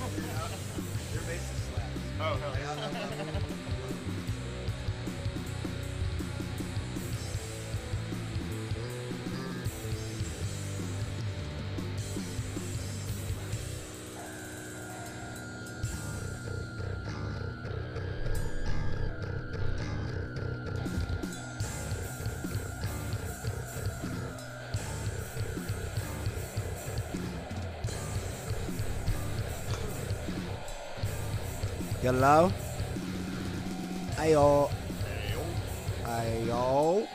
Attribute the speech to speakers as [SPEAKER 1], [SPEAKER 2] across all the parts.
[SPEAKER 1] Your bass is slapped.
[SPEAKER 2] Oh, hell yeah.
[SPEAKER 3] Hello? Ayo. Ayo.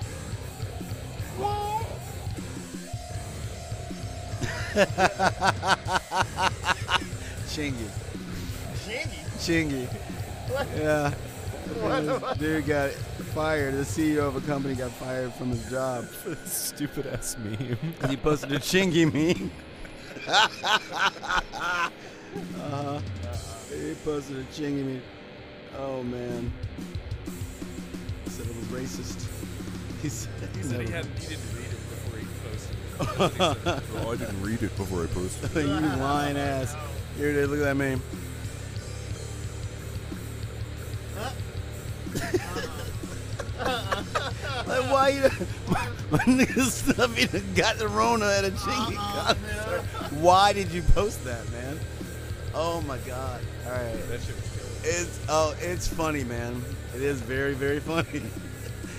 [SPEAKER 3] Chingy. Chingy? Yeah. Dude got fired. The CEO of a company got fired from his job.
[SPEAKER 4] Stupid ass meme.
[SPEAKER 3] He posted a chingy meme. Uh-huh. He posted a chingy meme. Oh man. He said it was racist. He said,
[SPEAKER 1] He said he
[SPEAKER 3] No.
[SPEAKER 1] had needed to read it before he posted it. That's what he said.
[SPEAKER 4] oh, I didn't read it before I posted.
[SPEAKER 3] you lying ass. Here it is. Look at that meme. like why you my, my nigga Stuffy done got the Rona at a chingy concert. Why did you post that, man? Oh my god. All right.
[SPEAKER 1] That shit was killer.
[SPEAKER 3] It's oh, it's funny, man. It is very, very funny.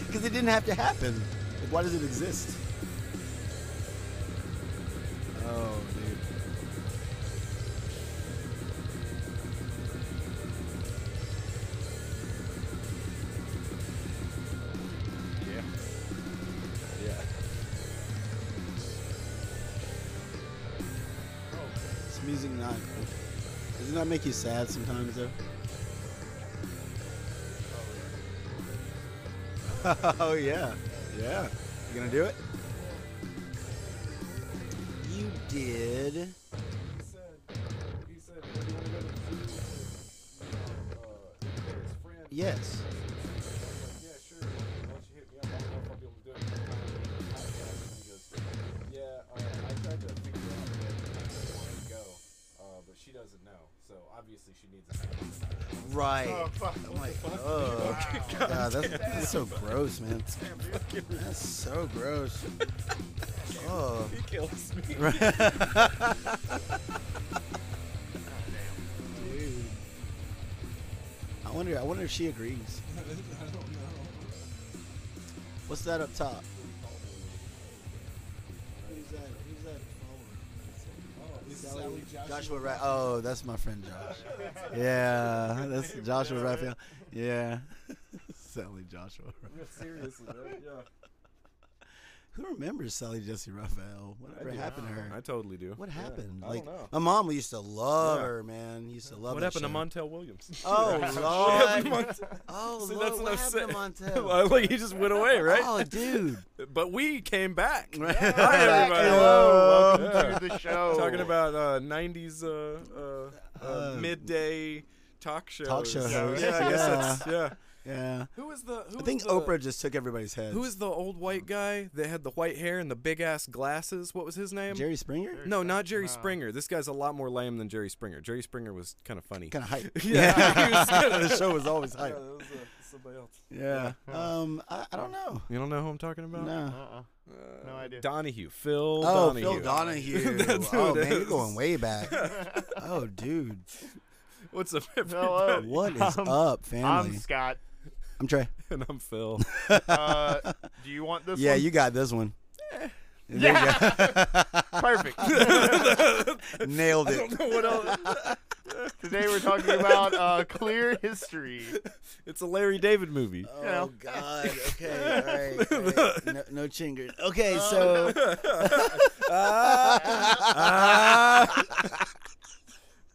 [SPEAKER 3] Because it didn't have to happen. Like, why does it exist? Oh, dude.
[SPEAKER 1] Yeah. Yeah.
[SPEAKER 3] This music not. Does it not make you sad sometimes, though? oh yeah, yeah. You gonna do it? You did.
[SPEAKER 2] He said, he said, "Where do you want to go to the food?" Uh, uh, his friend.
[SPEAKER 3] Yes.
[SPEAKER 2] I was like, yeah, sure. Why don't you hit me up? I don't know if I'll be able to do it. Kind of podcast. And he goes, yeah, uh, I tried to figure out where the concept wanted to go, uh, but she doesn't know. So obviously she needs a
[SPEAKER 3] Right.
[SPEAKER 2] Oh, fuck.
[SPEAKER 3] I'm like, oh, God, that's, that's so gross, man. That's so gross. Oh,
[SPEAKER 1] He kills me.
[SPEAKER 3] dude. I wonder. I wonder if she agrees. What's that up top? Who's that? Who's that? Oh, Sally- Joshua Ra- Oh, that's my friend Josh. Yeah, that's Joshua Raphael. Yeah, Sally Joshua.
[SPEAKER 2] Seriously, right? Yeah.
[SPEAKER 3] Who remembers Sally Jesse Raphael? Whatever
[SPEAKER 4] do.
[SPEAKER 3] happened to her?
[SPEAKER 4] I totally do.
[SPEAKER 3] What happened?
[SPEAKER 4] I don't
[SPEAKER 3] like
[SPEAKER 4] know.
[SPEAKER 3] my mom used to love
[SPEAKER 4] Yeah.
[SPEAKER 3] her, man. Used to love.
[SPEAKER 1] What
[SPEAKER 3] that
[SPEAKER 1] happened to
[SPEAKER 3] shit.
[SPEAKER 1] Montel Williams?
[SPEAKER 3] Oh lord. Oh
[SPEAKER 1] See,
[SPEAKER 3] lord.
[SPEAKER 1] that's
[SPEAKER 3] what
[SPEAKER 1] what
[SPEAKER 3] happened to
[SPEAKER 1] I'm
[SPEAKER 3] Montel?
[SPEAKER 1] well, like he just went away, right?
[SPEAKER 3] Oh dude.
[SPEAKER 1] But we came back.
[SPEAKER 3] Right.
[SPEAKER 1] Hi everybody.
[SPEAKER 3] Hello.
[SPEAKER 1] Welcome to
[SPEAKER 4] the show.
[SPEAKER 1] talking about uh, 90s uh, uh, uh,
[SPEAKER 3] Uh,
[SPEAKER 1] midday talk shows.
[SPEAKER 3] talk show host.
[SPEAKER 1] Yeah, I guess
[SPEAKER 3] Yeah.
[SPEAKER 1] that's yeah.
[SPEAKER 3] Yeah.
[SPEAKER 1] Who is the? Who
[SPEAKER 3] I think
[SPEAKER 1] is the,
[SPEAKER 3] Oprah just took everybody's head.
[SPEAKER 1] Who is the old white guy that had the white hair and the big ass glasses? What was his name?
[SPEAKER 3] Jerry Springer?
[SPEAKER 1] No, not Jerry Springer. This guy's a lot more lame than Jerry Springer. Jerry Springer was kind of funny.
[SPEAKER 3] Kind of hype.
[SPEAKER 1] Yeah, he was kinda-
[SPEAKER 3] the show was always hype.
[SPEAKER 2] that was uh, somebody else.
[SPEAKER 3] Yeah. Um, I, I don't know.
[SPEAKER 1] You don't know who I'm talking about?
[SPEAKER 3] No.
[SPEAKER 5] Uh-uh. No idea.
[SPEAKER 1] Donahue. Phil
[SPEAKER 3] oh,
[SPEAKER 1] Donahue.
[SPEAKER 3] Phil Donahue.
[SPEAKER 1] That's who
[SPEAKER 3] oh
[SPEAKER 1] it
[SPEAKER 3] man, you're
[SPEAKER 1] is.
[SPEAKER 3] going way back. oh dude,
[SPEAKER 1] What's up, everybody?
[SPEAKER 5] Hello.
[SPEAKER 3] what is
[SPEAKER 5] Um,
[SPEAKER 3] up, family?
[SPEAKER 5] I'm Scott.
[SPEAKER 3] I'm Trey.
[SPEAKER 1] and I'm Phil.
[SPEAKER 5] Uh, do you want this
[SPEAKER 3] yeah,
[SPEAKER 5] one?
[SPEAKER 3] you got this one. There you
[SPEAKER 5] yeah. Perfect.
[SPEAKER 3] go. Nailed
[SPEAKER 1] I
[SPEAKER 3] it.
[SPEAKER 1] don't know what else.
[SPEAKER 5] Today we're talking about uh, clear history.
[SPEAKER 1] It's a Larry David movie.
[SPEAKER 3] Oh
[SPEAKER 5] know.
[SPEAKER 3] God. Okay. All right. all right. No, no chingers. Okay. So.
[SPEAKER 1] Ah!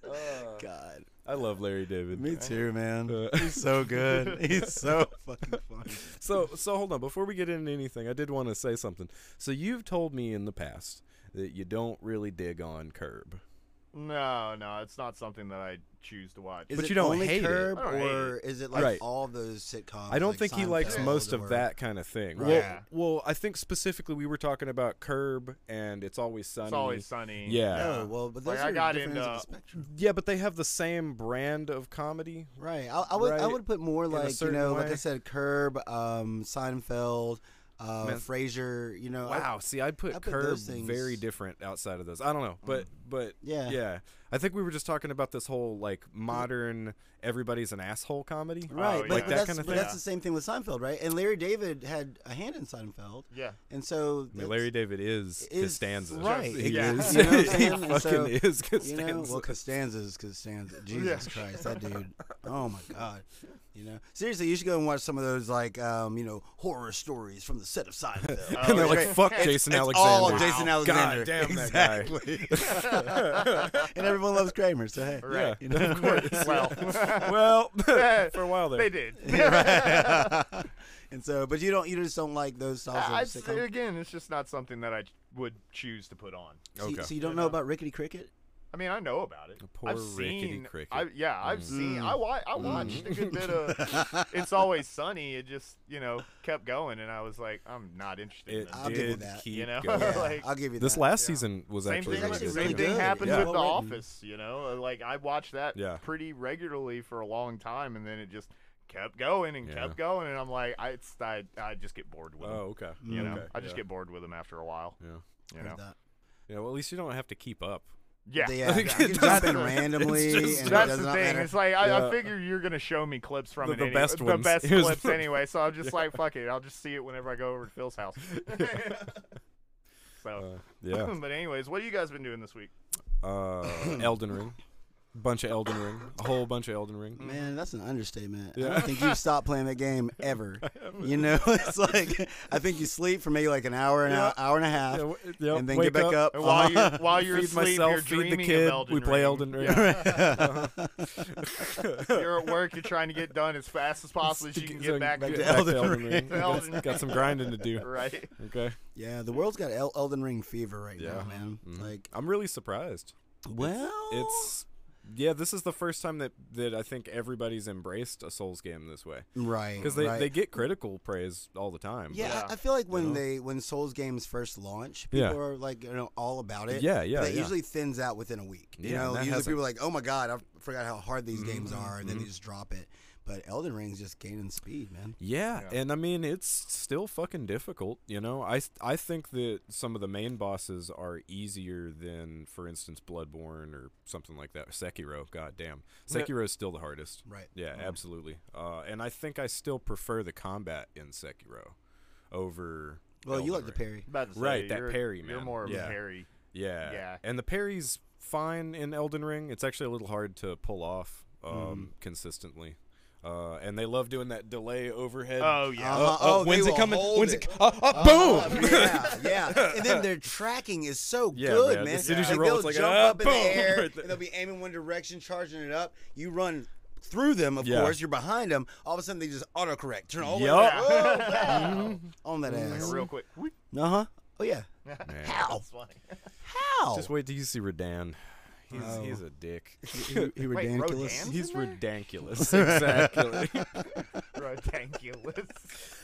[SPEAKER 2] Uh,
[SPEAKER 3] God.
[SPEAKER 1] I love Larry David.
[SPEAKER 3] Me too, man.
[SPEAKER 1] Uh,
[SPEAKER 3] He's so good. He's so fucking funny.
[SPEAKER 1] so so hold on before we get into anything i did want to say something so you've told me in the past that you don't really dig on curb
[SPEAKER 5] No, no, it's not something that I choose to watch.
[SPEAKER 3] Is
[SPEAKER 1] But
[SPEAKER 3] it
[SPEAKER 1] you don't
[SPEAKER 3] only
[SPEAKER 1] hate it.
[SPEAKER 3] Curb,
[SPEAKER 5] I don't hate
[SPEAKER 3] or is it like
[SPEAKER 1] Right.
[SPEAKER 3] all those sitcoms?
[SPEAKER 1] i don't
[SPEAKER 3] like
[SPEAKER 1] think he likes
[SPEAKER 3] Seinfeld
[SPEAKER 1] most
[SPEAKER 3] or-
[SPEAKER 1] of that kind of thing
[SPEAKER 3] Right.
[SPEAKER 1] well,
[SPEAKER 5] Yeah.
[SPEAKER 1] well i think specifically we were talking about curb and it's always sunny
[SPEAKER 5] It's always sunny.
[SPEAKER 1] Yeah.
[SPEAKER 3] No, well, but those
[SPEAKER 5] Like, I
[SPEAKER 3] are
[SPEAKER 5] got
[SPEAKER 3] different ends
[SPEAKER 5] into-
[SPEAKER 3] of the spectrum.
[SPEAKER 1] yeah but they have the same brand of comedy
[SPEAKER 3] Right. I, I would. I
[SPEAKER 1] Right.
[SPEAKER 3] would put more
[SPEAKER 1] In a
[SPEAKER 3] like you
[SPEAKER 1] certain
[SPEAKER 3] know, like I
[SPEAKER 1] way.
[SPEAKER 3] said, Curb, um, Seinfeld, uh,
[SPEAKER 1] Man.
[SPEAKER 3] Frasier. You know. I-
[SPEAKER 1] wow see i'd put
[SPEAKER 3] I put
[SPEAKER 1] curb
[SPEAKER 3] those things- Mm.
[SPEAKER 1] very different outside of those i don't know but but
[SPEAKER 3] Yeah.
[SPEAKER 1] yeah i think we were just talking about this whole like modern everybody's an asshole comedy
[SPEAKER 3] Right,
[SPEAKER 5] Oh,
[SPEAKER 3] but,
[SPEAKER 5] yeah.
[SPEAKER 1] like
[SPEAKER 3] but
[SPEAKER 1] that
[SPEAKER 3] that's,
[SPEAKER 1] kind of
[SPEAKER 3] but
[SPEAKER 1] thing
[SPEAKER 3] that's the same thing with Seinfeld, right? And Larry David had a hand in Seinfeld,
[SPEAKER 5] Yeah.
[SPEAKER 3] and so
[SPEAKER 1] I mean,
[SPEAKER 3] that's-
[SPEAKER 1] Larry David is,
[SPEAKER 3] is
[SPEAKER 1] Costanza.
[SPEAKER 3] right.
[SPEAKER 1] He
[SPEAKER 5] Yeah.
[SPEAKER 1] is.
[SPEAKER 3] You know what I'm
[SPEAKER 1] he
[SPEAKER 3] saying? And
[SPEAKER 1] fucking
[SPEAKER 3] so,
[SPEAKER 1] is
[SPEAKER 3] you
[SPEAKER 1] Costanza.
[SPEAKER 3] know, well, Costanza's Costanza. Jesus Christ, that dude! Oh my God, you know, seriously, you should go and watch some of those like, um, you know, horror stories from the set of Seinfeld.
[SPEAKER 5] Oh,
[SPEAKER 1] and they're like,
[SPEAKER 5] it's
[SPEAKER 1] fuck
[SPEAKER 5] great. It's-
[SPEAKER 1] Oh, Jason
[SPEAKER 5] it's
[SPEAKER 1] Alexander.
[SPEAKER 3] all Jason
[SPEAKER 5] Wow.
[SPEAKER 3] Alexander.
[SPEAKER 1] God damn that guy.
[SPEAKER 3] exactly. and everyone loves Kramer, so hey,
[SPEAKER 5] Right.
[SPEAKER 1] Yeah.
[SPEAKER 3] you know,
[SPEAKER 5] Well,
[SPEAKER 1] well, for a while there.
[SPEAKER 5] they did.
[SPEAKER 3] and so, but you don't, you just don't like those styles
[SPEAKER 5] I,
[SPEAKER 3] of sitcom.
[SPEAKER 5] again, it's just not something that I would choose to put on.
[SPEAKER 3] So you-
[SPEAKER 1] Okay.
[SPEAKER 3] so you don't know about Rickety Cricket?
[SPEAKER 5] I mean, I know about it.
[SPEAKER 1] poor
[SPEAKER 5] I've
[SPEAKER 1] rickety
[SPEAKER 5] seen,
[SPEAKER 1] cricket.
[SPEAKER 5] I, yeah, I've
[SPEAKER 3] Mm.
[SPEAKER 5] seen. I, wa- I watched a good bit of. it's always sunny. It just you know kept going, and I was like, I'm not interested. in
[SPEAKER 1] It
[SPEAKER 5] this.
[SPEAKER 3] I'll give you
[SPEAKER 1] did
[SPEAKER 3] that.
[SPEAKER 1] keep
[SPEAKER 5] You know?
[SPEAKER 1] going.
[SPEAKER 5] Yeah. Like-
[SPEAKER 3] I'll give you
[SPEAKER 1] This
[SPEAKER 3] that.
[SPEAKER 1] last
[SPEAKER 5] Yeah.
[SPEAKER 1] season was
[SPEAKER 5] same
[SPEAKER 1] actually
[SPEAKER 5] thing.
[SPEAKER 1] really
[SPEAKER 3] actually
[SPEAKER 1] good.
[SPEAKER 5] same
[SPEAKER 3] really
[SPEAKER 5] thing
[SPEAKER 3] good.
[SPEAKER 5] happens
[SPEAKER 1] Yeah.
[SPEAKER 5] with The
[SPEAKER 3] Well written.
[SPEAKER 5] Office. You know, Uh, like I watched that
[SPEAKER 1] Yeah.
[SPEAKER 5] pretty regularly for a long time, and then it just kept going and
[SPEAKER 1] Yeah.
[SPEAKER 5] kept going, and I'm like, I, it's, I, I just get bored with
[SPEAKER 1] Oh,
[SPEAKER 5] them.
[SPEAKER 1] okay.
[SPEAKER 5] You know,
[SPEAKER 1] Okay.
[SPEAKER 5] I just
[SPEAKER 1] yeah.
[SPEAKER 5] get bored with them after a while.
[SPEAKER 1] Yeah.
[SPEAKER 5] You know,
[SPEAKER 3] That.
[SPEAKER 1] Yeah, well, at least you don't have to keep up.
[SPEAKER 5] yeah.
[SPEAKER 3] They, uh,
[SPEAKER 1] Like, it
[SPEAKER 3] you jump in
[SPEAKER 1] doesn't-
[SPEAKER 3] randomly,
[SPEAKER 1] it's just-
[SPEAKER 3] and it
[SPEAKER 5] That's
[SPEAKER 3] does
[SPEAKER 5] the
[SPEAKER 3] not
[SPEAKER 5] thing.
[SPEAKER 3] matter.
[SPEAKER 5] It's like I, I
[SPEAKER 1] Yeah.
[SPEAKER 5] figure you're gonna show me clips from
[SPEAKER 1] The-
[SPEAKER 5] it
[SPEAKER 1] the
[SPEAKER 5] any-
[SPEAKER 1] best
[SPEAKER 5] the
[SPEAKER 1] ones.
[SPEAKER 5] best
[SPEAKER 1] Here's
[SPEAKER 5] clips
[SPEAKER 1] the-
[SPEAKER 5] anyway. So I'm just like, fuck it. I'll just see it whenever I go over to Phil's house. so,
[SPEAKER 1] Uh, yeah.
[SPEAKER 5] but anyways, what have you guys been doing this week?
[SPEAKER 1] Uh, Elden Ring. Bunch of Elden Ring. A whole bunch of Elden Ring.
[SPEAKER 3] Man, that's an understatement. I
[SPEAKER 1] Yeah.
[SPEAKER 3] don't think you've stopped playing that game ever. You know, it's like I think you sleep for maybe like an hour and
[SPEAKER 1] Yeah.
[SPEAKER 3] a hour and a half,
[SPEAKER 1] Yeah, w- yep,
[SPEAKER 3] and then
[SPEAKER 1] wake
[SPEAKER 3] get back up. Uh-huh.
[SPEAKER 5] And while you're while you're
[SPEAKER 1] Uh, Feed
[SPEAKER 5] asleep,
[SPEAKER 1] myself,
[SPEAKER 5] you're
[SPEAKER 1] feed
[SPEAKER 5] dreaming
[SPEAKER 1] the kid.
[SPEAKER 5] of Elden
[SPEAKER 1] we play
[SPEAKER 5] Ring.
[SPEAKER 1] Elden Ring.
[SPEAKER 5] You're at work. You're trying to get done as fast as possible as you can
[SPEAKER 1] So
[SPEAKER 5] get back,
[SPEAKER 1] to
[SPEAKER 5] to
[SPEAKER 1] Elden, Ring.
[SPEAKER 5] To Elden Ring.
[SPEAKER 1] Got some grinding to do.
[SPEAKER 5] right.
[SPEAKER 1] Okay.
[SPEAKER 3] Yeah, the world's got El- Elden Ring fever right
[SPEAKER 1] Yeah.
[SPEAKER 3] now, man. Like,
[SPEAKER 1] I'm really surprised.
[SPEAKER 3] well,
[SPEAKER 1] It's yeah, this is the first time that that I think everybody's embraced a Souls game this way
[SPEAKER 3] right
[SPEAKER 1] because they,
[SPEAKER 3] right.
[SPEAKER 1] they get critical praise all the time.
[SPEAKER 3] Yeah,
[SPEAKER 5] Yeah.
[SPEAKER 3] I, I feel like when
[SPEAKER 1] know?
[SPEAKER 3] they when Souls games first launch, people
[SPEAKER 1] Yeah.
[SPEAKER 3] are like you know all about it.
[SPEAKER 1] Yeah, yeah,
[SPEAKER 3] That
[SPEAKER 1] yeah.
[SPEAKER 3] usually thins out within a week. you
[SPEAKER 1] Yeah,
[SPEAKER 3] know,
[SPEAKER 1] and that
[SPEAKER 3] usually
[SPEAKER 1] hasn't- Mm-hmm,
[SPEAKER 3] people are like, "Oh my god, I forgot how hard these games are," and then they just drop it. But Elden Ring's just gaining speed, man.
[SPEAKER 1] Yeah,
[SPEAKER 5] Yeah.
[SPEAKER 1] and I mean it's still fucking difficult, you know. I th- I think that some of the main bosses are easier than, for instance, Bloodborne or something like that. Sekiro, goddamn, Sekiro is still the hardest.
[SPEAKER 3] Right. Mm-hmm.
[SPEAKER 1] Yeah, absolutely. Uh, and I think I still prefer the combat in Sekiro over.
[SPEAKER 3] Well, you like
[SPEAKER 1] Elden
[SPEAKER 3] the
[SPEAKER 1] Ring.
[SPEAKER 3] parry.
[SPEAKER 5] About to say,
[SPEAKER 1] Right, that
[SPEAKER 5] you're-
[SPEAKER 1] parry,
[SPEAKER 5] You're
[SPEAKER 1] man.
[SPEAKER 5] more of
[SPEAKER 1] Yeah.
[SPEAKER 5] a parry.
[SPEAKER 1] Yeah.
[SPEAKER 5] Yeah.
[SPEAKER 1] And the parry's fine in Elden Ring. It's actually a little hard to pull off um,
[SPEAKER 5] Mm-hmm.
[SPEAKER 1] consistently. Uh, and they love doing that delay overhead.
[SPEAKER 5] Oh yeah.
[SPEAKER 3] Uh-huh.
[SPEAKER 1] Uh, oh,
[SPEAKER 3] Oh, they
[SPEAKER 1] when's it
[SPEAKER 3] will
[SPEAKER 1] coming?
[SPEAKER 3] hold
[SPEAKER 1] When's
[SPEAKER 3] it.
[SPEAKER 1] it? co- uh, uh, boom!
[SPEAKER 3] yeah, yeah. And then their tracking is so
[SPEAKER 1] Yeah,
[SPEAKER 3] good,
[SPEAKER 1] man.
[SPEAKER 3] man.
[SPEAKER 1] As soon as
[SPEAKER 3] Like,
[SPEAKER 1] you roll,
[SPEAKER 3] they'll
[SPEAKER 1] it's like,
[SPEAKER 3] jump
[SPEAKER 1] ah,
[SPEAKER 3] up in
[SPEAKER 1] boom,
[SPEAKER 3] the air,
[SPEAKER 1] right there.
[SPEAKER 3] and they'll be aiming one direction, charging it up. You run through them, of
[SPEAKER 1] Yeah.
[SPEAKER 3] course. You're behind them. All of a sudden, they just autocorrect. Turn all the way
[SPEAKER 1] Yup.
[SPEAKER 3] around. Whoa, wow. on that
[SPEAKER 5] Like a
[SPEAKER 3] ass.
[SPEAKER 5] real quick. whoop.
[SPEAKER 3] Uh huh. Oh yeah.
[SPEAKER 1] Man.
[SPEAKER 3] How?
[SPEAKER 5] That's funny.
[SPEAKER 3] How?
[SPEAKER 1] Just wait till you see Redan. He's,
[SPEAKER 3] Oh.
[SPEAKER 1] he's a dick.
[SPEAKER 3] he, he
[SPEAKER 5] Wait,
[SPEAKER 3] ridiculous.
[SPEAKER 5] Rodan?
[SPEAKER 1] He's ridiculous. exactly.
[SPEAKER 5] Ridiculous.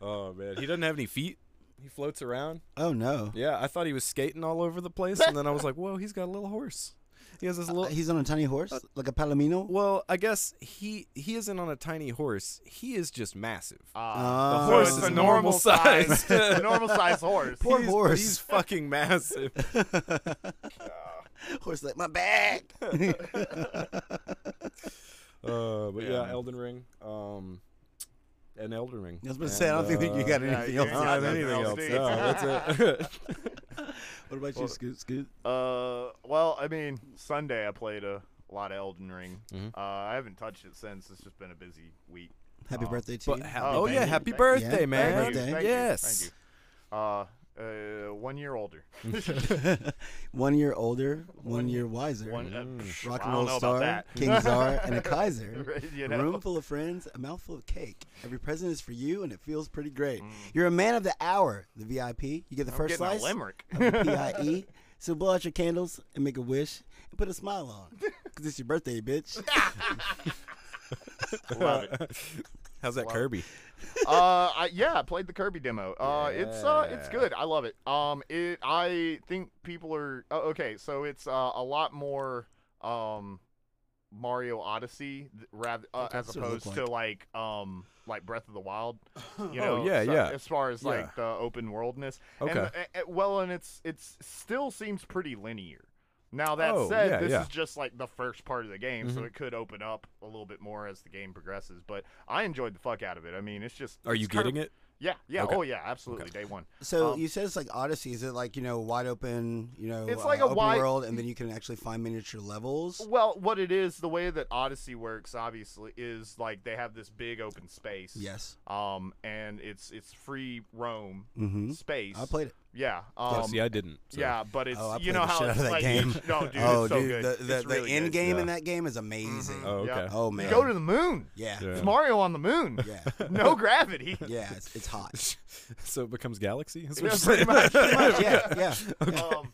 [SPEAKER 1] Oh man, he doesn't have any feet. He floats around.
[SPEAKER 3] Oh no.
[SPEAKER 1] Yeah, I thought he was skating all over the place, and then I was like, "Whoa, he's got a little horse. He has this
[SPEAKER 5] Uh,
[SPEAKER 1] little
[SPEAKER 3] He's on a tiny horse, like a palomino.
[SPEAKER 1] Well, I guess he he isn't on a tiny horse. He is just massive.
[SPEAKER 5] Ah,
[SPEAKER 3] Uh, The
[SPEAKER 5] so
[SPEAKER 3] horse
[SPEAKER 5] it's
[SPEAKER 3] is
[SPEAKER 5] a
[SPEAKER 1] normal
[SPEAKER 5] normal
[SPEAKER 1] size.
[SPEAKER 5] size. a normal size horse.
[SPEAKER 3] Poor
[SPEAKER 1] he's,
[SPEAKER 3] horse.
[SPEAKER 1] He's fucking massive.
[SPEAKER 3] Horse like my back.
[SPEAKER 1] Uh, but yeah,
[SPEAKER 5] Yeah.
[SPEAKER 1] Uh, Elden Ring. Um, and Elden Ring.
[SPEAKER 3] I was going to say, I don't think you
[SPEAKER 1] uh,
[SPEAKER 3] got
[SPEAKER 5] yeah,
[SPEAKER 3] anything
[SPEAKER 5] you
[SPEAKER 1] I
[SPEAKER 3] else.
[SPEAKER 1] don't have
[SPEAKER 5] Yeah,
[SPEAKER 1] anything
[SPEAKER 5] nothing
[SPEAKER 1] else.
[SPEAKER 5] else,
[SPEAKER 1] No, that's it.
[SPEAKER 3] What about you,
[SPEAKER 5] Well-
[SPEAKER 3] Scoot? Scoot?
[SPEAKER 5] Uh, well, I mean, Sunday I played a lot of Elden Ring.
[SPEAKER 1] Mhm.
[SPEAKER 5] Uh, I haven't touched it since. It's just been a busy week.
[SPEAKER 3] Happy
[SPEAKER 5] Uh,
[SPEAKER 3] birthday to
[SPEAKER 1] But
[SPEAKER 3] you.
[SPEAKER 1] ha-
[SPEAKER 5] Oh,
[SPEAKER 1] oh,
[SPEAKER 5] thank
[SPEAKER 1] yeah,
[SPEAKER 5] you,
[SPEAKER 1] happy
[SPEAKER 5] thank you.
[SPEAKER 1] birthday,
[SPEAKER 3] Yeah,
[SPEAKER 1] man!
[SPEAKER 5] Thank you,
[SPEAKER 3] Birthday.
[SPEAKER 5] thank you,
[SPEAKER 1] yes.
[SPEAKER 5] thank you. Uh, uh, one year older.
[SPEAKER 3] one year older, one,
[SPEAKER 5] One
[SPEAKER 3] year
[SPEAKER 5] year-
[SPEAKER 3] wiser.
[SPEAKER 5] One uh,
[SPEAKER 1] Mm.
[SPEAKER 5] psh,
[SPEAKER 3] Rock
[SPEAKER 5] I
[SPEAKER 3] and
[SPEAKER 5] don't
[SPEAKER 3] roll
[SPEAKER 5] know about
[SPEAKER 3] star,
[SPEAKER 5] that.
[SPEAKER 3] King Czar, and a Kaiser.
[SPEAKER 5] you
[SPEAKER 3] A
[SPEAKER 5] know?
[SPEAKER 3] room full of friends, a mouthful of cake. Every present is for you, and it feels pretty great. You're a man of the hour, the VIP. You get the
[SPEAKER 5] Mm. I'm
[SPEAKER 3] first
[SPEAKER 5] getting
[SPEAKER 3] slice
[SPEAKER 5] a limerick.
[SPEAKER 3] of the PIE. So blow out your candles and make a wish and put a smile on. Because it's your birthday, bitch.
[SPEAKER 5] Love it.
[SPEAKER 1] How's that
[SPEAKER 5] Wow.
[SPEAKER 1] Kirby?
[SPEAKER 5] uh, I, yeah, I played the Kirby demo. Uh, it's uh, it's
[SPEAKER 1] Yeah.
[SPEAKER 5] good. I love it. Um, it I think people are oh, okay. So it's uh, a lot more um, Mario Odyssey th- rather uh,
[SPEAKER 3] That's
[SPEAKER 5] as
[SPEAKER 3] what it looked
[SPEAKER 5] opposed to like um like Breath of the Wild. You
[SPEAKER 1] Oh,
[SPEAKER 5] know,
[SPEAKER 1] yeah,
[SPEAKER 5] so-
[SPEAKER 1] yeah.
[SPEAKER 5] As far as like
[SPEAKER 1] Yeah.
[SPEAKER 5] the open worldness. And,
[SPEAKER 1] Okay.
[SPEAKER 5] the- a- a- well, and it's it's still seems pretty linear. Now that
[SPEAKER 1] Oh,
[SPEAKER 5] said,
[SPEAKER 1] yeah,
[SPEAKER 5] this
[SPEAKER 1] yeah.
[SPEAKER 5] is just like the first part of the game,
[SPEAKER 3] Mm-hmm.
[SPEAKER 5] so it could open up a little bit more as the game progresses. But I enjoyed the fuck out of it. I mean, it's just.
[SPEAKER 1] Are you getting it?
[SPEAKER 5] Yeah, yeah,
[SPEAKER 1] Okay.
[SPEAKER 5] oh yeah, absolutely. Day one.
[SPEAKER 3] So
[SPEAKER 5] Um,
[SPEAKER 3] you said it's like Odyssey. Is it like, you know, wide open, you know,
[SPEAKER 5] It's
[SPEAKER 3] uh,
[SPEAKER 5] like a
[SPEAKER 3] open
[SPEAKER 5] wide- Oh.
[SPEAKER 3] world, and then you can actually find miniature levels?
[SPEAKER 5] Well, what it is, the way that Odyssey works, obviously, is like they have this big open space.
[SPEAKER 3] Yes.
[SPEAKER 5] Um, and it's it's free roam
[SPEAKER 3] Mm-hmm.
[SPEAKER 5] space.
[SPEAKER 3] I played it.
[SPEAKER 5] Yeah. Um.
[SPEAKER 1] Yeah, see, I didn't. so-
[SPEAKER 5] Yeah, but it's
[SPEAKER 3] Oh, I played
[SPEAKER 5] you know
[SPEAKER 3] the
[SPEAKER 5] how
[SPEAKER 3] shit out
[SPEAKER 5] it's
[SPEAKER 3] of that
[SPEAKER 5] like
[SPEAKER 3] game.
[SPEAKER 5] each- no, dude,
[SPEAKER 3] oh,
[SPEAKER 5] it's so
[SPEAKER 3] dude,
[SPEAKER 5] good.
[SPEAKER 3] the, the,
[SPEAKER 5] It's really
[SPEAKER 3] the end
[SPEAKER 5] good.
[SPEAKER 3] game in
[SPEAKER 1] Yeah.
[SPEAKER 3] that game is amazing.
[SPEAKER 1] Oh, okay.
[SPEAKER 5] Yeah.
[SPEAKER 3] Oh
[SPEAKER 5] You
[SPEAKER 3] man,
[SPEAKER 5] Go to the moon.
[SPEAKER 3] yeah,
[SPEAKER 1] Yeah.
[SPEAKER 5] It's Mario on the moon.
[SPEAKER 3] yeah,
[SPEAKER 5] No gravity.
[SPEAKER 3] yeah. It's, it's hot.
[SPEAKER 1] so it becomes Galaxy. That's
[SPEAKER 5] Yeah,
[SPEAKER 1] what you're
[SPEAKER 5] pretty
[SPEAKER 1] saying?
[SPEAKER 5] much, pretty much,
[SPEAKER 3] yeah, yeah.
[SPEAKER 5] um,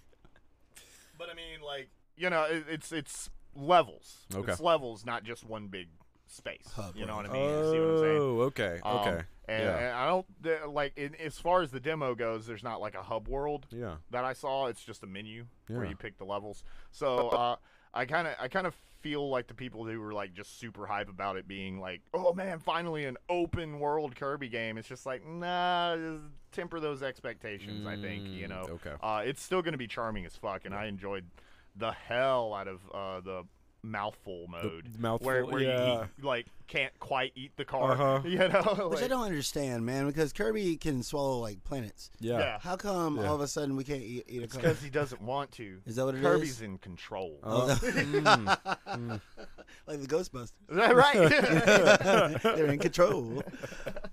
[SPEAKER 5] but I mean, like you know, it, it's it's levels.
[SPEAKER 1] Okay.
[SPEAKER 5] It's levels, not just one big space.
[SPEAKER 3] Hub,
[SPEAKER 5] you know
[SPEAKER 3] right.
[SPEAKER 5] what I mean? You See what I'm saying?
[SPEAKER 1] Oh, okay,
[SPEAKER 5] Um,
[SPEAKER 1] okay,
[SPEAKER 5] And,
[SPEAKER 1] yeah.
[SPEAKER 5] and I don't the- like in, as far as the demo goes. There's not like a hub world
[SPEAKER 1] yeah.
[SPEAKER 5] that I saw. It's just a menu where
[SPEAKER 1] Yeah.
[SPEAKER 5] you pick the levels. So uh, I kind of I kind of feel like the people who were like just super hype about it being like, oh man, finally an open world Kirby game. It's just like nah, just temper those expectations. I think you
[SPEAKER 1] Mm,
[SPEAKER 5] know.
[SPEAKER 1] okay.
[SPEAKER 5] Uh, it's still gonna be charming as fuck, and I enjoyed the hell out of uh, the mouthful mode
[SPEAKER 1] mouthful,
[SPEAKER 5] where, where
[SPEAKER 1] yeah.
[SPEAKER 5] you eat, like can't quite eat the car
[SPEAKER 1] Uh-huh.
[SPEAKER 5] you know
[SPEAKER 3] Which I
[SPEAKER 5] like-
[SPEAKER 3] don't understand, man, because Kirby can swallow like planets.
[SPEAKER 1] Yeah.
[SPEAKER 5] Yeah.
[SPEAKER 3] How come
[SPEAKER 1] Yeah.
[SPEAKER 3] all of a sudden we can't eat, eat a car?
[SPEAKER 5] because he doesn't want to.
[SPEAKER 3] Is that what it is?
[SPEAKER 5] Kirby's in control.
[SPEAKER 1] Uh, mm,
[SPEAKER 3] Like the Ghostbusters,
[SPEAKER 5] Is that right?
[SPEAKER 3] they're in control.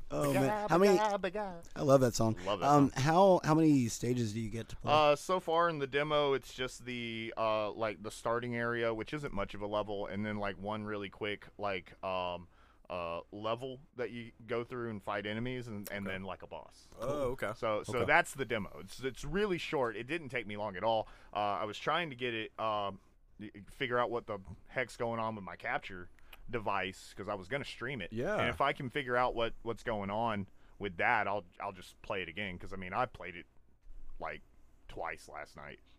[SPEAKER 3] Oh man, how many? I love that song.
[SPEAKER 5] Love that
[SPEAKER 3] um, how how many stages do you get to play?
[SPEAKER 5] Uh, so far in the demo, it's just the uh, like the starting area, which isn't much of a level, and then like one really quick like um uh level that you go through and fight enemies, and, and then like a boss.
[SPEAKER 1] Oh, okay.
[SPEAKER 5] So so
[SPEAKER 1] Okay.
[SPEAKER 5] that's the demo. It's it's really short. It didn't take me long at all. Uh, I was trying to get it um, y- figure out what the heck's going on with my capture device because I was gonna stream it.
[SPEAKER 1] Yeah.
[SPEAKER 5] And if I can figure out what what's going on with that, I'll I'll just play it again because I mean I played it like twice last night.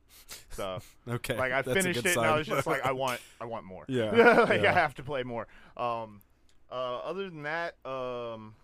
[SPEAKER 5] So
[SPEAKER 1] Okay.
[SPEAKER 5] like I
[SPEAKER 1] that's a
[SPEAKER 5] finished
[SPEAKER 1] good
[SPEAKER 5] it and I
[SPEAKER 1] sign.
[SPEAKER 5] was just like I want I want more.
[SPEAKER 1] Yeah,
[SPEAKER 5] like
[SPEAKER 1] yeah.
[SPEAKER 5] I have to play more. Um uh, other than that, um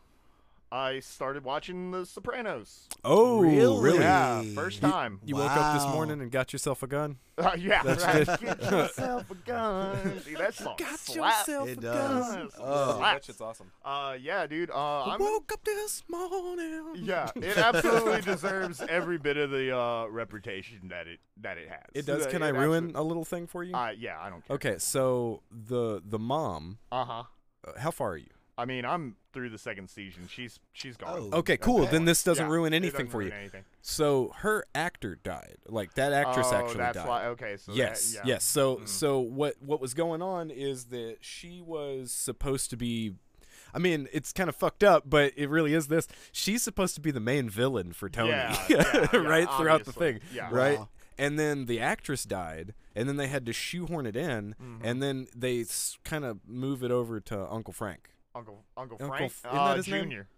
[SPEAKER 5] I started watching The Sopranos.
[SPEAKER 1] oh,
[SPEAKER 3] Really?
[SPEAKER 1] really?
[SPEAKER 5] Yeah,
[SPEAKER 3] Really?
[SPEAKER 5] first
[SPEAKER 1] You-
[SPEAKER 5] time.
[SPEAKER 1] You woke up this
[SPEAKER 3] Wow.
[SPEAKER 1] morning and got yourself a gun.
[SPEAKER 5] Uh, yeah,
[SPEAKER 1] That's
[SPEAKER 5] right.
[SPEAKER 1] good.
[SPEAKER 5] Get yourself a gun. Dude, that song slaps.
[SPEAKER 3] It does.
[SPEAKER 5] Yes,
[SPEAKER 3] Oh.
[SPEAKER 5] slaps.
[SPEAKER 2] shit's awesome.
[SPEAKER 5] Uh, yeah, dude. Uh, I'm,
[SPEAKER 1] Woke up this morning.
[SPEAKER 5] yeah, it absolutely deserves every bit of the uh, reputation that it that it has.
[SPEAKER 1] It does.
[SPEAKER 5] Uh,
[SPEAKER 1] Can I ruin
[SPEAKER 5] absolute-
[SPEAKER 1] a little thing for you?
[SPEAKER 5] Uh, yeah, I don't care.
[SPEAKER 1] okay, so the the mom.
[SPEAKER 5] Uh huh.
[SPEAKER 1] Uh, how far are you?
[SPEAKER 5] I mean, I'm through the second season. She's she's gone.
[SPEAKER 3] Oh,
[SPEAKER 1] Okay, cool.
[SPEAKER 3] okay.
[SPEAKER 1] Then this doesn't
[SPEAKER 5] Yeah,
[SPEAKER 1] ruin
[SPEAKER 5] it
[SPEAKER 1] anything
[SPEAKER 5] doesn't
[SPEAKER 1] for you.
[SPEAKER 5] ruin Anything.
[SPEAKER 1] So her actor died. Like that actress
[SPEAKER 5] oh,
[SPEAKER 1] actually
[SPEAKER 5] that's
[SPEAKER 1] died.
[SPEAKER 5] why. Okay, so that-
[SPEAKER 1] yes,
[SPEAKER 5] yeah.
[SPEAKER 1] yes. So
[SPEAKER 5] Mm.
[SPEAKER 1] so what what was going on is that she was supposed to be I mean, it's kind of fucked up, but it really is this. She's supposed to be the main villain for Tony,
[SPEAKER 5] Yeah, yeah, yeah,
[SPEAKER 1] right throughout the
[SPEAKER 5] obviously.
[SPEAKER 1] thing,
[SPEAKER 5] Yeah.
[SPEAKER 1] right?
[SPEAKER 3] Wow.
[SPEAKER 1] And then the actress died, and then they had to shoehorn it in,
[SPEAKER 5] Mm-hmm.
[SPEAKER 1] and then they s- kind of move it over to Uncle Frank.
[SPEAKER 5] Uncle Uncle
[SPEAKER 1] Uncle
[SPEAKER 5] Frank
[SPEAKER 1] F- isn't that
[SPEAKER 5] uh,
[SPEAKER 1] his name?
[SPEAKER 5] Junior.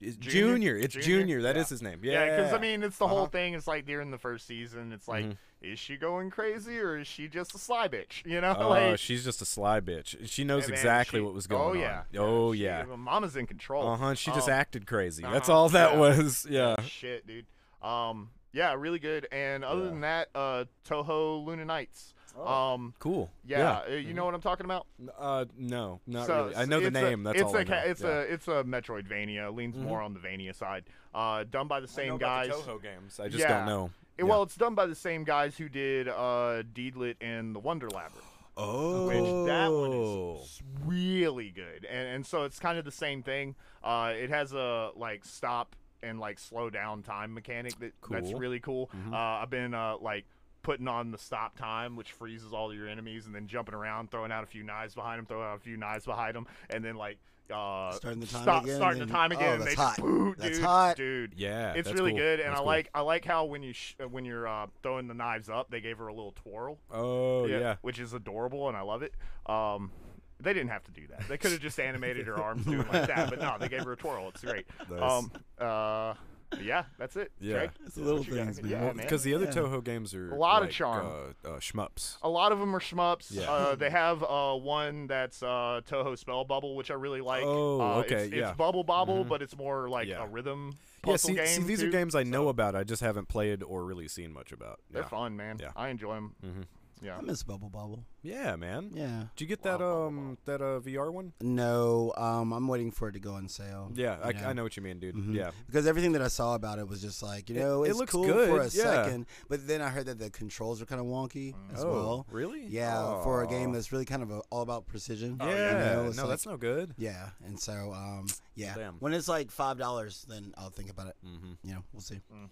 [SPEAKER 1] It's
[SPEAKER 5] Junior?
[SPEAKER 1] Junior, it's
[SPEAKER 5] Junior?
[SPEAKER 1] Junior. That is
[SPEAKER 5] Yeah.
[SPEAKER 1] his name.
[SPEAKER 5] Yeah, because I
[SPEAKER 1] Yeah.
[SPEAKER 5] mean, it's the whole
[SPEAKER 1] Uh-huh. Mm-hmm.
[SPEAKER 5] thing. It's like during the first season, it's like, is she going crazy or is she just a sly bitch? You know,
[SPEAKER 1] Oh,
[SPEAKER 5] like
[SPEAKER 1] she's just a sly bitch. She knows
[SPEAKER 5] and then
[SPEAKER 1] exactly
[SPEAKER 5] she-
[SPEAKER 1] what was going
[SPEAKER 5] oh, Yeah,
[SPEAKER 1] on. Oh
[SPEAKER 5] she-
[SPEAKER 1] yeah.
[SPEAKER 5] well, Mama's in control.
[SPEAKER 1] Uh huh. She just
[SPEAKER 5] Um,
[SPEAKER 1] acted crazy. That's
[SPEAKER 5] uh-huh,
[SPEAKER 1] all that
[SPEAKER 5] yeah.
[SPEAKER 1] was. Yeah.
[SPEAKER 5] Shit, dude. Um, yeah, really good. And other than that, uh, Toho Luna Knights.
[SPEAKER 1] Oh.
[SPEAKER 5] Um,
[SPEAKER 1] Cool.
[SPEAKER 5] yeah, uh, you know what I'm talking about.
[SPEAKER 1] N- Uh, no, Mm-hmm. not
[SPEAKER 5] So,
[SPEAKER 1] really. I know the
[SPEAKER 5] it's a-
[SPEAKER 1] name. that's
[SPEAKER 5] it's
[SPEAKER 1] all
[SPEAKER 5] a
[SPEAKER 1] I know.
[SPEAKER 5] ca- it's
[SPEAKER 1] yeah. Mm-hmm.
[SPEAKER 5] a it's a Metroidvania. Leans more on the Vania side. Uh, done by
[SPEAKER 1] I
[SPEAKER 5] the
[SPEAKER 1] know
[SPEAKER 5] same
[SPEAKER 1] about
[SPEAKER 5] guys.
[SPEAKER 1] the Toho games. I just
[SPEAKER 5] Yeah.
[SPEAKER 1] don't know.
[SPEAKER 5] It- Well, it's done by the same guys who did uh, Deedlit and the Wonder Labyrinth.
[SPEAKER 1] Oh,
[SPEAKER 5] Which that one is really good, and and so it's kind of the same thing. Uh, it has a like stop and like slow down time mechanic that that's
[SPEAKER 1] Cool. Mm-hmm.
[SPEAKER 5] really cool. Uh, I've been uh, like putting on the stop time, which freezes all your enemies, and then jumping around, throwing out a few knives behind them, throwing out a few knives behind them, and then like uh,
[SPEAKER 3] Starting the time
[SPEAKER 5] stop,
[SPEAKER 3] again,
[SPEAKER 5] starting
[SPEAKER 3] then-
[SPEAKER 5] the time
[SPEAKER 3] oh,
[SPEAKER 5] again. and
[SPEAKER 3] that's
[SPEAKER 5] they just,
[SPEAKER 3] hot.
[SPEAKER 5] "Boo,
[SPEAKER 3] That's
[SPEAKER 5] dude,
[SPEAKER 3] hot."
[SPEAKER 5] dude.
[SPEAKER 1] Yeah,
[SPEAKER 5] it's
[SPEAKER 1] that's
[SPEAKER 5] really
[SPEAKER 1] cool.
[SPEAKER 5] good, and
[SPEAKER 1] That's
[SPEAKER 5] I
[SPEAKER 1] cool.
[SPEAKER 5] like I like how when you sh- uh, when you're uh, throwing the knives up, they gave her a little twirl
[SPEAKER 1] Oh yeah.
[SPEAKER 5] which is adorable and I love it. Um, they didn't have to do that. They could have just animated her arms doing like that, but no, they gave her a twirl. It's great.
[SPEAKER 1] Nice.
[SPEAKER 5] Um, uh, yeah, that's it.
[SPEAKER 1] Yeah.
[SPEAKER 5] Trey?
[SPEAKER 3] It's the little
[SPEAKER 5] What you got?
[SPEAKER 3] things, man.
[SPEAKER 5] Yeah,
[SPEAKER 3] Well,
[SPEAKER 5] man.
[SPEAKER 1] Because the other
[SPEAKER 3] Yeah.
[SPEAKER 1] Toho games are
[SPEAKER 5] A lot of
[SPEAKER 1] like,
[SPEAKER 5] charm.
[SPEAKER 1] Uh, uh, shmups.
[SPEAKER 5] A lot of them are shmups.
[SPEAKER 1] Yeah.
[SPEAKER 5] Uh, they have uh, one that's uh, Toho Spell Bubble, which I really like.
[SPEAKER 1] Oh,
[SPEAKER 5] Uh,
[SPEAKER 1] okay,
[SPEAKER 5] It's,
[SPEAKER 1] yeah. Mm-hmm.
[SPEAKER 5] it's Bubble Bobble, but it's more like
[SPEAKER 1] Yeah.
[SPEAKER 5] a rhythm
[SPEAKER 1] Yeah,
[SPEAKER 5] puzzle
[SPEAKER 1] see, see,
[SPEAKER 5] game,
[SPEAKER 1] these are
[SPEAKER 5] too.
[SPEAKER 1] games I know about. I just haven't played or really seen much about.
[SPEAKER 5] They're
[SPEAKER 1] yeah.
[SPEAKER 5] fun, man.
[SPEAKER 1] Yeah.
[SPEAKER 5] I enjoy them.
[SPEAKER 1] Mhm.
[SPEAKER 5] Yeah.
[SPEAKER 3] I miss Bubble Bobble.
[SPEAKER 1] Yeah, man.
[SPEAKER 3] Yeah.
[SPEAKER 1] Did you get
[SPEAKER 5] Wow,
[SPEAKER 1] that
[SPEAKER 5] wow,
[SPEAKER 1] um that uh VR one?
[SPEAKER 3] No, um, I'm waiting for it to go on sale.
[SPEAKER 1] Yeah, I,
[SPEAKER 3] you know?
[SPEAKER 1] I know what you mean, dude.
[SPEAKER 5] Mm-hmm.
[SPEAKER 3] Mhm.
[SPEAKER 1] Yeah.
[SPEAKER 3] Because everything that I saw about it was just like, you
[SPEAKER 1] It-
[SPEAKER 3] know,
[SPEAKER 1] it
[SPEAKER 3] it's
[SPEAKER 1] looks
[SPEAKER 3] cool for a
[SPEAKER 1] good, yeah.
[SPEAKER 3] second. But then I heard that the controls are kind of wonky as
[SPEAKER 1] oh,
[SPEAKER 3] well.
[SPEAKER 1] really?
[SPEAKER 3] Yeah, for a game
[SPEAKER 1] Aw.
[SPEAKER 3] that's really kind of a, all about precision.
[SPEAKER 1] yeah,
[SPEAKER 5] Oh,
[SPEAKER 3] You know,
[SPEAKER 1] no,
[SPEAKER 3] it's like-
[SPEAKER 1] that's no good.
[SPEAKER 3] Yeah, and so um, yeah,
[SPEAKER 1] Damn.
[SPEAKER 3] when it's like five dollars, then I'll think about it.
[SPEAKER 1] Mm-hmm.
[SPEAKER 3] You know, we'll see.
[SPEAKER 5] Mm.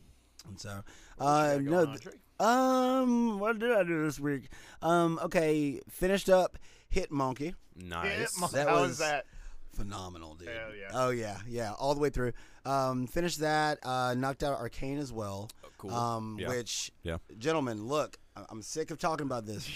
[SPEAKER 3] And so, uh,
[SPEAKER 5] Got
[SPEAKER 3] no,
[SPEAKER 5] going on,
[SPEAKER 3] th-
[SPEAKER 5] Trey?
[SPEAKER 3] um, what did I do this week? Um, okay, finished up Hit Monkey,
[SPEAKER 5] Yeah,
[SPEAKER 1] Nice.
[SPEAKER 5] mo-
[SPEAKER 3] That
[SPEAKER 5] how
[SPEAKER 3] was-
[SPEAKER 5] is that?
[SPEAKER 3] phenomenal, dude.
[SPEAKER 5] Hell yeah.
[SPEAKER 3] Oh yeah, yeah, all the way through. Um, finished that. Uh, knocked out Arcane as well.
[SPEAKER 1] cool.
[SPEAKER 3] Um,
[SPEAKER 1] Yeah.
[SPEAKER 3] which,
[SPEAKER 1] Yeah.
[SPEAKER 3] gentlemen, look, I- I'm sick of talking about this.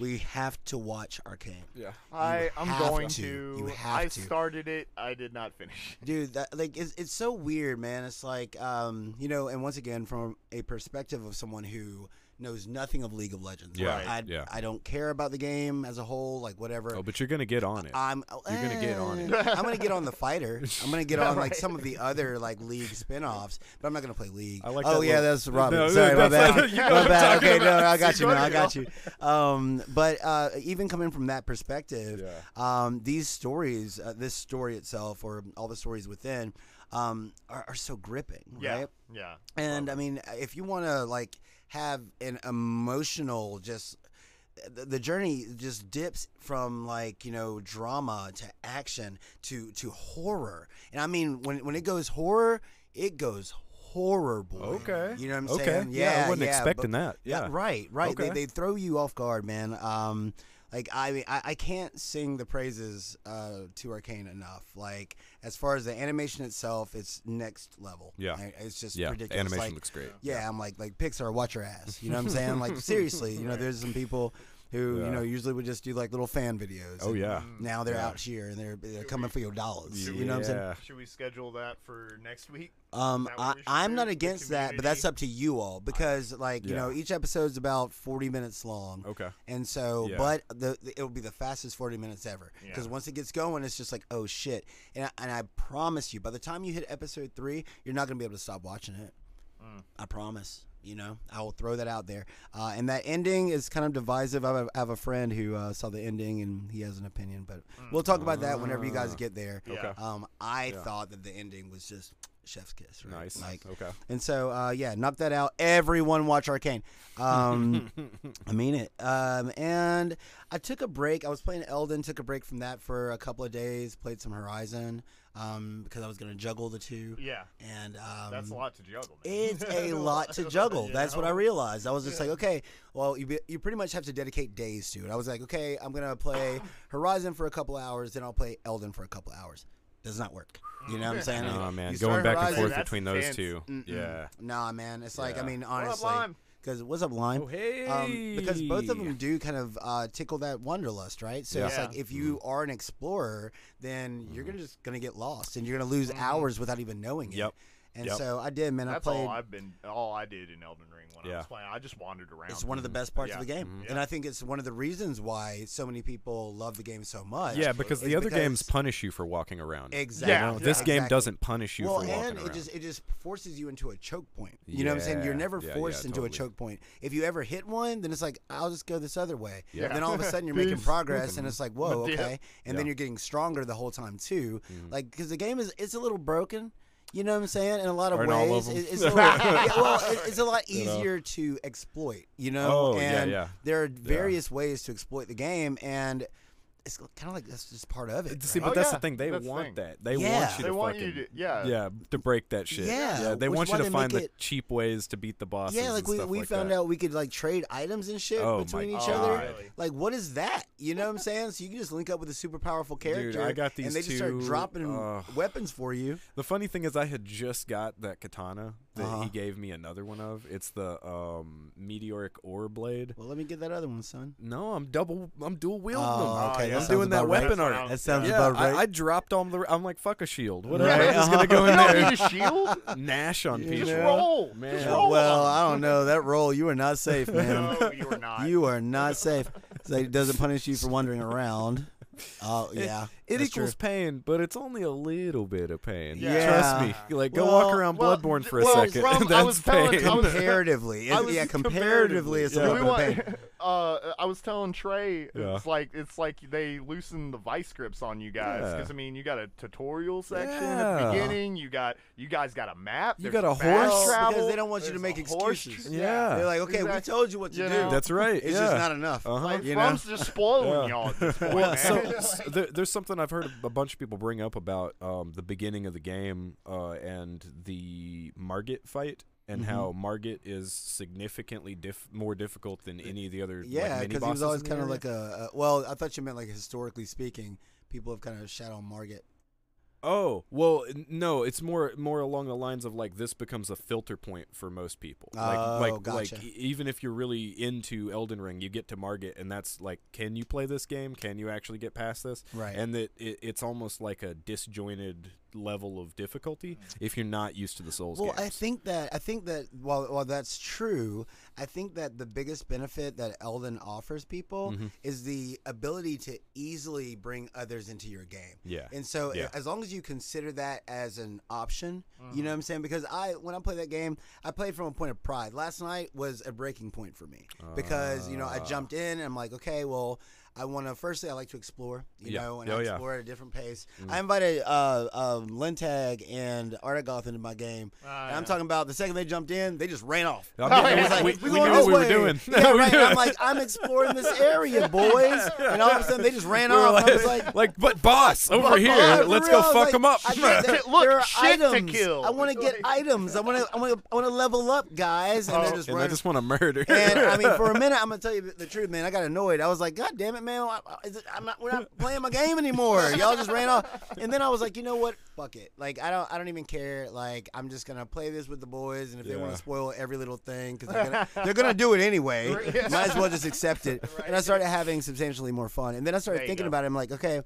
[SPEAKER 3] We have to watch Arcane.
[SPEAKER 1] yeah.
[SPEAKER 5] I, I'm
[SPEAKER 3] have
[SPEAKER 5] going
[SPEAKER 3] to.
[SPEAKER 5] to.
[SPEAKER 3] You have
[SPEAKER 5] I
[SPEAKER 3] to.
[SPEAKER 5] started it. I did not finish.
[SPEAKER 3] dude that like it's, it's so weird man it's like um you know and once again from a perspective of someone who knows nothing of league of legends
[SPEAKER 1] Yeah,
[SPEAKER 3] like, I,
[SPEAKER 1] yeah.
[SPEAKER 3] I don't care about the game as a whole like whatever
[SPEAKER 1] Oh, but you're gonna get on it.
[SPEAKER 3] I'm
[SPEAKER 1] You're gonna get on it.
[SPEAKER 3] eh, I'm gonna get on the fighter. I'm gonna get on like
[SPEAKER 5] Right.
[SPEAKER 3] some of the other like league spin-offs, but I'm not gonna play league.
[SPEAKER 1] I like
[SPEAKER 3] oh
[SPEAKER 1] that
[SPEAKER 3] yeah,
[SPEAKER 1] little-
[SPEAKER 3] that's Robin.
[SPEAKER 1] No,
[SPEAKER 3] Sorry, my
[SPEAKER 1] that's-
[SPEAKER 3] bad.
[SPEAKER 1] you know what
[SPEAKER 3] my
[SPEAKER 1] I'm
[SPEAKER 3] bad.
[SPEAKER 1] talking
[SPEAKER 3] Okay, no,
[SPEAKER 1] about.
[SPEAKER 3] I got
[SPEAKER 5] You
[SPEAKER 3] you.
[SPEAKER 5] know
[SPEAKER 3] man. I
[SPEAKER 5] it
[SPEAKER 3] got you. Um, but uh, even coming from that perspective, um, these stories, uh, this story itself, or all the stories within, um, are, are so gripping,
[SPEAKER 5] Yeah.
[SPEAKER 3] right?
[SPEAKER 5] Yeah.
[SPEAKER 3] And I mean, if you want to like have an emotional, just the, the journey just dips from like you know drama to action to to horror. And I mean, when when it goes horror, it goes horror, boy.
[SPEAKER 1] Okay.
[SPEAKER 3] you know what I'm
[SPEAKER 1] okay.
[SPEAKER 3] saying?
[SPEAKER 1] Yeah, I wasn't
[SPEAKER 3] yeah,
[SPEAKER 1] expecting
[SPEAKER 3] but-
[SPEAKER 1] that. Yeah.
[SPEAKER 3] right, right. They,
[SPEAKER 1] Okay.
[SPEAKER 3] they throw you off guard, man. Um, like I, I, I can't sing the praises uh, to Arcane enough. Like as far as the animation itself, it's next level.
[SPEAKER 1] Yeah.
[SPEAKER 3] I- it's just
[SPEAKER 1] Yeah.
[SPEAKER 3] ridiculous.
[SPEAKER 1] Animation
[SPEAKER 3] Like,
[SPEAKER 1] looks great.
[SPEAKER 3] yeah, I'm like like Pixar, watch your ass. You know what I'm saying? like seriously, you know, there's some people who you
[SPEAKER 1] Yeah.
[SPEAKER 3] know usually would just do like little fan videos.
[SPEAKER 1] Oh
[SPEAKER 3] and
[SPEAKER 1] yeah.
[SPEAKER 3] Now they're
[SPEAKER 1] Yeah.
[SPEAKER 3] out here and they're they're coming for your dollars.
[SPEAKER 5] Yeah.
[SPEAKER 3] You know what I'm saying?
[SPEAKER 1] Yeah.
[SPEAKER 5] Mm. Should we schedule that for next week?
[SPEAKER 3] Um,
[SPEAKER 5] Is that what
[SPEAKER 3] I,
[SPEAKER 5] we should
[SPEAKER 3] I'm
[SPEAKER 5] do?
[SPEAKER 3] not
[SPEAKER 5] The
[SPEAKER 3] against that, but that's
[SPEAKER 5] community?
[SPEAKER 3] up to you all because, like, you
[SPEAKER 1] Yeah.
[SPEAKER 3] know, each episode's about 40 minutes long.
[SPEAKER 1] Okay.
[SPEAKER 3] And so,
[SPEAKER 1] Yeah.
[SPEAKER 3] but the, the- it'll be the fastest 40 minutes ever. Because
[SPEAKER 5] Yeah.
[SPEAKER 3] once it gets going, it's just like, oh shit. And I, and I promise you, by the time you hit episode three, you're not going to be able to stop watching it.
[SPEAKER 1] Mm.
[SPEAKER 3] I promise. You know, I will throw that out there. Uh, and that ending is kind of divisive. I have, I have a friend who uh, saw the ending and he has an opinion, but we'll talk about that whenever you guys get there.
[SPEAKER 5] Yeah. Okay.
[SPEAKER 3] Um, I
[SPEAKER 1] Mm. Uh, Yeah.
[SPEAKER 3] thought that the ending was just chef's kiss. Right?
[SPEAKER 1] Nice.
[SPEAKER 3] Like,
[SPEAKER 1] okay.
[SPEAKER 3] and so, uh, yeah, knock that out. Everyone watch Arcane. Um, I mean it. Um, and I took a break. I was playing Elden, took a break from that for a couple of days, played some Horizon um, because I was going to juggle the two.
[SPEAKER 5] Yeah.
[SPEAKER 3] And um,
[SPEAKER 5] That's a lot to juggle. Man.
[SPEAKER 3] It's a lot to juggle.
[SPEAKER 5] You
[SPEAKER 3] That's what I
[SPEAKER 5] know?
[SPEAKER 3] realized. I was just like, okay, well, you, be, you pretty much have to dedicate days to it. I was like, okay, I'm gonna play Horizon for a couple hours, then I'll play Elden for a couple hours. Does not work. You know what I'm saying?
[SPEAKER 1] Oh man,
[SPEAKER 3] You
[SPEAKER 1] going
[SPEAKER 3] start
[SPEAKER 1] back and
[SPEAKER 3] Horizon-
[SPEAKER 1] forth
[SPEAKER 5] That's
[SPEAKER 1] between those
[SPEAKER 5] intense.
[SPEAKER 1] 2
[SPEAKER 3] Mm-mm.
[SPEAKER 1] Yeah.
[SPEAKER 3] Nah, man. It's like I
[SPEAKER 1] Yeah.
[SPEAKER 3] mean,
[SPEAKER 5] up,
[SPEAKER 3] honestly,
[SPEAKER 5] Lime?
[SPEAKER 3] because what's up, Lime?
[SPEAKER 1] Oh hey.
[SPEAKER 3] Um, because both of them do kind of uh, tickle that wanderlust, right? So it's
[SPEAKER 5] Yeah.
[SPEAKER 3] like if you are an
[SPEAKER 1] Mm-hmm.
[SPEAKER 3] explorer, then you're gonna just gonna get lost and you're gonna lose hours without even knowing it.
[SPEAKER 1] Yep.
[SPEAKER 3] And
[SPEAKER 1] Yep.
[SPEAKER 3] so I did, man.
[SPEAKER 5] That's
[SPEAKER 3] I played.
[SPEAKER 5] all I've been. All I did in Elden Ring when I
[SPEAKER 1] Yeah.
[SPEAKER 5] was playing, I just wandered around.
[SPEAKER 3] it's
[SPEAKER 1] Mm-hmm.
[SPEAKER 3] one of the best parts of
[SPEAKER 5] Yeah.
[SPEAKER 3] the game,
[SPEAKER 5] Mhm.
[SPEAKER 3] and
[SPEAKER 5] Yeah.
[SPEAKER 3] I think it's one of the reasons why so many people love the game so much.
[SPEAKER 1] yeah, because
[SPEAKER 3] is
[SPEAKER 1] the other
[SPEAKER 3] because-
[SPEAKER 1] games punish you for walking around.
[SPEAKER 3] Exactly.
[SPEAKER 5] Yeah,
[SPEAKER 1] No, this game
[SPEAKER 3] exactly.
[SPEAKER 1] doesn't punish you
[SPEAKER 3] well,
[SPEAKER 1] for walking
[SPEAKER 3] and
[SPEAKER 1] around.
[SPEAKER 3] it just it just forces you into a choke point. You know what I'm saying? You're
[SPEAKER 1] Yeah,
[SPEAKER 3] never
[SPEAKER 1] yeah, yeah,
[SPEAKER 3] forced into
[SPEAKER 1] totally.
[SPEAKER 3] a choke point. If you ever hit one, then it's like I'll just go this other way.
[SPEAKER 5] Yeah.
[SPEAKER 3] Then all of a sudden you're making
[SPEAKER 5] Peace.
[SPEAKER 3] progress, and it's like whoa, okay.
[SPEAKER 5] Yeah.
[SPEAKER 3] And then
[SPEAKER 1] Yeah. Mm-hmm.
[SPEAKER 3] you're getting stronger the whole time too, like because the game is it's a little broken. You know what I'm saying? In a lot of
[SPEAKER 1] Or in all of
[SPEAKER 3] ways,
[SPEAKER 1] them.
[SPEAKER 3] it- it's, a little, yeah, well, it- it's a lot easier to exploit. You know,
[SPEAKER 1] Oh, yeah,
[SPEAKER 3] and
[SPEAKER 1] yeah.
[SPEAKER 3] there are various ways to exploit the game, and it's kind of like that's just part of it.
[SPEAKER 1] See,
[SPEAKER 3] right?
[SPEAKER 1] but
[SPEAKER 5] Oh,
[SPEAKER 1] that's
[SPEAKER 5] yeah,
[SPEAKER 1] the thing. They
[SPEAKER 5] that's the
[SPEAKER 1] want
[SPEAKER 5] thing.
[SPEAKER 1] that. They
[SPEAKER 3] Yeah.
[SPEAKER 1] want you
[SPEAKER 5] They
[SPEAKER 1] to
[SPEAKER 5] want
[SPEAKER 1] fucking
[SPEAKER 5] you to, uh, yeah,
[SPEAKER 1] yeah to break that shit.
[SPEAKER 3] Yeah,
[SPEAKER 1] they
[SPEAKER 3] which
[SPEAKER 1] want
[SPEAKER 3] is
[SPEAKER 1] you
[SPEAKER 3] why
[SPEAKER 1] to
[SPEAKER 3] they
[SPEAKER 1] find the
[SPEAKER 3] make it-
[SPEAKER 1] cheap ways to beat the bosses.
[SPEAKER 3] Yeah, like
[SPEAKER 1] and
[SPEAKER 3] we,
[SPEAKER 1] stuff
[SPEAKER 3] we
[SPEAKER 1] like
[SPEAKER 3] found
[SPEAKER 1] that.
[SPEAKER 3] out we could like trade items and shit
[SPEAKER 1] Oh, my
[SPEAKER 3] between each
[SPEAKER 1] God.
[SPEAKER 3] other.
[SPEAKER 5] Uh, Really?
[SPEAKER 3] Like, what is that? You know what I'm saying? So you can just link up with a super powerful character.
[SPEAKER 1] I got these
[SPEAKER 3] and they just
[SPEAKER 1] two,
[SPEAKER 3] start dropping
[SPEAKER 1] uh,
[SPEAKER 3] weapons for you.
[SPEAKER 1] The funny thing is, I had just got that katana that
[SPEAKER 3] Uh-huh.
[SPEAKER 1] he gave me another one of. It's the um, meteoric ore blade.
[SPEAKER 3] Well, let me get that other one, son.
[SPEAKER 1] No, I'm double. I'm dual wielding
[SPEAKER 3] Oh,
[SPEAKER 1] them.
[SPEAKER 3] okay,
[SPEAKER 5] yeah.
[SPEAKER 3] that
[SPEAKER 5] I'm
[SPEAKER 3] sounds
[SPEAKER 1] doing that
[SPEAKER 3] about right.
[SPEAKER 1] weapon art.
[SPEAKER 3] That
[SPEAKER 5] Uh,
[SPEAKER 3] sounds
[SPEAKER 1] yeah,
[SPEAKER 3] about
[SPEAKER 1] I-
[SPEAKER 3] right.
[SPEAKER 1] I, dropped all the. I'm like, fuck a shield. Whatever. I'm
[SPEAKER 3] Right, uh-huh.
[SPEAKER 1] just gonna go in
[SPEAKER 5] You don't
[SPEAKER 1] there
[SPEAKER 5] need a shield.
[SPEAKER 1] and nash on people.
[SPEAKER 5] Just roll.
[SPEAKER 1] Man.
[SPEAKER 5] Just
[SPEAKER 1] Yeah,
[SPEAKER 5] roll.
[SPEAKER 3] well, I don't know that roll. You are not
[SPEAKER 1] Oh
[SPEAKER 3] safe, man.
[SPEAKER 5] no, you are not.
[SPEAKER 3] you are not safe. So it doesn't punish you for wandering around. Oh yeah,
[SPEAKER 1] It
[SPEAKER 3] that's
[SPEAKER 1] equals
[SPEAKER 3] true.
[SPEAKER 1] pain, but it's only a little bit of pain.
[SPEAKER 5] Yeah.
[SPEAKER 1] Trust me. Like, go
[SPEAKER 3] Well-
[SPEAKER 1] walk around
[SPEAKER 5] well,
[SPEAKER 1] Bloodborne
[SPEAKER 5] d-
[SPEAKER 1] for a
[SPEAKER 5] well,
[SPEAKER 1] second.
[SPEAKER 5] from-
[SPEAKER 1] That's
[SPEAKER 5] I was telling-
[SPEAKER 1] pain.
[SPEAKER 5] I was-
[SPEAKER 3] comparatively.
[SPEAKER 5] I
[SPEAKER 3] It's-
[SPEAKER 5] was-
[SPEAKER 3] yeah, comparatively, it's a
[SPEAKER 1] Yeah.
[SPEAKER 5] Do
[SPEAKER 3] little
[SPEAKER 5] we
[SPEAKER 3] bit of pain.
[SPEAKER 5] want, uh, I was telling Trey,
[SPEAKER 1] Yeah.
[SPEAKER 5] it's like it's like they loosen the vice grips on you guys
[SPEAKER 1] Yeah.
[SPEAKER 5] because I mean you got a tutorial section at the
[SPEAKER 1] Yeah.
[SPEAKER 5] beginning, you got you guys got a map,
[SPEAKER 1] You
[SPEAKER 5] there's
[SPEAKER 1] got a
[SPEAKER 5] fast
[SPEAKER 1] horse.
[SPEAKER 3] Well,
[SPEAKER 5] travel,
[SPEAKER 3] because they don't want you to
[SPEAKER 5] there's
[SPEAKER 3] make
[SPEAKER 5] a horse
[SPEAKER 3] excuses.
[SPEAKER 5] tr-
[SPEAKER 1] Yeah.
[SPEAKER 3] They're like, okay,
[SPEAKER 5] Exactly.
[SPEAKER 3] we told you what to
[SPEAKER 5] You
[SPEAKER 3] do.
[SPEAKER 5] know?
[SPEAKER 1] That's right.
[SPEAKER 3] it's
[SPEAKER 1] yeah.
[SPEAKER 3] just not enough.
[SPEAKER 1] Uh-huh.
[SPEAKER 5] Like,
[SPEAKER 3] you
[SPEAKER 5] From's just spoiling y'all at this point,
[SPEAKER 1] Well,
[SPEAKER 5] man.
[SPEAKER 1] so s- there, there's something I've heard a bunch of people bring up about um, the beginning of the game uh, and the Margit fight. And how
[SPEAKER 3] Mm-hmm.
[SPEAKER 1] Margit is significantly diff- more difficult than any of the other
[SPEAKER 3] Uh, Yeah,
[SPEAKER 1] because
[SPEAKER 3] because he was always kind of like a, a. Well, I thought you meant like historically speaking, people have kind of shat on Margit.
[SPEAKER 1] oh well n- no it's more more along the lines of like this becomes a filter point for most people like
[SPEAKER 3] Oh,
[SPEAKER 1] like
[SPEAKER 3] gotcha.
[SPEAKER 1] like e- even if you're really into Elden Ring you get to Margit and that's like can you play this game can you actually get past this
[SPEAKER 3] Right.
[SPEAKER 1] and that it, it's almost like a disjointed level of difficulty if you're not used to the Souls
[SPEAKER 3] Well,
[SPEAKER 1] games.
[SPEAKER 3] I think that I think that while while that's true, I think that the biggest benefit that Elden offers people
[SPEAKER 1] Mm-hmm.
[SPEAKER 3] is the ability to easily bring others into your game.
[SPEAKER 1] Yeah.
[SPEAKER 3] And so
[SPEAKER 1] Yeah.
[SPEAKER 3] as long as you consider that as an option, you know what I'm saying? Because I when I play that game, I played from a point of pride. Last night was a breaking point for me because, you know, I jumped in and I'm like, okay, well, I want to. Firstly, I like to explore, you
[SPEAKER 1] Yeah.
[SPEAKER 3] know, and
[SPEAKER 1] Oh,
[SPEAKER 3] I
[SPEAKER 1] yeah.
[SPEAKER 3] explore at a different pace.
[SPEAKER 1] Mm.
[SPEAKER 3] I invited uh, um, Lintag and Artagoth into my game,
[SPEAKER 5] Ah,
[SPEAKER 3] and I'm talking about the second they jumped in, they just ran off.
[SPEAKER 1] I mean,
[SPEAKER 5] Oh,
[SPEAKER 1] it
[SPEAKER 5] yeah.
[SPEAKER 1] was like,
[SPEAKER 5] We-
[SPEAKER 1] we,
[SPEAKER 3] going
[SPEAKER 1] knew what
[SPEAKER 3] this
[SPEAKER 1] we were
[SPEAKER 3] way.
[SPEAKER 1] doing.
[SPEAKER 3] Yeah,
[SPEAKER 1] We
[SPEAKER 3] right.
[SPEAKER 1] knew
[SPEAKER 3] I'm
[SPEAKER 1] it.
[SPEAKER 3] like, I'm exploring this area, boys, and all of a sudden they just ran
[SPEAKER 1] We were
[SPEAKER 3] off.
[SPEAKER 1] like,
[SPEAKER 3] and I was like,
[SPEAKER 1] like, but boss over here,
[SPEAKER 3] Yeah, for
[SPEAKER 1] let's go
[SPEAKER 3] real. I was
[SPEAKER 1] fuck
[SPEAKER 3] like,
[SPEAKER 1] him up.
[SPEAKER 3] I get that-
[SPEAKER 5] Look,
[SPEAKER 3] there are
[SPEAKER 5] shit to
[SPEAKER 3] items.
[SPEAKER 5] kill.
[SPEAKER 3] I want to get items. I want to. I want to. I want to level up, guys. And they're just
[SPEAKER 1] and I
[SPEAKER 3] running.
[SPEAKER 1] just want to murder.
[SPEAKER 3] And I mean, for a minute, I'm gonna tell you the truth, man. I got annoyed. I was like, "God damn it, man! I- I- is it- I'm not, we're not playing my game anymore. Y'all just ran off." And then I was like, "You know what? Fuck it. Like, I don't, I don't even care. Like, I'm just gonna play this with the boys, and if they want
[SPEAKER 1] Yeah.
[SPEAKER 3] to spoil every little thing, because they're gonna, they're gonna do it anyway, might as well just accept it." And I started having substantially more fun. And then I started
[SPEAKER 5] There you
[SPEAKER 3] thinking
[SPEAKER 5] go.
[SPEAKER 3] about it. I'm like, okay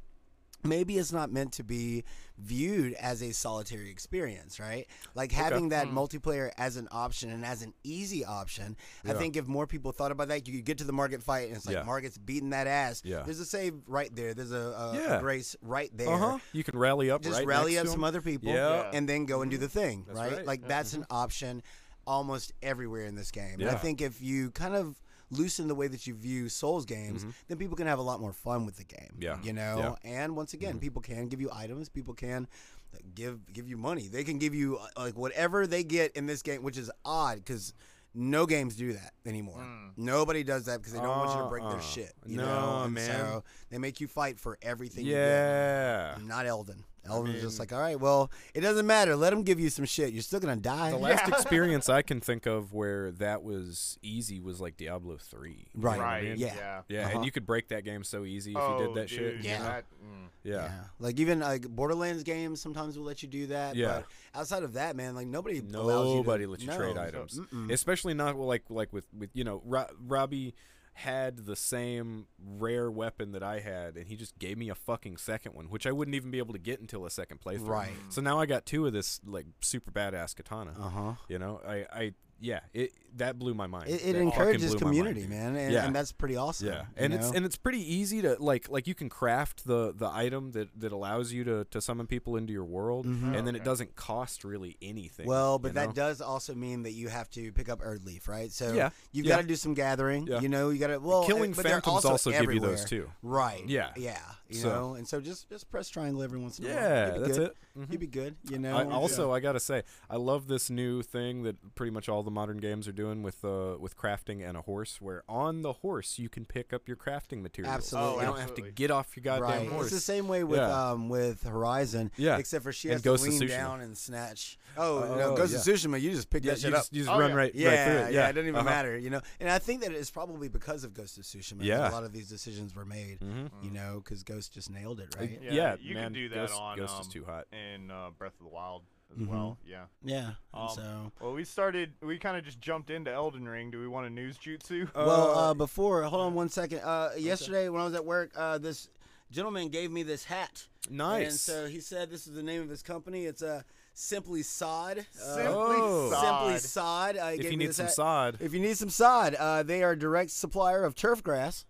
[SPEAKER 3] maybe it's not meant to be viewed as a solitary experience, right? Like having that multiplayer as an option and as an easy option. I think if more people thought about that, you could get to the market fight and it's like
[SPEAKER 1] Yeah.
[SPEAKER 3] Margaret's beating that ass.
[SPEAKER 1] Yeah.
[SPEAKER 3] There's a save right there. There's a, a, a
[SPEAKER 1] Yeah.
[SPEAKER 3] grace right there.
[SPEAKER 1] uh huh. You can rally up,
[SPEAKER 3] Just
[SPEAKER 1] right
[SPEAKER 3] rally
[SPEAKER 1] next
[SPEAKER 3] up
[SPEAKER 1] to
[SPEAKER 3] some
[SPEAKER 1] him.
[SPEAKER 3] other people
[SPEAKER 1] Yeah.
[SPEAKER 3] and then go and do the thing,
[SPEAKER 1] That's
[SPEAKER 3] right?
[SPEAKER 1] right. Mm-hmm.
[SPEAKER 3] Like that's an option almost everywhere in this game. And I
[SPEAKER 1] Yeah.
[SPEAKER 3] think if you kind of loosen the way that you view Souls games, then people can have a lot more fun with the game.
[SPEAKER 1] Mm-hmm. Yeah. Mm-hmm.
[SPEAKER 3] You know? And once again, people can give you items, people can uh, give give you money. They can give you uh, like whatever they get in this game, which is odd cuz no games do that anymore. Nobody does that because they don't want you to break
[SPEAKER 1] Mm. Uh-uh.
[SPEAKER 3] their shit. You
[SPEAKER 1] No,
[SPEAKER 3] know? And
[SPEAKER 1] man.
[SPEAKER 3] So they make you fight for everything you get.
[SPEAKER 1] Yeah.
[SPEAKER 3] Not Elden. Elden's just like, all right, well, it doesn't matter. Let him give you some shit. You're still gonna die.
[SPEAKER 1] The last experience I can think of where that was easy was like Diablo three. You know
[SPEAKER 3] Right.
[SPEAKER 1] what I
[SPEAKER 5] right,
[SPEAKER 1] mean?
[SPEAKER 5] yeah.
[SPEAKER 3] yeah.
[SPEAKER 1] Yeah,
[SPEAKER 3] Uh-huh.
[SPEAKER 1] and you could break that game so easy if
[SPEAKER 5] oh,
[SPEAKER 1] you did that shit.
[SPEAKER 5] dude,
[SPEAKER 1] you know?
[SPEAKER 5] that- mm.
[SPEAKER 1] Yeah.
[SPEAKER 3] Like even like Borderlands games sometimes will let you do that.
[SPEAKER 1] Yeah.
[SPEAKER 3] But outside of that, man, like nobody allows you to-
[SPEAKER 1] Nobody lets you trade
[SPEAKER 3] No.
[SPEAKER 1] items,
[SPEAKER 3] Mm-mm.
[SPEAKER 1] especially not well, like like with with you know Ro- Robbie had the same rare weapon that I had, and he just gave me a fucking second one, which I wouldn't even be able to get until a second playthrough.
[SPEAKER 3] Right.
[SPEAKER 1] So now I got two of this like super badass katana.
[SPEAKER 3] Uh huh.
[SPEAKER 1] You know, I, I, yeah, it that blew my mind.
[SPEAKER 3] It, it
[SPEAKER 1] That fucking
[SPEAKER 3] encourages
[SPEAKER 1] blew my mind,
[SPEAKER 3] community,
[SPEAKER 1] dude.
[SPEAKER 3] man, and,
[SPEAKER 1] Yeah.
[SPEAKER 3] and that's pretty awesome.
[SPEAKER 1] Yeah,
[SPEAKER 3] you
[SPEAKER 1] and it's
[SPEAKER 3] know?
[SPEAKER 1] and it's pretty easy to like like you can craft the the item that that allows you to to summon people into your world, and then it doesn't cost really anything.
[SPEAKER 3] Mm-hmm. Well, but
[SPEAKER 1] you
[SPEAKER 3] that
[SPEAKER 1] know?
[SPEAKER 3] does also mean that you have to pick up Erdleaf, right? So
[SPEAKER 1] Yeah,
[SPEAKER 3] you've
[SPEAKER 1] yeah.
[SPEAKER 3] got to do some gathering.
[SPEAKER 1] Yeah.
[SPEAKER 3] You know, you got to well.
[SPEAKER 1] Killing
[SPEAKER 3] uh, but they're
[SPEAKER 1] phantoms also
[SPEAKER 3] also
[SPEAKER 1] give you those
[SPEAKER 3] everywhere.
[SPEAKER 1] too.
[SPEAKER 3] Right.
[SPEAKER 1] Yeah.
[SPEAKER 3] Yeah. You
[SPEAKER 1] So-
[SPEAKER 3] know, and so just just press triangle every once in a while.
[SPEAKER 1] Yeah,
[SPEAKER 3] You'd be
[SPEAKER 1] that's
[SPEAKER 3] good.
[SPEAKER 1] it. Mhm.
[SPEAKER 3] You'd be good. You know.
[SPEAKER 1] I,
[SPEAKER 3] and-
[SPEAKER 1] also, I gotta say, I love this new thing that pretty much all the modern games are doing with uh, with crafting and a horse. Where on the horse you can pick up your crafting materials.
[SPEAKER 3] Absolutely.
[SPEAKER 5] Oh,
[SPEAKER 1] you don't have to
[SPEAKER 5] absolutely.
[SPEAKER 1] get off your goddamn
[SPEAKER 3] right.
[SPEAKER 1] horse.
[SPEAKER 3] It's the same way with
[SPEAKER 1] Yeah.
[SPEAKER 3] um with Horizon.
[SPEAKER 1] Yeah.
[SPEAKER 3] Except for she
[SPEAKER 1] And
[SPEAKER 3] has
[SPEAKER 1] Ghost
[SPEAKER 3] to
[SPEAKER 1] of
[SPEAKER 3] lean
[SPEAKER 1] Tsushima.
[SPEAKER 3] down and snatch. Oh,
[SPEAKER 1] Oh,
[SPEAKER 3] no, Ghost of
[SPEAKER 1] yeah.
[SPEAKER 3] Tsushima, you just picked
[SPEAKER 1] yeah,
[SPEAKER 3] that
[SPEAKER 1] you
[SPEAKER 3] shit up.
[SPEAKER 1] just, you just
[SPEAKER 5] Oh,
[SPEAKER 1] run
[SPEAKER 5] yeah.
[SPEAKER 1] right,
[SPEAKER 3] yeah,
[SPEAKER 1] right through it. Yeah,
[SPEAKER 3] it doesn't even
[SPEAKER 1] Uh-huh.
[SPEAKER 3] matter, you know. And I think that it's probably because of Ghost of Tsushima. that
[SPEAKER 1] Yeah. Mm-hmm.
[SPEAKER 3] a lot of these decisions were made, you know, because Ghost just nailed it, right?
[SPEAKER 1] Yeah,
[SPEAKER 5] you
[SPEAKER 1] man,
[SPEAKER 5] can do that
[SPEAKER 1] Ghost-
[SPEAKER 5] on
[SPEAKER 1] Ghost
[SPEAKER 5] um,
[SPEAKER 1] is too hot. Mm-hmm.
[SPEAKER 5] in uh, Breath of the Wild as well. Yeah.
[SPEAKER 3] Yeah. and
[SPEAKER 5] Um,
[SPEAKER 3] so,
[SPEAKER 5] Well, we started. We kind of just jumped into Elden Ring. Do we want a news jutsu?
[SPEAKER 3] well, uh, before, hold on one second. Uh, yesterday when I was at work, uh, this gentleman gave me this hat. And
[SPEAKER 1] Nice.
[SPEAKER 3] so he said this is the name of his company. It's uh, Simply Sod. Uh,
[SPEAKER 5] Simply
[SPEAKER 1] Oh.
[SPEAKER 3] Simply
[SPEAKER 5] Sod.
[SPEAKER 3] Sod. Uh, he
[SPEAKER 1] If
[SPEAKER 3] gave
[SPEAKER 1] you
[SPEAKER 3] me
[SPEAKER 1] need
[SPEAKER 3] this
[SPEAKER 1] some
[SPEAKER 3] hat.
[SPEAKER 1] sod,
[SPEAKER 3] If you need some sod, uh, they are a direct supplier of turf grass.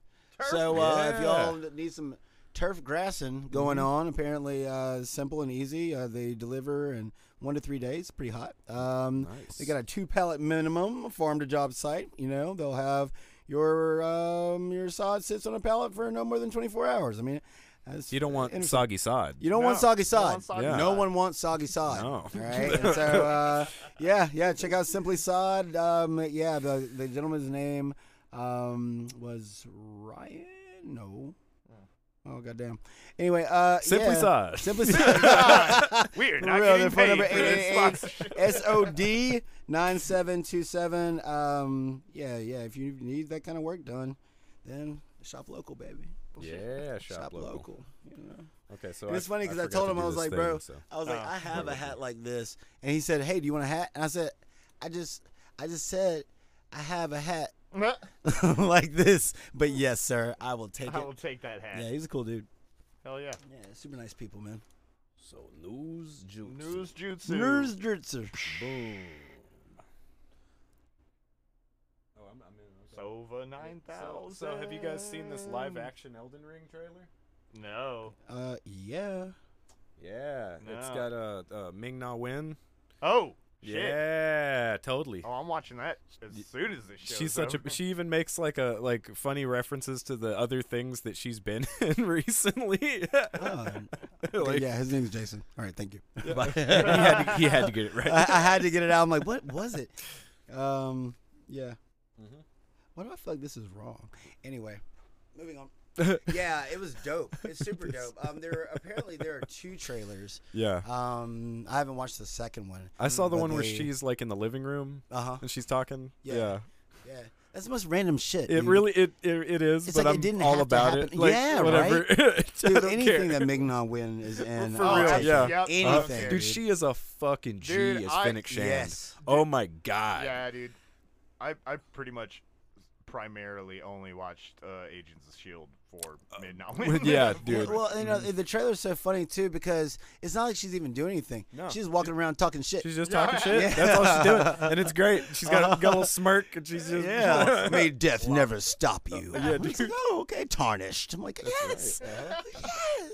[SPEAKER 3] so uh, if
[SPEAKER 1] Yeah.
[SPEAKER 3] y'all need some turf grassing going on, apparently uh, simple and easy. Uh, they deliver in one to three days. Pretty hot. Um,
[SPEAKER 1] Nice.
[SPEAKER 3] They got a two pallet minimum farm to job site. You know they'll have your um, your sod sits on a pallet for no more than 24 hours. I mean, that's
[SPEAKER 1] you don't want
[SPEAKER 3] interesting.
[SPEAKER 1] soggy sod.
[SPEAKER 3] You don't
[SPEAKER 5] No,
[SPEAKER 3] want soggy
[SPEAKER 5] you don't
[SPEAKER 3] sod.
[SPEAKER 5] want soggy
[SPEAKER 1] Yeah.
[SPEAKER 3] No
[SPEAKER 5] sod.
[SPEAKER 3] one wants soggy sod.
[SPEAKER 1] No.
[SPEAKER 3] All right. And so, uh, yeah, yeah. Check out Simply Sod. Um, yeah, the, the gentleman's name um, was Ryan. No. Oh goddamn. Anyway, uh,
[SPEAKER 1] Simply
[SPEAKER 3] yeah.
[SPEAKER 1] sod.
[SPEAKER 3] Simply Sod.
[SPEAKER 5] We're
[SPEAKER 3] For
[SPEAKER 5] not
[SPEAKER 3] real,
[SPEAKER 5] getting
[SPEAKER 3] their phone
[SPEAKER 5] paid
[SPEAKER 3] number
[SPEAKER 5] for this
[SPEAKER 3] 888
[SPEAKER 5] sponsorship.
[SPEAKER 3] SOD 9727. Um, yeah, yeah. If you need that kind of work done, then shop local, baby.
[SPEAKER 1] Yeah, shop,
[SPEAKER 3] Shop
[SPEAKER 1] local.
[SPEAKER 3] local. You know.
[SPEAKER 1] Okay, so I-
[SPEAKER 3] And it's funny because I,
[SPEAKER 1] forgot
[SPEAKER 3] told
[SPEAKER 1] to
[SPEAKER 3] him
[SPEAKER 1] do
[SPEAKER 3] I was
[SPEAKER 1] this
[SPEAKER 3] like,
[SPEAKER 1] thing,
[SPEAKER 3] bro,
[SPEAKER 1] so-
[SPEAKER 3] I was like,
[SPEAKER 5] Oh,
[SPEAKER 3] I have a hat like this, and he said, "Hey, do you want a hat?" And I said, "I just, I just said, I have a hat like this, but yes, sir, I will take
[SPEAKER 5] I
[SPEAKER 3] it."
[SPEAKER 5] will take that hat.
[SPEAKER 3] Yeah, he's a cool dude.
[SPEAKER 5] Hell yeah.
[SPEAKER 3] Yeah, super nice people, man.
[SPEAKER 1] So news juice.
[SPEAKER 5] News jutsu.
[SPEAKER 3] Nerds Dritzer.
[SPEAKER 1] Boom.
[SPEAKER 5] Oh, Sova nine
[SPEAKER 1] So,
[SPEAKER 5] thousand.
[SPEAKER 1] so have you guys seen this live action Elden Ring trailer?
[SPEAKER 5] No.
[SPEAKER 3] Uh, yeah.
[SPEAKER 1] Yeah, it's
[SPEAKER 5] No.
[SPEAKER 1] got a uh, Ming Na Wen.
[SPEAKER 5] Oh. Shit.
[SPEAKER 1] Yeah, totally.
[SPEAKER 5] Oh, I'm watching that as soon as this shows
[SPEAKER 1] She's such
[SPEAKER 5] up.
[SPEAKER 1] a. She even makes like a like funny references to the other things that she's been in recently.
[SPEAKER 3] Oh,
[SPEAKER 1] Like,
[SPEAKER 3] yeah, his name's Jason. All right, thank you. Bye.
[SPEAKER 1] he, had to, he had to get it right.
[SPEAKER 3] I, I had to get it out. I'm like, what was it? Um, yeah.
[SPEAKER 1] Mm-hmm.
[SPEAKER 3] Why do I feel like this is wrong? Anyway, moving on. yeah, it was dope. It's super dope. Um, there are, apparently there are two trailers.
[SPEAKER 1] Yeah.
[SPEAKER 3] Um, I haven't watched the second one.
[SPEAKER 1] I saw the
[SPEAKER 3] but
[SPEAKER 1] one where
[SPEAKER 3] they-
[SPEAKER 1] she's like in the living room
[SPEAKER 3] Uh-huh.
[SPEAKER 1] and she's talking.
[SPEAKER 3] Yeah.
[SPEAKER 1] Mm, Yeah.
[SPEAKER 3] Yeah, that's the most random shit.
[SPEAKER 1] It
[SPEAKER 3] dude.
[SPEAKER 1] really it it, it is,
[SPEAKER 3] It's
[SPEAKER 1] but
[SPEAKER 3] like it
[SPEAKER 1] I'm
[SPEAKER 3] didn't
[SPEAKER 1] all
[SPEAKER 3] have to
[SPEAKER 1] about it.
[SPEAKER 3] happen.
[SPEAKER 1] Like,
[SPEAKER 3] Yeah,
[SPEAKER 1] whatever. I
[SPEAKER 3] Dude,
[SPEAKER 1] don't
[SPEAKER 3] anything
[SPEAKER 1] care.
[SPEAKER 3] that Mignon Win is in.
[SPEAKER 1] For
[SPEAKER 3] I'll
[SPEAKER 1] real,
[SPEAKER 3] take it.
[SPEAKER 1] yeah.
[SPEAKER 5] Yep.
[SPEAKER 1] Uh,
[SPEAKER 3] Anything.
[SPEAKER 5] Okay.
[SPEAKER 1] dude, she is a fucking G
[SPEAKER 5] Dude,
[SPEAKER 1] as
[SPEAKER 5] I-
[SPEAKER 1] Fennec Shand.
[SPEAKER 3] Yes.
[SPEAKER 1] Oh my god.
[SPEAKER 5] Yeah, dude. I I pretty much primarily only watched uh, Agents of Shield for Midnight. Wind.
[SPEAKER 1] Uh, yeah,
[SPEAKER 5] For-
[SPEAKER 1] dude. Mm-hmm.
[SPEAKER 3] Well, you know, the trailer's so funny too because it's not like she's even doing anything.
[SPEAKER 1] No.
[SPEAKER 3] She's walking around talking shit.
[SPEAKER 1] She's just
[SPEAKER 5] Yeah.
[SPEAKER 1] talking shit.
[SPEAKER 3] Yeah.
[SPEAKER 1] That's all she's doing, and it's great. She's got, a- got a little smirk, and she's just
[SPEAKER 3] Yeah. May death never stop you.
[SPEAKER 1] yeah,
[SPEAKER 3] It's like, oh, okay, tarnished. I'm like, yes,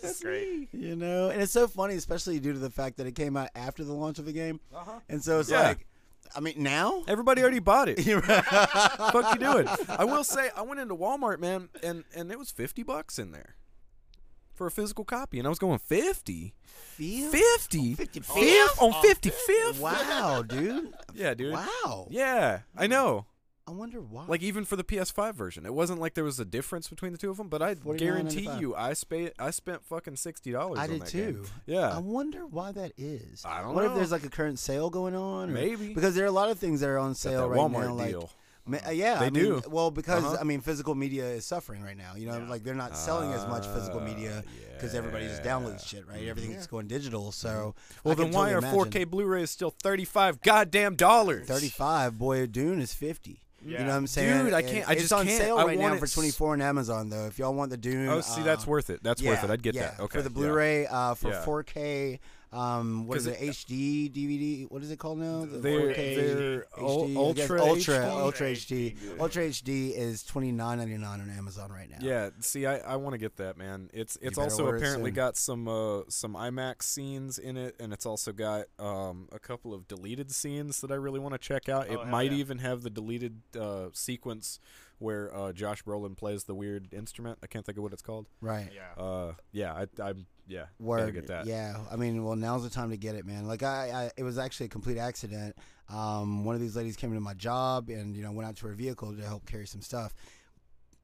[SPEAKER 3] yes.
[SPEAKER 5] Great.
[SPEAKER 3] You know, and it's so funny, especially due to the fact that it came out after the launch of the game, and so it's
[SPEAKER 1] Uh-huh. Yeah.
[SPEAKER 3] like, I mean, now.
[SPEAKER 1] Everybody already bought it. fuck you doing? I will say, I went into Walmart, man, and and it was fifty bucks in there for a physical copy, and I was going fifty. 50
[SPEAKER 3] 50?
[SPEAKER 1] fifth on 55th
[SPEAKER 3] Wow, dude.
[SPEAKER 1] yeah dude
[SPEAKER 3] Wow.
[SPEAKER 1] yeah i know
[SPEAKER 3] I wonder why.
[SPEAKER 1] like even for the ps5 version it wasn't like there was a difference between the two of them but i
[SPEAKER 3] 49.95.
[SPEAKER 1] guarantee you i spent i spent fucking $60
[SPEAKER 3] I
[SPEAKER 1] on
[SPEAKER 3] did
[SPEAKER 1] that
[SPEAKER 3] too.
[SPEAKER 1] game. yeah
[SPEAKER 3] I wonder why that is.
[SPEAKER 1] I don't
[SPEAKER 3] wonder if
[SPEAKER 1] know.
[SPEAKER 3] there's like a current sale going on. or-
[SPEAKER 1] Maybe.
[SPEAKER 3] because there are a lot of things that are on sale
[SPEAKER 1] that
[SPEAKER 3] right now.
[SPEAKER 1] Walmart
[SPEAKER 3] Like,
[SPEAKER 1] deal.
[SPEAKER 3] ma- uh, yeah,
[SPEAKER 1] They
[SPEAKER 3] I mean,
[SPEAKER 1] do.
[SPEAKER 3] Well, because
[SPEAKER 1] Uh-huh.
[SPEAKER 3] I mean, physical media is suffering right now. You know, like they're not selling as much physical media
[SPEAKER 1] Uh,
[SPEAKER 3] because everybody just downloads shit, right? Everything's going digital. So,
[SPEAKER 1] Mm-hmm. well
[SPEAKER 3] I can
[SPEAKER 1] then why
[SPEAKER 3] totally
[SPEAKER 1] are
[SPEAKER 3] imagine.
[SPEAKER 1] 4k blu-rays still 35 goddamn dollars
[SPEAKER 3] Thirty-five. Boy, Dune is fifty.
[SPEAKER 5] Yeah.
[SPEAKER 3] You know what I'm saying?
[SPEAKER 1] Dude, I
[SPEAKER 3] And
[SPEAKER 1] can't- I
[SPEAKER 3] it's
[SPEAKER 1] just
[SPEAKER 3] on
[SPEAKER 1] can't.
[SPEAKER 3] sale
[SPEAKER 1] I
[SPEAKER 3] right now
[SPEAKER 1] want it
[SPEAKER 3] for
[SPEAKER 1] s-
[SPEAKER 3] 24 on Amazon though. If y'all want the Dune,
[SPEAKER 1] Oh, see,
[SPEAKER 3] uh,
[SPEAKER 1] that's worth it. That's worth
[SPEAKER 3] yeah,
[SPEAKER 1] it. I'd get
[SPEAKER 3] yeah,
[SPEAKER 1] that. Okay.
[SPEAKER 3] for the
[SPEAKER 1] yeah.
[SPEAKER 3] Blu-ray, uh, for
[SPEAKER 1] Yeah.
[SPEAKER 3] 4K. Um, what
[SPEAKER 1] 'Cause
[SPEAKER 3] is it?
[SPEAKER 1] it-
[SPEAKER 3] HD DVD? What is it called now? The
[SPEAKER 1] They're,
[SPEAKER 3] 4K
[SPEAKER 1] they're ul-
[SPEAKER 3] HD, I guess,
[SPEAKER 1] ultra,
[SPEAKER 3] ultra,
[SPEAKER 1] HD?
[SPEAKER 3] ultra HD.
[SPEAKER 5] good.
[SPEAKER 3] Ultra HD is 29.99 on Amazon right now.
[SPEAKER 1] Yeah, see, I, I want to get that, man. It's it's
[SPEAKER 3] better
[SPEAKER 1] also
[SPEAKER 3] order it
[SPEAKER 1] apparently
[SPEAKER 3] soon.
[SPEAKER 1] got some uh, some IMAX scenes in it, and it's also got um, a couple of deleted scenes that I really want to check out.
[SPEAKER 5] Oh,
[SPEAKER 1] it
[SPEAKER 5] hell
[SPEAKER 1] might
[SPEAKER 5] yeah.
[SPEAKER 1] even have the deleted uh, sequence where uh, Josh Brolin plays the weird instrument. I can't think of what it's called.
[SPEAKER 3] Right.
[SPEAKER 5] Yeah.
[SPEAKER 1] Uh, yeah, I, I'm yeah, gotta
[SPEAKER 3] Word.
[SPEAKER 1] get that.
[SPEAKER 3] Yeah. I mean, well, now's the time to get it, man. Like I, I it was actually a complete accident. Um, one of these ladies came into my job and you know went out to her vehicle to help carry some stuff.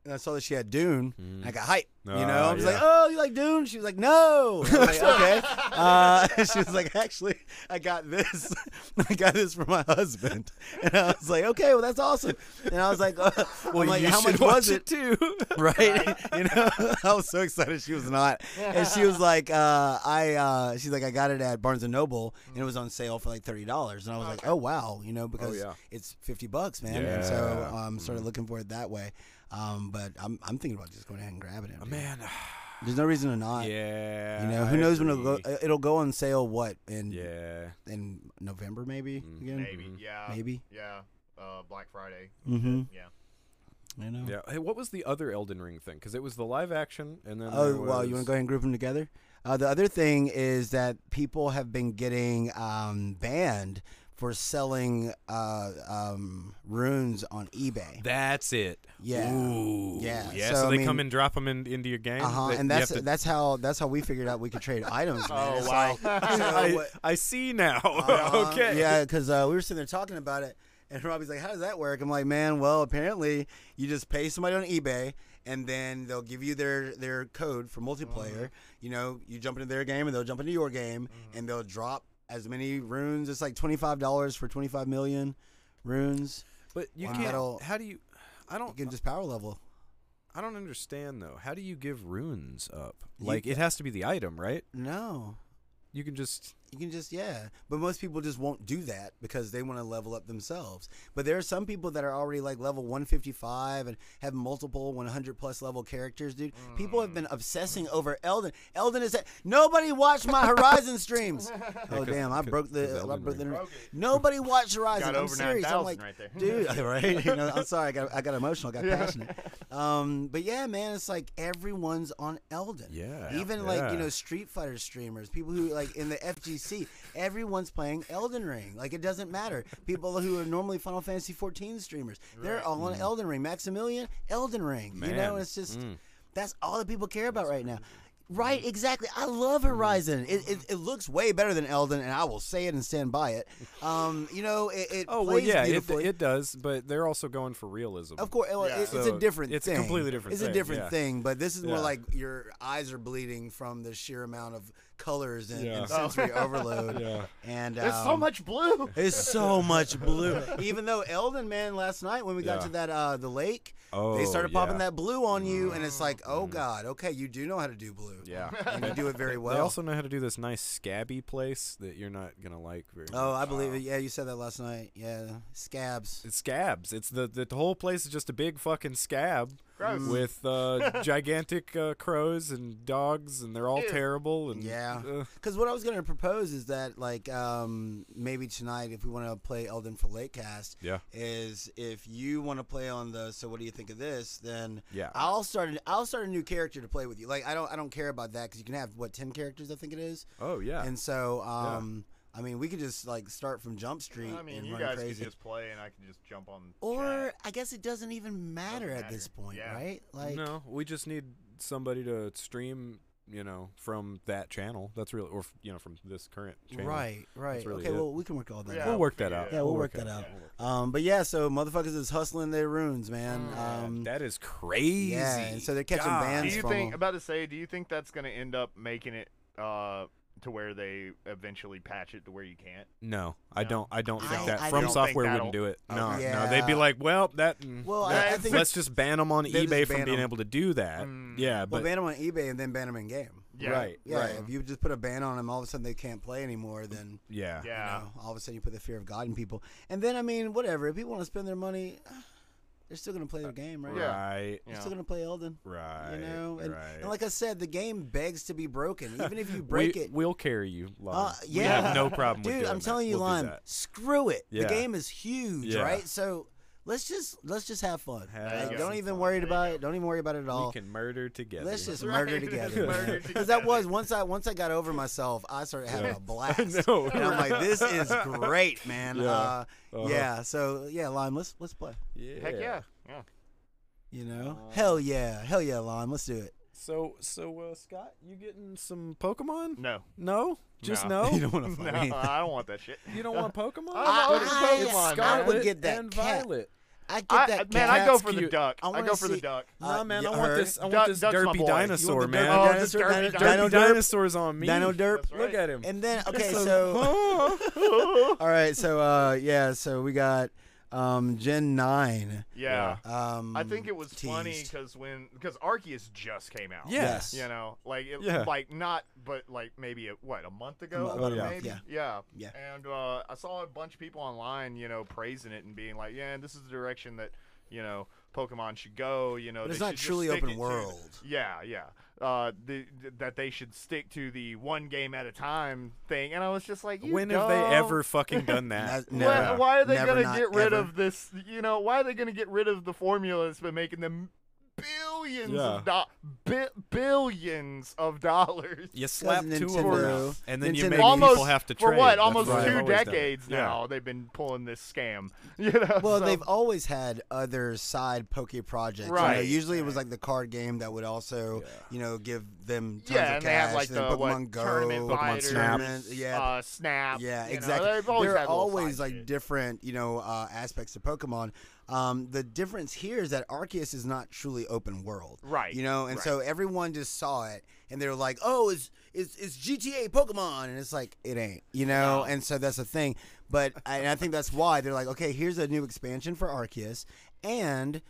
[SPEAKER 3] And I saw that she had Dune. And I got hype. You know,
[SPEAKER 1] Mm. Ah,
[SPEAKER 3] I was
[SPEAKER 1] yeah.
[SPEAKER 3] like, "Oh, you like Dune?" She was like, "No." And I was like, okay. Uh, she was like, "Actually, I got this. I got this for my husband." And I was like, "Okay, well, that's awesome." And I was like, uh, "Well, I'm like,
[SPEAKER 1] you
[SPEAKER 3] how
[SPEAKER 1] should
[SPEAKER 3] much
[SPEAKER 1] watch
[SPEAKER 3] was it?"
[SPEAKER 1] too.
[SPEAKER 3] right? you know, I was so excited. She was not, and she was like, uh, "I." Uh, she's like, "I got it at Barnes and Noble, and it was on sale for like thirty dollars." And I was like, "Oh wow," you know, because
[SPEAKER 1] yeah.
[SPEAKER 3] it's fifty bucks, man. And so
[SPEAKER 1] Yeah. Mm-hmm.
[SPEAKER 3] I um, started looking for it that way. Um, but I'm, I'm thinking about just going ahead and grabbing it. dude.
[SPEAKER 1] Oh, man.
[SPEAKER 3] there's no reason to not.
[SPEAKER 1] Yeah,
[SPEAKER 3] You know, who
[SPEAKER 1] I
[SPEAKER 3] knows when it'll
[SPEAKER 1] agree.
[SPEAKER 3] go? It'll go on sale. What in
[SPEAKER 1] Yeah, Mm,
[SPEAKER 3] in November maybe again?
[SPEAKER 5] Maybe.
[SPEAKER 1] Mm-hmm.
[SPEAKER 5] Yeah.
[SPEAKER 3] Maybe.
[SPEAKER 5] Yeah. Uh, Black Friday.
[SPEAKER 3] Mm-hmm.
[SPEAKER 5] Yeah.
[SPEAKER 3] You know.
[SPEAKER 1] yeah. Hey, what was the other Elden Ring thing? Because it was the live action, and then
[SPEAKER 3] Oh,
[SPEAKER 1] there
[SPEAKER 3] well, you want
[SPEAKER 1] was-
[SPEAKER 3] to go ahead and group them together? Uh, the other thing is that people have been getting um, banned for selling uh, um, runes on eBay.
[SPEAKER 1] That's it.
[SPEAKER 3] Yeah.
[SPEAKER 1] Ooh.
[SPEAKER 3] Yeah,
[SPEAKER 1] Yeah.
[SPEAKER 3] so,
[SPEAKER 1] So,
[SPEAKER 3] I
[SPEAKER 1] they
[SPEAKER 3] mean-
[SPEAKER 1] come and drop them in, into your game.
[SPEAKER 3] Uh-huh,
[SPEAKER 1] that
[SPEAKER 3] and
[SPEAKER 1] you
[SPEAKER 3] that's
[SPEAKER 1] have to-
[SPEAKER 3] that's how that's how we figured out we could trade items. Man.
[SPEAKER 5] Oh,
[SPEAKER 3] It's
[SPEAKER 5] wow.
[SPEAKER 3] like, you know,
[SPEAKER 1] I,
[SPEAKER 3] what-
[SPEAKER 1] I see now.
[SPEAKER 3] uh-huh,
[SPEAKER 1] okay.
[SPEAKER 3] Yeah, because uh, we were sitting there talking about it, and Robbie's like, "How does that work?" I'm like, "Man, well, apparently you just pay somebody on eBay, and then they'll give you their their code for multiplayer. You know, you jump into their game, and they'll jump into your game, and they'll drop as many runes. It's like twenty five dollars for twenty five million runes.
[SPEAKER 1] But you
[SPEAKER 3] Wow. That'll-
[SPEAKER 1] can't. How do you? I
[SPEAKER 3] You
[SPEAKER 1] don't.
[SPEAKER 3] can just power level.
[SPEAKER 1] I don't understand though. How do you give runes up?
[SPEAKER 3] You
[SPEAKER 1] Like it has to be the item, right?
[SPEAKER 3] No,
[SPEAKER 1] You can just.
[SPEAKER 3] You can just yeah, but most people just won't do that because they want to level up themselves. But there are some people that are already like level 155 and have multiple 100 plus level characters, dude. People have been obsessing over Elden. Elden is that nobody watched my Horizon streams. oh
[SPEAKER 1] 'cause-
[SPEAKER 3] damn, I
[SPEAKER 1] 'cause-
[SPEAKER 3] broke
[SPEAKER 1] 'cause
[SPEAKER 3] the I
[SPEAKER 1] Elden
[SPEAKER 3] broke the
[SPEAKER 1] Ring.
[SPEAKER 3] internet. Nobody watched Horizon.
[SPEAKER 5] Got
[SPEAKER 3] I'm
[SPEAKER 5] over
[SPEAKER 3] serious. I'm
[SPEAKER 5] 9,000
[SPEAKER 3] like,
[SPEAKER 5] right there.
[SPEAKER 3] dude, right? You know, I'm sorry, I got I got emotional, I got passionate. Um, but yeah, man, it's like everyone's on Elden.
[SPEAKER 1] Yeah.
[SPEAKER 3] Even like you
[SPEAKER 1] Yeah.
[SPEAKER 3] know Street Fighter streamers, people who like in the FGC, everyone's playing Elden Ring. Like it doesn't matter. People who are normally Final Fantasy 14 streamers, they're all on Elden Ring. Maximilian, Elden Ring. You know,
[SPEAKER 1] Mm. Man. Mm.
[SPEAKER 3] it's just that's all that people care about right now. Right, exactly. I love
[SPEAKER 1] Mm.
[SPEAKER 3] Horizon. It, it, it looks way better than Elden, and I will say it and stand by it. Um, you know, it, it
[SPEAKER 1] Oh well,
[SPEAKER 3] plays
[SPEAKER 1] yeah, it,
[SPEAKER 3] beautifully.
[SPEAKER 1] it does. But they're also going for realism.
[SPEAKER 3] Of course, well,
[SPEAKER 5] Yeah.
[SPEAKER 3] it- it's a
[SPEAKER 1] So,
[SPEAKER 3] different.
[SPEAKER 1] it's a
[SPEAKER 3] thing.
[SPEAKER 1] completely different
[SPEAKER 3] It's a
[SPEAKER 1] thing,
[SPEAKER 3] different
[SPEAKER 1] yeah.
[SPEAKER 3] thing, but this is more
[SPEAKER 1] Yeah.
[SPEAKER 3] like your eyes are bleeding from the sheer amount of colors and, and
[SPEAKER 1] Yeah. Oh.
[SPEAKER 3] sensory overload.
[SPEAKER 1] Yeah.
[SPEAKER 3] And
[SPEAKER 5] There's so
[SPEAKER 3] um,
[SPEAKER 5] much blue.
[SPEAKER 3] It's so much blue. Even though Elden Man last night when we got
[SPEAKER 1] Yeah.
[SPEAKER 3] to that uh the lake, they
[SPEAKER 1] Oh,
[SPEAKER 3] started popping
[SPEAKER 1] yeah. Mm-hmm.
[SPEAKER 3] that blue on you, and it's like, oh god, okay, you do know how to do blue.
[SPEAKER 1] Yeah.
[SPEAKER 3] and you do it very well.
[SPEAKER 1] They also know how to do this nice scabby place that you're not gonna like very.
[SPEAKER 3] oh,
[SPEAKER 1] much.
[SPEAKER 3] I believe it. Yeah, you said that last night. Yeah, scabs.
[SPEAKER 1] It's scabs. It's the the whole place is just a big fucking scab
[SPEAKER 5] Gross.
[SPEAKER 1] with uh, gigantic uh, crows and dogs, and they're all
[SPEAKER 5] Ew.
[SPEAKER 1] terrible. And
[SPEAKER 3] Yeah.
[SPEAKER 1] uh,
[SPEAKER 3] Because what I was going to propose is that, like, um, maybe tonight, if we want to play Elden for late cast,
[SPEAKER 1] Yeah.
[SPEAKER 3] is if you want to play on the. So what do you think of this? Then
[SPEAKER 1] Yeah.
[SPEAKER 3] I'll start. An, I'll start a new character to play with you. Like, I don't. I don't care about that because you can have what ten characters, I think it is.
[SPEAKER 1] oh yeah,
[SPEAKER 3] And so, um, I mean, we could just like start from Jump Street
[SPEAKER 5] I mean,
[SPEAKER 3] and
[SPEAKER 5] you
[SPEAKER 3] run
[SPEAKER 5] guys
[SPEAKER 3] crazy.
[SPEAKER 5] can just play, and I can just jump on.
[SPEAKER 3] or
[SPEAKER 5] chat.
[SPEAKER 3] I guess it doesn't even matter
[SPEAKER 5] Doesn't
[SPEAKER 3] at this
[SPEAKER 5] matter.
[SPEAKER 3] point,
[SPEAKER 5] Yeah.
[SPEAKER 3] right? Like,
[SPEAKER 1] no, we just need somebody to stream. You know, from that channel. That's really, or you know, from this current channel.
[SPEAKER 3] right, right.
[SPEAKER 1] really
[SPEAKER 3] okay,
[SPEAKER 1] it.
[SPEAKER 3] well, we can work all that.
[SPEAKER 5] Yeah,
[SPEAKER 3] out.
[SPEAKER 1] We'll work that
[SPEAKER 5] figure
[SPEAKER 1] out.
[SPEAKER 5] it
[SPEAKER 3] Yeah, we'll, work, that out. Um, but yeah, so motherfuckers is hustling their runes, man. Um,
[SPEAKER 1] that is crazy.
[SPEAKER 3] yeah, and so they're catching
[SPEAKER 1] God.
[SPEAKER 5] Do
[SPEAKER 3] bands
[SPEAKER 5] you
[SPEAKER 3] from
[SPEAKER 5] think?
[SPEAKER 3] 'em.
[SPEAKER 5] About to say, do you think that's going to end up making it uh, to where they eventually patch it to where you can't?
[SPEAKER 1] No, I
[SPEAKER 5] No.
[SPEAKER 1] don't. I don't
[SPEAKER 3] I-
[SPEAKER 1] think that
[SPEAKER 3] I
[SPEAKER 1] From
[SPEAKER 3] don't think
[SPEAKER 1] Software
[SPEAKER 5] that'll-
[SPEAKER 1] wouldn't do it. No,
[SPEAKER 3] Okay.
[SPEAKER 1] no, they'd be
[SPEAKER 3] Yeah.
[SPEAKER 1] like, well, that. mm,
[SPEAKER 3] Well, I-
[SPEAKER 1] that-
[SPEAKER 3] I think-
[SPEAKER 1] let's just ban them on
[SPEAKER 3] They'll just
[SPEAKER 1] eBay from
[SPEAKER 3] ban
[SPEAKER 1] being
[SPEAKER 3] 'em.
[SPEAKER 1] able to do that.
[SPEAKER 5] Mm.
[SPEAKER 1] Yeah,
[SPEAKER 3] well,
[SPEAKER 1] but
[SPEAKER 3] ban them on eBay and then ban them in game.
[SPEAKER 5] Yeah.
[SPEAKER 1] Right.
[SPEAKER 3] Yeah,
[SPEAKER 1] Right.
[SPEAKER 3] if you just put a ban on them, all of a sudden they can't play anymore. Then
[SPEAKER 1] yeah,
[SPEAKER 5] Yeah.
[SPEAKER 3] you know, all of a sudden you put the fear of God in people. And then I mean, whatever. If people want to spend their money, ah, They're still gonna play their game, right?
[SPEAKER 5] Yeah.
[SPEAKER 1] Right.
[SPEAKER 5] Yeah.
[SPEAKER 3] They're still gonna play Elden.
[SPEAKER 1] Right.
[SPEAKER 3] you know, and,
[SPEAKER 1] right.
[SPEAKER 3] and like I said, the game begs to be broken. Even if you break
[SPEAKER 1] we,
[SPEAKER 3] it,
[SPEAKER 1] We'll carry you, Lon.
[SPEAKER 3] Uh,
[SPEAKER 1] We
[SPEAKER 3] yeah.
[SPEAKER 1] have no problem with
[SPEAKER 3] dude,
[SPEAKER 1] doing
[SPEAKER 3] I'm telling
[SPEAKER 1] that.
[SPEAKER 3] you,
[SPEAKER 1] we'll do
[SPEAKER 3] Lon,
[SPEAKER 1] that.
[SPEAKER 3] screw it.
[SPEAKER 1] Yeah.
[SPEAKER 3] The game is huge,
[SPEAKER 1] Yeah.
[SPEAKER 3] right? So let's just let's just have fun.
[SPEAKER 1] Have
[SPEAKER 3] Like,
[SPEAKER 5] some
[SPEAKER 3] don't even
[SPEAKER 1] fun.
[SPEAKER 3] worry
[SPEAKER 5] There you
[SPEAKER 3] about
[SPEAKER 5] go.
[SPEAKER 3] it. Don't even worry about it at all.
[SPEAKER 1] We can murder together.
[SPEAKER 3] Let's just
[SPEAKER 5] Right,
[SPEAKER 3] murder
[SPEAKER 5] let's
[SPEAKER 3] together,
[SPEAKER 5] murder
[SPEAKER 3] because that
[SPEAKER 5] together.
[SPEAKER 3] was once I once I got over myself, I started having
[SPEAKER 1] Yeah.
[SPEAKER 3] a blast.
[SPEAKER 1] know,
[SPEAKER 3] And I'm like, this is great, man.
[SPEAKER 1] Yeah.
[SPEAKER 3] Yeah. Uh,
[SPEAKER 1] Uh-huh.
[SPEAKER 3] yeah. So yeah, Lon, let's let's play.
[SPEAKER 1] yeah.
[SPEAKER 5] Heck yeah. Yeah.
[SPEAKER 3] You know, hell yeah, hell yeah, Lon, let's do it.
[SPEAKER 1] So so uh, Scott, you getting some Pokemon?
[SPEAKER 5] No.
[SPEAKER 1] No, just
[SPEAKER 5] No.
[SPEAKER 1] no.
[SPEAKER 3] You don't want to
[SPEAKER 5] No,
[SPEAKER 3] fight. me.
[SPEAKER 5] I don't want that shit.
[SPEAKER 1] You don't want Pokemon?
[SPEAKER 5] I
[SPEAKER 3] want
[SPEAKER 1] Voted
[SPEAKER 3] Pokemon, man.
[SPEAKER 1] Scarlet
[SPEAKER 3] I would get that
[SPEAKER 1] and
[SPEAKER 3] cat.
[SPEAKER 1] Violet.
[SPEAKER 3] I get
[SPEAKER 5] I,
[SPEAKER 3] that.
[SPEAKER 5] man,
[SPEAKER 3] cat.
[SPEAKER 5] I go for the
[SPEAKER 1] cute.
[SPEAKER 5] duck.
[SPEAKER 3] I
[SPEAKER 5] I,
[SPEAKER 3] wanna
[SPEAKER 5] go for
[SPEAKER 3] see-
[SPEAKER 5] the duck.
[SPEAKER 1] Nah,
[SPEAKER 3] Uh,
[SPEAKER 1] man,
[SPEAKER 3] yeah,
[SPEAKER 1] I want
[SPEAKER 3] her-
[SPEAKER 1] this. I
[SPEAKER 5] Duck-
[SPEAKER 1] want this
[SPEAKER 5] Duck's my
[SPEAKER 1] derpy
[SPEAKER 5] boy.
[SPEAKER 3] You
[SPEAKER 1] dinosaur,
[SPEAKER 3] want the
[SPEAKER 1] man.
[SPEAKER 3] derpy
[SPEAKER 5] Oh,
[SPEAKER 1] This
[SPEAKER 5] this
[SPEAKER 3] dinosaur,
[SPEAKER 5] derpy
[SPEAKER 3] dino-
[SPEAKER 5] dinosaur.
[SPEAKER 3] dino
[SPEAKER 1] Derpy
[SPEAKER 3] derp.
[SPEAKER 1] dinosaur's on me.
[SPEAKER 3] Dino derp.
[SPEAKER 5] That's right.
[SPEAKER 1] Look at him.
[SPEAKER 3] And then okay,
[SPEAKER 1] It's a-
[SPEAKER 3] so
[SPEAKER 1] Oh.
[SPEAKER 3] all right, so uh, yeah, so we got um, Gen Nine.
[SPEAKER 5] Yeah.
[SPEAKER 3] Um,
[SPEAKER 5] I think it was funny
[SPEAKER 3] teased.
[SPEAKER 5] because when because Arceus just came out.
[SPEAKER 1] Yeah.
[SPEAKER 3] Yes.
[SPEAKER 5] You know, like it,
[SPEAKER 1] Yeah.
[SPEAKER 5] like not, but like maybe a, what a month ago,
[SPEAKER 3] About a month,
[SPEAKER 5] maybe.
[SPEAKER 3] yeah.
[SPEAKER 5] yeah,
[SPEAKER 3] Yeah.
[SPEAKER 5] And uh, I saw a bunch of people online, you know, praising it and being like, "Yeah, this is the direction that you know Pokemon should go." You know,
[SPEAKER 3] But it's
[SPEAKER 5] they
[SPEAKER 3] not
[SPEAKER 5] should just
[SPEAKER 3] truly
[SPEAKER 5] stick
[SPEAKER 3] open
[SPEAKER 5] it to-
[SPEAKER 3] world.
[SPEAKER 5] yeah, yeah. Uh, the, that they should stick to the one game at a time thing, and I was just like, you
[SPEAKER 1] When have they
[SPEAKER 5] dumb-
[SPEAKER 1] ever fucking done that?
[SPEAKER 3] No, Never.
[SPEAKER 5] why, why are they
[SPEAKER 3] Never,
[SPEAKER 5] gonna
[SPEAKER 3] not
[SPEAKER 5] get rid
[SPEAKER 3] ever.
[SPEAKER 5] of this? You know, why are they gonna get rid of the formula that's been making them billions
[SPEAKER 1] Yeah.
[SPEAKER 5] of do- bi- billions of dollars?
[SPEAKER 1] You slap two of
[SPEAKER 3] Nintendo-
[SPEAKER 1] them, and then you
[SPEAKER 3] Nintendo
[SPEAKER 1] make
[SPEAKER 3] Almost-
[SPEAKER 1] people have to trade.
[SPEAKER 5] for what?
[SPEAKER 1] That's
[SPEAKER 5] Almost
[SPEAKER 1] they've
[SPEAKER 5] two
[SPEAKER 1] always done.
[SPEAKER 5] decades
[SPEAKER 1] Yeah.
[SPEAKER 5] now. They've been pulling this scam. You know.
[SPEAKER 3] Well,
[SPEAKER 5] so-
[SPEAKER 3] they've always had other side poke projects. you know.
[SPEAKER 5] Right,
[SPEAKER 3] usually it was
[SPEAKER 5] right.
[SPEAKER 3] like the card game that would also, you know, give them tons
[SPEAKER 5] yeah,
[SPEAKER 3] of cash.
[SPEAKER 5] and they have like
[SPEAKER 3] and then
[SPEAKER 5] the
[SPEAKER 3] Pokemon
[SPEAKER 5] what,
[SPEAKER 3] Go,
[SPEAKER 5] tournament
[SPEAKER 1] Pokemon
[SPEAKER 5] fighters,
[SPEAKER 1] Snap.
[SPEAKER 3] Tournament, yeah,
[SPEAKER 5] uh, Snap.
[SPEAKER 3] yeah,
[SPEAKER 5] you know,
[SPEAKER 3] exactly.
[SPEAKER 5] they've always
[SPEAKER 3] there
[SPEAKER 5] had
[SPEAKER 3] are
[SPEAKER 5] little side
[SPEAKER 3] always like
[SPEAKER 5] shit.
[SPEAKER 3] different, you know, uh, aspects of Pokemon. Um, the difference here is that Arceus is not truly open world,
[SPEAKER 5] Right,
[SPEAKER 3] You know, and so everyone just saw it and they're like, "Oh, it's it's, it's GTA Pokemon," and it's like it ain't, you know. And so that's the thing. But and I think that's why they're like, "Okay, here's a new expansion for Arceus, and."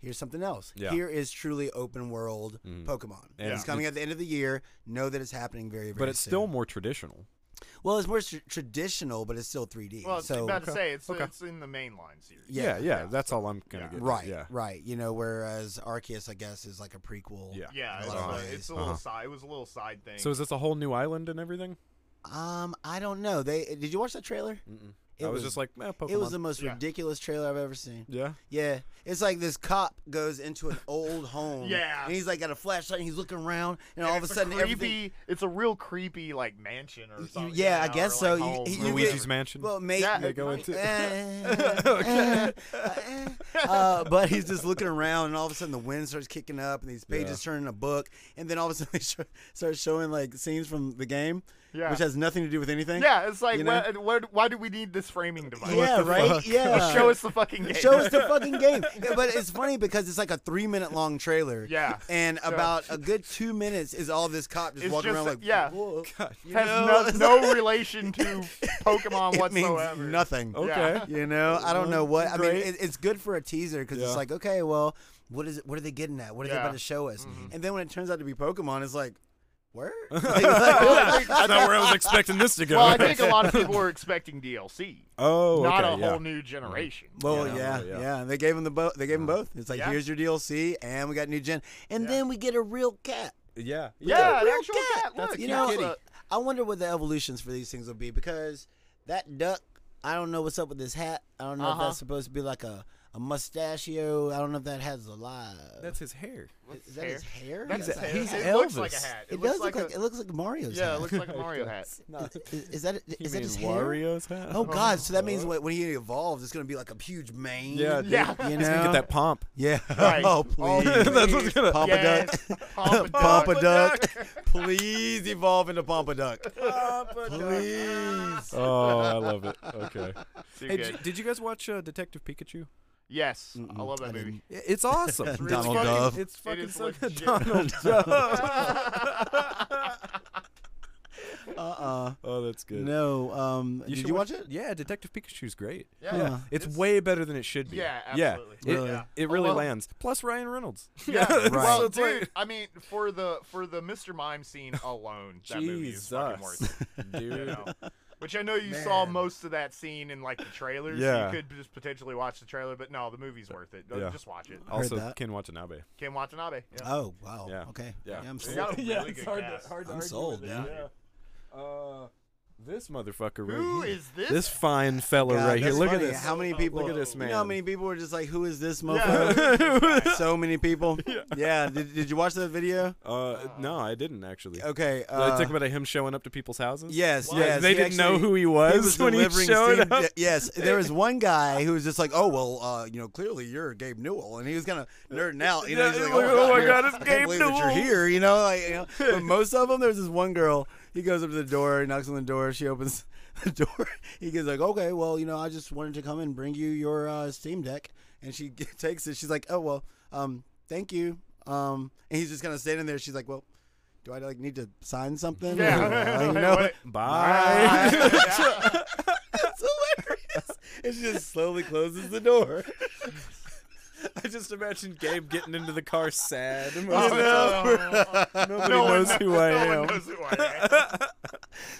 [SPEAKER 3] Here's something else.
[SPEAKER 1] Yeah. Mm.
[SPEAKER 3] Here is truly open world Pokemon.
[SPEAKER 1] And
[SPEAKER 3] It's coming at the end of the year. Know that it's happening very, very
[SPEAKER 1] But it's
[SPEAKER 3] soon.
[SPEAKER 1] still more traditional.
[SPEAKER 3] Well, it's more tr- traditional, but it's still 3D.
[SPEAKER 5] Well, I was
[SPEAKER 3] so
[SPEAKER 5] about to say it's
[SPEAKER 1] okay.
[SPEAKER 5] it's in the mainline series.
[SPEAKER 1] Yeah,
[SPEAKER 3] yeah,
[SPEAKER 1] yeah. that's all I'm gonna
[SPEAKER 5] Yeah.
[SPEAKER 1] get.
[SPEAKER 3] right,
[SPEAKER 1] Yeah.
[SPEAKER 3] right. You know, whereas Arceus, I guess, is like a prequel.
[SPEAKER 1] Yeah.
[SPEAKER 5] Yeah,
[SPEAKER 3] in a
[SPEAKER 5] it's,
[SPEAKER 3] lot of
[SPEAKER 5] a,
[SPEAKER 3] ways.
[SPEAKER 5] it's a little
[SPEAKER 1] Uh-huh.
[SPEAKER 5] side. It was a little side thing.
[SPEAKER 1] So is this a whole new island and everything?
[SPEAKER 3] Um, I don't know. They did you watch that trailer?
[SPEAKER 1] Mm-mm.
[SPEAKER 3] It
[SPEAKER 1] I was,
[SPEAKER 3] was-
[SPEAKER 1] just like, eh, Pokemon.
[SPEAKER 3] It was the most
[SPEAKER 5] Yeah.
[SPEAKER 3] ridiculous trailer I've ever seen.
[SPEAKER 1] yeah.
[SPEAKER 3] Yeah, it's like this cop goes into an old home.
[SPEAKER 5] Yeah.
[SPEAKER 3] and he's like got a flashlight. and He's looking around, and, all of a
[SPEAKER 5] it's
[SPEAKER 3] sudden,
[SPEAKER 5] creepy,
[SPEAKER 3] everything.
[SPEAKER 5] It's a real creepy like mansion or
[SPEAKER 3] You-
[SPEAKER 5] something.
[SPEAKER 3] yeah, I
[SPEAKER 5] you know,
[SPEAKER 3] guess
[SPEAKER 5] or,
[SPEAKER 3] so.
[SPEAKER 5] Like,
[SPEAKER 3] You-
[SPEAKER 5] home or
[SPEAKER 3] you
[SPEAKER 1] Luigi's
[SPEAKER 3] get-
[SPEAKER 5] whatever.
[SPEAKER 1] Mansion.
[SPEAKER 3] Well, mate,
[SPEAKER 5] Yeah.
[SPEAKER 1] they go
[SPEAKER 3] Eh,
[SPEAKER 1] into.
[SPEAKER 3] uh, uh, but he's just looking around, and all of a sudden the wind starts kicking up, and these pages
[SPEAKER 1] Yeah.
[SPEAKER 3] turn in a book, and then all of a sudden they sh- start showing like scenes from the game,
[SPEAKER 5] Yeah.
[SPEAKER 3] which has nothing to do with anything.
[SPEAKER 5] yeah, it's like
[SPEAKER 3] you know?
[SPEAKER 5] why, why, why do we need this framing device?
[SPEAKER 3] yeah, right, yeah.
[SPEAKER 5] Show us the fucking game.
[SPEAKER 3] Show us the fucking game. Yeah, But it's funny because it's like a three minute long trailer.
[SPEAKER 5] Yeah.
[SPEAKER 3] And
[SPEAKER 5] Yeah.
[SPEAKER 3] about a good two minutes is all this cop just
[SPEAKER 5] It's
[SPEAKER 3] walking
[SPEAKER 5] just
[SPEAKER 3] around
[SPEAKER 5] a-
[SPEAKER 3] like,
[SPEAKER 5] yeah.
[SPEAKER 3] "Whoa." You
[SPEAKER 5] Has
[SPEAKER 3] know? It's
[SPEAKER 5] no,
[SPEAKER 3] like-
[SPEAKER 5] no relation to Pokemon
[SPEAKER 3] it
[SPEAKER 5] whatsoever.
[SPEAKER 3] means nothing.
[SPEAKER 1] Okay.
[SPEAKER 5] Yeah.
[SPEAKER 3] You know, I don't know what. I mean,
[SPEAKER 1] Great.
[SPEAKER 3] it, it's good for a teaser because
[SPEAKER 1] Yeah.
[SPEAKER 3] it's like, okay, well, what is it? What are they getting at? What are they
[SPEAKER 5] Yeah. Mm-hmm.
[SPEAKER 3] about to show us? And then when it turns out to be Pokemon, it's like, where?
[SPEAKER 1] That's not where I was expecting this to go.
[SPEAKER 5] Well, I think a lot of people were expecting DLC,
[SPEAKER 1] oh,
[SPEAKER 5] not
[SPEAKER 1] okay,
[SPEAKER 5] a whole
[SPEAKER 1] yeah.
[SPEAKER 5] new generation.
[SPEAKER 3] Well,
[SPEAKER 1] Yeah,
[SPEAKER 3] yeah,
[SPEAKER 1] yeah.
[SPEAKER 3] yeah, They gave them the both. They gave them both. It's like,
[SPEAKER 5] Uh-huh. Yeah.
[SPEAKER 3] here's your DLC, and we got new gen, and then we get a real cat.
[SPEAKER 1] Yeah.
[SPEAKER 5] yeah,
[SPEAKER 3] a
[SPEAKER 5] an
[SPEAKER 3] real
[SPEAKER 5] actual
[SPEAKER 3] cat.
[SPEAKER 5] cat. Look,
[SPEAKER 3] you
[SPEAKER 5] yeah,
[SPEAKER 3] know,
[SPEAKER 5] it's a-
[SPEAKER 3] I wonder what the evolutions for these things will be because that duck. I don't know what's up with this hat. I don't know if
[SPEAKER 5] Uh-huh.
[SPEAKER 3] that's supposed to be like a, a mustachio. I don't know if that has a live.
[SPEAKER 1] That's his hair.
[SPEAKER 3] is that his hair?
[SPEAKER 5] That's
[SPEAKER 3] That's
[SPEAKER 5] his
[SPEAKER 3] a
[SPEAKER 5] hair.
[SPEAKER 1] he's
[SPEAKER 5] it
[SPEAKER 1] Elvis.
[SPEAKER 5] looks like a hat.
[SPEAKER 3] It,
[SPEAKER 5] looks
[SPEAKER 3] does look like,
[SPEAKER 5] a,
[SPEAKER 3] it looks like Mario's.
[SPEAKER 5] yeah,
[SPEAKER 3] hat.
[SPEAKER 5] it looks like a Mario hat.
[SPEAKER 3] is, is that is
[SPEAKER 1] You
[SPEAKER 3] that
[SPEAKER 1] mean
[SPEAKER 3] his hair?
[SPEAKER 1] Wario's hat?
[SPEAKER 3] Oh God! So that means when, when he evolves, it's gonna be like a huge mane.
[SPEAKER 1] Yeah, dude.
[SPEAKER 5] Yeah.
[SPEAKER 3] you
[SPEAKER 1] He's gonna
[SPEAKER 3] know?
[SPEAKER 1] get that pomp.
[SPEAKER 3] Yeah.
[SPEAKER 5] Right.
[SPEAKER 3] Oh please.
[SPEAKER 1] That's what's gonna-
[SPEAKER 3] Papa
[SPEAKER 5] Yes,
[SPEAKER 3] Duck.
[SPEAKER 5] Papa
[SPEAKER 3] Papa
[SPEAKER 5] Duck.
[SPEAKER 3] Duck. please evolve into Pompaduck. Please.
[SPEAKER 1] Oh, I love it. Okay.
[SPEAKER 5] Too
[SPEAKER 1] Hey,
[SPEAKER 5] good.
[SPEAKER 1] did, did you guys watch uh, Detective Pikachu?
[SPEAKER 5] Yes, I love
[SPEAKER 3] I
[SPEAKER 5] that movie.
[SPEAKER 3] didn't.
[SPEAKER 1] I- It's awesome. It's
[SPEAKER 3] Donald
[SPEAKER 1] fucking-
[SPEAKER 3] Dove.
[SPEAKER 1] It's fucking
[SPEAKER 5] is
[SPEAKER 1] so
[SPEAKER 5] legit.
[SPEAKER 1] Donald Dove.
[SPEAKER 3] Uh-uh.
[SPEAKER 1] oh, that's good.
[SPEAKER 3] No. Um. did
[SPEAKER 1] should
[SPEAKER 3] you watch it?
[SPEAKER 1] Yeah, Detective Pikachu's great.
[SPEAKER 5] Yeah.
[SPEAKER 1] yeah. It's,
[SPEAKER 5] It's-
[SPEAKER 1] way better than it should be.
[SPEAKER 5] Yeah,
[SPEAKER 1] Yeah,
[SPEAKER 5] absolutely.
[SPEAKER 1] it,
[SPEAKER 3] Really?
[SPEAKER 5] Yeah.
[SPEAKER 1] it really
[SPEAKER 5] Oh, well.
[SPEAKER 1] lands. Plus Ryan Reynolds.
[SPEAKER 5] Yeah,
[SPEAKER 1] It's-
[SPEAKER 5] Well,
[SPEAKER 1] it's
[SPEAKER 5] dude,
[SPEAKER 1] like-
[SPEAKER 5] I mean, for the for the Mr. Mime scene alone, that movie is
[SPEAKER 1] Jesus,
[SPEAKER 5] fucking worth it.
[SPEAKER 1] dude.
[SPEAKER 5] You know? Which I know you saw
[SPEAKER 3] Man.
[SPEAKER 5] most of that scene in like the trailers.
[SPEAKER 1] Yeah.
[SPEAKER 5] You could just potentially watch the trailer, but no, the movie's worth it.
[SPEAKER 1] Yeah.
[SPEAKER 5] Just watch it.
[SPEAKER 1] Also,
[SPEAKER 3] that.
[SPEAKER 1] Ken Watanabe.
[SPEAKER 5] Ken Watanabe. Yeah.
[SPEAKER 3] Oh wow.
[SPEAKER 1] Yeah.
[SPEAKER 3] Okay.
[SPEAKER 1] Yeah.
[SPEAKER 3] I'm
[SPEAKER 5] They
[SPEAKER 3] sold.
[SPEAKER 5] got a
[SPEAKER 2] yeah,
[SPEAKER 5] really
[SPEAKER 2] it's
[SPEAKER 5] good
[SPEAKER 2] hard
[SPEAKER 5] cast.
[SPEAKER 2] to, hard to
[SPEAKER 3] I'm
[SPEAKER 2] argue
[SPEAKER 3] sold,
[SPEAKER 2] with it,
[SPEAKER 3] man.
[SPEAKER 2] yeah. Uh,
[SPEAKER 1] This
[SPEAKER 2] this
[SPEAKER 1] motherfucker right
[SPEAKER 5] Who
[SPEAKER 1] here.
[SPEAKER 5] is this?
[SPEAKER 1] This fine fella
[SPEAKER 3] God,
[SPEAKER 1] right here.
[SPEAKER 3] that's
[SPEAKER 1] Look at
[SPEAKER 3] funny.
[SPEAKER 1] this.
[SPEAKER 3] How many people?
[SPEAKER 1] Look at this
[SPEAKER 3] you
[SPEAKER 1] man.
[SPEAKER 3] know how many people were just like, "Who is this
[SPEAKER 5] Yeah.
[SPEAKER 3] motherfucker?" so many people. Yeah. Did, did you watch that video?
[SPEAKER 1] Uh, no, I didn't actually.
[SPEAKER 3] Okay.
[SPEAKER 1] Did I
[SPEAKER 3] Uh,
[SPEAKER 1] talk about him showing up to people's houses.
[SPEAKER 3] yes.
[SPEAKER 1] Yeah,
[SPEAKER 3] Yes.
[SPEAKER 1] they
[SPEAKER 3] he
[SPEAKER 1] didn't know
[SPEAKER 3] actually-
[SPEAKER 1] who he was, when he
[SPEAKER 3] delivering
[SPEAKER 1] showed
[SPEAKER 3] steam-
[SPEAKER 1] up.
[SPEAKER 3] y- Yes, there was one guy who was just like, "Oh well, uh, you know, clearly you're Gabe Newell," and he was kind of nerding out. You know,
[SPEAKER 1] Yeah,
[SPEAKER 3] he's like,
[SPEAKER 1] he's like, "Oh my
[SPEAKER 3] man,
[SPEAKER 1] God, it's
[SPEAKER 3] I
[SPEAKER 1] Gabe
[SPEAKER 3] can't believe that you're
[SPEAKER 1] Newell."
[SPEAKER 3] here." You know, like, you know. But most of them, there's this one girl. He goes up to the door, knocks on the door. She opens the door. He goes like, "Okay, well, you know, I just wanted to come and bring you your uh, Steam Deck," and she g- takes it. She's like, "Oh well, um, thank you." Um, and he's just kind of standing there. She's like, "Well." Do I like need to sign something?
[SPEAKER 5] Yeah.
[SPEAKER 3] Like, you
[SPEAKER 5] Like,
[SPEAKER 3] know?
[SPEAKER 5] what-
[SPEAKER 1] Bye.
[SPEAKER 5] Yeah.
[SPEAKER 3] That's hilarious. And she just slowly closes the door.
[SPEAKER 1] I just imagine Gabe getting into the car sad.
[SPEAKER 5] Oh, no.
[SPEAKER 1] Nobody
[SPEAKER 5] No one
[SPEAKER 1] knows who I
[SPEAKER 5] no
[SPEAKER 1] am.
[SPEAKER 5] one knows who I am.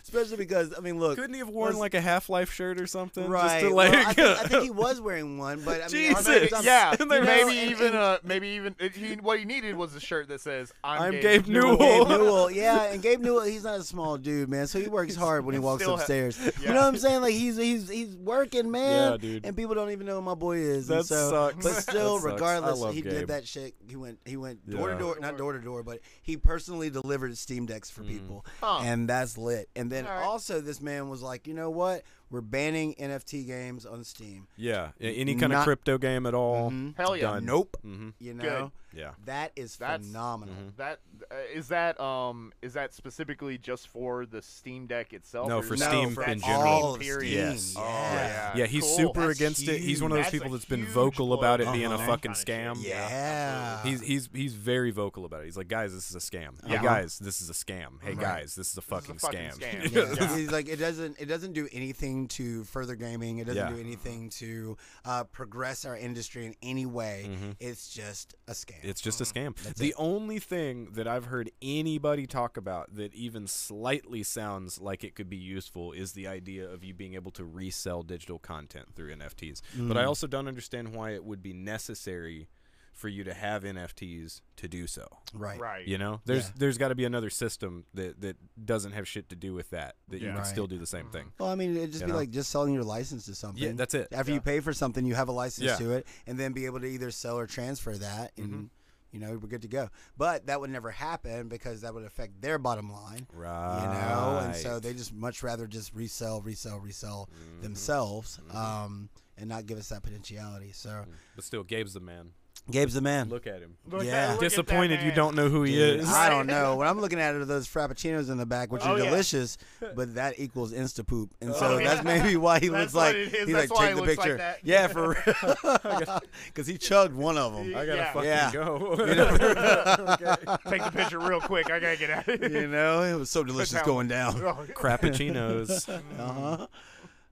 [SPEAKER 3] Especially because, I mean, look.
[SPEAKER 1] Couldn't he have worn
[SPEAKER 3] Was-
[SPEAKER 1] like a Half Life shirt or something? Just
[SPEAKER 3] right.
[SPEAKER 1] to,
[SPEAKER 3] well,
[SPEAKER 1] like,
[SPEAKER 3] I, think, I think he was wearing one, but I mean,
[SPEAKER 5] Or
[SPEAKER 3] I'm-
[SPEAKER 5] Maybe,
[SPEAKER 1] Jesus.
[SPEAKER 5] yeah,
[SPEAKER 1] And they're
[SPEAKER 5] maybe
[SPEAKER 3] just-
[SPEAKER 5] even uh, maybe even it, he, what he needed was a shirt that says "I'm,
[SPEAKER 1] I'm
[SPEAKER 5] Gabe
[SPEAKER 1] Gabe Newell.
[SPEAKER 3] Gabe Newell, yeah, and Gabe Newell, he's not a small dude, man. So he works hard when he walks
[SPEAKER 5] still ha-
[SPEAKER 3] upstairs.
[SPEAKER 5] Yeah.
[SPEAKER 3] You know what I'm saying? Like he's he's he's working, man.
[SPEAKER 1] Yeah, dude.
[SPEAKER 3] And people don't even know who my boy is.
[SPEAKER 1] That
[SPEAKER 3] and so,
[SPEAKER 1] sucks.
[SPEAKER 3] But still,
[SPEAKER 1] That sucks. I
[SPEAKER 3] regardless,
[SPEAKER 1] love
[SPEAKER 3] he
[SPEAKER 1] Gabe.
[SPEAKER 3] did that shit. He went he went door
[SPEAKER 1] Yeah.
[SPEAKER 3] to door, not door to door, but he personally delivered Steam decks for
[SPEAKER 1] Mm-hmm.
[SPEAKER 3] people,
[SPEAKER 5] Huh.
[SPEAKER 3] and that's lit. And then
[SPEAKER 5] All right.
[SPEAKER 3] also, this man was like, you know what? We're banning NFT games on Steam.
[SPEAKER 1] yeah. yeah, Any kind
[SPEAKER 3] Not-
[SPEAKER 1] of crypto game at all.
[SPEAKER 5] Hell yeah.
[SPEAKER 1] Done.
[SPEAKER 3] Nope.
[SPEAKER 1] Mm-hmm.
[SPEAKER 3] You know
[SPEAKER 1] Oh. Yeah. Mm-hmm.
[SPEAKER 3] that is
[SPEAKER 5] That's-
[SPEAKER 3] phenomenal.
[SPEAKER 5] That uh, is that um is that specifically just for the Steam Deck itself?
[SPEAKER 1] No,
[SPEAKER 5] or
[SPEAKER 1] for
[SPEAKER 5] is that
[SPEAKER 1] Steam
[SPEAKER 5] that
[SPEAKER 1] in
[SPEAKER 5] Steam
[SPEAKER 1] general.
[SPEAKER 3] all of
[SPEAKER 5] period?
[SPEAKER 3] Steam,
[SPEAKER 1] Yes.
[SPEAKER 5] Oh,
[SPEAKER 3] yeah.
[SPEAKER 5] yeah.
[SPEAKER 1] Yeah, he's
[SPEAKER 5] Cool.
[SPEAKER 1] super
[SPEAKER 5] That's
[SPEAKER 1] against it. He's one of those
[SPEAKER 5] huge.
[SPEAKER 1] people
[SPEAKER 5] That's
[SPEAKER 1] that's
[SPEAKER 5] a
[SPEAKER 1] been
[SPEAKER 5] huge
[SPEAKER 1] vocal about it
[SPEAKER 5] blow.
[SPEAKER 1] being a
[SPEAKER 5] Uh-huh.
[SPEAKER 1] fucking
[SPEAKER 5] Kinda
[SPEAKER 1] scam.
[SPEAKER 5] shit.
[SPEAKER 3] Yeah.
[SPEAKER 1] Um, He's he's he's very vocal about it. He's like, guys, this is a scam.
[SPEAKER 5] Yeah.
[SPEAKER 3] Uh-huh.
[SPEAKER 1] Hey guys, this is a scam. Hey
[SPEAKER 3] Right.
[SPEAKER 1] guys, this is a
[SPEAKER 5] This is
[SPEAKER 1] fucking,
[SPEAKER 5] a fucking scam.
[SPEAKER 1] Yeah.
[SPEAKER 5] Yeah.
[SPEAKER 3] Yeah. He's like it doesn't it doesn't do anything to further gaming. It doesn't
[SPEAKER 1] Yeah.
[SPEAKER 3] do anything to uh, progress our industry in any way. It's just a scam.
[SPEAKER 1] Mm-hmm. It's just a scam. the
[SPEAKER 3] Mm-hmm. it.
[SPEAKER 1] only thing that I've heard anybody talk about that even slightly sounds like it could be useful is the idea of you being able to resell digital content through NFTs. But
[SPEAKER 3] Mm.
[SPEAKER 1] I also don't understand why it would be necessary for you to have NFTs to do so.
[SPEAKER 3] right.
[SPEAKER 5] Right.
[SPEAKER 1] You know, there's
[SPEAKER 3] Yeah.
[SPEAKER 1] there's got to be another system that that doesn't have shit to do with that that you
[SPEAKER 5] Yeah.
[SPEAKER 1] can
[SPEAKER 3] Right. Mm-hmm.
[SPEAKER 1] still do the same thing.
[SPEAKER 3] Well, I mean, it'd just
[SPEAKER 1] You
[SPEAKER 3] be
[SPEAKER 1] know?
[SPEAKER 3] like just selling your license to something.
[SPEAKER 1] Yeah, that's it.
[SPEAKER 3] After you pay for something, you have a license
[SPEAKER 1] Yeah. Mm-hmm.
[SPEAKER 3] to it, and then be able to either sell or transfer that, and you know we're good to go. But that would never happen because that would affect their bottom line.
[SPEAKER 1] Right.
[SPEAKER 3] you know and so they just much rather just resell resell resell
[SPEAKER 1] Mm-hmm.
[SPEAKER 3] themselves um, and not give us that potentiality so
[SPEAKER 1] but still, Gabe's the man.
[SPEAKER 3] gabe's the man
[SPEAKER 1] Look at him.
[SPEAKER 5] Look at-
[SPEAKER 3] Yeah.
[SPEAKER 5] look at that
[SPEAKER 1] Disappointed you
[SPEAKER 5] man.
[SPEAKER 1] don't know who he
[SPEAKER 3] Dude,
[SPEAKER 1] is.
[SPEAKER 3] i don't know what i'm looking at are those frappuccinos in the back which
[SPEAKER 5] Oh,
[SPEAKER 3] are
[SPEAKER 5] yeah.
[SPEAKER 3] delicious but that equals insta poop and so
[SPEAKER 5] Oh, yeah.
[SPEAKER 3] that's maybe why he
[SPEAKER 5] That's
[SPEAKER 3] looks
[SPEAKER 5] what
[SPEAKER 3] like
[SPEAKER 5] it is.
[SPEAKER 3] he's
[SPEAKER 5] That's
[SPEAKER 3] like
[SPEAKER 5] why
[SPEAKER 3] take
[SPEAKER 5] he
[SPEAKER 3] the
[SPEAKER 5] looks like
[SPEAKER 3] picture
[SPEAKER 5] that.
[SPEAKER 3] yeah for real because he chugged one of them
[SPEAKER 1] I gotta
[SPEAKER 5] Yeah.
[SPEAKER 1] fucking
[SPEAKER 3] Yeah.
[SPEAKER 1] go.
[SPEAKER 5] Take the picture real quick. I gotta get out of
[SPEAKER 3] you
[SPEAKER 5] here.
[SPEAKER 3] know it was so delicious
[SPEAKER 5] how-
[SPEAKER 3] going down
[SPEAKER 5] Oh,
[SPEAKER 1] Crappuccinos.
[SPEAKER 3] uh-huh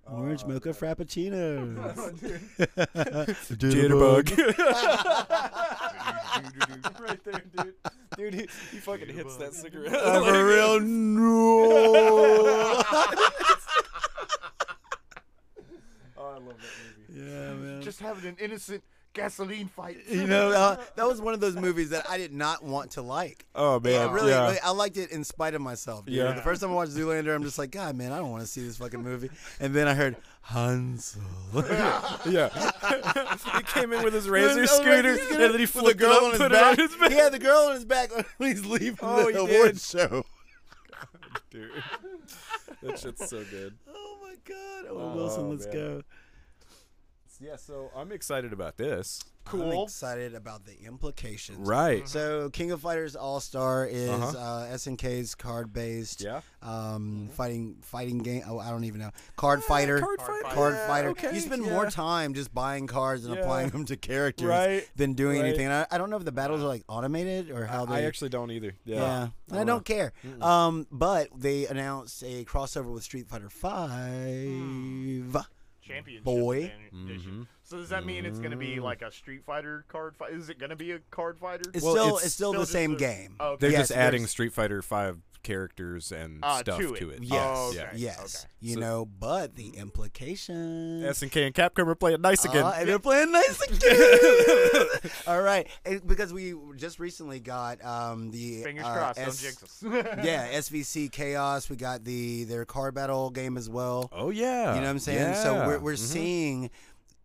[SPEAKER 3] Orange
[SPEAKER 5] Oh,
[SPEAKER 3] mocha frappuccino.
[SPEAKER 1] Jitterbug.
[SPEAKER 2] right there, dude.
[SPEAKER 1] Dude, he, he fucking hits that cigarette.
[SPEAKER 3] Oh, for real? No.
[SPEAKER 2] Oh, I love that movie.
[SPEAKER 3] yeah, man.
[SPEAKER 5] Just having an innocent gasoline fight.
[SPEAKER 3] you know, uh, that was one of those movies that I did not want to like.
[SPEAKER 1] oh man,
[SPEAKER 3] Yeah, really,
[SPEAKER 1] yeah.
[SPEAKER 3] really, I liked it in spite of myself. dude.
[SPEAKER 1] Yeah.
[SPEAKER 3] The first time I watched Zoolander, I'm just like, God, man, I don't want to see this fucking movie. And then I heard Hansel.
[SPEAKER 1] yeah. he came in with his
[SPEAKER 3] Oh,
[SPEAKER 1] razor
[SPEAKER 3] razor
[SPEAKER 1] scooter,
[SPEAKER 3] scooter
[SPEAKER 1] and then he
[SPEAKER 3] with
[SPEAKER 1] flipped
[SPEAKER 3] the
[SPEAKER 1] it up,
[SPEAKER 3] girl on his
[SPEAKER 1] put it
[SPEAKER 3] back.
[SPEAKER 1] on his back.
[SPEAKER 3] He had the girl on his back when he's leaving
[SPEAKER 1] Oh,
[SPEAKER 3] the
[SPEAKER 1] he
[SPEAKER 3] award
[SPEAKER 1] did.
[SPEAKER 3] show.
[SPEAKER 1] Dude, that shit's so good.
[SPEAKER 3] Oh my God. Oh, Wilson,
[SPEAKER 1] Oh,
[SPEAKER 3] let's
[SPEAKER 1] man.
[SPEAKER 3] go.
[SPEAKER 1] Yeah, so I'm excited about this.
[SPEAKER 3] I'm
[SPEAKER 5] Cool.
[SPEAKER 3] excited about the implications.
[SPEAKER 1] Right.
[SPEAKER 3] So King of Fighters All Star is
[SPEAKER 1] Uh-huh.
[SPEAKER 3] uh, SNK's card based
[SPEAKER 1] Yeah.
[SPEAKER 3] um, fighting fighting game. Oh, I don't even know card fighter.
[SPEAKER 1] Mm-hmm. card fight-
[SPEAKER 5] Card fighter.
[SPEAKER 3] Card
[SPEAKER 1] yeah,
[SPEAKER 3] fighter.
[SPEAKER 1] okay,
[SPEAKER 3] you spend
[SPEAKER 1] yeah.
[SPEAKER 3] more time just buying cards and
[SPEAKER 1] Yeah.
[SPEAKER 3] applying them to characters
[SPEAKER 1] Right,
[SPEAKER 3] than doing
[SPEAKER 1] right.
[SPEAKER 3] anything. And I, I don't know if the battles are like automated or how they.
[SPEAKER 1] I actually don't either. Yeah.
[SPEAKER 3] yeah, And I don't care. Um, but they announced a crossover with Street Fighter
[SPEAKER 1] Hmm.
[SPEAKER 3] Five.
[SPEAKER 5] Championship
[SPEAKER 3] Boy.
[SPEAKER 5] edition.
[SPEAKER 1] Mm-hmm.
[SPEAKER 5] So does that mean it's gonna be like a Street Fighter card fight? Is it gonna be a card fighter?
[SPEAKER 3] It's
[SPEAKER 1] Well,
[SPEAKER 3] still
[SPEAKER 1] it's
[SPEAKER 3] it's, still, the
[SPEAKER 5] just
[SPEAKER 3] same
[SPEAKER 5] a-
[SPEAKER 3] game.
[SPEAKER 5] Oh, okay.
[SPEAKER 1] They're
[SPEAKER 3] Yes,
[SPEAKER 1] just adding
[SPEAKER 3] there's-
[SPEAKER 1] Street Fighter Five characters and
[SPEAKER 5] Uh,
[SPEAKER 1] stuff
[SPEAKER 5] to
[SPEAKER 1] Ah, to
[SPEAKER 5] it.
[SPEAKER 1] it.
[SPEAKER 3] Yes.
[SPEAKER 5] Oh, okay.
[SPEAKER 1] Yeah.
[SPEAKER 3] Yes.
[SPEAKER 5] okay.
[SPEAKER 3] You
[SPEAKER 1] So-
[SPEAKER 3] know, but the implications.
[SPEAKER 1] SNK and Capcom are playing nice again.
[SPEAKER 3] Ah, and they're playing nice again. All right, and because we just recently got um, the
[SPEAKER 5] Fingers
[SPEAKER 3] uh,
[SPEAKER 5] crossed.
[SPEAKER 3] S-
[SPEAKER 5] don't jinx us.
[SPEAKER 3] yeah, SVC Chaos. We got the their card battle game as well.
[SPEAKER 1] oh yeah.
[SPEAKER 3] You know what I'm saying? So
[SPEAKER 1] Yeah.
[SPEAKER 3] we're, we're
[SPEAKER 1] Mhm.
[SPEAKER 3] seeing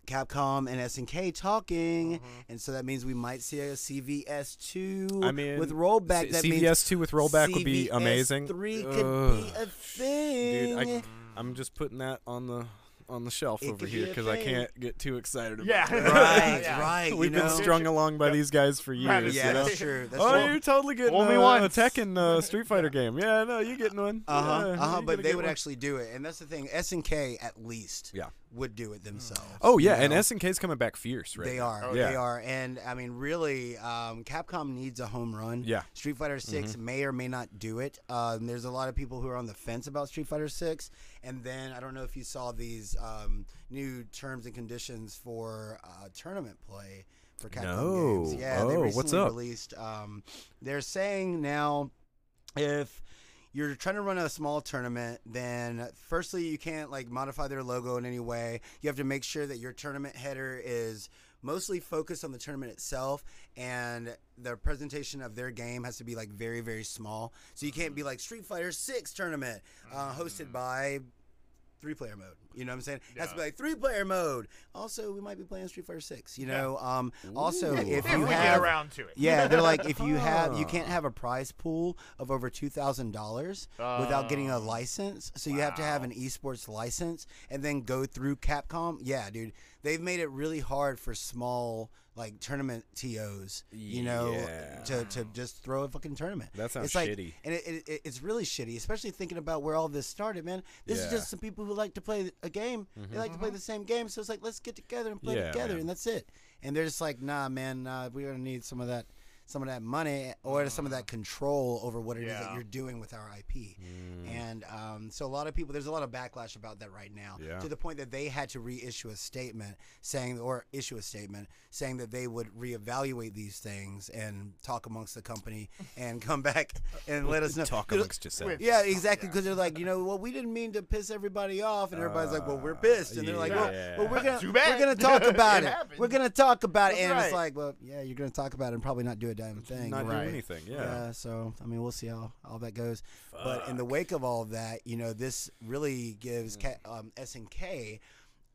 [SPEAKER 3] Capcom and SNK talking, and so that means we might see a CVS two.
[SPEAKER 1] I mean,
[SPEAKER 3] with rollback,
[SPEAKER 1] C-
[SPEAKER 3] that means
[SPEAKER 1] CVS two with rollback would be amazing.
[SPEAKER 3] Three could be
[SPEAKER 1] Ugh.
[SPEAKER 3] a thing.
[SPEAKER 1] Dude, I, I'm just putting that on the on the shelf
[SPEAKER 3] It
[SPEAKER 1] over
[SPEAKER 3] could
[SPEAKER 1] here
[SPEAKER 3] be a
[SPEAKER 1] because I
[SPEAKER 3] thing.
[SPEAKER 1] can't get too excited about
[SPEAKER 5] Yeah.
[SPEAKER 1] that.
[SPEAKER 3] right,
[SPEAKER 5] Yeah.
[SPEAKER 3] right.
[SPEAKER 1] We've
[SPEAKER 3] you know?
[SPEAKER 1] been strung along by
[SPEAKER 5] Yep.
[SPEAKER 1] these guys for years.
[SPEAKER 5] Right,
[SPEAKER 1] you
[SPEAKER 3] Yeah,
[SPEAKER 1] know?
[SPEAKER 3] that's true. That's
[SPEAKER 1] oh,
[SPEAKER 3] true.
[SPEAKER 1] you're totally getting
[SPEAKER 5] Only
[SPEAKER 1] a, a
[SPEAKER 5] once.
[SPEAKER 1] Tekken uh, Street Fighter game. Yeah, no, you're getting one.
[SPEAKER 3] Uh huh.
[SPEAKER 1] Yeah,
[SPEAKER 3] uh huh.
[SPEAKER 1] you're
[SPEAKER 3] But
[SPEAKER 1] gonna
[SPEAKER 3] they
[SPEAKER 1] get
[SPEAKER 3] would
[SPEAKER 1] one.
[SPEAKER 3] actually do it, and that's the thing. S and K at least
[SPEAKER 1] Yeah.
[SPEAKER 3] would do it themselves.
[SPEAKER 1] Oh
[SPEAKER 3] you
[SPEAKER 1] yeah, and
[SPEAKER 3] know?
[SPEAKER 1] SNK's coming back fierce, right?
[SPEAKER 3] They
[SPEAKER 1] now.
[SPEAKER 3] are.
[SPEAKER 5] Oh,
[SPEAKER 1] yeah.
[SPEAKER 3] They are. And I mean, really, um, Capcom needs a home run.
[SPEAKER 1] Yeah.
[SPEAKER 3] Street Fighter 6 may or may not do it. Um, there's a lot of people who are on the fence about Street Fighter Six. And then I don't know if you saw these um, new terms and conditions for uh, tournament play for Capcom
[SPEAKER 1] No.
[SPEAKER 3] games. Yeah. they
[SPEAKER 1] Oh,
[SPEAKER 3] recently
[SPEAKER 1] what's up?
[SPEAKER 3] released. Um, they're saying now if you're trying to run a small tournament, then firstly you can't like modify their logo in any way. You have to make sure that your tournament header is mostly focused on the tournament itself and the presentation of their game has to be like very very small. So you can't be like Street Fighter 6 tournament uh, hosted by three player mode. You know what I'm saying? That's
[SPEAKER 5] Yeah.
[SPEAKER 3] like three player mode. Also, we might be playing Street Fighter 6, you know. Um also if
[SPEAKER 5] if
[SPEAKER 3] you
[SPEAKER 5] we
[SPEAKER 3] have
[SPEAKER 5] get around to it.
[SPEAKER 3] yeah, they're like if you have you can't have a prize pool of over two thousand dollars without getting a
[SPEAKER 5] Oh,
[SPEAKER 3] license. So you have to have an esports license and then go through Capcom. Yeah, dude, they've made it really hard for small like tournament tos. You know,
[SPEAKER 1] Yeah.
[SPEAKER 3] to to just throw a fucking tournament.
[SPEAKER 1] That sounds
[SPEAKER 3] it's like,
[SPEAKER 1] shitty.
[SPEAKER 3] and it, it, it, it's really shitty, especially thinking about where all this started, man. This is
[SPEAKER 1] Yeah.
[SPEAKER 3] just some people who like to play a game. They like to play the same game, so it's like let's get together and play
[SPEAKER 1] Yeah,
[SPEAKER 3] together,
[SPEAKER 1] man.
[SPEAKER 3] and that's it. And they're just like, nah, man, nah, we're gonna need some of that, some of that money or some
[SPEAKER 1] Mm-hmm.
[SPEAKER 3] of that control over what it is that
[SPEAKER 5] Yeah.
[SPEAKER 3] you're doing with our IP.
[SPEAKER 1] Mm.
[SPEAKER 3] And um, so a lot of people, there's a lot of backlash about that right now,
[SPEAKER 1] Yeah.
[SPEAKER 3] to the point that they had to reissue a statement saying, or issue a statement saying that they would reevaluate these things and talk amongst the company and come back and let us know.
[SPEAKER 1] Talk
[SPEAKER 3] Dude,
[SPEAKER 1] amongst yourselves.
[SPEAKER 5] Wait.
[SPEAKER 3] yeah, exactly. Because they're like, you know, well, we didn't mean to piss everybody off, and everybody's like, well, we're
[SPEAKER 1] Uh,
[SPEAKER 3] pissed, and they're like, well,
[SPEAKER 1] yeah.
[SPEAKER 3] well we're gonna
[SPEAKER 5] Too
[SPEAKER 3] we're
[SPEAKER 5] bad.
[SPEAKER 3] gonna talk about
[SPEAKER 5] It
[SPEAKER 3] it.
[SPEAKER 5] happened.
[SPEAKER 3] We're gonna talk about it,
[SPEAKER 5] That's
[SPEAKER 3] and it's
[SPEAKER 5] right.
[SPEAKER 3] like, well, yeah, you're gonna talk about it and probably not do a damn thing.
[SPEAKER 1] Not
[SPEAKER 3] right.
[SPEAKER 1] do anything. Yeah.
[SPEAKER 3] Yeah, so I mean, we'll see how all that goes. But in the wake of all that, you know, this really gives
[SPEAKER 1] Mm.
[SPEAKER 3] Ca- um, S and K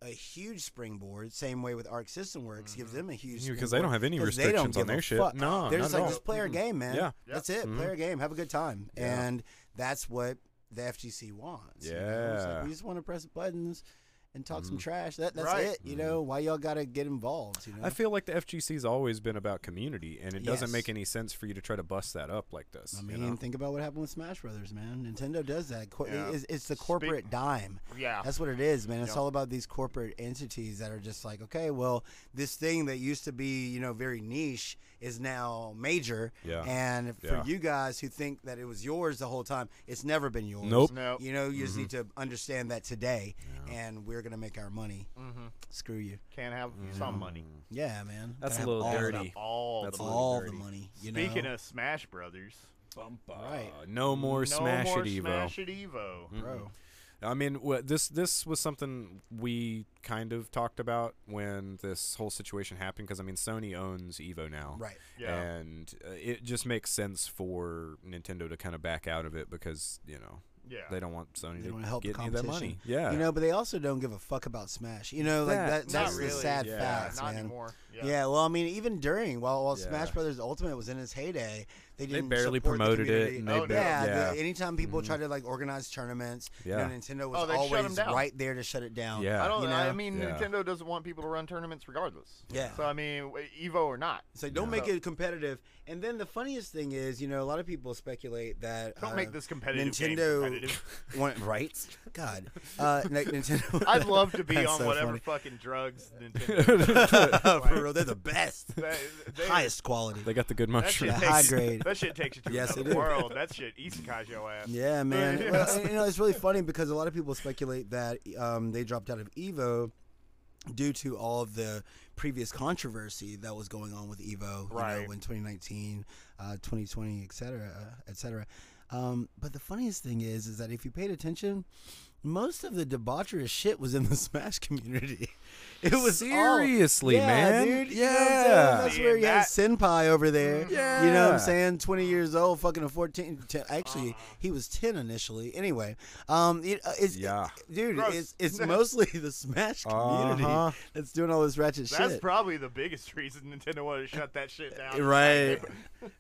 [SPEAKER 3] a huge springboard. Same way with Arc System Works, gives them a huge
[SPEAKER 1] Mm-hmm. Yeah, 'cause they don't have any
[SPEAKER 3] 'cause they don't
[SPEAKER 1] restrictions on
[SPEAKER 3] give a
[SPEAKER 1] their shit.
[SPEAKER 3] fuck.
[SPEAKER 1] No,
[SPEAKER 3] they're
[SPEAKER 1] not
[SPEAKER 3] just
[SPEAKER 1] at
[SPEAKER 3] like
[SPEAKER 1] all. Mm-hmm.
[SPEAKER 3] just play our game, man.
[SPEAKER 1] Yeah. Mm-hmm.
[SPEAKER 3] that's it. Play our game, have a good time, and that's what the FGC wants. you know? It's like,
[SPEAKER 1] Yeah. Mm.
[SPEAKER 3] we just want to press buttons. And talk some trash. That, that's
[SPEAKER 5] Right.
[SPEAKER 3] it. You know why y'all gotta get involved. You know.
[SPEAKER 1] I feel like the FGC's always been about community, and it doesn't
[SPEAKER 3] Yes.
[SPEAKER 1] make any sense for you to try to bust that up like this.
[SPEAKER 3] I
[SPEAKER 1] you
[SPEAKER 3] mean,
[SPEAKER 1] know?
[SPEAKER 3] think about what happened with Smash Brothers, man. Nintendo does that. Co-
[SPEAKER 5] Yeah.
[SPEAKER 3] it's, it's the corporate dime.
[SPEAKER 5] Yeah.
[SPEAKER 3] That's what it is, man. It's all about these corporate entities that are just like, okay, well, this thing that used to be, you know, very niche is now major.
[SPEAKER 1] Yeah.
[SPEAKER 3] And for
[SPEAKER 1] Yeah.
[SPEAKER 3] you guys who think that it was yours the whole time, it's never been yours.
[SPEAKER 1] Nope. Mm-hmm.
[SPEAKER 5] Nope.
[SPEAKER 3] You know, you just need to understand that today, and we're gonna make our money.
[SPEAKER 5] Mhm.
[SPEAKER 3] Screw you.
[SPEAKER 5] Can't have some money.
[SPEAKER 3] Yeah, man.
[SPEAKER 1] That's
[SPEAKER 3] Gotta
[SPEAKER 1] a
[SPEAKER 3] have
[SPEAKER 1] little
[SPEAKER 3] all the-
[SPEAKER 1] dirty.
[SPEAKER 5] All
[SPEAKER 1] Mm-hmm. That's
[SPEAKER 5] the
[SPEAKER 1] a little
[SPEAKER 3] all
[SPEAKER 1] dirty.
[SPEAKER 3] the money. You know?
[SPEAKER 5] Speaking of Smash Brothers,
[SPEAKER 3] right,
[SPEAKER 1] Uh, no more
[SPEAKER 5] no
[SPEAKER 1] Smash
[SPEAKER 5] more
[SPEAKER 1] at Evo. Mm-hmm.
[SPEAKER 5] Smash at Evo.
[SPEAKER 3] bro.
[SPEAKER 1] I mean, wha- this this was something we kind of talked about when this whole situation happened because I mean, Sony owns Evo now,
[SPEAKER 3] Right.
[SPEAKER 5] Yeah.
[SPEAKER 1] And uh, it just makes sense for Nintendo to kind of back out of it because you know
[SPEAKER 5] Yeah.
[SPEAKER 1] they don't want Sony
[SPEAKER 3] They
[SPEAKER 1] to
[SPEAKER 3] want to help
[SPEAKER 1] get
[SPEAKER 3] the
[SPEAKER 1] any of that
[SPEAKER 3] competition.
[SPEAKER 1] money. Yeah,
[SPEAKER 3] You know, but they also don't give a fuck about Smash. You know, like
[SPEAKER 1] That-
[SPEAKER 3] that,
[SPEAKER 5] Not
[SPEAKER 3] that's the
[SPEAKER 5] really.
[SPEAKER 3] sad
[SPEAKER 1] Yeah.
[SPEAKER 3] fact,
[SPEAKER 5] Not
[SPEAKER 3] man.
[SPEAKER 5] anymore.
[SPEAKER 3] Yeah. well, I mean, even during while while Smash
[SPEAKER 1] Yeah.
[SPEAKER 3] Brothers Ultimate was in its heyday, they
[SPEAKER 1] they
[SPEAKER 3] didn't
[SPEAKER 1] barely
[SPEAKER 3] support the
[SPEAKER 1] promoted it.
[SPEAKER 3] community.
[SPEAKER 1] And
[SPEAKER 5] Oh,
[SPEAKER 1] they
[SPEAKER 5] no.
[SPEAKER 1] ba-
[SPEAKER 3] yeah, the-
[SPEAKER 1] yeah,
[SPEAKER 3] anytime people try to like organize tournaments,
[SPEAKER 1] Yeah.
[SPEAKER 3] you know, Nintendo
[SPEAKER 5] Mm-hmm. Oh,
[SPEAKER 3] was
[SPEAKER 5] they shut 'em
[SPEAKER 3] always
[SPEAKER 5] down.
[SPEAKER 3] right there to shut it down.
[SPEAKER 1] Yeah.
[SPEAKER 5] I don't.
[SPEAKER 3] you know?
[SPEAKER 5] I mean,
[SPEAKER 1] Yeah.
[SPEAKER 5] Nintendo doesn't want people to run tournaments regardless.
[SPEAKER 3] Yeah.
[SPEAKER 5] So I mean, w- Evo or not,
[SPEAKER 3] It's like don't
[SPEAKER 5] Yeah.
[SPEAKER 3] make it competitive. And then the funniest thing is, you know, a lot of people speculate that
[SPEAKER 5] don't
[SPEAKER 3] uh,
[SPEAKER 5] make this competitive. game
[SPEAKER 3] Nintendo
[SPEAKER 5] competitive.
[SPEAKER 3] want, right? God, uh, like Nintendo.
[SPEAKER 5] I'd love to be
[SPEAKER 3] That's
[SPEAKER 5] on
[SPEAKER 3] so
[SPEAKER 5] whatever
[SPEAKER 3] funny.
[SPEAKER 5] fucking drugs Nintendo.
[SPEAKER 3] For real, they're the best,
[SPEAKER 5] they, they,
[SPEAKER 3] highest quality.
[SPEAKER 1] they got the good
[SPEAKER 5] That shit,
[SPEAKER 1] mushrooms.
[SPEAKER 3] high
[SPEAKER 5] takes,
[SPEAKER 3] grade.
[SPEAKER 5] that shit takes you to
[SPEAKER 3] Yes, they
[SPEAKER 5] another
[SPEAKER 3] do.
[SPEAKER 5] world. That shit isekai's your ass.
[SPEAKER 3] Yeah, man.
[SPEAKER 5] Yeah.
[SPEAKER 3] Well, and, you know, it's really funny because a lot of people speculate that um, they dropped out of Evo due to all of the previous controversy that was going on with Evo, you
[SPEAKER 5] Right.
[SPEAKER 3] know, in 2019, uh, 2020, et cetera, et cetera. Um, but the funniest thing is, is that if you paid attention, most of the debaucherous shit was in the Smash community. It was all-
[SPEAKER 1] Seriously,
[SPEAKER 3] Oh, yeah,
[SPEAKER 1] man.
[SPEAKER 3] Dude, you know what I'm
[SPEAKER 1] yeah.
[SPEAKER 3] saying? that's
[SPEAKER 5] Yeah,
[SPEAKER 3] where you had
[SPEAKER 5] that- Mm-hmm.
[SPEAKER 3] Senpai over there. You know
[SPEAKER 1] Yeah.
[SPEAKER 3] what I'm saying? 20 years old, fucking a 14. 10, actually, he was 10 initially. Anyway, um, it, uh, it's,
[SPEAKER 1] Yeah.
[SPEAKER 3] dude,
[SPEAKER 5] Gross.
[SPEAKER 3] it's, it's mostly the Smash community
[SPEAKER 1] Uh-huh.
[SPEAKER 3] that's doing all this ratchet
[SPEAKER 5] That's
[SPEAKER 3] shit. Eh,
[SPEAKER 5] probably the biggest reason Nintendo wanted to shut that shit down.
[SPEAKER 3] right.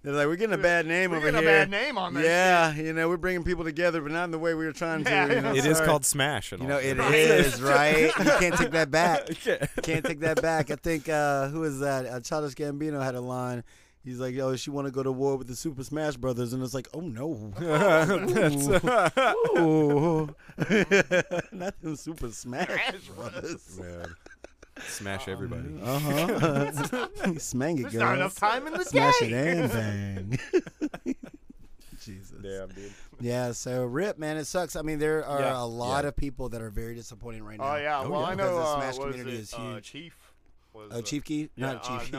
[SPEAKER 3] They're like, we're getting a bad name
[SPEAKER 5] We're
[SPEAKER 3] over
[SPEAKER 5] getting a
[SPEAKER 3] here.
[SPEAKER 5] bad name on that
[SPEAKER 3] yeah, you know, we're bringing people together, but not in the way we were trying to.
[SPEAKER 5] Yeah,
[SPEAKER 3] you know,
[SPEAKER 1] It is
[SPEAKER 3] sorry.
[SPEAKER 1] called Smash. And
[SPEAKER 3] You
[SPEAKER 1] all
[SPEAKER 3] know, it
[SPEAKER 1] that.
[SPEAKER 3] is right. You can't take that back.
[SPEAKER 1] Yeah.
[SPEAKER 3] Can't take that back. I think uh, who is that? Uh, Childish Gambino had a line. He's like, "Yo, she want to go to war with the Super Smash Brothers," and it's like, "Oh no,
[SPEAKER 1] That's-
[SPEAKER 3] Ooh. not the Super Smash Brothers."
[SPEAKER 1] Oh, Man. Smash everybody.
[SPEAKER 3] Uh
[SPEAKER 1] Uh-huh.
[SPEAKER 3] huh. Smang it,
[SPEAKER 5] There's not
[SPEAKER 3] girl.
[SPEAKER 5] enough time in the
[SPEAKER 3] Smash
[SPEAKER 5] day.
[SPEAKER 3] it and bang. Jesus.
[SPEAKER 1] dude.
[SPEAKER 3] Yeah. So rip, man. It sucks. I mean, there are
[SPEAKER 1] Yeah.
[SPEAKER 3] a lot
[SPEAKER 1] Yeah.
[SPEAKER 3] of people that are very disappointed right now.
[SPEAKER 5] Oh yeah.
[SPEAKER 1] Oh,
[SPEAKER 5] well,
[SPEAKER 1] yeah.
[SPEAKER 5] I
[SPEAKER 3] Because
[SPEAKER 5] know.
[SPEAKER 3] the
[SPEAKER 5] uh,
[SPEAKER 3] Smash
[SPEAKER 5] what
[SPEAKER 3] community
[SPEAKER 5] it?
[SPEAKER 3] is
[SPEAKER 5] Uh,
[SPEAKER 3] huge.
[SPEAKER 5] Chief. Was
[SPEAKER 3] Oh,
[SPEAKER 5] the-
[SPEAKER 3] Chief Keef.
[SPEAKER 5] Yeah,
[SPEAKER 3] Not Chief
[SPEAKER 5] uh,
[SPEAKER 3] Keef.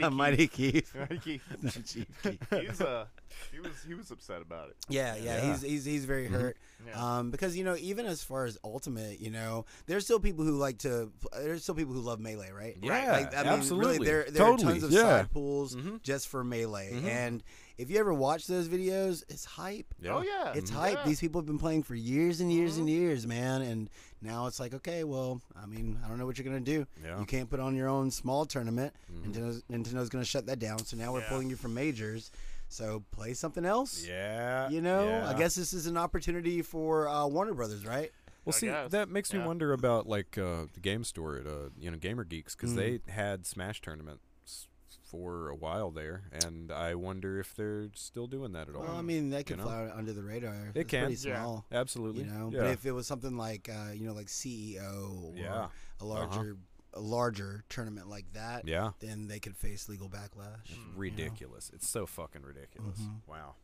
[SPEAKER 5] no, Mighty Keef.
[SPEAKER 3] Mighty Keith.
[SPEAKER 5] Mighty Keith.
[SPEAKER 3] Not Chief Keef.
[SPEAKER 5] He's uh, he was he was upset about it.
[SPEAKER 3] Yeah, yeah,
[SPEAKER 1] Yeah.
[SPEAKER 3] he's he's he's very hurt.
[SPEAKER 5] Yeah.
[SPEAKER 3] Um, because you know, even as far as ultimate, you know, there's still people who like to. There's still people who love melee, right?
[SPEAKER 1] Yeah,
[SPEAKER 3] like, I mean, Really,
[SPEAKER 1] absolutely.
[SPEAKER 3] there there
[SPEAKER 1] Totally,
[SPEAKER 3] are tons of
[SPEAKER 1] yeah.
[SPEAKER 3] side pools
[SPEAKER 5] Mm-hmm.
[SPEAKER 1] Mhm.
[SPEAKER 3] just for melee, and if you ever watch those videos, it's hype.
[SPEAKER 1] Yeah.
[SPEAKER 5] Oh yeah.
[SPEAKER 3] It's
[SPEAKER 5] Mhm.
[SPEAKER 3] hype.
[SPEAKER 5] Yeah. Mm-hmm.
[SPEAKER 3] These people have been playing for years and years and years, man. And now it's like, okay, well, I mean, I don't know what you're gonna do.
[SPEAKER 1] Yeah.
[SPEAKER 3] You can't put on your own small tournament.
[SPEAKER 1] Mm-hmm.
[SPEAKER 3] Nintendo's, Nintendo's gonna shut that down. So now we're
[SPEAKER 5] Yeah.
[SPEAKER 3] pulling you from majors. So play something else.
[SPEAKER 1] Yeah.
[SPEAKER 3] You know, I
[SPEAKER 1] yeah.
[SPEAKER 3] guess this is an opportunity for uh, Warner Brothers, right?
[SPEAKER 1] Well,
[SPEAKER 5] I
[SPEAKER 1] see,
[SPEAKER 5] guess.
[SPEAKER 1] that makes
[SPEAKER 5] Yeah.
[SPEAKER 1] me wonder about like uh, the game store at uh, you know Gamer Geeks because
[SPEAKER 3] Mm.
[SPEAKER 1] they had Smash tournaments for a while there, and I wonder if they're still doing that at all.
[SPEAKER 3] Well, I mean, that can
[SPEAKER 1] know?
[SPEAKER 3] fly under the radar.
[SPEAKER 1] It
[SPEAKER 3] it's
[SPEAKER 1] can.
[SPEAKER 3] pretty
[SPEAKER 5] Yeah.
[SPEAKER 3] small,
[SPEAKER 1] absolutely.
[SPEAKER 3] you know.
[SPEAKER 1] yeah.
[SPEAKER 3] But if it was something like, uh, you know, like CEO or
[SPEAKER 1] Yeah. Uh-huh.
[SPEAKER 3] a larger, a larger tournament like that,
[SPEAKER 1] yeah. Mm-hmm.
[SPEAKER 3] then they could face legal backlash.
[SPEAKER 1] ridiculous. It's so fucking ridiculous.
[SPEAKER 3] Mm-hmm.
[SPEAKER 1] Wow.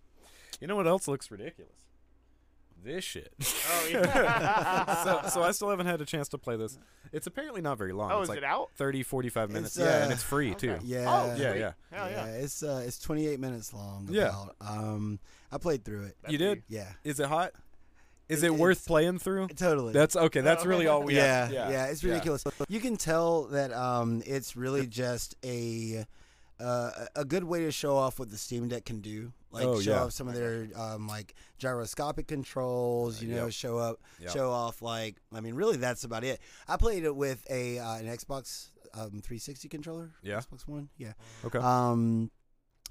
[SPEAKER 1] You know what else looks ridiculous? This shit.
[SPEAKER 5] Oh yeah.
[SPEAKER 1] so, so I still haven't had a chance to play this. It's apparently not very long.
[SPEAKER 5] Oh,
[SPEAKER 1] it's
[SPEAKER 5] is
[SPEAKER 1] like
[SPEAKER 5] it out?
[SPEAKER 1] 30, 45 minutes.
[SPEAKER 3] It's,
[SPEAKER 1] yeah,
[SPEAKER 3] uh,
[SPEAKER 1] and it's free too.
[SPEAKER 5] okay.
[SPEAKER 3] Yeah.
[SPEAKER 5] Oh,
[SPEAKER 1] Yeah,
[SPEAKER 5] sweet.
[SPEAKER 1] yeah.
[SPEAKER 5] Hell yeah.
[SPEAKER 3] It's uh, it's 28 minutes long.
[SPEAKER 1] Yeah.
[SPEAKER 3] About. Um, I played through it.
[SPEAKER 5] That'd
[SPEAKER 1] You did?
[SPEAKER 5] be-
[SPEAKER 3] Yeah.
[SPEAKER 1] Is it hot? Is
[SPEAKER 3] It-
[SPEAKER 1] it worth
[SPEAKER 3] it's-
[SPEAKER 1] playing through?
[SPEAKER 3] Totally.
[SPEAKER 1] That's okay.
[SPEAKER 3] Oh,
[SPEAKER 1] That's really all we
[SPEAKER 3] yeah,
[SPEAKER 1] have.
[SPEAKER 3] yeah, it's ridiculous. You can tell that um, it's really just a uh, a good way to show off what the Steam Deck can do. Like
[SPEAKER 1] Oh,
[SPEAKER 3] show
[SPEAKER 1] yeah.
[SPEAKER 3] off some of their um, like gyroscopic controls. You know,
[SPEAKER 1] Uh, yep.
[SPEAKER 3] show up,
[SPEAKER 1] Yep.
[SPEAKER 3] show off. Like I mean, really, that's about it. I played it with a uh, an Xbox um, 360 controller.
[SPEAKER 1] Yeah.
[SPEAKER 3] Xbox One. Yeah.
[SPEAKER 1] Okay.
[SPEAKER 3] Um,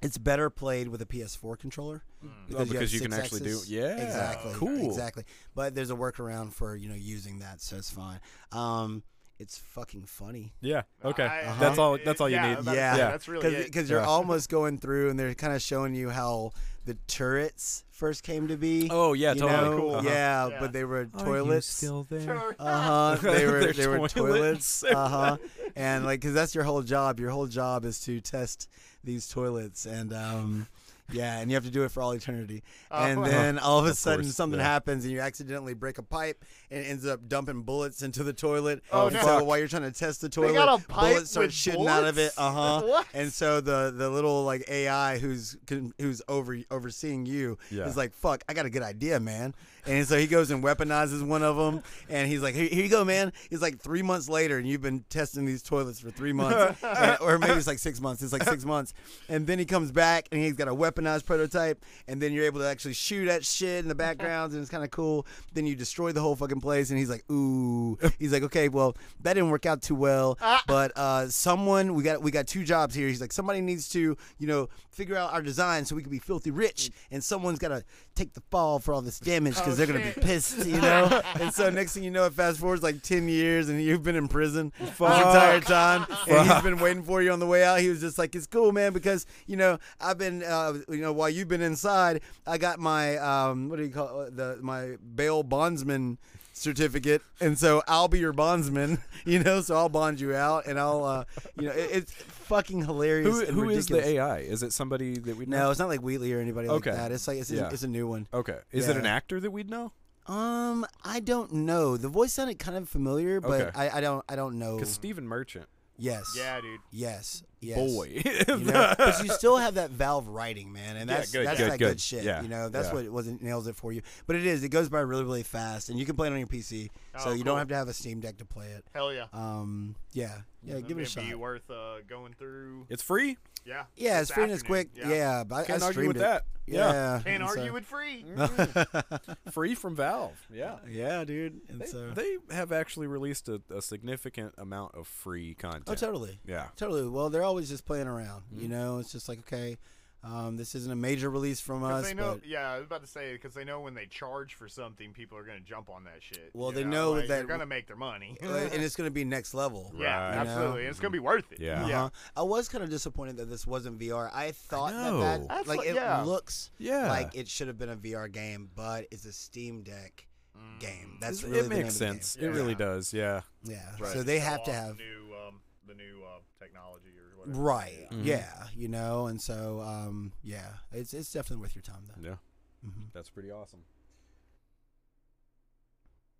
[SPEAKER 3] it's better played with a PS4 controller
[SPEAKER 1] Oh, because you can
[SPEAKER 3] six
[SPEAKER 1] actually do-
[SPEAKER 3] axes.
[SPEAKER 1] yeah,
[SPEAKER 3] exactly,
[SPEAKER 1] cool.
[SPEAKER 3] exactly. But there's a workaround for you know using that, so it's fine. Um, it's fucking funny.
[SPEAKER 1] Yeah.
[SPEAKER 3] Uh,
[SPEAKER 1] Okay.
[SPEAKER 5] I-
[SPEAKER 1] That's all.
[SPEAKER 5] it-
[SPEAKER 1] That's all you
[SPEAKER 5] Uh-huh. yeah,
[SPEAKER 1] need.
[SPEAKER 5] about to
[SPEAKER 3] Yeah.
[SPEAKER 5] say,
[SPEAKER 1] Yeah.
[SPEAKER 5] That's really it.
[SPEAKER 3] because you're
[SPEAKER 1] Yeah.
[SPEAKER 3] almost going through and they're kind of showing you how the turrets first came to be.
[SPEAKER 1] Oh yeah.
[SPEAKER 3] you
[SPEAKER 1] Totally.
[SPEAKER 3] know?
[SPEAKER 5] Cool. Uh-huh.
[SPEAKER 3] Yeah,
[SPEAKER 5] Yeah.
[SPEAKER 3] but they were toilets.
[SPEAKER 1] there?
[SPEAKER 3] Uh huh. They were
[SPEAKER 1] They're
[SPEAKER 3] they were
[SPEAKER 1] toilets.
[SPEAKER 3] toilets. Uh huh. And like, cause that's your whole job. Your whole job is to test these toilets, and um, yeah, and you have to do it for all eternity.
[SPEAKER 5] Oh.
[SPEAKER 3] And then all of a sudden,
[SPEAKER 1] course,
[SPEAKER 3] something
[SPEAKER 1] yeah.
[SPEAKER 3] happens, and you accidentally break a pipe, and it ends up dumping bullets into the toilet.
[SPEAKER 5] Oh,
[SPEAKER 3] and
[SPEAKER 5] no.
[SPEAKER 3] so while you're trying to test the toilet,
[SPEAKER 5] got a pipe
[SPEAKER 3] bullets start
[SPEAKER 5] with
[SPEAKER 3] shooting out of it.
[SPEAKER 5] bullets?
[SPEAKER 3] Uh huh.
[SPEAKER 5] What?
[SPEAKER 3] And so the the little like AI who's con- who's over overseeing you
[SPEAKER 1] Yeah.
[SPEAKER 3] is like, "Fuck, I got a good idea, man." And so he goes and weaponizes one of them, and he's like, "Here, here you go, man." He's like, three months later, and you've been testing these toilets for three months, And- or maybe it's like six months. It's like six months, and then he comes back and he's got a weaponized prototype, and then you're able to actually shoot at shit in the backgrounds, and it's kind of cool. Then you destroy the whole fucking place, and he's like, "Ooh," he's like, "Okay, well, that didn't work out too well, but uh, someone we got we got two jobs here." He's like, "Somebody needs to, you know, figure out our design so we can be filthy rich, and someone's got to take the fall for all this damage because they're gonna be pissed, you know." and so next thing you know, it fast forwards like ten years, and you've been in prison the entire time, and he's been waiting for you on the way out. He was just like, "It's cool, man, because you know I've been, uh, you know, while you've been inside, I got my um, what do you call it? the my bail bondsman." certificate and so i'll be your bondsman you know so i'll bond you out and i'll uh you know it, it's fucking hilarious
[SPEAKER 1] Who
[SPEAKER 3] and
[SPEAKER 1] who is the
[SPEAKER 3] ridiculous.
[SPEAKER 1] AI? Is it somebody that we know?
[SPEAKER 3] No, it's not like Wheatley or anybody
[SPEAKER 1] Okay.
[SPEAKER 3] like that. It's like it's,
[SPEAKER 1] Yeah.
[SPEAKER 3] it's a new one.
[SPEAKER 1] Okay. Is it
[SPEAKER 3] Yeah.
[SPEAKER 1] an actor that we'd know?
[SPEAKER 3] Um, I don't know. The voice sounded kind of familiar, but
[SPEAKER 1] Okay.
[SPEAKER 3] I, I don't I don't know.
[SPEAKER 1] Because Stephen Merchant.
[SPEAKER 3] Yes.
[SPEAKER 5] Yeah, dude.
[SPEAKER 3] Yes. Yes.
[SPEAKER 1] boy.
[SPEAKER 3] You know? but you still have that valve writing, man, and
[SPEAKER 1] Yeah,
[SPEAKER 3] that's
[SPEAKER 1] good,
[SPEAKER 3] that's
[SPEAKER 1] good,
[SPEAKER 3] that good,
[SPEAKER 1] good.
[SPEAKER 3] shit.
[SPEAKER 1] Yeah,
[SPEAKER 3] You know, that's
[SPEAKER 1] yeah.
[SPEAKER 3] what was it nails it for you. But it is, it goes by really, really fast, and you can play it on your PC, so
[SPEAKER 5] Oh,
[SPEAKER 3] you
[SPEAKER 5] cool.
[SPEAKER 3] don't have to have a Steam Deck to play it.
[SPEAKER 5] Hell yeah.
[SPEAKER 3] Um, yeah, yeah, give it a
[SPEAKER 5] It'd
[SPEAKER 3] shot.
[SPEAKER 5] be worth uh, going through.
[SPEAKER 1] it's free.
[SPEAKER 5] Yeah.
[SPEAKER 3] Yeah, it's
[SPEAKER 5] this
[SPEAKER 3] free and it's
[SPEAKER 5] afternoon.
[SPEAKER 3] quick. Yeah, but I,
[SPEAKER 1] Can't
[SPEAKER 3] I
[SPEAKER 1] argue
[SPEAKER 3] streamed
[SPEAKER 1] with
[SPEAKER 3] it.
[SPEAKER 1] that.
[SPEAKER 3] Yeah,
[SPEAKER 1] Yeah.
[SPEAKER 5] Can't
[SPEAKER 3] and so-
[SPEAKER 5] argue with free.
[SPEAKER 3] Mm-hmm.
[SPEAKER 1] free from Valve. Yeah.
[SPEAKER 3] yeah, dude. And
[SPEAKER 1] They,
[SPEAKER 3] so,
[SPEAKER 1] they have actually released a, a significant amount of free content.
[SPEAKER 3] oh, totally.
[SPEAKER 1] Yeah.
[SPEAKER 3] Totally. Well, they're always just playing around.
[SPEAKER 1] Mm-hmm.
[SPEAKER 3] You know, it's just like okay, um, this isn't a major release from
[SPEAKER 5] 'Cause
[SPEAKER 3] us,
[SPEAKER 5] they know,
[SPEAKER 3] but
[SPEAKER 5] yeah, I was about to say because they know when they charge for something, people are gonna jump on that shit.
[SPEAKER 3] Well,
[SPEAKER 5] you
[SPEAKER 3] they know
[SPEAKER 5] like, they're
[SPEAKER 3] that-
[SPEAKER 5] gonna make their money.
[SPEAKER 3] uh, and it's going to be next level.
[SPEAKER 5] yeah,
[SPEAKER 1] Right.
[SPEAKER 5] absolutely, and it's gonna be worth it.
[SPEAKER 1] Yeah.
[SPEAKER 5] yeah.
[SPEAKER 3] Uh-huh. I was kind of disappointed that this wasn't VR. I thought that,
[SPEAKER 1] know.
[SPEAKER 3] that
[SPEAKER 5] That's
[SPEAKER 3] like
[SPEAKER 5] like-
[SPEAKER 3] it
[SPEAKER 5] yeah.
[SPEAKER 3] looks
[SPEAKER 1] Yeah.
[SPEAKER 3] like it should have been a VR game, but it's a Steam Deck
[SPEAKER 5] Mm-hmm.
[SPEAKER 3] game. That's
[SPEAKER 1] It-
[SPEAKER 3] really
[SPEAKER 1] it
[SPEAKER 3] the name
[SPEAKER 1] makes
[SPEAKER 3] of the game.
[SPEAKER 1] sense.
[SPEAKER 5] Yeah.
[SPEAKER 1] It really does. Yeah.
[SPEAKER 3] Yeah.
[SPEAKER 5] Right.
[SPEAKER 3] So they
[SPEAKER 5] Show
[SPEAKER 3] have to
[SPEAKER 5] off
[SPEAKER 3] have
[SPEAKER 5] new, um, the new uh, technology or whatever.
[SPEAKER 3] right.
[SPEAKER 1] Mm-hmm.
[SPEAKER 5] Yeah.
[SPEAKER 3] Yeah. You know, and so um, yeah, it's it's definitely worth your time though.
[SPEAKER 1] Yeah.
[SPEAKER 3] hmm
[SPEAKER 1] That's pretty awesome.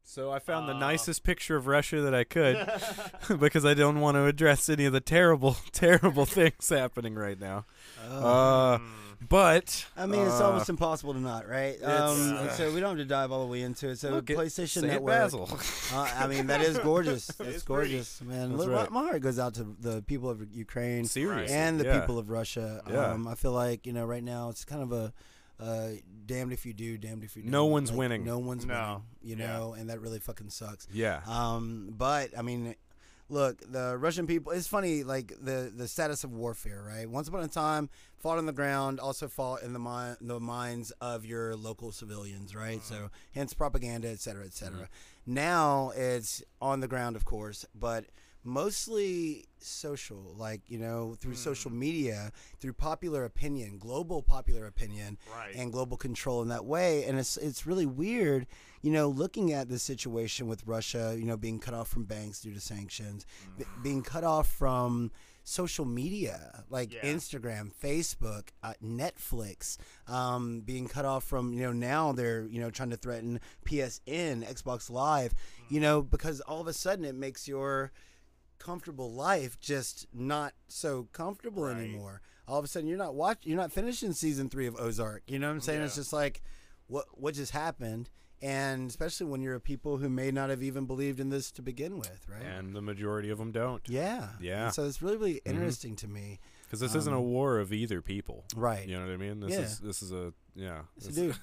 [SPEAKER 1] So I found
[SPEAKER 5] Uh,
[SPEAKER 1] the nicest picture of Russia that I could because I don't want to address any of the terrible, terrible things happening right now. Uh,
[SPEAKER 5] Mm.
[SPEAKER 1] but
[SPEAKER 3] I mean, it's
[SPEAKER 1] uh,
[SPEAKER 3] almost impossible to not, right? Um,
[SPEAKER 1] it's- uh,
[SPEAKER 3] and so we don't have to dive all the way into it. So
[SPEAKER 1] look at-
[SPEAKER 3] PlayStation
[SPEAKER 1] uh, say it,
[SPEAKER 3] Network.
[SPEAKER 1] Basil.
[SPEAKER 3] Uh, I mean, that is gorgeous. That's
[SPEAKER 5] is pretty.
[SPEAKER 3] gorgeous, man.
[SPEAKER 1] That's
[SPEAKER 3] Look,
[SPEAKER 1] right.
[SPEAKER 3] My heart goes out to the people of Ukraine
[SPEAKER 1] Seriously,
[SPEAKER 3] and the
[SPEAKER 1] yeah.
[SPEAKER 3] people of Russia.
[SPEAKER 1] Yeah.
[SPEAKER 3] Um, I feel like you know right now it's kind of a uh, damned if you do, damned if you do.
[SPEAKER 1] No one's winning.
[SPEAKER 3] No one's
[SPEAKER 5] No.
[SPEAKER 3] winning. You
[SPEAKER 5] Yeah.
[SPEAKER 3] know, and that really fucking sucks.
[SPEAKER 1] Yeah.
[SPEAKER 3] Um, but I mean, look, the Russian people. It's funny, like the the status of warfare, right? Once upon a time, fought on the ground, also fought in the mi- the minds of your local civilians, right? So, hence propaganda, et cetera, et cetera. Now it's on the ground, of course, but mostly social like you know through social media through popular opinion global popular opinion
[SPEAKER 5] Right.
[SPEAKER 3] and global control in that way. And it's it's really weird, you know, looking at the situation with Russia, you know, being cut off from banks due to sanctions, b-
[SPEAKER 5] Mm-hmm.
[SPEAKER 3] being cut off from social media like
[SPEAKER 5] Yeah.
[SPEAKER 3] Instagram, Facebook, uh, Netflix, um, being cut off from you know now they're you know trying to threaten PSN, Xbox Live, you know,
[SPEAKER 5] Mm-hmm.
[SPEAKER 3] because all of a sudden it makes your comfortable life just not so comfortable anymore. All of a sudden, you're not watch, you're not finishing season three of Ozark. You know what I'm saying? It's
[SPEAKER 5] Yeah.
[SPEAKER 3] just like, what what just happened? And especially when you're a people who may not have even believed in this to begin with, right?
[SPEAKER 1] and the majority of them don't.
[SPEAKER 3] Um, yeah,
[SPEAKER 1] Yeah. Mm-hmm.
[SPEAKER 3] And so it's really really interesting to me,
[SPEAKER 1] Because this isn't a war of either people.
[SPEAKER 3] um, right?
[SPEAKER 1] You know what I mean? This
[SPEAKER 3] Yeah.
[SPEAKER 1] is this is a yeah.
[SPEAKER 3] It's a dude.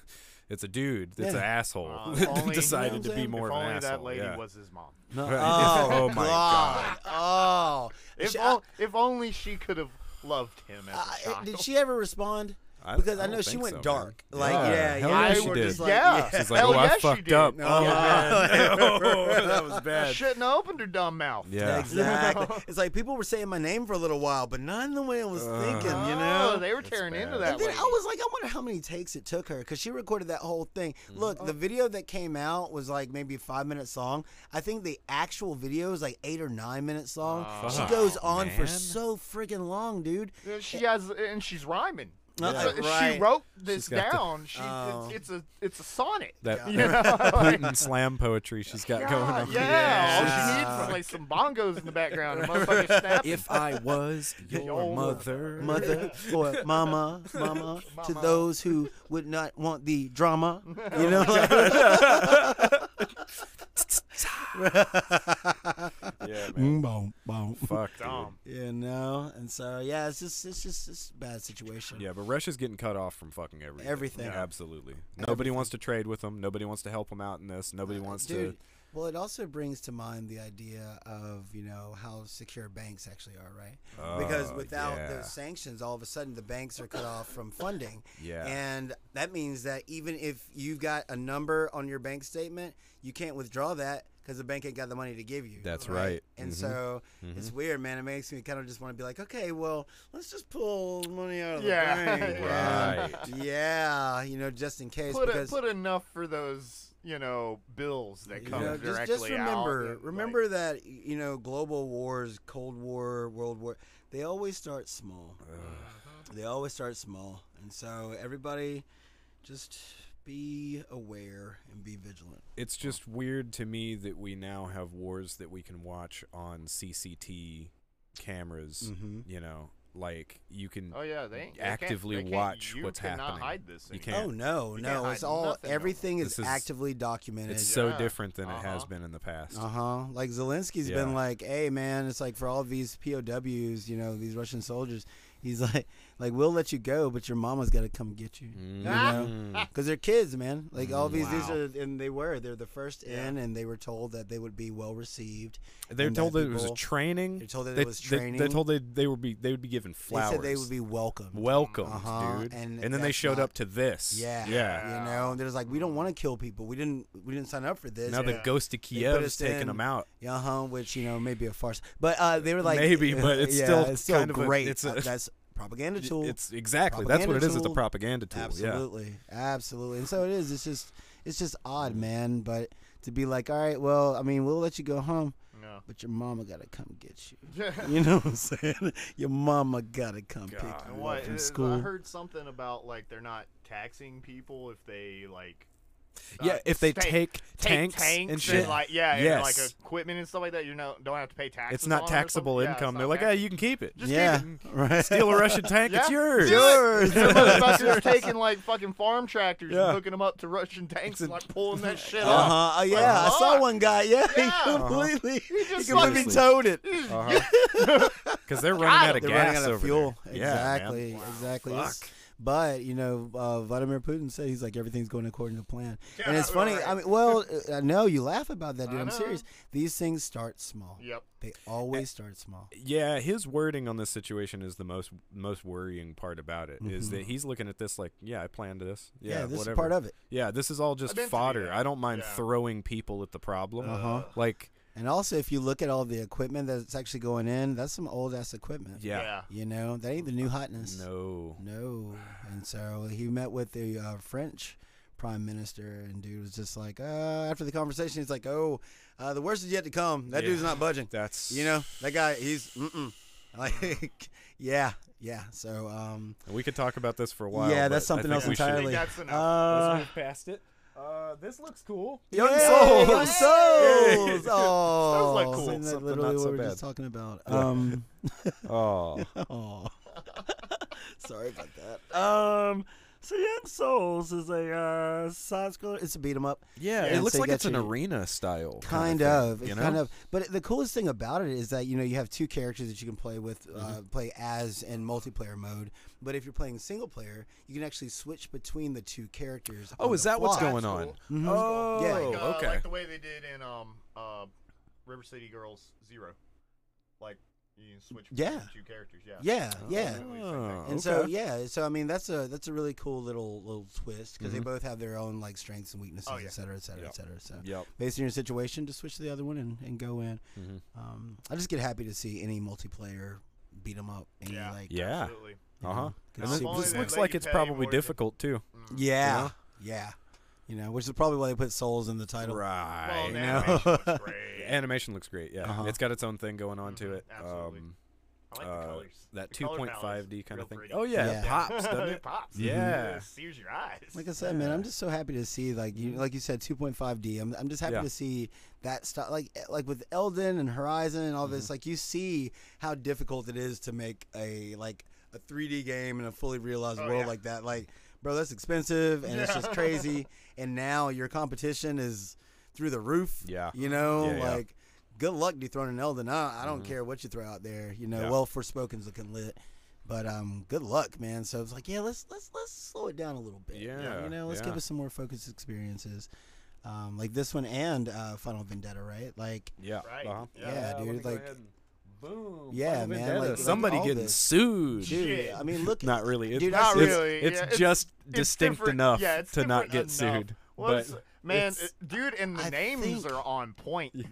[SPEAKER 1] It's a dude. It's
[SPEAKER 3] Yeah.
[SPEAKER 1] an asshole
[SPEAKER 5] Uh, if
[SPEAKER 1] that
[SPEAKER 5] only-
[SPEAKER 1] decided
[SPEAKER 3] You know what
[SPEAKER 1] to be
[SPEAKER 3] I'm
[SPEAKER 1] more
[SPEAKER 5] if
[SPEAKER 1] of an
[SPEAKER 5] only
[SPEAKER 1] asshole.
[SPEAKER 5] that lady
[SPEAKER 1] yeah.
[SPEAKER 5] was his mom.
[SPEAKER 3] No.
[SPEAKER 1] Right.
[SPEAKER 3] Oh,
[SPEAKER 1] Oh my
[SPEAKER 3] god! Oh,
[SPEAKER 5] If,
[SPEAKER 3] She-
[SPEAKER 5] all, if only she could have loved him as
[SPEAKER 3] I-
[SPEAKER 5] a
[SPEAKER 3] I-
[SPEAKER 5] child.
[SPEAKER 3] Uh, did she ever respond?
[SPEAKER 1] I-
[SPEAKER 3] Because I,
[SPEAKER 1] I
[SPEAKER 3] know
[SPEAKER 1] don't
[SPEAKER 3] she
[SPEAKER 1] think
[SPEAKER 3] went
[SPEAKER 1] so, man.
[SPEAKER 3] dark. Like
[SPEAKER 1] Yeah.
[SPEAKER 3] yeah,
[SPEAKER 1] Hell
[SPEAKER 3] yeah.
[SPEAKER 1] yeah,
[SPEAKER 3] I
[SPEAKER 1] she
[SPEAKER 3] were
[SPEAKER 1] did.
[SPEAKER 3] just like,
[SPEAKER 5] Yeah.
[SPEAKER 1] She's like,
[SPEAKER 5] Hell
[SPEAKER 1] oh, I
[SPEAKER 5] yes, she
[SPEAKER 1] fucked
[SPEAKER 5] did.
[SPEAKER 1] up.
[SPEAKER 5] No.
[SPEAKER 1] Oh, man.
[SPEAKER 3] Yeah.
[SPEAKER 1] that was
[SPEAKER 5] I
[SPEAKER 1] bad.
[SPEAKER 5] shouldn't have opened her dumb mouth.
[SPEAKER 1] Yeah.
[SPEAKER 3] Exactly. it's like people were saying my name for a little while, but not in the way I was
[SPEAKER 1] Uh.
[SPEAKER 3] thinking,
[SPEAKER 5] Oh,
[SPEAKER 3] you know?
[SPEAKER 5] they were
[SPEAKER 1] That's
[SPEAKER 5] tearing into
[SPEAKER 1] bad.
[SPEAKER 5] that.
[SPEAKER 3] And then
[SPEAKER 5] lady.
[SPEAKER 3] I was like, I wonder how many takes it took her because she recorded that whole thing. Look, the video that came out was like maybe five minutes long. I think the actual video is like eight or nine minutes long.
[SPEAKER 5] Oh,
[SPEAKER 3] she
[SPEAKER 1] fuck,
[SPEAKER 3] goes on for
[SPEAKER 1] man.
[SPEAKER 3] so friggin' long, dude.
[SPEAKER 5] Uh, She has, and she's rhyming.
[SPEAKER 3] Uh,
[SPEAKER 5] So She
[SPEAKER 3] right.
[SPEAKER 5] wrote this
[SPEAKER 1] She's got the-
[SPEAKER 5] down. she,
[SPEAKER 3] Oh.
[SPEAKER 5] it's, it's a, it's a sonnet.
[SPEAKER 1] That
[SPEAKER 5] You know?
[SPEAKER 1] Putin slam poetry she's got
[SPEAKER 5] yeah,
[SPEAKER 1] going on.
[SPEAKER 5] Yeah,
[SPEAKER 3] Yeah.
[SPEAKER 5] all she needs is like some bongos in the background and motherfucking snap.
[SPEAKER 1] If I was
[SPEAKER 5] Your
[SPEAKER 1] your mother,
[SPEAKER 3] Mother or mama, mama, to
[SPEAKER 5] Mama.
[SPEAKER 3] those who would not want the drama, you know?
[SPEAKER 1] yeah, man.
[SPEAKER 3] Mm, boom, boom.
[SPEAKER 1] Fuck, dude.
[SPEAKER 5] Dumb.
[SPEAKER 3] You know, and so yeah, it's just it's just it's a bad situation.
[SPEAKER 1] Yeah, but Russia's getting cut off from fucking everything.
[SPEAKER 3] Everything. Yeah.
[SPEAKER 1] Absolutely. Nobody wants to trade with them. Nobody wants to help them out in this. Nobody wants
[SPEAKER 3] Dude,
[SPEAKER 1] to.
[SPEAKER 3] well, it also brings to mind the idea of you know how secure banks actually are, right? because
[SPEAKER 1] Oh,
[SPEAKER 3] without
[SPEAKER 1] yeah.
[SPEAKER 3] those sanctions, all of a sudden the banks are cut off from funding.
[SPEAKER 1] Yeah.
[SPEAKER 3] and that means that even if you've got a number on your bank statement, you can't withdraw that because the bank ain't got the money to give you.
[SPEAKER 1] That's right.
[SPEAKER 3] And
[SPEAKER 1] Mhm.
[SPEAKER 3] so it's weird, man. It makes me kind of just want to be like, okay, well, let's just pull money out of the
[SPEAKER 5] Yeah.
[SPEAKER 3] bank. man.
[SPEAKER 1] Right.
[SPEAKER 3] Yeah, you know, just in case.
[SPEAKER 5] put, a,
[SPEAKER 3] because
[SPEAKER 5] put enough for those, you know, bills that
[SPEAKER 3] you
[SPEAKER 5] come
[SPEAKER 3] know,
[SPEAKER 5] directly
[SPEAKER 3] just, just remember,
[SPEAKER 5] out. and,
[SPEAKER 3] remember that you know, global wars, Cold War, World War, they always start small.
[SPEAKER 5] Uh-huh.
[SPEAKER 3] They always start small, and so everybody, just be aware and be vigilant.
[SPEAKER 1] It's just weird to me that we now have wars that we can watch on CCT cameras.
[SPEAKER 3] Mm-hmm.
[SPEAKER 1] You know, like you can.
[SPEAKER 5] Oh yeah, they ain't, they can't-
[SPEAKER 1] actively
[SPEAKER 5] they can't-
[SPEAKER 1] watch
[SPEAKER 5] you
[SPEAKER 1] what's
[SPEAKER 5] cannot
[SPEAKER 1] happening.
[SPEAKER 5] Hide this
[SPEAKER 1] You
[SPEAKER 5] anymore.
[SPEAKER 1] can't.
[SPEAKER 3] Oh no,
[SPEAKER 5] You can't
[SPEAKER 3] no, it's
[SPEAKER 5] hide
[SPEAKER 3] all
[SPEAKER 5] nothing no more.
[SPEAKER 3] everything is,
[SPEAKER 1] This is-
[SPEAKER 3] actively documented.
[SPEAKER 1] It's so
[SPEAKER 5] Yeah.
[SPEAKER 1] different than it has
[SPEAKER 5] Uh-huh.
[SPEAKER 1] been in the past.
[SPEAKER 3] Uh huh. Like Zelensky's been
[SPEAKER 1] Yeah.
[SPEAKER 3] like, "Hey, man, it's like for all of these POWs, you know, these Russian soldiers. He's like, like we'll let you go, but your mama's got to come get you,
[SPEAKER 1] Mm.
[SPEAKER 3] you know, because they're kids, man. Like all these, these
[SPEAKER 5] Wow.
[SPEAKER 3] are, and they were, they're the first
[SPEAKER 5] Yeah.
[SPEAKER 3] in, and they were told that they would be well received.
[SPEAKER 1] They're
[SPEAKER 3] and
[SPEAKER 1] told that it was a
[SPEAKER 3] people-
[SPEAKER 1] training.
[SPEAKER 3] They're told that
[SPEAKER 1] they,
[SPEAKER 3] it was
[SPEAKER 1] they-
[SPEAKER 3] training.
[SPEAKER 1] They, told they they would be they would be given
[SPEAKER 3] They
[SPEAKER 1] flowers.
[SPEAKER 3] said they would be welcome.
[SPEAKER 1] welcomed,
[SPEAKER 3] Uh-huh,
[SPEAKER 1] dude.
[SPEAKER 3] and
[SPEAKER 1] And, then they
[SPEAKER 3] that's
[SPEAKER 1] showed
[SPEAKER 3] not-
[SPEAKER 1] up to this.
[SPEAKER 3] yeah,
[SPEAKER 1] yeah.
[SPEAKER 3] You know, and they're just like, we don't want to kill people. We didn't, we didn't sign up for this.
[SPEAKER 1] Now the
[SPEAKER 5] Yeah.
[SPEAKER 1] ghost of
[SPEAKER 3] put us
[SPEAKER 1] Kiev's taking
[SPEAKER 3] in-
[SPEAKER 1] them out.
[SPEAKER 3] Yeah, huh, which you know may be a farce, but uh, they were like
[SPEAKER 1] Maybe, but it's
[SPEAKER 3] yeah,
[SPEAKER 1] still
[SPEAKER 3] it's still
[SPEAKER 1] kind of a-
[SPEAKER 3] great.
[SPEAKER 1] it's a-
[SPEAKER 3] Uh, that's propaganda tool.
[SPEAKER 1] It's exactly that's what it
[SPEAKER 3] Propaganda
[SPEAKER 1] is. It's a
[SPEAKER 3] tool.
[SPEAKER 1] propaganda tool. Yeah.
[SPEAKER 3] absolutely, absolutely, and so it is. It's just it's just odd, man. But to be like, all right, well, I mean, we'll let you go home,
[SPEAKER 5] No.
[SPEAKER 3] but your mama gotta come get you. You know what I'm saying? Your mama gotta come pick
[SPEAKER 5] And
[SPEAKER 3] you
[SPEAKER 5] what
[SPEAKER 3] up from
[SPEAKER 5] is- I
[SPEAKER 3] school.
[SPEAKER 5] heard something about like they're not taxing people if they like.
[SPEAKER 1] Yeah,
[SPEAKER 5] uh,
[SPEAKER 1] if they
[SPEAKER 5] stay-
[SPEAKER 1] take tanks
[SPEAKER 5] tanks
[SPEAKER 1] and shit.
[SPEAKER 5] like yeah, and, like
[SPEAKER 1] Yes.
[SPEAKER 5] equipment and stuff like that, you know, don't have to pay taxes.
[SPEAKER 1] It's
[SPEAKER 5] on it
[SPEAKER 1] not
[SPEAKER 5] or something.
[SPEAKER 1] taxable
[SPEAKER 5] Yeah, it's
[SPEAKER 1] income.
[SPEAKER 5] not
[SPEAKER 1] They're like,
[SPEAKER 5] tax-
[SPEAKER 1] hey, you can keep it.
[SPEAKER 5] just
[SPEAKER 3] yeah,
[SPEAKER 5] keep it.
[SPEAKER 3] right.
[SPEAKER 1] Steal a Russian tank. It's
[SPEAKER 5] Yeah.
[SPEAKER 1] yours.
[SPEAKER 5] Do it.
[SPEAKER 3] yours.
[SPEAKER 5] Them motherfuckers taking like fucking farm tractors
[SPEAKER 1] Yeah.
[SPEAKER 5] and hooking them up to Russian tanks
[SPEAKER 1] a- Uh-huh.
[SPEAKER 5] and like pulling that shit
[SPEAKER 3] Uh
[SPEAKER 5] off.
[SPEAKER 3] huh. yeah, I saw
[SPEAKER 5] what?
[SPEAKER 3] one guy. Yeah, he
[SPEAKER 5] Yeah. Uh-huh.
[SPEAKER 3] completely, he
[SPEAKER 5] just
[SPEAKER 3] completely
[SPEAKER 1] fucking-
[SPEAKER 3] towed it.
[SPEAKER 1] Because they're running out of
[SPEAKER 3] They're
[SPEAKER 1] gas
[SPEAKER 3] running out of
[SPEAKER 1] over
[SPEAKER 3] fuel.
[SPEAKER 1] there.
[SPEAKER 3] Exactly.
[SPEAKER 1] Yeah, man.
[SPEAKER 3] Exactly. It's- But you know, uh, Vladimir Putin said he's like everything's going according to plan, and it's
[SPEAKER 5] Yeah,
[SPEAKER 3] funny.
[SPEAKER 5] right.
[SPEAKER 3] I mean, well, uh, I know you laugh about that, dude.
[SPEAKER 5] I
[SPEAKER 3] I'm
[SPEAKER 5] know.
[SPEAKER 3] serious. These things start small.
[SPEAKER 5] Yep.
[SPEAKER 3] They always start small.
[SPEAKER 1] Eh, Yeah, his wording on this situation is the most most worrying part about it. Is that he's looking at this like, yeah, I planned this.
[SPEAKER 3] Mm-hmm. Yeah,
[SPEAKER 1] Yeah,
[SPEAKER 3] this
[SPEAKER 1] whatever.
[SPEAKER 3] is part of it.
[SPEAKER 1] Yeah, this is all
[SPEAKER 5] I
[SPEAKER 1] just
[SPEAKER 5] meant to do
[SPEAKER 1] fodder.
[SPEAKER 5] that.
[SPEAKER 1] I don't mind
[SPEAKER 5] Yeah.
[SPEAKER 1] throwing people at the problem.
[SPEAKER 3] Uh-huh.
[SPEAKER 1] Like,
[SPEAKER 3] And also, if you look at all the equipment that's actually going in, that's some old ass equipment.
[SPEAKER 1] yeah,
[SPEAKER 3] You know, that ain't the new hotness.
[SPEAKER 1] no.
[SPEAKER 3] No. And so he met with the uh, French prime minister, and dude was just like, uh, after the conversation, he's like, oh, uh, the worst is yet to come. That
[SPEAKER 1] Yeah.
[SPEAKER 3] dude's not budging.
[SPEAKER 1] That's
[SPEAKER 3] You know, that guy, he's, mm-mm. Like, yeah, yeah. So, um,
[SPEAKER 1] We could talk about this for a while.
[SPEAKER 3] Yeah, that's
[SPEAKER 1] but I
[SPEAKER 3] something
[SPEAKER 1] think
[SPEAKER 3] else
[SPEAKER 1] we should-
[SPEAKER 5] I think
[SPEAKER 3] entirely.
[SPEAKER 5] that's enough.
[SPEAKER 3] uh,
[SPEAKER 2] past it. Uh, this looks cool.
[SPEAKER 1] Young
[SPEAKER 3] yay,
[SPEAKER 1] Souls!
[SPEAKER 3] Young
[SPEAKER 1] Yay!
[SPEAKER 3] Souls! Oh,
[SPEAKER 5] like cool.
[SPEAKER 3] isn't that
[SPEAKER 1] Something
[SPEAKER 3] literally
[SPEAKER 1] not
[SPEAKER 3] what
[SPEAKER 1] so
[SPEAKER 3] we we're just
[SPEAKER 1] bad.
[SPEAKER 3] talking about.
[SPEAKER 1] Yeah.
[SPEAKER 3] Um,
[SPEAKER 1] Oh,
[SPEAKER 3] Oh. Sorry about that. Um. So Young Souls is a uh, side scroller. It's a beat 'em up.
[SPEAKER 1] yeah.
[SPEAKER 3] Yeah,
[SPEAKER 1] it looks
[SPEAKER 3] so you
[SPEAKER 1] like
[SPEAKER 3] got
[SPEAKER 1] it's an
[SPEAKER 3] your-
[SPEAKER 1] arena style.
[SPEAKER 3] Kind
[SPEAKER 1] thing,
[SPEAKER 3] of. It's
[SPEAKER 1] you know?
[SPEAKER 3] kind of. But the coolest thing about it is that you know you have two characters that you can play with,
[SPEAKER 1] Mm-hmm.
[SPEAKER 3] uh, play as in multiplayer mode. But if you're playing single player, you can actually switch between the two characters.
[SPEAKER 1] Oh,
[SPEAKER 3] on
[SPEAKER 1] is
[SPEAKER 3] the
[SPEAKER 1] that what's
[SPEAKER 3] fly.
[SPEAKER 1] going on?
[SPEAKER 3] Mhm.
[SPEAKER 1] Oh,
[SPEAKER 3] Yeah.
[SPEAKER 5] like, uh,
[SPEAKER 1] okay.
[SPEAKER 5] like the way they did in um uh River City Girls Zero. Like you can switch between
[SPEAKER 3] Yeah.
[SPEAKER 5] the two characters. Yeah.
[SPEAKER 3] Yeah. Yeah.
[SPEAKER 1] Oh,
[SPEAKER 3] And so
[SPEAKER 1] okay.
[SPEAKER 3] yeah, so I mean that's a that's a really cool little little twist
[SPEAKER 1] Mm-hmm.
[SPEAKER 3] because they both have their own like strengths and weaknesses,
[SPEAKER 1] Oh,
[SPEAKER 5] yeah.
[SPEAKER 3] et cetera, et cetera, et cetera. So
[SPEAKER 1] Yep.
[SPEAKER 3] based on your situation, just switch to the other one and, and go in. Um, I just get happy to see any multiplayer beat 'em up. Any,
[SPEAKER 5] Yeah.
[SPEAKER 3] Like,
[SPEAKER 1] Yeah.
[SPEAKER 5] Absolutely.
[SPEAKER 1] Uh huh.
[SPEAKER 3] Can
[SPEAKER 1] And
[SPEAKER 3] see-
[SPEAKER 1] this,
[SPEAKER 3] Only
[SPEAKER 1] this
[SPEAKER 3] they
[SPEAKER 1] looks
[SPEAKER 5] let
[SPEAKER 1] like
[SPEAKER 5] you
[SPEAKER 1] it's
[SPEAKER 5] pay
[SPEAKER 1] probably
[SPEAKER 5] more than-
[SPEAKER 1] difficult too.
[SPEAKER 5] Mm.
[SPEAKER 3] Yeah. Yeah. You know, which is probably why they put souls in the title.
[SPEAKER 5] Well,
[SPEAKER 1] Right.
[SPEAKER 5] the animation looks great.
[SPEAKER 1] Animation looks great. Yeah,
[SPEAKER 3] Uh-huh.
[SPEAKER 1] it's got its own thing going on to
[SPEAKER 5] Mhm,
[SPEAKER 1] it.
[SPEAKER 5] absolutely.
[SPEAKER 1] Um,
[SPEAKER 5] I like
[SPEAKER 1] uh,
[SPEAKER 5] the colors.
[SPEAKER 1] that
[SPEAKER 5] The color
[SPEAKER 1] 2.5D
[SPEAKER 5] palette's
[SPEAKER 1] kind
[SPEAKER 5] real
[SPEAKER 1] of thing.
[SPEAKER 5] pretty.
[SPEAKER 1] Oh yeah,
[SPEAKER 3] Yeah.
[SPEAKER 1] it pops, doesn't
[SPEAKER 5] it
[SPEAKER 1] it?
[SPEAKER 5] pops.
[SPEAKER 1] Yeah.
[SPEAKER 5] It sears your eyes.
[SPEAKER 3] Like I said, man, I'm just so happy to see like you like you said 2.5D. I'm I'm just happy
[SPEAKER 1] Mm-hmm. Yeah.
[SPEAKER 3] to see that stuff like eh, like with Elden and Horizon and all
[SPEAKER 1] Mm-hmm.
[SPEAKER 3] this like you see how difficult it is to make a like a 3D game in a fully realized
[SPEAKER 5] Oh,
[SPEAKER 3] world
[SPEAKER 5] yeah.
[SPEAKER 3] like that. Like bro, that's expensive and it's just crazy and now your competition is through the roof.
[SPEAKER 1] Yeah.
[SPEAKER 3] You know,
[SPEAKER 1] Yeah, yeah.
[SPEAKER 3] like good luck dethroning Elden. I, I don't care what you throw out there. You know,
[SPEAKER 1] Yeah.
[SPEAKER 3] well Forspoken's looking lit. But um, good luck, man. So it's like, yeah, let's let's let's slow it down a little bit.
[SPEAKER 1] Yeah,
[SPEAKER 3] you know, let's give
[SPEAKER 1] yeah.
[SPEAKER 3] us some more focused experiences, um, like this one and uh, Final Vendetta, right? Like,
[SPEAKER 1] Yeah.
[SPEAKER 5] Right.
[SPEAKER 1] Uh-huh.
[SPEAKER 5] Yeah.
[SPEAKER 3] yeah,
[SPEAKER 2] let me
[SPEAKER 3] dude,
[SPEAKER 2] go
[SPEAKER 3] like,
[SPEAKER 2] ahead and boom.
[SPEAKER 3] Yeah,
[SPEAKER 2] Final
[SPEAKER 3] man,
[SPEAKER 2] Vendetta.
[SPEAKER 3] like-
[SPEAKER 2] Like,
[SPEAKER 1] Somebody
[SPEAKER 3] all
[SPEAKER 1] getting
[SPEAKER 3] this.
[SPEAKER 1] sued.
[SPEAKER 3] dude,
[SPEAKER 5] Shit.
[SPEAKER 3] I mean, look,
[SPEAKER 1] Not really. It's,
[SPEAKER 3] Dude,
[SPEAKER 1] it's,
[SPEAKER 5] Not really,
[SPEAKER 1] It's,
[SPEAKER 5] yeah, it's-
[SPEAKER 1] just
[SPEAKER 5] It's
[SPEAKER 1] distinct
[SPEAKER 5] different-
[SPEAKER 1] enough
[SPEAKER 5] yeah, it's
[SPEAKER 1] to not get
[SPEAKER 5] different enough.
[SPEAKER 1] sued.
[SPEAKER 5] Well,
[SPEAKER 1] but
[SPEAKER 5] it's- man,
[SPEAKER 1] it's-
[SPEAKER 5] it- dude, and the
[SPEAKER 3] I
[SPEAKER 5] names
[SPEAKER 3] think-
[SPEAKER 5] are on point.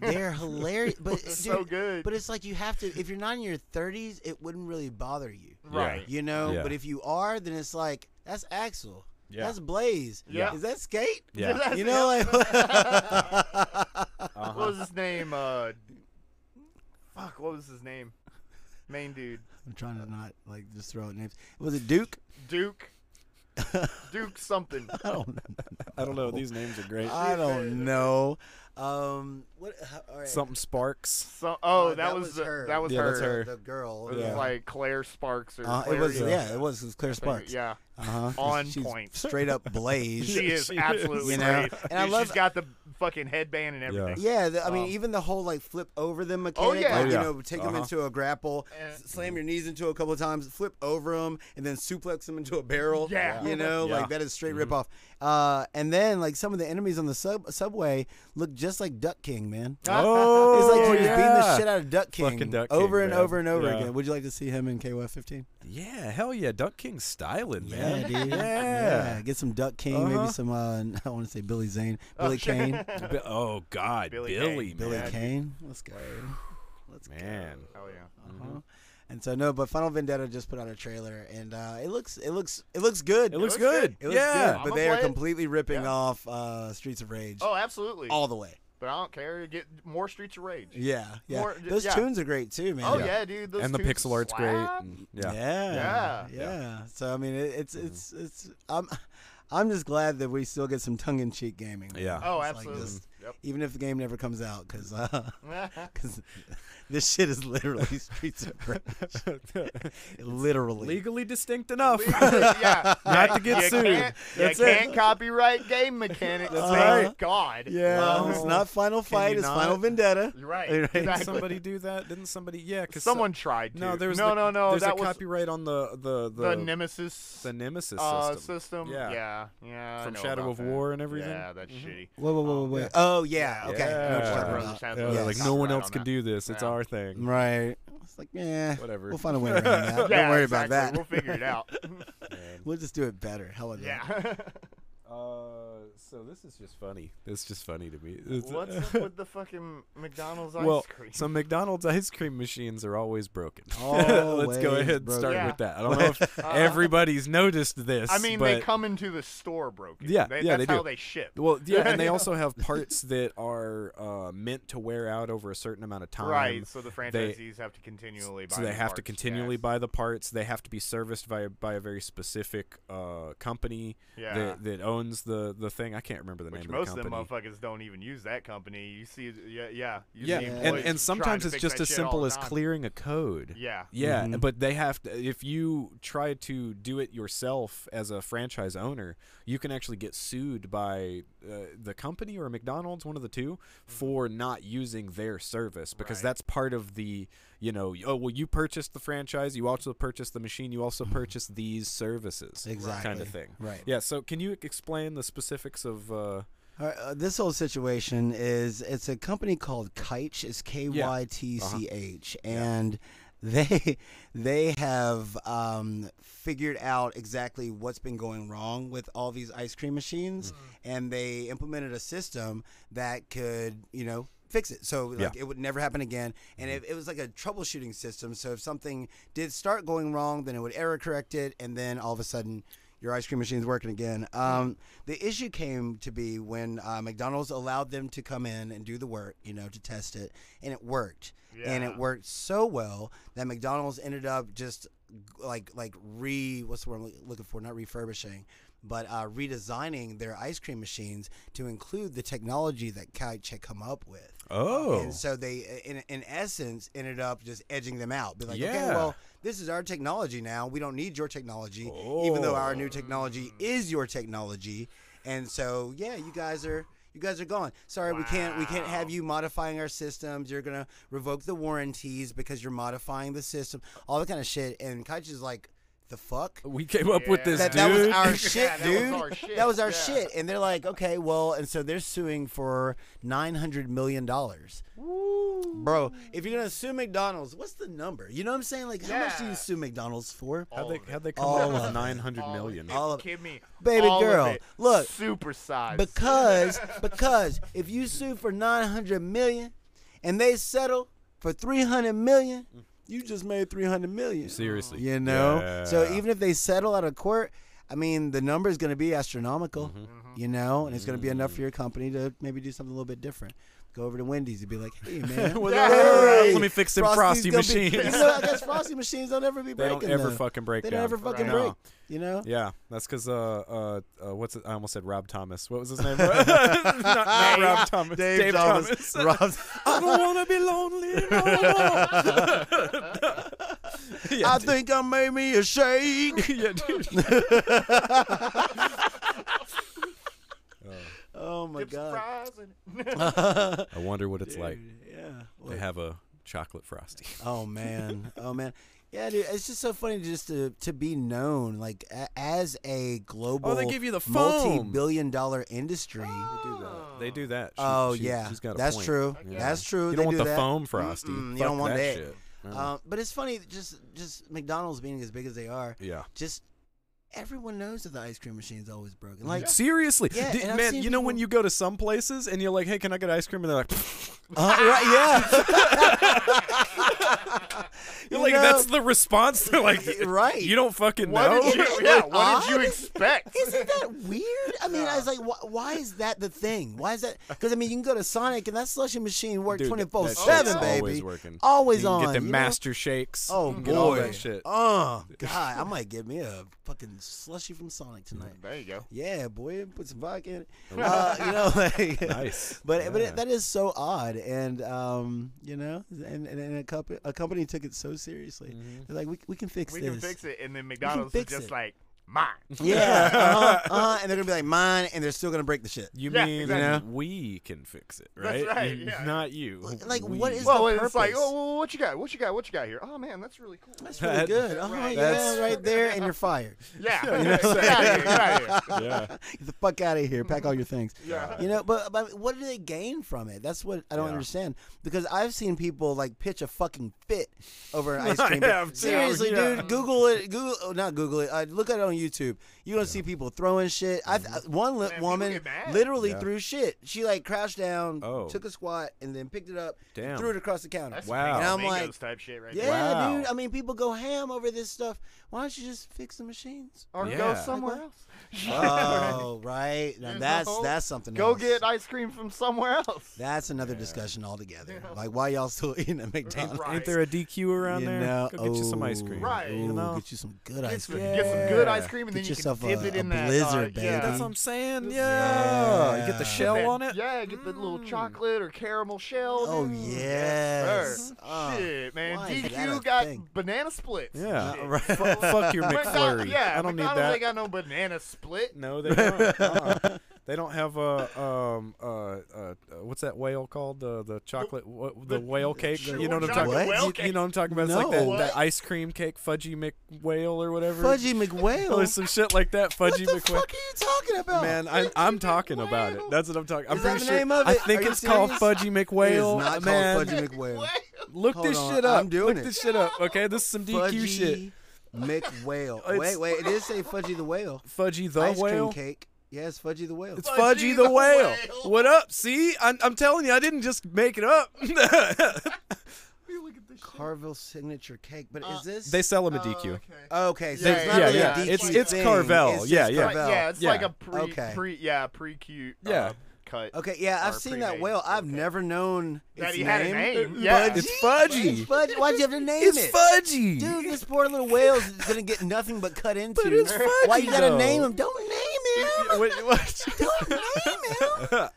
[SPEAKER 3] they're hilarious, but dude,
[SPEAKER 5] so good.
[SPEAKER 3] But it's like you have to. If you're not in your 30s, it wouldn't really bother you,
[SPEAKER 5] Right.
[SPEAKER 3] you know.
[SPEAKER 1] Yeah.
[SPEAKER 3] But if you are, then it's like that's Axel,
[SPEAKER 1] Yeah.
[SPEAKER 3] that's Blaze,
[SPEAKER 5] Yeah.
[SPEAKER 3] is that Skate?
[SPEAKER 1] yeah. uh-huh.
[SPEAKER 5] That's-
[SPEAKER 3] You know,
[SPEAKER 5] yeah.
[SPEAKER 3] like
[SPEAKER 5] what was his name? Uh, fuck, what was his name? Main dude,
[SPEAKER 3] I'm trying to not like just throw out names. Was it Duke?
[SPEAKER 5] Duke, Duke something.
[SPEAKER 3] I don't know.
[SPEAKER 1] I don't know. These names are great.
[SPEAKER 3] I don't know. Um, what? h- all right.
[SPEAKER 1] Something sparks.
[SPEAKER 5] So, oh,
[SPEAKER 3] Uh,
[SPEAKER 5] that, was, the,
[SPEAKER 3] her.
[SPEAKER 5] that was
[SPEAKER 1] Yeah,
[SPEAKER 5] her.
[SPEAKER 1] that's her.
[SPEAKER 3] The girl.
[SPEAKER 5] It was
[SPEAKER 1] Yeah.
[SPEAKER 5] like Claire Sparks or
[SPEAKER 3] Uh, it
[SPEAKER 5] Claire-
[SPEAKER 3] was yeah. It was, it was Claire Sparks.
[SPEAKER 5] Yeah,
[SPEAKER 3] Uh-huh.
[SPEAKER 5] On
[SPEAKER 3] She's
[SPEAKER 5] point.
[SPEAKER 3] Straight up blaze.
[SPEAKER 5] she is
[SPEAKER 1] she
[SPEAKER 5] absolutely
[SPEAKER 3] You know?
[SPEAKER 5] great.
[SPEAKER 3] And I
[SPEAKER 5] Dude,
[SPEAKER 3] love-
[SPEAKER 5] she's got the fucking headband and everything.
[SPEAKER 3] Yeah, the, I mean,
[SPEAKER 5] Um,
[SPEAKER 3] even the whole like flip over them mechanic,
[SPEAKER 5] Oh, yeah.
[SPEAKER 3] like,
[SPEAKER 1] Oh,
[SPEAKER 3] you
[SPEAKER 1] yeah.
[SPEAKER 3] know, take them
[SPEAKER 1] Uh-huh.
[SPEAKER 3] into a grapple,
[SPEAKER 5] Eh.
[SPEAKER 3] s- slam your knees into a couple of times, flip over them, and then suplex them into a barrel.
[SPEAKER 5] Yeah.
[SPEAKER 3] you know,
[SPEAKER 1] Yeah. Mm-hmm.
[SPEAKER 3] like that is straight rip off. Uh, and then like some of the enemies on the sub- subway look just like Duck King, man.
[SPEAKER 1] Oh,
[SPEAKER 3] it's like
[SPEAKER 1] yeah.
[SPEAKER 3] he's beating the shit out of Duck King,
[SPEAKER 1] Fucking Duck
[SPEAKER 3] over
[SPEAKER 1] King,
[SPEAKER 3] and
[SPEAKER 1] man.
[SPEAKER 3] over and over
[SPEAKER 1] Yeah.
[SPEAKER 3] again. Would you like to see him in KOF 15?
[SPEAKER 1] Yeah, hell yeah, Duck King's styling,
[SPEAKER 3] Yeah,
[SPEAKER 1] man.
[SPEAKER 3] dude.
[SPEAKER 1] Yeah.
[SPEAKER 3] Get some Duck King, maybe
[SPEAKER 1] Uh-huh.
[SPEAKER 3] some, uh, I want to say Billy Zane. Billy Kane.
[SPEAKER 1] Bi- oh God,
[SPEAKER 5] Billy
[SPEAKER 1] Billy,
[SPEAKER 5] Kane.
[SPEAKER 1] man.
[SPEAKER 3] Billy
[SPEAKER 5] Yeah, dude.
[SPEAKER 3] Kane. Let's go. Let's
[SPEAKER 1] man.
[SPEAKER 5] Oh yeah.
[SPEAKER 3] go. Uh-huh. And so no, but Final Vendetta just put out a trailer, and uh, it looks it looks it looks good.
[SPEAKER 1] It looks
[SPEAKER 5] looks good.
[SPEAKER 1] good.
[SPEAKER 3] It looks
[SPEAKER 1] yeah.
[SPEAKER 3] good,
[SPEAKER 5] I'ma
[SPEAKER 3] but they
[SPEAKER 5] play
[SPEAKER 3] are
[SPEAKER 5] it.
[SPEAKER 3] completely ripping
[SPEAKER 5] Yeah.
[SPEAKER 3] off uh, Streets of Rage
[SPEAKER 5] Oh, absolutely.
[SPEAKER 3] all the way.
[SPEAKER 5] But I don't care. Get more Streets of Rage.
[SPEAKER 3] Yeah, yeah.
[SPEAKER 5] More-
[SPEAKER 3] Those
[SPEAKER 5] yeah.
[SPEAKER 3] tunes are great too, man.
[SPEAKER 5] Oh yeah, dude. Those
[SPEAKER 1] and the
[SPEAKER 5] tunes
[SPEAKER 1] pixel art's
[SPEAKER 5] slap.
[SPEAKER 1] great. and-
[SPEAKER 3] yeah,
[SPEAKER 1] yeah.
[SPEAKER 3] yeah.
[SPEAKER 5] Yeah.
[SPEAKER 3] yeah. So I mean, it, it's it's it's I'm I'm just glad that we still get some tongue in cheek gaming. man.
[SPEAKER 1] Yeah.
[SPEAKER 5] Oh,
[SPEAKER 3] It's like
[SPEAKER 5] absolutely.
[SPEAKER 3] this- Even if the game never comes out, because
[SPEAKER 5] yep.
[SPEAKER 3] because this shit is literally Streets of Rage. literally.
[SPEAKER 1] Legally distinct enough.
[SPEAKER 5] yeah.
[SPEAKER 1] Not to get
[SPEAKER 5] you
[SPEAKER 1] sued.
[SPEAKER 5] Can't,
[SPEAKER 1] That's
[SPEAKER 5] you
[SPEAKER 1] it.
[SPEAKER 5] can't copyright game mechanics.
[SPEAKER 3] That's
[SPEAKER 5] thank
[SPEAKER 3] right.
[SPEAKER 5] God.
[SPEAKER 1] Yeah.
[SPEAKER 3] Um, it's not Final Fight.
[SPEAKER 1] you
[SPEAKER 3] It's
[SPEAKER 1] not?
[SPEAKER 3] Final Vendetta.
[SPEAKER 5] You're right.
[SPEAKER 3] Right.
[SPEAKER 5] Exactly.
[SPEAKER 1] somebody do that? Didn't somebody? Yeah, because
[SPEAKER 5] Someone tried to.
[SPEAKER 1] no, there was
[SPEAKER 5] no,
[SPEAKER 1] the-
[SPEAKER 5] no, no.
[SPEAKER 1] There's
[SPEAKER 5] Oh, That
[SPEAKER 1] a
[SPEAKER 5] was
[SPEAKER 1] copyright on the the
[SPEAKER 5] the,
[SPEAKER 1] the,
[SPEAKER 5] Nemesis
[SPEAKER 1] the Nemesis
[SPEAKER 5] uh,
[SPEAKER 1] system.
[SPEAKER 5] system.
[SPEAKER 1] Yeah.
[SPEAKER 5] yeah, yeah, I
[SPEAKER 1] From
[SPEAKER 5] know
[SPEAKER 1] Shadow
[SPEAKER 5] about
[SPEAKER 1] of
[SPEAKER 5] that.
[SPEAKER 1] War and everything?
[SPEAKER 5] Yeah, that's
[SPEAKER 1] Mhm.
[SPEAKER 5] shitty.
[SPEAKER 3] Whoa, whoa, whoa,
[SPEAKER 5] Um,
[SPEAKER 3] wait. Oh yeah. Okay. I know what you're
[SPEAKER 1] Yeah.
[SPEAKER 3] talking
[SPEAKER 5] Brothers
[SPEAKER 3] about.
[SPEAKER 5] have
[SPEAKER 1] Yeah,
[SPEAKER 5] those
[SPEAKER 1] they're Like no one
[SPEAKER 5] copyright
[SPEAKER 1] else
[SPEAKER 5] on
[SPEAKER 1] can
[SPEAKER 5] that.
[SPEAKER 1] do this. It's
[SPEAKER 5] Yeah.
[SPEAKER 1] our thing.
[SPEAKER 3] Right. It's like, yeah.
[SPEAKER 1] Whatever.
[SPEAKER 3] We'll find a way around that.
[SPEAKER 5] Yeah,
[SPEAKER 3] Don't worry
[SPEAKER 5] exactly.
[SPEAKER 3] about that.
[SPEAKER 5] We'll figure it out.
[SPEAKER 3] We'll just do it better. Hell with that.
[SPEAKER 5] yeah.
[SPEAKER 1] Uh, so this is just funny. It's just funny to me. It's-
[SPEAKER 5] What's up with the fucking McDonald's ice
[SPEAKER 1] well,
[SPEAKER 5] cream?
[SPEAKER 1] some McDonald's ice cream machines are always broken. Let's
[SPEAKER 3] Always
[SPEAKER 1] go ahead and
[SPEAKER 3] broken.
[SPEAKER 1] start
[SPEAKER 5] Yeah. Uh,
[SPEAKER 1] with that. I don't know if everybody's noticed this.
[SPEAKER 5] I mean, they
[SPEAKER 1] but,
[SPEAKER 5] come into the store broken.
[SPEAKER 1] Yeah,
[SPEAKER 5] They-
[SPEAKER 1] yeah,
[SPEAKER 5] that's
[SPEAKER 1] they
[SPEAKER 5] how
[SPEAKER 1] do.
[SPEAKER 5] they ship.
[SPEAKER 1] Well, yeah, and they
[SPEAKER 5] Yeah.
[SPEAKER 1] also have parts that are uh, meant to wear out over a certain amount of time.
[SPEAKER 5] right. So the
[SPEAKER 1] they-
[SPEAKER 5] franchisees have to continually buy.
[SPEAKER 1] so they
[SPEAKER 5] the
[SPEAKER 1] have to
[SPEAKER 5] parts,
[SPEAKER 1] continually
[SPEAKER 5] yes.
[SPEAKER 1] buy the parts. They have to be serviced by by a very specific uh, company
[SPEAKER 5] Yeah.
[SPEAKER 1] that, that owns the, the thing. I can't remember the
[SPEAKER 5] Which
[SPEAKER 1] name
[SPEAKER 5] most
[SPEAKER 1] of
[SPEAKER 5] of
[SPEAKER 1] the
[SPEAKER 5] them
[SPEAKER 1] company.
[SPEAKER 5] motherfuckers don't even use that company. You see, yeah, yeah. You
[SPEAKER 1] yeah,
[SPEAKER 5] see
[SPEAKER 1] and,
[SPEAKER 5] employees trying
[SPEAKER 1] and sometimes
[SPEAKER 5] to
[SPEAKER 1] it's
[SPEAKER 5] fix
[SPEAKER 1] just
[SPEAKER 5] that
[SPEAKER 1] as
[SPEAKER 5] shit all
[SPEAKER 1] simple
[SPEAKER 5] the
[SPEAKER 1] as
[SPEAKER 5] time.
[SPEAKER 1] clearing a code.
[SPEAKER 5] Yeah.
[SPEAKER 1] Yeah,
[SPEAKER 3] Mhm.
[SPEAKER 1] but they have to. If you try to do it yourself as a franchise owner, you can actually get sued by uh, the company or McDonald's, one of the 2
[SPEAKER 3] Mm-hmm.
[SPEAKER 1] for not using their service because
[SPEAKER 5] Right.
[SPEAKER 1] that's part of the, you know, oh well, you purchased the franchise, you also purchased the machine, you also purchased these services, kind
[SPEAKER 3] Mm-hmm. Exactly.
[SPEAKER 1] of thing.
[SPEAKER 3] Right.
[SPEAKER 1] Yeah. So, can you explain the specifics of? Uh,
[SPEAKER 3] All right, uh, this whole situation is it's a company called Kych. It's K Y T C H, and they they have um, figured out exactly what's been going wrong with all these ice cream machines, and they implemented a system that could you know fix it so like it would never happen again and it, it was like a troubleshooting system so if something did start going wrong then it would error correct it and then all of a sudden your ice cream machine's working again. Um, the issue came to be when uh, McDonald's allowed them to come in and do the work, you know, to test it, and it worked. And it
[SPEAKER 5] Yeah.
[SPEAKER 3] worked so well that McDonald's ended up just like like re what's the word I'm loo- looking for? Not refurbishing, but uh, redesigning their ice cream machines to include the technology that Kite had come up with.
[SPEAKER 1] oh,
[SPEAKER 3] And so they, uh, in, in essence, ended up just edging them out. Be like, okay,
[SPEAKER 1] Yeah.
[SPEAKER 3] well, this is our technology now. We don't need your technology, even though our new technology
[SPEAKER 1] Oh.
[SPEAKER 3] is your technology. And so, yeah, you guys are. You guys are gone. Sorry, we can't. We can't have you modifying our systems. You're gonna revoke the warranties because you're modifying the system. All that kind of shit. And Kaich is like, "The fuck."
[SPEAKER 1] we came up with
[SPEAKER 5] Yeah.
[SPEAKER 1] this
[SPEAKER 3] That,
[SPEAKER 1] dude.
[SPEAKER 3] that was our shit,
[SPEAKER 5] Yeah, that was
[SPEAKER 3] dude.
[SPEAKER 5] our shit,
[SPEAKER 3] That was our
[SPEAKER 5] yeah.
[SPEAKER 3] shit. And they're like, okay, well, and so they're suing for nine hundred million dollars. Bro, if you're gonna sue McDonald's, what's the number? You know what I'm saying? Like, how much do you
[SPEAKER 5] Yeah.
[SPEAKER 3] sue McDonald's for?
[SPEAKER 1] How'd they,
[SPEAKER 5] of it.
[SPEAKER 1] how'd they come
[SPEAKER 3] All
[SPEAKER 1] up
[SPEAKER 3] of it.
[SPEAKER 1] with 900
[SPEAKER 5] All of
[SPEAKER 1] million?
[SPEAKER 5] it.
[SPEAKER 3] All of-
[SPEAKER 5] Kid me.
[SPEAKER 3] Baby
[SPEAKER 5] All of
[SPEAKER 3] girl,
[SPEAKER 5] it.
[SPEAKER 3] look.
[SPEAKER 5] Super size.
[SPEAKER 3] Because because if you sue for nine hundred million and they settle for three hundred million, you just made three hundred million.
[SPEAKER 1] Seriously.
[SPEAKER 3] You know? So
[SPEAKER 1] Yeah.
[SPEAKER 3] even if they settle out of court, I mean, the number
[SPEAKER 1] Mm-hmm. Mm.
[SPEAKER 3] is going to be astronomical, you know, and it's going to be enough for your company to maybe do something a little bit different. Go over to Wendy's and be like, "Hey man,
[SPEAKER 1] Well,
[SPEAKER 5] Yeah,
[SPEAKER 1] alright,
[SPEAKER 3] hey,
[SPEAKER 1] Let me fix them
[SPEAKER 3] Frosty's
[SPEAKER 1] frosty
[SPEAKER 3] gonna be-
[SPEAKER 1] machines.
[SPEAKER 3] you know, I guess frosty machines don't ever be
[SPEAKER 1] they
[SPEAKER 3] breaking.
[SPEAKER 1] don't ever
[SPEAKER 3] though.
[SPEAKER 1] fucking break
[SPEAKER 3] They
[SPEAKER 1] down.
[SPEAKER 3] don't ever fucking
[SPEAKER 1] No.
[SPEAKER 3] break. You know.
[SPEAKER 1] Yeah, that's because uh, uh uh what's it? I almost said Rob Thomas. What was his name? not, not Rob Thomas. Dave, Thomas.
[SPEAKER 5] Rob's-
[SPEAKER 1] I don't want to be lonely no more. yeah,
[SPEAKER 3] I think I made me a shake.
[SPEAKER 1] dude. yeah, dude.
[SPEAKER 3] Oh my
[SPEAKER 5] Dips
[SPEAKER 3] god.
[SPEAKER 5] fries and-
[SPEAKER 1] I wonder what it's like
[SPEAKER 3] Dude, yeah.
[SPEAKER 1] to
[SPEAKER 3] What-
[SPEAKER 1] have a chocolate frosty.
[SPEAKER 3] Oh man. Oh man. Yeah, dude. It's just so funny just to to be known like a, as a global
[SPEAKER 1] Oh, give you the foam.
[SPEAKER 3] multi-billion dollar industry.
[SPEAKER 1] They do that. She-
[SPEAKER 3] Oh
[SPEAKER 1] she-
[SPEAKER 3] yeah,
[SPEAKER 1] she's got a
[SPEAKER 3] that's
[SPEAKER 1] point.
[SPEAKER 3] true.
[SPEAKER 1] Yeah.
[SPEAKER 3] That's
[SPEAKER 1] You
[SPEAKER 3] true. They
[SPEAKER 1] don't want
[SPEAKER 3] do
[SPEAKER 1] the
[SPEAKER 3] that.
[SPEAKER 1] foam frosty.
[SPEAKER 3] Mm-mm, you
[SPEAKER 1] Fuck
[SPEAKER 3] don't want that.
[SPEAKER 1] shit. Uh. No.
[SPEAKER 3] Um, but it's funny, just just McDonald's being as big as they are,
[SPEAKER 1] yeah.
[SPEAKER 3] just everyone knows that the ice cream machine's always broken. Like,
[SPEAKER 1] Seriously,
[SPEAKER 3] Yeah,
[SPEAKER 1] Dude,
[SPEAKER 3] and I've
[SPEAKER 1] man.
[SPEAKER 3] seen
[SPEAKER 1] You know when
[SPEAKER 3] people-
[SPEAKER 1] you go to some places and you're like, "Hey, can I get ice cream?" and they're like,
[SPEAKER 3] uh, right? Yeah,
[SPEAKER 1] Uh, "You're
[SPEAKER 3] You
[SPEAKER 1] like,
[SPEAKER 3] know-
[SPEAKER 1] that's the response." They're like,
[SPEAKER 3] right.
[SPEAKER 1] You don't fucking
[SPEAKER 5] What
[SPEAKER 1] know.
[SPEAKER 5] did you? Yeah. What did you
[SPEAKER 3] odd?
[SPEAKER 5] expect?
[SPEAKER 3] Isn't that weird? I mean, I was like, why, why is that the thing? Why is that? Because I mean, you can go to Sonic and that slushy machine works
[SPEAKER 1] Dude,
[SPEAKER 3] twenty four
[SPEAKER 1] that shit's
[SPEAKER 3] seven, baby.
[SPEAKER 1] Always working.
[SPEAKER 3] Always
[SPEAKER 1] you can
[SPEAKER 3] on,
[SPEAKER 1] Get the
[SPEAKER 3] you know?
[SPEAKER 1] master shakes.
[SPEAKER 3] Oh
[SPEAKER 1] you can
[SPEAKER 3] boy!
[SPEAKER 1] Get all that shit.
[SPEAKER 3] Oh god, I might give me a fucking slushy from Sonic tonight.
[SPEAKER 5] There you go.
[SPEAKER 3] Yeah, boy, put some vodka in it. Uh, you know, like,
[SPEAKER 1] Nice.
[SPEAKER 3] But but
[SPEAKER 1] Yeah.
[SPEAKER 3] it, that is so odd, and um, you know, and and, and a, company, a company took it so seriously.
[SPEAKER 1] Mm-hmm.
[SPEAKER 3] They're like, we, we can fix
[SPEAKER 5] We
[SPEAKER 3] this.
[SPEAKER 5] can fix it, and then McDonald's is
[SPEAKER 3] fix
[SPEAKER 5] just
[SPEAKER 3] it.
[SPEAKER 5] like mine.
[SPEAKER 3] Yeah, uh-huh, uh-huh, and they're gonna be like mine, and they're still gonna break the shit.
[SPEAKER 1] You
[SPEAKER 5] Yeah,
[SPEAKER 1] mean
[SPEAKER 5] exactly.
[SPEAKER 1] we can fix it,
[SPEAKER 5] That's
[SPEAKER 1] right?
[SPEAKER 5] right,
[SPEAKER 1] You-
[SPEAKER 5] yeah.
[SPEAKER 1] Not you.
[SPEAKER 3] Like,
[SPEAKER 1] we.
[SPEAKER 3] what is-
[SPEAKER 5] Well,
[SPEAKER 3] the
[SPEAKER 5] it's like,
[SPEAKER 3] purpose?
[SPEAKER 5] oh, well, what you got? What you got? What you got here? Oh man, that's really cool.
[SPEAKER 3] That's really
[SPEAKER 1] That-
[SPEAKER 3] good. Oh
[SPEAKER 5] right.
[SPEAKER 3] yeah,
[SPEAKER 1] That's-
[SPEAKER 3] right there, and you're fired.
[SPEAKER 5] Yeah. Get outta here, get outta here.
[SPEAKER 1] Yeah.
[SPEAKER 3] Get the fuck out of here. Pack all your things.
[SPEAKER 5] Yeah.
[SPEAKER 3] You know, but, but what do they gain from it? That's what I don't
[SPEAKER 1] Yeah.
[SPEAKER 3] understand. Because I've seen people like pitch a fucking fit over an ice cream.
[SPEAKER 1] I
[SPEAKER 3] but
[SPEAKER 1] have too,
[SPEAKER 3] Seriously,
[SPEAKER 1] yeah.
[SPEAKER 3] dude. Google it. Google, oh, not Google it. Uh, look at it on YouTube. You're gonna see people throwing shit. I one li-
[SPEAKER 5] Man, people
[SPEAKER 3] woman
[SPEAKER 5] get mad.
[SPEAKER 3] literally
[SPEAKER 1] Mm-hmm. Yeah.
[SPEAKER 3] threw shit. She like crouched down,
[SPEAKER 1] Oh.
[SPEAKER 3] took a squat, and then picked it up, and
[SPEAKER 1] Damn.
[SPEAKER 3] threw it across the counter.
[SPEAKER 5] That's
[SPEAKER 1] Wow.
[SPEAKER 5] And
[SPEAKER 3] And I'm like,
[SPEAKER 5] type shit right
[SPEAKER 3] Yeah,
[SPEAKER 5] there.
[SPEAKER 1] Wow.
[SPEAKER 3] dude. I mean, people go ham over this stuff. Why don't you just fix the machines?
[SPEAKER 5] Or go
[SPEAKER 1] Yeah.
[SPEAKER 5] somewhere else.
[SPEAKER 3] Oh, right. Now
[SPEAKER 5] There's
[SPEAKER 3] that's
[SPEAKER 5] no-
[SPEAKER 3] that's something.
[SPEAKER 5] Go
[SPEAKER 3] else.
[SPEAKER 5] get ice cream from somewhere else.
[SPEAKER 3] That's another discussion altogether. Like why y'all still eating at McDonald's?
[SPEAKER 5] Right.
[SPEAKER 1] Ain't there a DQ around
[SPEAKER 3] You
[SPEAKER 1] there?
[SPEAKER 3] know,
[SPEAKER 1] Go get you some ice
[SPEAKER 3] oh,
[SPEAKER 1] cream.
[SPEAKER 5] Right.
[SPEAKER 3] oh,
[SPEAKER 5] you know?
[SPEAKER 3] get you some good
[SPEAKER 5] Get
[SPEAKER 3] ice
[SPEAKER 5] some,
[SPEAKER 3] cream.
[SPEAKER 5] get some good
[SPEAKER 1] Yeah.
[SPEAKER 5] ice cream,
[SPEAKER 3] Get
[SPEAKER 5] and then you
[SPEAKER 3] yourself
[SPEAKER 5] can dip
[SPEAKER 3] a-
[SPEAKER 5] it
[SPEAKER 3] a
[SPEAKER 5] in that.
[SPEAKER 3] blizzard,
[SPEAKER 5] uh,
[SPEAKER 3] baby.
[SPEAKER 5] Yeah.
[SPEAKER 1] That's
[SPEAKER 5] Get
[SPEAKER 1] what I'm saying. Yeah. You get the
[SPEAKER 3] Yeah.
[SPEAKER 1] shell
[SPEAKER 5] that-
[SPEAKER 1] on it. Mm.
[SPEAKER 5] Yeah, get the little chocolate or caramel shell.
[SPEAKER 3] Oh
[SPEAKER 5] dude.
[SPEAKER 3] yes.
[SPEAKER 5] sir.
[SPEAKER 3] Oh,
[SPEAKER 5] Shit, man.
[SPEAKER 3] why is that a
[SPEAKER 5] DQ got
[SPEAKER 3] thing?
[SPEAKER 5] banana splits.
[SPEAKER 1] Yeah.
[SPEAKER 5] Shit.
[SPEAKER 3] Uh, right.
[SPEAKER 1] Fu- Fuck your
[SPEAKER 5] McDonald's-
[SPEAKER 1] McFlurry.
[SPEAKER 5] Yeah,
[SPEAKER 1] I don't need
[SPEAKER 5] McDonald's
[SPEAKER 1] that.
[SPEAKER 5] ain't got no banana
[SPEAKER 3] Mm.
[SPEAKER 5] split.
[SPEAKER 1] No, they don't. Uh-uh. They don't have a um uh, uh, uh what's that whale called the the chocolate what, the, whale cake
[SPEAKER 5] sure,
[SPEAKER 1] you know what I'm
[SPEAKER 5] chocolate
[SPEAKER 1] talking
[SPEAKER 5] whale
[SPEAKER 1] you, you know what I'm talking about it's like
[SPEAKER 3] No.
[SPEAKER 1] that, that ice cream cake fudgy McWhale or whatever
[SPEAKER 3] Fudgy
[SPEAKER 1] or
[SPEAKER 3] McWhale.
[SPEAKER 1] some shit like that
[SPEAKER 3] what
[SPEAKER 1] fudgy
[SPEAKER 3] the
[SPEAKER 1] McWhale
[SPEAKER 3] fuck are you talking about?
[SPEAKER 1] man I, I'm talking about it that's what I'm talking I'm
[SPEAKER 3] Is that
[SPEAKER 1] pretty
[SPEAKER 3] the
[SPEAKER 1] sure
[SPEAKER 3] name of
[SPEAKER 1] I
[SPEAKER 3] it?
[SPEAKER 1] think
[SPEAKER 3] Are you
[SPEAKER 1] it's called
[SPEAKER 3] serious?
[SPEAKER 1] fudgy McWhale
[SPEAKER 3] It is not called
[SPEAKER 1] man
[SPEAKER 3] Fudgy McWhale.
[SPEAKER 1] look
[SPEAKER 3] Hold
[SPEAKER 1] this
[SPEAKER 3] on,
[SPEAKER 1] shit up
[SPEAKER 3] I'm
[SPEAKER 1] look
[SPEAKER 3] doing it.
[SPEAKER 1] this shit up okay this is some DQ
[SPEAKER 3] Fudgy
[SPEAKER 1] shit
[SPEAKER 3] McWhale.
[SPEAKER 1] It's-
[SPEAKER 3] wait, wait. It is say Fudgy the whale.
[SPEAKER 1] fudgy the
[SPEAKER 3] ice
[SPEAKER 1] whale
[SPEAKER 3] cream cake. Yes, Fudgy the whale.
[SPEAKER 1] It's Fudgy, the, whale. What up? See, I'm, I'm telling you, I didn't just make it up.
[SPEAKER 3] Carville signature cake. But
[SPEAKER 5] Uh,
[SPEAKER 3] is this?
[SPEAKER 1] they sell them at DQ.
[SPEAKER 5] Oh,
[SPEAKER 3] Uh, Okay, so
[SPEAKER 5] Yeah,
[SPEAKER 3] it's
[SPEAKER 5] yeah,
[SPEAKER 3] not really
[SPEAKER 5] yeah.
[SPEAKER 3] a DQ
[SPEAKER 5] It's-
[SPEAKER 1] it's
[SPEAKER 3] thing.
[SPEAKER 1] Carvel.
[SPEAKER 3] It's just
[SPEAKER 1] Yeah, yeah.
[SPEAKER 5] Right,
[SPEAKER 3] Carvel.
[SPEAKER 5] yeah, it's like a pre,
[SPEAKER 3] Okay.
[SPEAKER 5] pre, yeah, pre cute, uh,
[SPEAKER 1] Yeah.
[SPEAKER 5] cut.
[SPEAKER 3] Okay, yeah, I've
[SPEAKER 5] Or
[SPEAKER 3] seen that
[SPEAKER 5] pre-made.
[SPEAKER 3] whale. I've
[SPEAKER 5] Okay.
[SPEAKER 3] never known
[SPEAKER 5] That
[SPEAKER 3] its
[SPEAKER 5] he had a name, yeah.
[SPEAKER 3] Fudgy?
[SPEAKER 1] It's fudgy.
[SPEAKER 3] It's fudgy. Why'd you have to name
[SPEAKER 1] It's
[SPEAKER 3] it?
[SPEAKER 1] fudgy.
[SPEAKER 3] Dude, this poor little whale's gonna get nothing but cut into.
[SPEAKER 1] it's fudgy,
[SPEAKER 3] Why you gotta
[SPEAKER 1] though.
[SPEAKER 3] name him? Don't name him.
[SPEAKER 1] Wait, what?
[SPEAKER 3] Don't name him.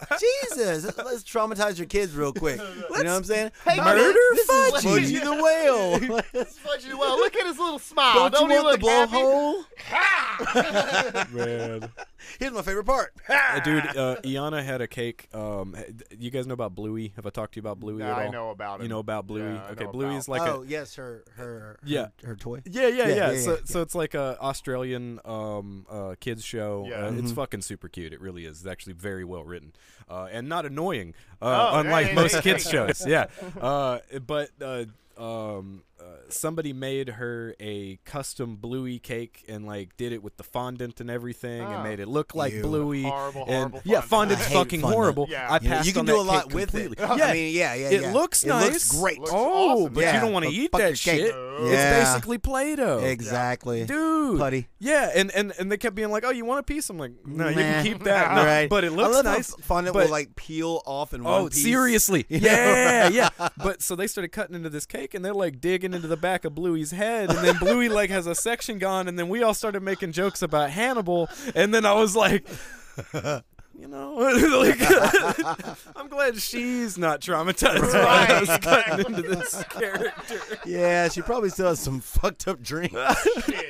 [SPEAKER 3] Jesus, Let's- let's traumatize your kids real quick. you know what I'm saying? Hey,
[SPEAKER 1] Murder
[SPEAKER 3] this is
[SPEAKER 1] Fudgy.
[SPEAKER 3] Fudgy the whale.
[SPEAKER 5] Fudgy, well, look at his little smile.
[SPEAKER 1] Oh,
[SPEAKER 3] Don't,
[SPEAKER 5] Don't,
[SPEAKER 3] you
[SPEAKER 5] he
[SPEAKER 3] want
[SPEAKER 5] look
[SPEAKER 3] the
[SPEAKER 5] happy?
[SPEAKER 3] blowhole?
[SPEAKER 1] Man.
[SPEAKER 3] Here's my favorite part.
[SPEAKER 1] Uh, dude, uh, Iana had a cake. Um, you guys know about Bluey? Have I talked to you about Bluey
[SPEAKER 5] Nah,
[SPEAKER 1] at all?
[SPEAKER 5] I know about it.
[SPEAKER 1] You know about Bluey?
[SPEAKER 5] Yeah, I
[SPEAKER 1] okay,
[SPEAKER 5] know
[SPEAKER 1] Bluey
[SPEAKER 5] about-
[SPEAKER 1] is like a
[SPEAKER 3] oh yes, her her
[SPEAKER 1] Yeah.
[SPEAKER 3] her, her toy.
[SPEAKER 1] Yeah, yeah, yeah.
[SPEAKER 3] Yeah, yeah, yeah,
[SPEAKER 1] so,
[SPEAKER 3] yeah.
[SPEAKER 1] so it's like a Australian um, uh, kids show.
[SPEAKER 5] Yeah.
[SPEAKER 1] Uh, It's
[SPEAKER 3] Mhm.
[SPEAKER 1] fucking super cute. It really is. It's actually very well written uh, and not annoying, uh,
[SPEAKER 5] Oh,
[SPEAKER 1] unlike
[SPEAKER 5] hey,
[SPEAKER 1] most
[SPEAKER 5] hey,
[SPEAKER 1] kids
[SPEAKER 5] hey.
[SPEAKER 1] shows. Yeah, uh, but. Uh, um, uh, somebody made her a custom bluey cake and like did it with the fondant and everything
[SPEAKER 5] Ah.
[SPEAKER 1] and made it look like
[SPEAKER 3] Ew.
[SPEAKER 1] bluey.
[SPEAKER 5] Horrible,
[SPEAKER 1] and
[SPEAKER 5] horrible
[SPEAKER 1] yeah,
[SPEAKER 5] fondant.
[SPEAKER 1] fondant's
[SPEAKER 3] I hate
[SPEAKER 1] fucking
[SPEAKER 3] fondant.
[SPEAKER 1] horrible.
[SPEAKER 5] Yeah.
[SPEAKER 1] I
[SPEAKER 5] Yeah,
[SPEAKER 1] passed
[SPEAKER 3] you can
[SPEAKER 1] on
[SPEAKER 3] do
[SPEAKER 1] that
[SPEAKER 3] a lot
[SPEAKER 1] cake
[SPEAKER 3] with
[SPEAKER 1] completely.
[SPEAKER 3] it.
[SPEAKER 1] Yeah,
[SPEAKER 3] I mean, yeah, yeah,
[SPEAKER 1] it
[SPEAKER 3] yeah.
[SPEAKER 1] looks
[SPEAKER 3] It
[SPEAKER 1] nice.
[SPEAKER 3] looks great.
[SPEAKER 5] Looks
[SPEAKER 1] oh,
[SPEAKER 5] awesome,
[SPEAKER 1] but
[SPEAKER 5] yeah.
[SPEAKER 1] you don't want to
[SPEAKER 3] But
[SPEAKER 1] eat
[SPEAKER 3] fuck your
[SPEAKER 1] that
[SPEAKER 3] cake.
[SPEAKER 1] shit.
[SPEAKER 5] Play-Doh.
[SPEAKER 3] Yeah.
[SPEAKER 1] It's basically Play-Doh.
[SPEAKER 3] Exactly.
[SPEAKER 1] Dude,
[SPEAKER 3] Putty.
[SPEAKER 1] yeah, and, and and they kept being like, "Oh, you want a piece?" I'm like, "No, you
[SPEAKER 3] Nah.
[SPEAKER 1] can keep that." No,
[SPEAKER 3] Right.
[SPEAKER 1] But it looks
[SPEAKER 3] I love
[SPEAKER 1] nice.
[SPEAKER 3] How fun it
[SPEAKER 1] but-
[SPEAKER 3] will like peel off in one
[SPEAKER 1] Oh,
[SPEAKER 3] piece.
[SPEAKER 1] seriously? Yeah, yeah. But so they started cutting into this cake, and they're like digging into the back of Bluey's head, and then Bluey like has a section gone, and then we all started making jokes about Hannibal, and then I was like. You know, like, I'm glad she's not traumatized by
[SPEAKER 5] Right,
[SPEAKER 1] us cutting into this character.
[SPEAKER 3] Yeah, she probably still has some fucked up dreams.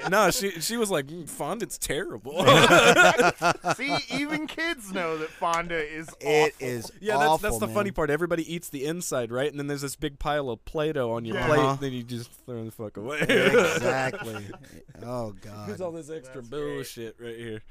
[SPEAKER 1] No, she she was like, "Mm, fondant's terrible.
[SPEAKER 5] See, even kids know that Fonda is awful.
[SPEAKER 3] It is
[SPEAKER 1] Yeah, that's,
[SPEAKER 3] awful,
[SPEAKER 1] that's the
[SPEAKER 3] man.
[SPEAKER 1] funny part. Everybody eats the inside, right? And then there's this big pile of Play-Doh on your
[SPEAKER 5] Yeah.
[SPEAKER 1] plate,
[SPEAKER 3] Uh-huh.
[SPEAKER 1] then you just throw the fuck away.
[SPEAKER 3] exactly. Oh
[SPEAKER 1] Here's
[SPEAKER 3] god.
[SPEAKER 1] all this extra
[SPEAKER 5] That's great.
[SPEAKER 1] bullshit right here.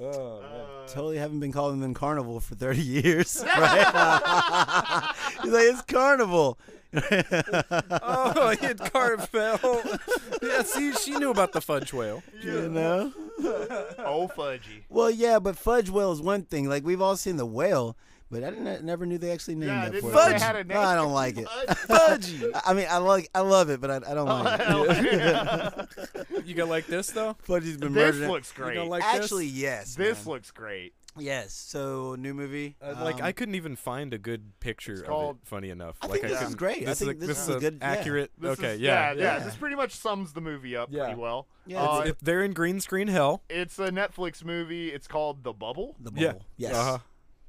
[SPEAKER 1] Oh, man.
[SPEAKER 5] Uh,
[SPEAKER 3] Totally haven't been calling them carnival for 30 years, right? He's like, it's carnival.
[SPEAKER 1] oh, I hit Carvel. yeah, see, she knew about the fudge whale.
[SPEAKER 3] you know?
[SPEAKER 5] oh, fudgy.
[SPEAKER 3] Well, yeah, but fudge whale is one thing. Like, we've all seen the whale, but I didn't, never knew they actually named
[SPEAKER 5] Yeah, I
[SPEAKER 3] that
[SPEAKER 5] didn't
[SPEAKER 3] for
[SPEAKER 5] know
[SPEAKER 3] it.
[SPEAKER 5] they had a name.
[SPEAKER 3] I don't like it.
[SPEAKER 1] Fudgy.
[SPEAKER 3] I- I mean, I like, I love it, but I, I don't like it.
[SPEAKER 1] You go like this though.
[SPEAKER 3] Fudgy's been
[SPEAKER 5] this
[SPEAKER 3] murdering-
[SPEAKER 5] looks
[SPEAKER 1] You
[SPEAKER 5] great.
[SPEAKER 1] go like
[SPEAKER 3] Actually, yes.
[SPEAKER 5] this
[SPEAKER 3] man.
[SPEAKER 5] looks great.
[SPEAKER 3] yes. So, new movie.
[SPEAKER 1] this. Uh, like I
[SPEAKER 3] Um,
[SPEAKER 1] couldn't even find a good picture
[SPEAKER 5] called-
[SPEAKER 1] of it. Funny enough,
[SPEAKER 3] I
[SPEAKER 1] like
[SPEAKER 3] think this is
[SPEAKER 1] couldn't-
[SPEAKER 3] great. I
[SPEAKER 1] This
[SPEAKER 3] think
[SPEAKER 1] is a,
[SPEAKER 3] this is
[SPEAKER 1] a
[SPEAKER 3] a good- yeah.
[SPEAKER 1] accurate.
[SPEAKER 5] This
[SPEAKER 1] okay,
[SPEAKER 5] is,
[SPEAKER 1] yeah,
[SPEAKER 5] yeah,
[SPEAKER 3] yeah.
[SPEAKER 5] This pretty much sums the movie up
[SPEAKER 1] Yeah.
[SPEAKER 5] pretty well.
[SPEAKER 3] Yeah,
[SPEAKER 5] Uh,
[SPEAKER 1] It's- it- they're in green screen hell.
[SPEAKER 5] it's a Netflix movie. It's called The Bubble,
[SPEAKER 3] the
[SPEAKER 1] Yeah.
[SPEAKER 3] bubble. Yes.
[SPEAKER 1] Uh-huh.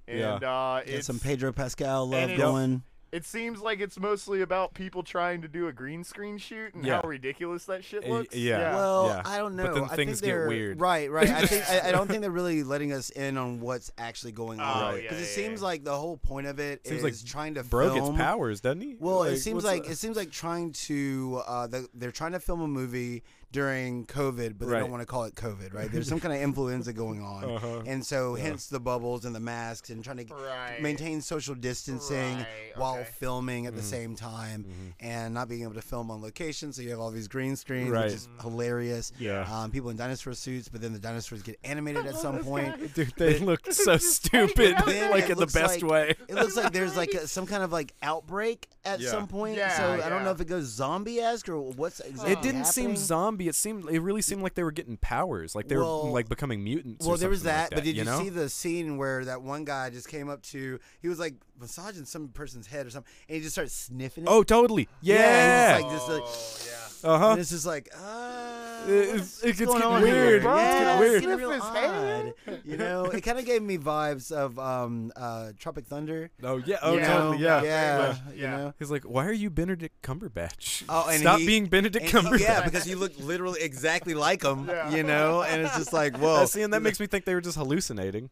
[SPEAKER 1] Yeah.
[SPEAKER 5] and uh,
[SPEAKER 3] Got
[SPEAKER 5] it's
[SPEAKER 3] some Pedro Pascal love
[SPEAKER 5] and it's-
[SPEAKER 3] going.
[SPEAKER 5] It seems like it's mostly about people trying to do a green screen shoot and
[SPEAKER 1] Yeah.
[SPEAKER 5] how ridiculous that shit
[SPEAKER 1] Uh,
[SPEAKER 5] looks.
[SPEAKER 1] yeah.
[SPEAKER 3] Well,
[SPEAKER 1] yeah.
[SPEAKER 3] I don't know.
[SPEAKER 1] But then things
[SPEAKER 3] I think
[SPEAKER 1] get
[SPEAKER 3] they're-
[SPEAKER 1] weird.
[SPEAKER 3] Right, right. I think I, I don't think they're really letting us in on what's actually going
[SPEAKER 5] Oh,
[SPEAKER 3] on
[SPEAKER 5] yeah,
[SPEAKER 3] because it
[SPEAKER 5] yeah,
[SPEAKER 3] seems
[SPEAKER 5] yeah.
[SPEAKER 3] like the whole point of it
[SPEAKER 1] Seems
[SPEAKER 3] is
[SPEAKER 1] like
[SPEAKER 3] trying to
[SPEAKER 1] Bro
[SPEAKER 3] film.
[SPEAKER 1] gets powers, doesn't he?
[SPEAKER 3] Well, it seems
[SPEAKER 1] what's
[SPEAKER 3] like
[SPEAKER 1] the-
[SPEAKER 3] it seems like trying to uh, the, they're trying to film a movie during COVID, but they
[SPEAKER 1] Right.
[SPEAKER 3] don't want to call it COVID, right? There's some kind of influenza going on,
[SPEAKER 1] Uh-huh.
[SPEAKER 3] and so hence the bubbles and the masks and trying to
[SPEAKER 5] Right.
[SPEAKER 3] maintain social distancing
[SPEAKER 5] Right,
[SPEAKER 3] while
[SPEAKER 5] okay.
[SPEAKER 3] filming at
[SPEAKER 1] Mm-hmm.
[SPEAKER 3] the same time and not being able to film on location. So you have all these green screens,
[SPEAKER 1] Right.
[SPEAKER 3] which is hilarious.
[SPEAKER 1] Yeah. Oh,
[SPEAKER 3] um, people in dinosaur suits, but then the dinosaurs get animated at some point.
[SPEAKER 1] Dude, they looked so stupid,
[SPEAKER 3] Then
[SPEAKER 1] like
[SPEAKER 3] it
[SPEAKER 1] in the
[SPEAKER 3] looks
[SPEAKER 1] best
[SPEAKER 3] like-
[SPEAKER 1] way.
[SPEAKER 3] It looks like there's like a, some kind of like outbreak at
[SPEAKER 1] Yeah.
[SPEAKER 3] some point.
[SPEAKER 5] Yeah,
[SPEAKER 3] so I
[SPEAKER 5] yeah.
[SPEAKER 3] don't know if it goes zombie esque or what's exactly
[SPEAKER 1] It didn't seem
[SPEAKER 3] happening.
[SPEAKER 1] zombie. It seemed it really seemed like they were getting powers, like they were
[SPEAKER 3] Well-
[SPEAKER 1] like becoming mutants. or
[SPEAKER 3] Well, there was
[SPEAKER 1] something like
[SPEAKER 3] that, but did you,
[SPEAKER 1] you, know?
[SPEAKER 3] see the scene where that one guy just came up to? He was like massaging some person's head or something, and he just starts sniffing it.
[SPEAKER 1] Oh, totally. Yeah.
[SPEAKER 3] and he's just like, just like,
[SPEAKER 5] Oh, yeah.
[SPEAKER 1] uh huh.
[SPEAKER 3] and it's just like, uh,
[SPEAKER 1] It- it's-
[SPEAKER 3] what's-
[SPEAKER 1] it
[SPEAKER 3] what's
[SPEAKER 1] gets
[SPEAKER 3] going
[SPEAKER 1] getting
[SPEAKER 3] on
[SPEAKER 1] weird.
[SPEAKER 3] Here?
[SPEAKER 1] It's
[SPEAKER 3] yeah,
[SPEAKER 1] getting
[SPEAKER 3] it's
[SPEAKER 1] weird.
[SPEAKER 3] getting
[SPEAKER 5] Sniff
[SPEAKER 3] real
[SPEAKER 5] his hand.
[SPEAKER 3] odd. You know, it kind of gave me vibes of um, uh, Tropic Thunder.
[SPEAKER 1] Oh yeah. Oh
[SPEAKER 3] you
[SPEAKER 5] Yeah.
[SPEAKER 1] totally.
[SPEAKER 3] know?
[SPEAKER 1] Yeah.
[SPEAKER 3] yeah,
[SPEAKER 5] much.
[SPEAKER 3] you
[SPEAKER 5] Yeah.
[SPEAKER 3] know.
[SPEAKER 1] He's like, why are you Benedict Cumberbatch?
[SPEAKER 3] Oh, and
[SPEAKER 1] stop
[SPEAKER 3] he-
[SPEAKER 1] being Benedict
[SPEAKER 3] And-
[SPEAKER 1] Cumberbatch.
[SPEAKER 3] Yeah, because you look literally exactly like him,
[SPEAKER 5] Yeah.
[SPEAKER 3] you know, and it's just like, whoa.
[SPEAKER 1] Uh, see, and that makes me think they were just hallucinating.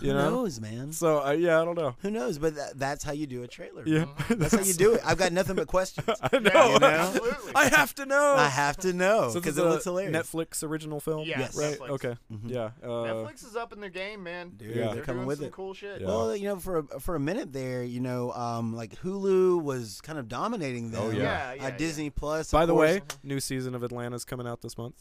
[SPEAKER 1] You
[SPEAKER 3] Who
[SPEAKER 1] know.
[SPEAKER 3] knows, man?
[SPEAKER 1] So uh, yeah, I don't know.
[SPEAKER 3] Who knows? But tha- that's how you do a trailer.
[SPEAKER 1] Yeah.
[SPEAKER 3] Mm-hmm. That's how you do it. I've got nothing but questions.
[SPEAKER 1] Oh, I know.
[SPEAKER 5] Yeah,
[SPEAKER 3] you know?
[SPEAKER 5] Absolutely.
[SPEAKER 1] I have to know.
[SPEAKER 3] I have to know
[SPEAKER 1] So this
[SPEAKER 3] because
[SPEAKER 1] is
[SPEAKER 3] it
[SPEAKER 1] a
[SPEAKER 3] looks hilarious. Mm-hmm.
[SPEAKER 1] Netflix original film.
[SPEAKER 5] Yeah, Yes.
[SPEAKER 1] Right.
[SPEAKER 5] Netflix.
[SPEAKER 1] Okay. Yeah. Uh,
[SPEAKER 5] Netflix is up in their game, man.
[SPEAKER 3] Dude,
[SPEAKER 1] Yeah.
[SPEAKER 5] they're,
[SPEAKER 1] they're
[SPEAKER 5] doing
[SPEAKER 3] coming with
[SPEAKER 5] some
[SPEAKER 3] it.
[SPEAKER 5] cool shit.
[SPEAKER 1] Yeah.
[SPEAKER 3] Well, you know, for a, for a minute there, you know, um, like Hulu was kind of dominating them.
[SPEAKER 1] Oh, yeah.
[SPEAKER 5] Yeah, yeah,
[SPEAKER 3] uh,
[SPEAKER 5] yeah.
[SPEAKER 3] Disney Plus. of
[SPEAKER 1] By the
[SPEAKER 3] course.
[SPEAKER 1] way, new season of Atlanta's coming out this month.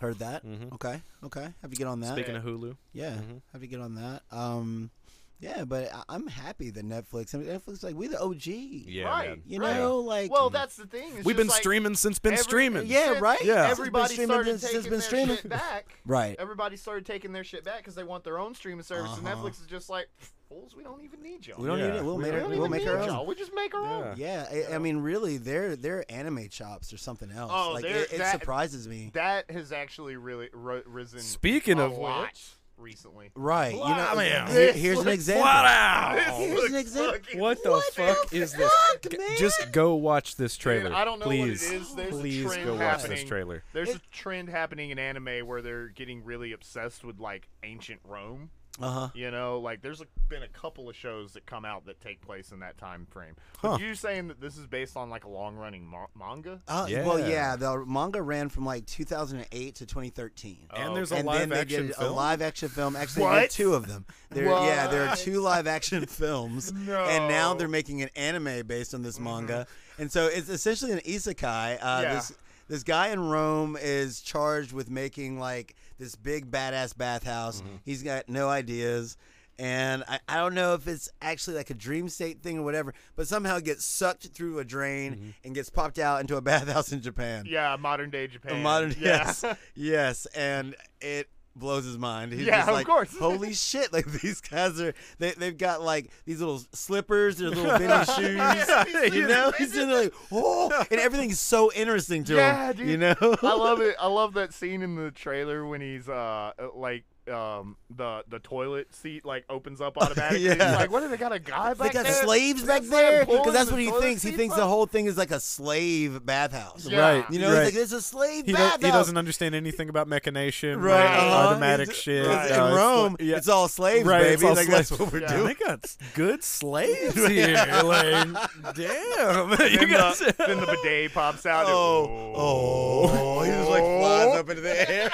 [SPEAKER 3] heard that.
[SPEAKER 1] Mhm.
[SPEAKER 3] Okay, okay. Have to get on that.
[SPEAKER 1] Speaking of Hulu.
[SPEAKER 3] Yeah,
[SPEAKER 1] Mhm.
[SPEAKER 3] have to get on that. Um, yeah, but I, I'm happy that Netflix. I mean, Netflix like we the OG.
[SPEAKER 1] Yeah.
[SPEAKER 5] Right.
[SPEAKER 1] man.
[SPEAKER 3] You
[SPEAKER 5] Right.
[SPEAKER 3] know, like
[SPEAKER 5] Well, that's the thing. It's
[SPEAKER 1] We've
[SPEAKER 5] just
[SPEAKER 1] been
[SPEAKER 5] like
[SPEAKER 1] streaming since been
[SPEAKER 5] every-
[SPEAKER 1] streaming.
[SPEAKER 3] Yeah,
[SPEAKER 5] since
[SPEAKER 3] right?
[SPEAKER 1] Yeah.
[SPEAKER 5] Everybody
[SPEAKER 3] It's been
[SPEAKER 5] started
[SPEAKER 3] streaming since-
[SPEAKER 5] taking
[SPEAKER 3] it's been
[SPEAKER 5] their
[SPEAKER 3] streaming.
[SPEAKER 5] shit back.
[SPEAKER 3] right.
[SPEAKER 5] Everybody started taking their shit back because they want their own streaming service, and
[SPEAKER 3] Uh-huh.
[SPEAKER 5] Netflix is just like, fools, we don't even need y'all.
[SPEAKER 3] We don't
[SPEAKER 1] Yeah.
[SPEAKER 3] need it. We'll
[SPEAKER 1] We
[SPEAKER 3] make
[SPEAKER 5] We
[SPEAKER 3] our,
[SPEAKER 5] don't
[SPEAKER 3] we'll
[SPEAKER 5] even
[SPEAKER 3] make
[SPEAKER 5] need
[SPEAKER 3] our own.
[SPEAKER 5] y'all. We just make our own.
[SPEAKER 1] Yeah.
[SPEAKER 3] Yeah, I, I mean, really, their their anime chops or something else.
[SPEAKER 5] Oh,
[SPEAKER 3] like
[SPEAKER 5] they're-
[SPEAKER 3] it, it
[SPEAKER 5] that-
[SPEAKER 3] surprises me.
[SPEAKER 5] That has actually really ro- risen.
[SPEAKER 1] Speaking
[SPEAKER 5] a
[SPEAKER 1] of
[SPEAKER 5] lot
[SPEAKER 1] which-
[SPEAKER 5] recently.
[SPEAKER 3] right.
[SPEAKER 1] Wow,
[SPEAKER 3] you know,
[SPEAKER 1] man.
[SPEAKER 3] here-
[SPEAKER 5] This
[SPEAKER 3] here's an
[SPEAKER 5] looks-
[SPEAKER 3] example.
[SPEAKER 5] This
[SPEAKER 3] Here's an
[SPEAKER 5] looks
[SPEAKER 3] example.
[SPEAKER 5] fucking-
[SPEAKER 1] What the fuck is this?
[SPEAKER 3] fuck,
[SPEAKER 1] G-
[SPEAKER 3] man?
[SPEAKER 1] Just go watch this trailer.
[SPEAKER 5] Dude, I don't know
[SPEAKER 1] please,
[SPEAKER 5] what it is. There's
[SPEAKER 1] please
[SPEAKER 5] a trend
[SPEAKER 1] go watch
[SPEAKER 5] happening.
[SPEAKER 1] this trailer.
[SPEAKER 5] There's a trend happening in anime where they're getting really obsessed with like ancient Rome.
[SPEAKER 3] Uh huh.
[SPEAKER 5] You know, like there's a, been a couple of shows that come out that take place in that time frame.
[SPEAKER 1] Huh.
[SPEAKER 5] But you saying that this is based on like a long running ma- manga?
[SPEAKER 3] Uh, Well,
[SPEAKER 1] Yeah.
[SPEAKER 3] yeah, the manga ran from like 2008 to 2013.
[SPEAKER 5] Oh,
[SPEAKER 1] and there's a
[SPEAKER 3] and
[SPEAKER 1] live
[SPEAKER 3] then they
[SPEAKER 1] action
[SPEAKER 3] did
[SPEAKER 1] film.
[SPEAKER 3] a live action film. Actually,
[SPEAKER 5] What?
[SPEAKER 3] there are two of them. There, yeah, there are
[SPEAKER 5] What?
[SPEAKER 3] two live action films, and now
[SPEAKER 5] No. Mm-hmm.
[SPEAKER 3] they're making an anime based on this manga. And so it's essentially an isekai. Uh,
[SPEAKER 5] Yeah.
[SPEAKER 3] This this guy in Rome is
[SPEAKER 5] Mm-hmm.
[SPEAKER 3] charged with making like this big badass bathhouse. He's got no ideas. And I, I don't know if it's actually like a dream state thing or whatever, but somehow it gets sucked through a drain
[SPEAKER 5] Mm-hmm.
[SPEAKER 3] and gets popped out into a bathhouse in Japan.
[SPEAKER 5] Yeah, modern day
[SPEAKER 3] A
[SPEAKER 5] Japan.
[SPEAKER 3] modern
[SPEAKER 5] yeah.
[SPEAKER 3] yes, yes, and it blows his mind. He's
[SPEAKER 5] Yeah,
[SPEAKER 3] just
[SPEAKER 5] of
[SPEAKER 3] like,
[SPEAKER 5] course.
[SPEAKER 3] Holy shit! Like these guys are they they've got like these little slippers, their little mini shoes. you know, he's in there like oh, and everything's so interesting to
[SPEAKER 5] Yeah,
[SPEAKER 3] him.
[SPEAKER 5] dude.
[SPEAKER 3] You know,
[SPEAKER 5] I love it. I love that scene in the trailer when he's uh like um the the toilet seat like opens up automatically. He's
[SPEAKER 3] Yeah.
[SPEAKER 5] like, what do they got a guy
[SPEAKER 3] They
[SPEAKER 5] back
[SPEAKER 3] got
[SPEAKER 5] there?
[SPEAKER 3] slaves
[SPEAKER 5] They
[SPEAKER 3] back
[SPEAKER 5] got
[SPEAKER 3] there
[SPEAKER 5] pulling
[SPEAKER 3] because that's
[SPEAKER 5] the
[SPEAKER 3] what he
[SPEAKER 5] toilet
[SPEAKER 3] thinks. He
[SPEAKER 5] seat
[SPEAKER 3] thinks
[SPEAKER 5] up?
[SPEAKER 3] the whole thing is like a slave bathhouse.
[SPEAKER 5] Yeah.
[SPEAKER 1] Right.
[SPEAKER 3] You know,
[SPEAKER 1] right.
[SPEAKER 3] it's like there's a slave
[SPEAKER 1] he, do-
[SPEAKER 3] bathhouse.
[SPEAKER 1] he doesn't understand anything about mechanation,
[SPEAKER 3] Right,
[SPEAKER 1] or
[SPEAKER 3] uh-huh.
[SPEAKER 1] automatic
[SPEAKER 3] It's-
[SPEAKER 1] shit.
[SPEAKER 3] Because
[SPEAKER 1] No,
[SPEAKER 3] in
[SPEAKER 1] it's
[SPEAKER 3] Rome,
[SPEAKER 1] like- yeah.
[SPEAKER 3] it's all slaves,
[SPEAKER 1] Right,
[SPEAKER 3] baby.
[SPEAKER 1] it's all
[SPEAKER 3] like that's
[SPEAKER 1] slaves.
[SPEAKER 3] what we're
[SPEAKER 5] Yeah.
[SPEAKER 1] Dude,
[SPEAKER 3] doing.
[SPEAKER 1] they got s- good slaves here. Like, damn, you
[SPEAKER 5] Then
[SPEAKER 1] guys.
[SPEAKER 5] the, then the bidet pops out. and-
[SPEAKER 3] Oh, oh! He just like flies up into the air.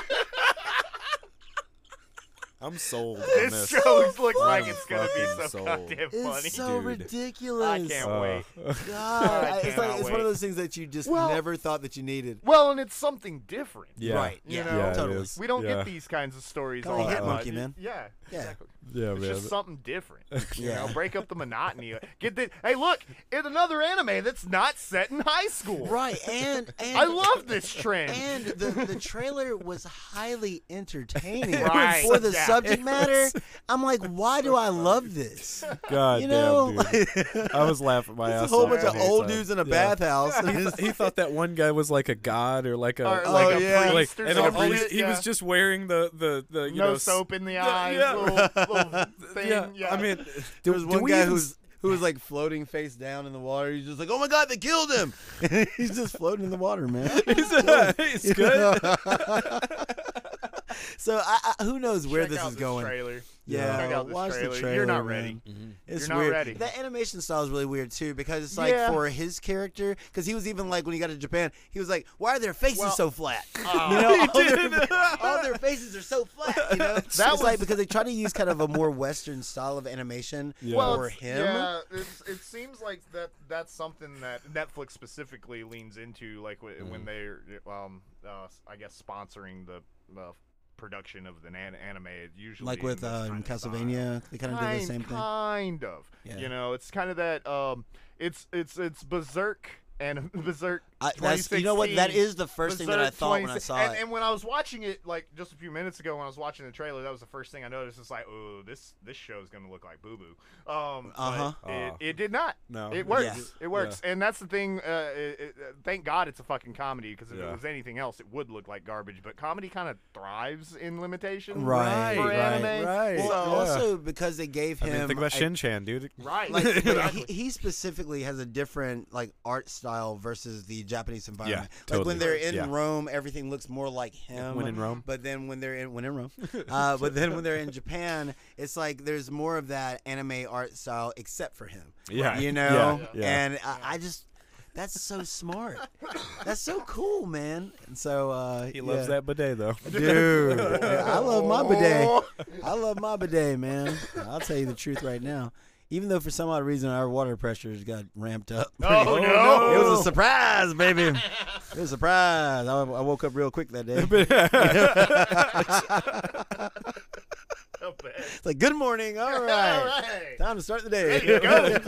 [SPEAKER 1] I'm sold on
[SPEAKER 5] This
[SPEAKER 1] this.
[SPEAKER 5] show looks like
[SPEAKER 1] I'm
[SPEAKER 5] it's gonna be
[SPEAKER 1] fucking
[SPEAKER 5] so
[SPEAKER 1] sold.
[SPEAKER 5] goddamn
[SPEAKER 3] It's
[SPEAKER 5] funny.
[SPEAKER 3] so
[SPEAKER 1] Dude.
[SPEAKER 3] ridiculous.
[SPEAKER 5] I can't
[SPEAKER 1] Uh,
[SPEAKER 5] wait.
[SPEAKER 3] God,
[SPEAKER 5] I
[SPEAKER 3] I- it's, like,
[SPEAKER 5] cannot
[SPEAKER 3] it's one
[SPEAKER 5] wait.
[SPEAKER 3] of those things that you just
[SPEAKER 5] Well-
[SPEAKER 3] never thought that you needed.
[SPEAKER 5] Well, and it's something different.
[SPEAKER 1] yeah,
[SPEAKER 3] Right.
[SPEAKER 5] You
[SPEAKER 3] Yeah.
[SPEAKER 5] know?
[SPEAKER 1] yeah, it
[SPEAKER 3] totally.
[SPEAKER 1] is.
[SPEAKER 5] We don't
[SPEAKER 1] yeah.
[SPEAKER 5] get these kinds of stories
[SPEAKER 3] Kinda
[SPEAKER 5] all
[SPEAKER 3] like
[SPEAKER 5] that
[SPEAKER 3] Hitmonkey,
[SPEAKER 5] much.
[SPEAKER 3] man.
[SPEAKER 5] Yeah,
[SPEAKER 3] Yeah.
[SPEAKER 5] exactly.
[SPEAKER 1] Yeah,
[SPEAKER 5] It's
[SPEAKER 1] man.
[SPEAKER 5] just something different. You
[SPEAKER 3] Yeah.
[SPEAKER 5] know, break up the monotony. Get the hey, look, it's another anime that's not set in high school.
[SPEAKER 3] Right, and and
[SPEAKER 5] I love this trend.
[SPEAKER 3] and the, the trailer was highly entertaining
[SPEAKER 5] Right.
[SPEAKER 3] for the
[SPEAKER 5] Yeah.
[SPEAKER 3] subject matter. I'm like, why do I love this?
[SPEAKER 1] God
[SPEAKER 3] You
[SPEAKER 1] damn,
[SPEAKER 3] know,
[SPEAKER 1] dude. I was laughing my
[SPEAKER 3] There's a
[SPEAKER 1] ass
[SPEAKER 3] whole
[SPEAKER 1] off
[SPEAKER 3] bunch
[SPEAKER 1] the
[SPEAKER 3] of
[SPEAKER 1] whole
[SPEAKER 3] old
[SPEAKER 1] time.
[SPEAKER 3] dudes in a
[SPEAKER 1] Yeah.
[SPEAKER 3] bathhouse. and
[SPEAKER 1] He,
[SPEAKER 3] it's-
[SPEAKER 1] th- he thought that one guy was like a god or like a
[SPEAKER 5] Or
[SPEAKER 1] oh,
[SPEAKER 5] like
[SPEAKER 3] oh,
[SPEAKER 5] a
[SPEAKER 3] yeah.
[SPEAKER 1] like,
[SPEAKER 5] priest or
[SPEAKER 1] and then
[SPEAKER 5] something.
[SPEAKER 1] all he- he
[SPEAKER 5] Yeah.
[SPEAKER 1] was just wearing the the the you
[SPEAKER 5] no
[SPEAKER 1] know s-
[SPEAKER 5] soap in the eyes.
[SPEAKER 1] yeah.
[SPEAKER 5] Little, little thing.
[SPEAKER 1] Yeah,
[SPEAKER 5] Yeah.
[SPEAKER 1] I mean,
[SPEAKER 3] there was
[SPEAKER 1] do
[SPEAKER 3] one
[SPEAKER 1] we
[SPEAKER 3] guy
[SPEAKER 1] even
[SPEAKER 3] who was who was like floating face down in the water. He's just like, "Oh my god, they killed him!" he's just floating in the water, man.
[SPEAKER 1] He's, uh, he's good.
[SPEAKER 3] so I, I, who knows where
[SPEAKER 5] Check
[SPEAKER 3] this
[SPEAKER 5] out
[SPEAKER 3] is going?
[SPEAKER 5] Trailer.
[SPEAKER 3] Yeah,
[SPEAKER 5] Check out this
[SPEAKER 3] watch
[SPEAKER 5] trailer. Mm-hmm.
[SPEAKER 3] the trailer.
[SPEAKER 5] You're
[SPEAKER 3] man.
[SPEAKER 5] not ready.
[SPEAKER 3] It's
[SPEAKER 5] You're not
[SPEAKER 3] weird.
[SPEAKER 5] ready.
[SPEAKER 3] That animation style is really weird too, because it's like
[SPEAKER 5] Yeah.
[SPEAKER 3] for his character, because he was even like when he got to Japan, he was like, "Why are their faces so flat?"
[SPEAKER 5] Oh.
[SPEAKER 3] you know, all their, all their faces are so flat. You know, that it's
[SPEAKER 5] was-
[SPEAKER 3] like because they try to use kind of a more Western style of animation
[SPEAKER 5] Well,
[SPEAKER 3] for
[SPEAKER 5] it's-
[SPEAKER 3] him.
[SPEAKER 5] yeah, it's, it seems like that that's something that Netflix specifically leans into, like w-
[SPEAKER 3] Mm.
[SPEAKER 5] when they're, um, uh, s- I guess, sponsoring the uh, production of an an- anime. it Usually,
[SPEAKER 3] Like
[SPEAKER 5] in
[SPEAKER 3] with
[SPEAKER 5] this
[SPEAKER 3] uh,
[SPEAKER 5] kind
[SPEAKER 3] in
[SPEAKER 5] of style.
[SPEAKER 3] Castlevania, they kind of did the same thing.
[SPEAKER 5] kind of.
[SPEAKER 3] Yeah.
[SPEAKER 5] You know, it's kind of that. Um, it's it's it's berserk and berserk.
[SPEAKER 3] I, that's, you know what? That
[SPEAKER 5] 2016.
[SPEAKER 3] is the first thing that I
[SPEAKER 5] Berserk
[SPEAKER 3] thought when I
[SPEAKER 5] 26
[SPEAKER 3] saw
[SPEAKER 5] and,
[SPEAKER 3] it.
[SPEAKER 5] And when I was watching it, like just a few minutes ago, when I was watching the trailer, that was the first thing I noticed. It's like, oh, this this show is gonna look like Boo Boo. Um, but
[SPEAKER 3] Uh-huh.
[SPEAKER 5] It,
[SPEAKER 1] Ah.
[SPEAKER 5] it did not.
[SPEAKER 1] No.
[SPEAKER 5] It works.
[SPEAKER 3] Yes.
[SPEAKER 5] It works. And that's the thing. Uh, it, it, uh, thank God it's a fucking comedy because if
[SPEAKER 1] Yeah.
[SPEAKER 5] it was anything else, it would look like garbage. But comedy kind of thrives in limitation.
[SPEAKER 3] Right,
[SPEAKER 5] For
[SPEAKER 3] right,
[SPEAKER 5] anime.
[SPEAKER 1] right.
[SPEAKER 5] So,
[SPEAKER 3] Well,
[SPEAKER 1] Yeah.
[SPEAKER 3] also because they gave
[SPEAKER 1] I
[SPEAKER 3] him
[SPEAKER 1] mean, think about
[SPEAKER 3] a-
[SPEAKER 1] Shin Chan, dude.
[SPEAKER 5] right.
[SPEAKER 3] like but
[SPEAKER 5] exactly.
[SPEAKER 3] he, he specifically has a different like art style versus the Japanese environment. like
[SPEAKER 1] totally.
[SPEAKER 3] when they're in
[SPEAKER 1] Yeah.
[SPEAKER 3] Rome, everything looks more like him.
[SPEAKER 1] When in Rome.
[SPEAKER 3] but then when they're in when in Rome, uh, but then when they're in Japan, it's like there's more of that anime art style, except for him.
[SPEAKER 1] Yeah.
[SPEAKER 3] you know,
[SPEAKER 1] Yeah. Yeah.
[SPEAKER 3] and I, I just. That's so smart. That's so cool, man. And so uh,
[SPEAKER 1] He loves
[SPEAKER 3] yeah.
[SPEAKER 1] that bidet though.
[SPEAKER 3] dude. I love my bidet. I love my bidet, man. I'll tell you the truth right now. Even though for some odd reason our water pressures got ramped up.
[SPEAKER 5] Oh, no.
[SPEAKER 3] It was a surprise, baby. It was a surprise. I, I woke up real quick that day. It's like, good morning. All right.
[SPEAKER 5] oh, All right.
[SPEAKER 3] Time to start the day.
[SPEAKER 5] There you go.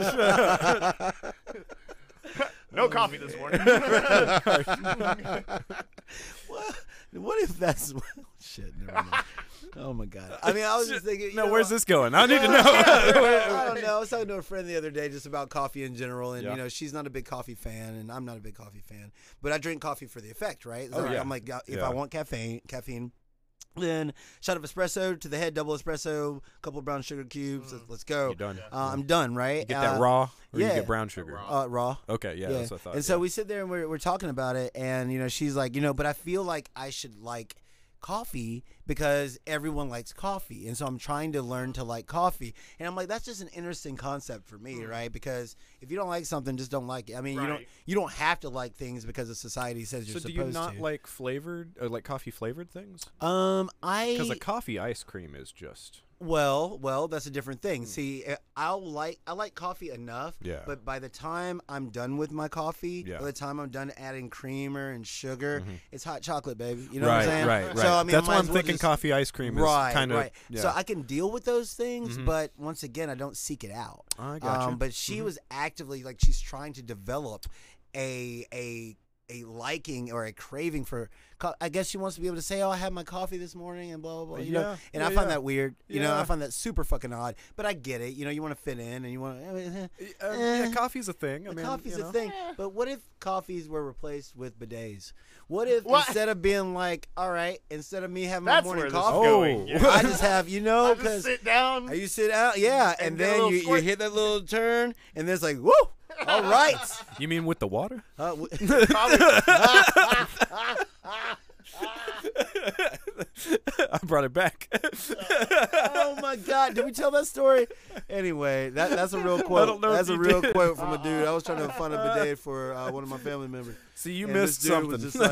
[SPEAKER 5] no coffee this morning.
[SPEAKER 3] What, what if that's. Shit, never mind. Oh, my God. I mean, I was just thinking. you
[SPEAKER 1] no,
[SPEAKER 3] know,
[SPEAKER 1] where's this going? I need to
[SPEAKER 3] I
[SPEAKER 1] know.
[SPEAKER 3] don't know. I was talking to a friend the other day just about coffee in general, and
[SPEAKER 1] Yeah.
[SPEAKER 3] you know, she's not a big coffee fan, and I'm not a big coffee fan. But I drink coffee for the effect, right? So
[SPEAKER 1] Oh, yeah.
[SPEAKER 3] I'm like, uh, if
[SPEAKER 1] Yeah.
[SPEAKER 3] I want caffeine, caffeine, then shot of espresso to the head, double espresso, couple of brown sugar cubes. Let's, let's go.
[SPEAKER 1] You're done.
[SPEAKER 3] Uh, I'm done, right?
[SPEAKER 1] Mm. You get that
[SPEAKER 3] Uh,
[SPEAKER 1] raw, or you
[SPEAKER 3] yeah.
[SPEAKER 1] get brown sugar.
[SPEAKER 3] Uh, raw.
[SPEAKER 1] Okay, yeah, that's what I thought.
[SPEAKER 3] and so we sit there and we're, we're talking about it, and you know, she's like, you know, but I feel like I should like coffee because everyone likes coffee, and so I'm trying to learn to like coffee. And I'm like, that's just an interesting concept for
[SPEAKER 1] Hmm.
[SPEAKER 3] me, right? Because if you don't like something, just don't like it. I mean, you don't
[SPEAKER 5] Right.
[SPEAKER 3] you don't have to like things because the society says
[SPEAKER 1] So
[SPEAKER 3] you're
[SPEAKER 1] do
[SPEAKER 3] supposed
[SPEAKER 1] you not
[SPEAKER 3] to.
[SPEAKER 1] like flavored, or like coffee flavored things?
[SPEAKER 3] um, I
[SPEAKER 1] Because a coffee ice cream is just
[SPEAKER 3] Well, well, that's a different thing. See, uh, I'll like I like coffee enough,
[SPEAKER 1] Hmm. Yeah.
[SPEAKER 3] but by the time I'm done with my coffee,
[SPEAKER 1] Yeah. Mm-hmm.
[SPEAKER 3] by the time I'm done adding creamer and sugar, it's hot chocolate, baby. You know
[SPEAKER 1] right,
[SPEAKER 3] what I'm saying?
[SPEAKER 1] right, right.
[SPEAKER 3] So I mean, I
[SPEAKER 1] That's
[SPEAKER 3] might
[SPEAKER 1] why
[SPEAKER 3] as
[SPEAKER 1] I'm
[SPEAKER 3] well
[SPEAKER 1] thinking
[SPEAKER 3] just-
[SPEAKER 1] coffee ice cream is
[SPEAKER 3] right,
[SPEAKER 1] kind of.
[SPEAKER 3] right.
[SPEAKER 1] Yeah.
[SPEAKER 3] So I can deal with those things,
[SPEAKER 1] Mhm.
[SPEAKER 3] but once again, I don't seek it out.
[SPEAKER 1] I gotcha.
[SPEAKER 3] Um, but she
[SPEAKER 1] Mhm.
[SPEAKER 3] was actively like she's trying to develop a a a liking or a craving for. Co- I guess she wants to be able to say, "Oh, I had my coffee this morning," and blah blah blah. You know,
[SPEAKER 1] Yeah,
[SPEAKER 3] and I
[SPEAKER 1] yeah,
[SPEAKER 3] find
[SPEAKER 1] yeah.
[SPEAKER 3] that weird. You know, I
[SPEAKER 1] Yeah.
[SPEAKER 3] find that super fucking odd. But I get it. You know, you want to fit in, and you want to.
[SPEAKER 1] Uh, yeah,
[SPEAKER 3] eh,
[SPEAKER 1] coffee's a thing. I mean,
[SPEAKER 3] coffee's
[SPEAKER 1] you know.
[SPEAKER 3] a thing, but what if coffees were replaced with bidets? What if
[SPEAKER 5] What?
[SPEAKER 3] instead of being like, "All right," instead of me having
[SPEAKER 5] That's
[SPEAKER 3] my
[SPEAKER 5] where
[SPEAKER 3] morning
[SPEAKER 5] this
[SPEAKER 3] coffee,
[SPEAKER 5] is going.
[SPEAKER 1] Oh.
[SPEAKER 5] yeah.
[SPEAKER 3] I just have, you know,
[SPEAKER 5] I just
[SPEAKER 3] because
[SPEAKER 5] sit down.
[SPEAKER 3] you sit out, yeah, and,
[SPEAKER 5] And get a
[SPEAKER 3] then
[SPEAKER 5] little
[SPEAKER 3] you, you
[SPEAKER 5] squirt.
[SPEAKER 3] hit that little turn, and then it's like, woo, all right.
[SPEAKER 1] You mean with the water?
[SPEAKER 3] Uh, w-
[SPEAKER 1] I brought it back.
[SPEAKER 3] oh my God, did we tell that story? Anyway, that that's a real quote.
[SPEAKER 1] don't know if
[SPEAKER 3] that's a
[SPEAKER 1] you
[SPEAKER 3] real
[SPEAKER 1] did.
[SPEAKER 3] quote from a dude. I was trying to find a bidet for uh, one of my family members.
[SPEAKER 1] See, you
[SPEAKER 3] And this
[SPEAKER 1] missed
[SPEAKER 3] dude was
[SPEAKER 1] something.
[SPEAKER 3] just like,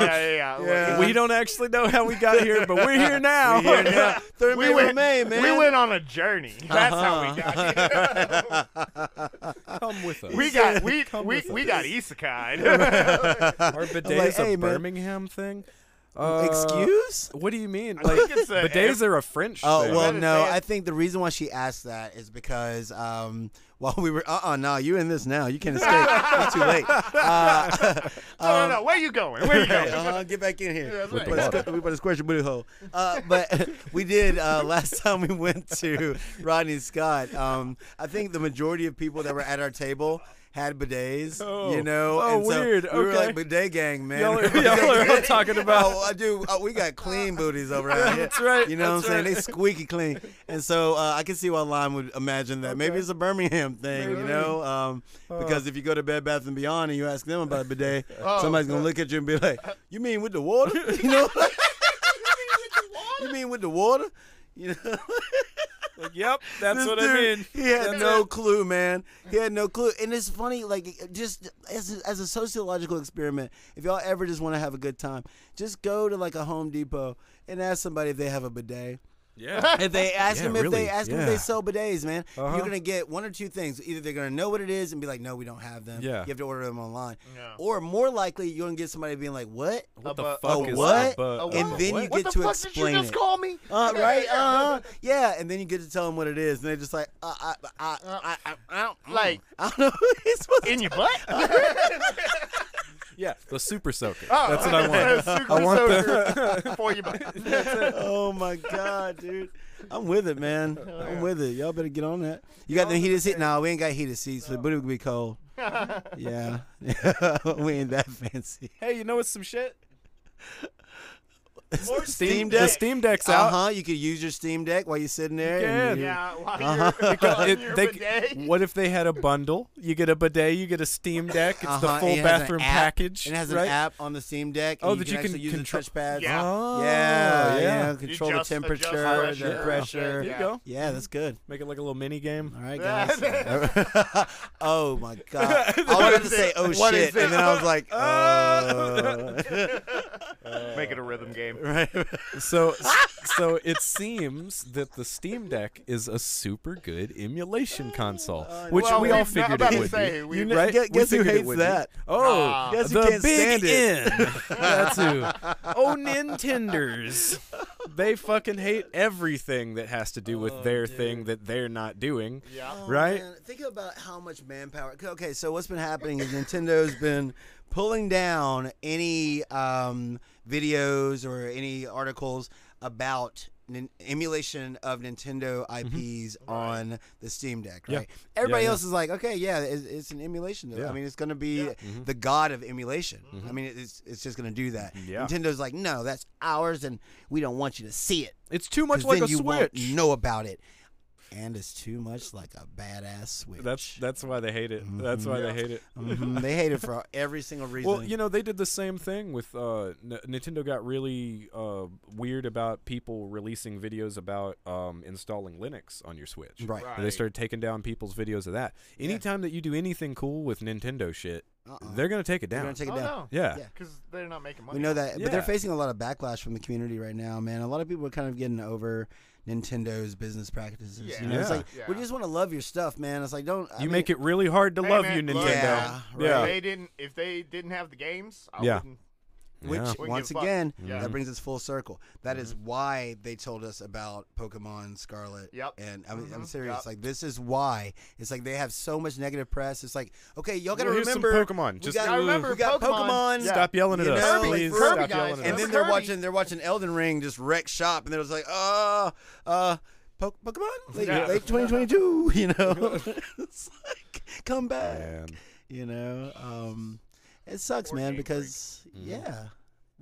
[SPEAKER 5] yeah, yeah. yeah.
[SPEAKER 3] Yeah.
[SPEAKER 1] we don't actually know how we got here, but we're here now.
[SPEAKER 3] We're here now. Third
[SPEAKER 5] We
[SPEAKER 3] man
[SPEAKER 5] went,
[SPEAKER 3] remain, man.
[SPEAKER 5] we went on a journey. That's how we got here.
[SPEAKER 1] Come with us.
[SPEAKER 5] we got we
[SPEAKER 1] Come
[SPEAKER 5] we,
[SPEAKER 1] with
[SPEAKER 5] we
[SPEAKER 1] us.
[SPEAKER 5] got isekai.
[SPEAKER 1] Our bidet
[SPEAKER 3] like,
[SPEAKER 1] is a
[SPEAKER 3] "Hey, man."
[SPEAKER 1] Birmingham thing. Uh,
[SPEAKER 3] Excuse?
[SPEAKER 1] What do you mean?
[SPEAKER 5] I
[SPEAKER 1] Like
[SPEAKER 5] think it's a-
[SPEAKER 1] bidets are a French
[SPEAKER 3] Oh
[SPEAKER 1] thing.
[SPEAKER 3] well,
[SPEAKER 5] That is
[SPEAKER 3] no.
[SPEAKER 5] bad.
[SPEAKER 3] I think the reason why she asked that is because um, while we were, uh, uh no, you in this now. You can't escape. it's too late. Uh,
[SPEAKER 5] no, no, no. Where you going? Where you
[SPEAKER 3] Hey,
[SPEAKER 5] going?
[SPEAKER 3] uh-huh, get back in here.
[SPEAKER 5] that's
[SPEAKER 3] we,
[SPEAKER 5] right.
[SPEAKER 3] better squ- we better squish your booty hole. Uh, but we did uh, last time we went to Rodney Scott. Um, I think the majority of people that were at our table had bidets.
[SPEAKER 1] Oh.
[SPEAKER 3] You know,
[SPEAKER 1] Oh,
[SPEAKER 3] and so
[SPEAKER 1] weird.
[SPEAKER 3] We were
[SPEAKER 1] Okay.
[SPEAKER 3] like bidet gang, man.
[SPEAKER 1] Y'all are, y'all are all talking about.
[SPEAKER 3] Oh, I do. Oh, we got clean booties over here.
[SPEAKER 1] That's right,
[SPEAKER 3] You know
[SPEAKER 1] that's
[SPEAKER 3] what I'm saying?
[SPEAKER 1] right.
[SPEAKER 3] They squeaky clean. And so uh, I can see why Lime would imagine that. Maybe it's a Birmingham thing, you know? Um,
[SPEAKER 1] Uh.
[SPEAKER 3] because if you go to Bed Bath and Beyond and you ask them about a bidet,
[SPEAKER 1] Oh,
[SPEAKER 3] somebody's gonna look at you and be like, "You mean with the water? You know? you mean with the water? You know?"
[SPEAKER 1] Yep, that's
[SPEAKER 3] This
[SPEAKER 1] what I
[SPEAKER 3] dude,
[SPEAKER 1] mean.
[SPEAKER 3] He had
[SPEAKER 1] That's
[SPEAKER 3] no
[SPEAKER 1] it.
[SPEAKER 3] clue, man. He had no clue. And it's funny, like, just as a, as a sociological experiment, if y'all ever just want to have a good time, just go to like a Home Depot and ask somebody if they have a bidet.
[SPEAKER 1] Yeah.
[SPEAKER 3] If they ask
[SPEAKER 1] Yeah,
[SPEAKER 3] them if they
[SPEAKER 1] really,
[SPEAKER 3] ask them if they
[SPEAKER 1] yeah.
[SPEAKER 3] sell bidets, man,
[SPEAKER 1] Uh-huh.
[SPEAKER 3] you're gonna get one or two things. Either they're gonna know what it is and be like, "No, we don't have them."
[SPEAKER 1] Yeah.
[SPEAKER 3] you have to order them online.
[SPEAKER 5] Yeah.
[SPEAKER 3] Or more likely, you're gonna get somebody being like, "What?"
[SPEAKER 1] What the
[SPEAKER 5] bu-
[SPEAKER 1] fuck
[SPEAKER 3] a
[SPEAKER 1] is
[SPEAKER 3] what?
[SPEAKER 1] A bu-
[SPEAKER 5] A
[SPEAKER 3] and
[SPEAKER 5] what?
[SPEAKER 3] then you
[SPEAKER 5] What
[SPEAKER 3] get
[SPEAKER 5] the
[SPEAKER 3] to
[SPEAKER 5] fuck
[SPEAKER 3] explain
[SPEAKER 5] did you just
[SPEAKER 3] it.
[SPEAKER 5] call me?
[SPEAKER 3] Uh, right? Uh huh. Yeah, and then you get to tell them what it is, and they're just like, uh, I, I, I, I, I don't
[SPEAKER 5] Like
[SPEAKER 3] I don't know. what He's supposed to
[SPEAKER 5] in your butt? oh,
[SPEAKER 1] yeah, the super soaker. that's what I want.
[SPEAKER 5] Super
[SPEAKER 1] I want
[SPEAKER 5] soaker for your butt.
[SPEAKER 3] oh my god, dude. I'm with it, man. I'm with it. Y'all better get on that. You got the heated seat? No, we ain't got heated seats. So the booty would be cold. Yeah, we ain't that fancy.
[SPEAKER 1] Hey, you know what's some shit?
[SPEAKER 5] More
[SPEAKER 1] Steam The Steam Deck's
[SPEAKER 3] Uh
[SPEAKER 1] out.
[SPEAKER 3] huh. You could use your Steam Deck while you're sitting there. and you-
[SPEAKER 5] Yeah, while you're,
[SPEAKER 1] Because
[SPEAKER 5] on
[SPEAKER 1] Uh-huh. it-
[SPEAKER 5] your
[SPEAKER 1] they-
[SPEAKER 5] bidet.
[SPEAKER 1] what if they had a bundle? You get a bidet, you get a Steam Deck. It's
[SPEAKER 3] uh-huh,
[SPEAKER 1] the full
[SPEAKER 3] and it has an
[SPEAKER 1] bathroom
[SPEAKER 3] app,
[SPEAKER 1] package.
[SPEAKER 3] and It has
[SPEAKER 1] right?
[SPEAKER 3] an app on the Steam Deck.
[SPEAKER 1] Oh,
[SPEAKER 3] and
[SPEAKER 1] that
[SPEAKER 3] you
[SPEAKER 1] you
[SPEAKER 3] can,
[SPEAKER 1] can
[SPEAKER 3] actually use
[SPEAKER 1] control-
[SPEAKER 3] the touchpads.
[SPEAKER 5] Yeah.
[SPEAKER 1] Oh,
[SPEAKER 3] yeah, yeah.
[SPEAKER 1] yeah.
[SPEAKER 3] Control the
[SPEAKER 5] just adjust
[SPEAKER 3] temperature, the
[SPEAKER 5] pressure.
[SPEAKER 3] pressure.
[SPEAKER 1] There
[SPEAKER 5] Yeah.
[SPEAKER 1] you go.
[SPEAKER 3] Yeah, that's good.
[SPEAKER 1] Make it like a little mini game.
[SPEAKER 3] All right, guys. oh my god! I was
[SPEAKER 5] What
[SPEAKER 3] about to
[SPEAKER 5] is
[SPEAKER 3] say,
[SPEAKER 5] it?
[SPEAKER 3] "Oh
[SPEAKER 5] What
[SPEAKER 3] shit,"
[SPEAKER 5] is it?
[SPEAKER 3] and then I was like, "Uh."
[SPEAKER 5] Make it a rhythm game.
[SPEAKER 1] So, so it seems that the Steam Deck is a super good emulation console, which
[SPEAKER 5] Oh, Well,
[SPEAKER 1] we all
[SPEAKER 5] we've not-
[SPEAKER 1] figured
[SPEAKER 5] about
[SPEAKER 1] it
[SPEAKER 5] to
[SPEAKER 1] would
[SPEAKER 5] say,
[SPEAKER 1] be.
[SPEAKER 5] we- You
[SPEAKER 3] kn-
[SPEAKER 1] right?
[SPEAKER 3] gu-
[SPEAKER 1] We
[SPEAKER 3] guess who
[SPEAKER 1] figured it
[SPEAKER 3] hates
[SPEAKER 1] would be.
[SPEAKER 3] that?
[SPEAKER 1] Oh,
[SPEAKER 5] Ah.
[SPEAKER 3] Guess who
[SPEAKER 1] the
[SPEAKER 3] can't
[SPEAKER 1] big
[SPEAKER 3] stand it?
[SPEAKER 1] N. That's who. Oh, Nintenders. They fucking hate everything that has to do with their thing that they're not doing.
[SPEAKER 5] Yeah.
[SPEAKER 1] Right?
[SPEAKER 3] Oh, Man, think about how much manpower. Okay, so what's been happening is Nintendo's been pulling down any um, videos or any articles about nin- emulation of Nintendo IPs on the Steam Deck. Right.
[SPEAKER 1] Mm-hmm. Yeah.
[SPEAKER 3] Everybody
[SPEAKER 1] yeah.
[SPEAKER 3] else is like, okay, yeah, it's, it's an emulation.
[SPEAKER 1] Yeah. Mm-hmm.
[SPEAKER 3] I mean, it's going to be the god of emulation. I mean, it's it's just going to do that.
[SPEAKER 1] Yeah.
[SPEAKER 3] Nintendo's like, no, that's ours, and we don't want you to see it.
[SPEAKER 1] It's too much
[SPEAKER 3] 'Cause
[SPEAKER 1] like
[SPEAKER 3] then
[SPEAKER 1] a
[SPEAKER 3] you won't
[SPEAKER 1] Switch.
[SPEAKER 3] know about it. And it's too much like a badass switch.
[SPEAKER 1] That's that's why they hate it.
[SPEAKER 3] Mm-hmm.
[SPEAKER 1] That's why they hate it.
[SPEAKER 3] Mhm, They hate it for every single reason.
[SPEAKER 1] Well, you know, they did the same thing with uh, N- Nintendo. Got really uh, weird about people releasing videos about um, installing Linux on your Switch.
[SPEAKER 3] right?
[SPEAKER 1] And They started taking down people's videos of that. Anytime that you do anything cool with Nintendo shit,
[SPEAKER 3] Uh-uh.
[SPEAKER 1] they're gonna take it
[SPEAKER 3] We're
[SPEAKER 1] down.
[SPEAKER 3] gonna take it
[SPEAKER 5] Oh,
[SPEAKER 3] down.
[SPEAKER 5] no.
[SPEAKER 1] yeah.
[SPEAKER 3] Yeah.
[SPEAKER 5] Because they're not making money.
[SPEAKER 3] We know that, but they're
[SPEAKER 1] Yeah.
[SPEAKER 3] facing a lot of backlash from the community right now, man. A lot of people are kind of getting over Nintendo's business practices. You
[SPEAKER 5] Yeah.
[SPEAKER 3] know, it's
[SPEAKER 1] Yeah.
[SPEAKER 3] like we
[SPEAKER 5] Yeah.
[SPEAKER 3] just want to love your stuff, man. It's like don't
[SPEAKER 1] you make it really hard to
[SPEAKER 5] Hey,
[SPEAKER 1] love
[SPEAKER 5] man,
[SPEAKER 1] you,
[SPEAKER 5] look,
[SPEAKER 1] Nintendo.
[SPEAKER 3] Yeah,
[SPEAKER 1] Yeah.
[SPEAKER 5] If they didn't, if they didn't have the games, I
[SPEAKER 1] Yeah.
[SPEAKER 5] wouldn't.
[SPEAKER 3] Which
[SPEAKER 1] Yeah. Mm-hmm.
[SPEAKER 5] Wouldn't
[SPEAKER 3] once
[SPEAKER 5] give a fuck.
[SPEAKER 3] again,
[SPEAKER 5] Yeah.
[SPEAKER 3] that brings us full circle. That is why they told us about Pokemon Scarlet.
[SPEAKER 5] Yep.
[SPEAKER 3] And I'm, I'm
[SPEAKER 5] Mhm.
[SPEAKER 3] serious.
[SPEAKER 5] Yep.
[SPEAKER 3] Like this is why. It's like they have so much negative press. It's like okay, y'all gotta
[SPEAKER 1] Well, here's some
[SPEAKER 3] remember
[SPEAKER 1] Pokemon.
[SPEAKER 3] we
[SPEAKER 1] Just-
[SPEAKER 3] got,
[SPEAKER 5] I remember
[SPEAKER 3] we got Pokemon.
[SPEAKER 5] Pokemon. Yeah.
[SPEAKER 1] Stop yelling at
[SPEAKER 3] You
[SPEAKER 1] us,
[SPEAKER 3] know, like,
[SPEAKER 1] please.
[SPEAKER 3] for
[SPEAKER 1] Stop
[SPEAKER 5] Kirby
[SPEAKER 1] yelling at
[SPEAKER 5] guys,
[SPEAKER 3] And
[SPEAKER 1] us.
[SPEAKER 3] then
[SPEAKER 5] Remember
[SPEAKER 3] they're
[SPEAKER 5] Kirby?
[SPEAKER 3] watching they're watching Elden Ring just wreck shop, and they're just like, uh, uh, po- Pokemon late,
[SPEAKER 5] Yeah.
[SPEAKER 3] late 2022, you know. it's like come back,
[SPEAKER 1] Man.
[SPEAKER 3] you know. Um, it sucks,
[SPEAKER 5] Poor
[SPEAKER 3] man,
[SPEAKER 5] Game
[SPEAKER 3] because yeah.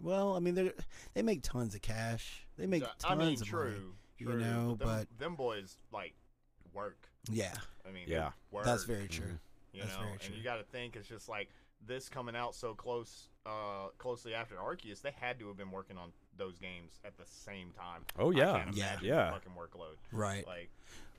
[SPEAKER 3] Well, I mean, they they make tons of cash. They make tons
[SPEAKER 5] uh, I mean,
[SPEAKER 3] of
[SPEAKER 5] true,
[SPEAKER 3] money. you
[SPEAKER 5] true.
[SPEAKER 3] know,
[SPEAKER 5] them, them boys like work.
[SPEAKER 3] Yeah,
[SPEAKER 5] I mean,
[SPEAKER 1] Yeah.
[SPEAKER 5] they work,
[SPEAKER 3] that's very true.
[SPEAKER 5] You
[SPEAKER 3] that's
[SPEAKER 5] know,
[SPEAKER 3] very
[SPEAKER 5] and
[SPEAKER 3] true.
[SPEAKER 5] you got to think it's just like this coming out so close, uh, closely after Arceus. They had to have been working on those games at the same time.
[SPEAKER 1] Oh, yeah.
[SPEAKER 5] I can't
[SPEAKER 3] Yeah.
[SPEAKER 5] imagine the
[SPEAKER 1] Yeah.
[SPEAKER 5] fucking workload.
[SPEAKER 3] Right.
[SPEAKER 5] Like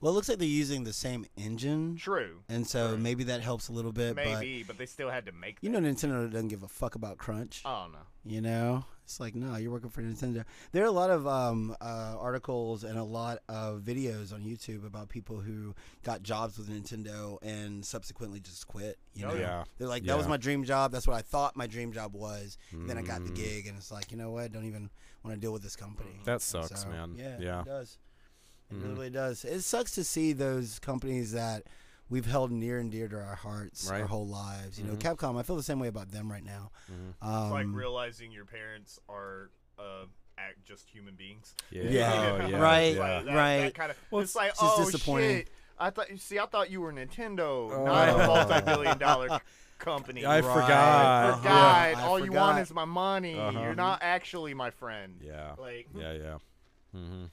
[SPEAKER 3] Well, it looks like they're using the same engine,
[SPEAKER 5] true,
[SPEAKER 3] and so
[SPEAKER 5] True.
[SPEAKER 3] maybe that helps a little bit.
[SPEAKER 5] maybe, but, they still had to make.
[SPEAKER 3] But you
[SPEAKER 5] that.
[SPEAKER 3] know, Nintendo doesn't give a fuck about crunch.
[SPEAKER 5] I don't know.
[SPEAKER 3] You know, it's like no, you're working for Nintendo. There are a lot of um, uh, articles and a lot of videos on YouTube about people who got jobs with Nintendo and subsequently just quit. You
[SPEAKER 5] Oh,
[SPEAKER 3] know,
[SPEAKER 1] yeah.
[SPEAKER 3] they're like, that was
[SPEAKER 1] Yeah.
[SPEAKER 3] my dream job. That's what I thought my dream job was. And then I got the
[SPEAKER 1] Mm.
[SPEAKER 3] gig, and it's like, you know what? Don't even want to deal with this company.
[SPEAKER 1] That
[SPEAKER 3] And
[SPEAKER 1] sucks, man.
[SPEAKER 3] Yeah,
[SPEAKER 1] Yeah.
[SPEAKER 3] it does. It really,
[SPEAKER 1] Mhm.
[SPEAKER 3] really does. It sucks to see those companies that we've held near and dear to our hearts
[SPEAKER 1] Right.
[SPEAKER 3] our whole lives. You
[SPEAKER 1] Mhm.
[SPEAKER 3] know, Capcom. I feel the same way about them right now.
[SPEAKER 1] Mhm.
[SPEAKER 3] Um,
[SPEAKER 5] It's like realizing your parents are uh, act just human beings.
[SPEAKER 1] Yeah.
[SPEAKER 3] Yeah.
[SPEAKER 1] Oh, yeah.
[SPEAKER 3] Right.
[SPEAKER 1] Yeah.
[SPEAKER 5] Like that,
[SPEAKER 3] right.
[SPEAKER 5] That kind of,
[SPEAKER 1] Well,
[SPEAKER 5] it's, like,
[SPEAKER 3] it's just
[SPEAKER 5] oh
[SPEAKER 3] disappointing.
[SPEAKER 5] shit. I thought you see, I thought you were Nintendo,
[SPEAKER 1] Oh.
[SPEAKER 5] not a multi-billion-dollar c- company.
[SPEAKER 1] I
[SPEAKER 5] You
[SPEAKER 1] forgot.
[SPEAKER 3] Uh-huh.
[SPEAKER 5] forgot.
[SPEAKER 3] I
[SPEAKER 5] All you want
[SPEAKER 3] forgot.
[SPEAKER 5] is my money.
[SPEAKER 1] Uh-huh.
[SPEAKER 5] You're not actually my friend.
[SPEAKER 1] Yeah.
[SPEAKER 5] Like
[SPEAKER 1] Yeah. Yeah. hmm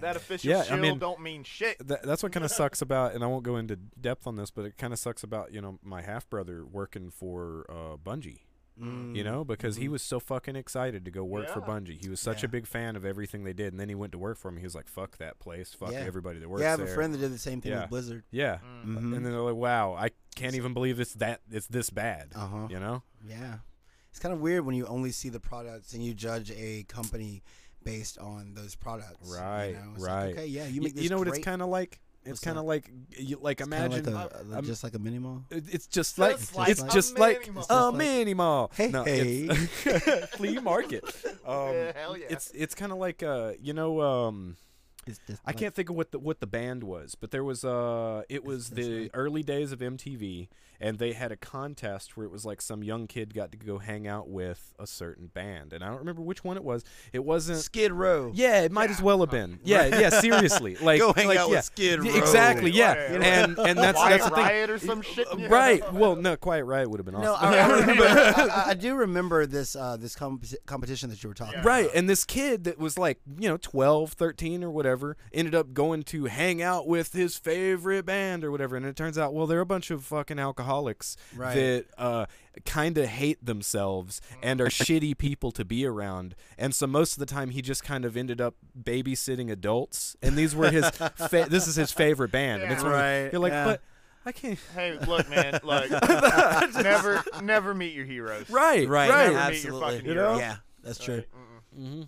[SPEAKER 5] that official
[SPEAKER 1] Yeah, I
[SPEAKER 5] shield
[SPEAKER 1] mean-
[SPEAKER 5] don't mean shit.
[SPEAKER 1] Th- that's what kind of sucks about, and I won't go into depth on this, but it kind of sucks about you know my half brother working for uh, Bungie.
[SPEAKER 3] mm,
[SPEAKER 1] You know, because he was so fucking excited to go work for
[SPEAKER 5] Yeah.
[SPEAKER 1] Bungie. He was such a
[SPEAKER 3] Mm-hmm. Yeah.
[SPEAKER 1] big fan of everything they did, and then he went to work for him. He was like, "Fuck that place, fuck
[SPEAKER 3] Yeah.
[SPEAKER 1] everybody that works
[SPEAKER 3] Yeah, I have
[SPEAKER 1] there."
[SPEAKER 3] a friend that did the same thing
[SPEAKER 1] Yeah.
[SPEAKER 3] with Blizzard.
[SPEAKER 1] Yeah,
[SPEAKER 5] Mm.
[SPEAKER 3] Mm-hmm.
[SPEAKER 1] and then they're like, "Wow, I can't even believe it's that it's this bad."
[SPEAKER 3] Uh-huh.
[SPEAKER 1] You know?
[SPEAKER 3] yeah, it's kind of weird when you only see the products and you judge a company based on those products. you
[SPEAKER 1] Right,
[SPEAKER 3] know? It's
[SPEAKER 1] right.
[SPEAKER 3] Like, okay, yeah, you
[SPEAKER 1] Y-
[SPEAKER 3] make this.
[SPEAKER 1] you know what it's
[SPEAKER 3] great-
[SPEAKER 1] kind of like? It's
[SPEAKER 3] What's
[SPEAKER 1] kind of
[SPEAKER 3] that?
[SPEAKER 1] like you, like
[SPEAKER 3] kinda
[SPEAKER 1] imagine
[SPEAKER 3] like a, like-
[SPEAKER 1] um,
[SPEAKER 3] just like a mini mall.
[SPEAKER 1] It- It's just like
[SPEAKER 5] Just
[SPEAKER 3] like
[SPEAKER 1] it's
[SPEAKER 3] a
[SPEAKER 1] just like
[SPEAKER 5] mini mall.
[SPEAKER 1] a
[SPEAKER 3] Just like-
[SPEAKER 1] mini mall.
[SPEAKER 3] Hey,
[SPEAKER 1] no, it's- flea market. Um,
[SPEAKER 5] Yeah, hell yeah.
[SPEAKER 1] It's it's kind of like uh, you know, um,
[SPEAKER 3] It's just
[SPEAKER 1] I
[SPEAKER 3] like-
[SPEAKER 1] can't think of what the what the band was, but there was uh, it was
[SPEAKER 3] that's
[SPEAKER 1] the
[SPEAKER 3] right.
[SPEAKER 1] early days of MTV, and they had a contest where it was like some young kid got to go hang out with a certain band, and I don't remember which one it was. It wasn't.
[SPEAKER 3] Skid Row.
[SPEAKER 1] Yeah, it might as well have been. Yeah, yeah, seriously. Like
[SPEAKER 3] Go hang
[SPEAKER 1] like,
[SPEAKER 3] out
[SPEAKER 1] yeah.
[SPEAKER 3] with Skid
[SPEAKER 1] Yeah,
[SPEAKER 3] Row.
[SPEAKER 1] Exactly, yeah.
[SPEAKER 5] Right, right.
[SPEAKER 1] And and that's
[SPEAKER 5] Quiet
[SPEAKER 1] that's the thing. uh,
[SPEAKER 5] riot or some shit. Yeah.
[SPEAKER 1] Right. Well, no, Quiet Riot would have been awesome.
[SPEAKER 3] No, I, I remember. I, I- I do remember this uh, this comp- competition that you were talking.
[SPEAKER 5] Yeah.
[SPEAKER 3] about.
[SPEAKER 1] Right, and this kid that was like, you know, 12, 13 or whatever, ended up going to hang out with his favorite band or whatever, and it turns out, well, they're a bunch of fucking alcoholics
[SPEAKER 3] Right.
[SPEAKER 1] that uh, kind of hate themselves and are shitty people to be around, and so most of the time he just kind of ended up babysitting adults, and these were his, fa- this is his favorite band, and it's one of the-
[SPEAKER 3] Right,
[SPEAKER 1] you're like,
[SPEAKER 3] yeah.
[SPEAKER 1] but I can't,
[SPEAKER 5] Hey, look, man. Look, never, never meet your heroes.
[SPEAKER 1] right,
[SPEAKER 3] Right.
[SPEAKER 1] right,
[SPEAKER 5] Never meet your
[SPEAKER 3] absolutely.
[SPEAKER 5] fucking You know? hero.
[SPEAKER 3] Yeah, that's true.
[SPEAKER 1] Mm-hmm.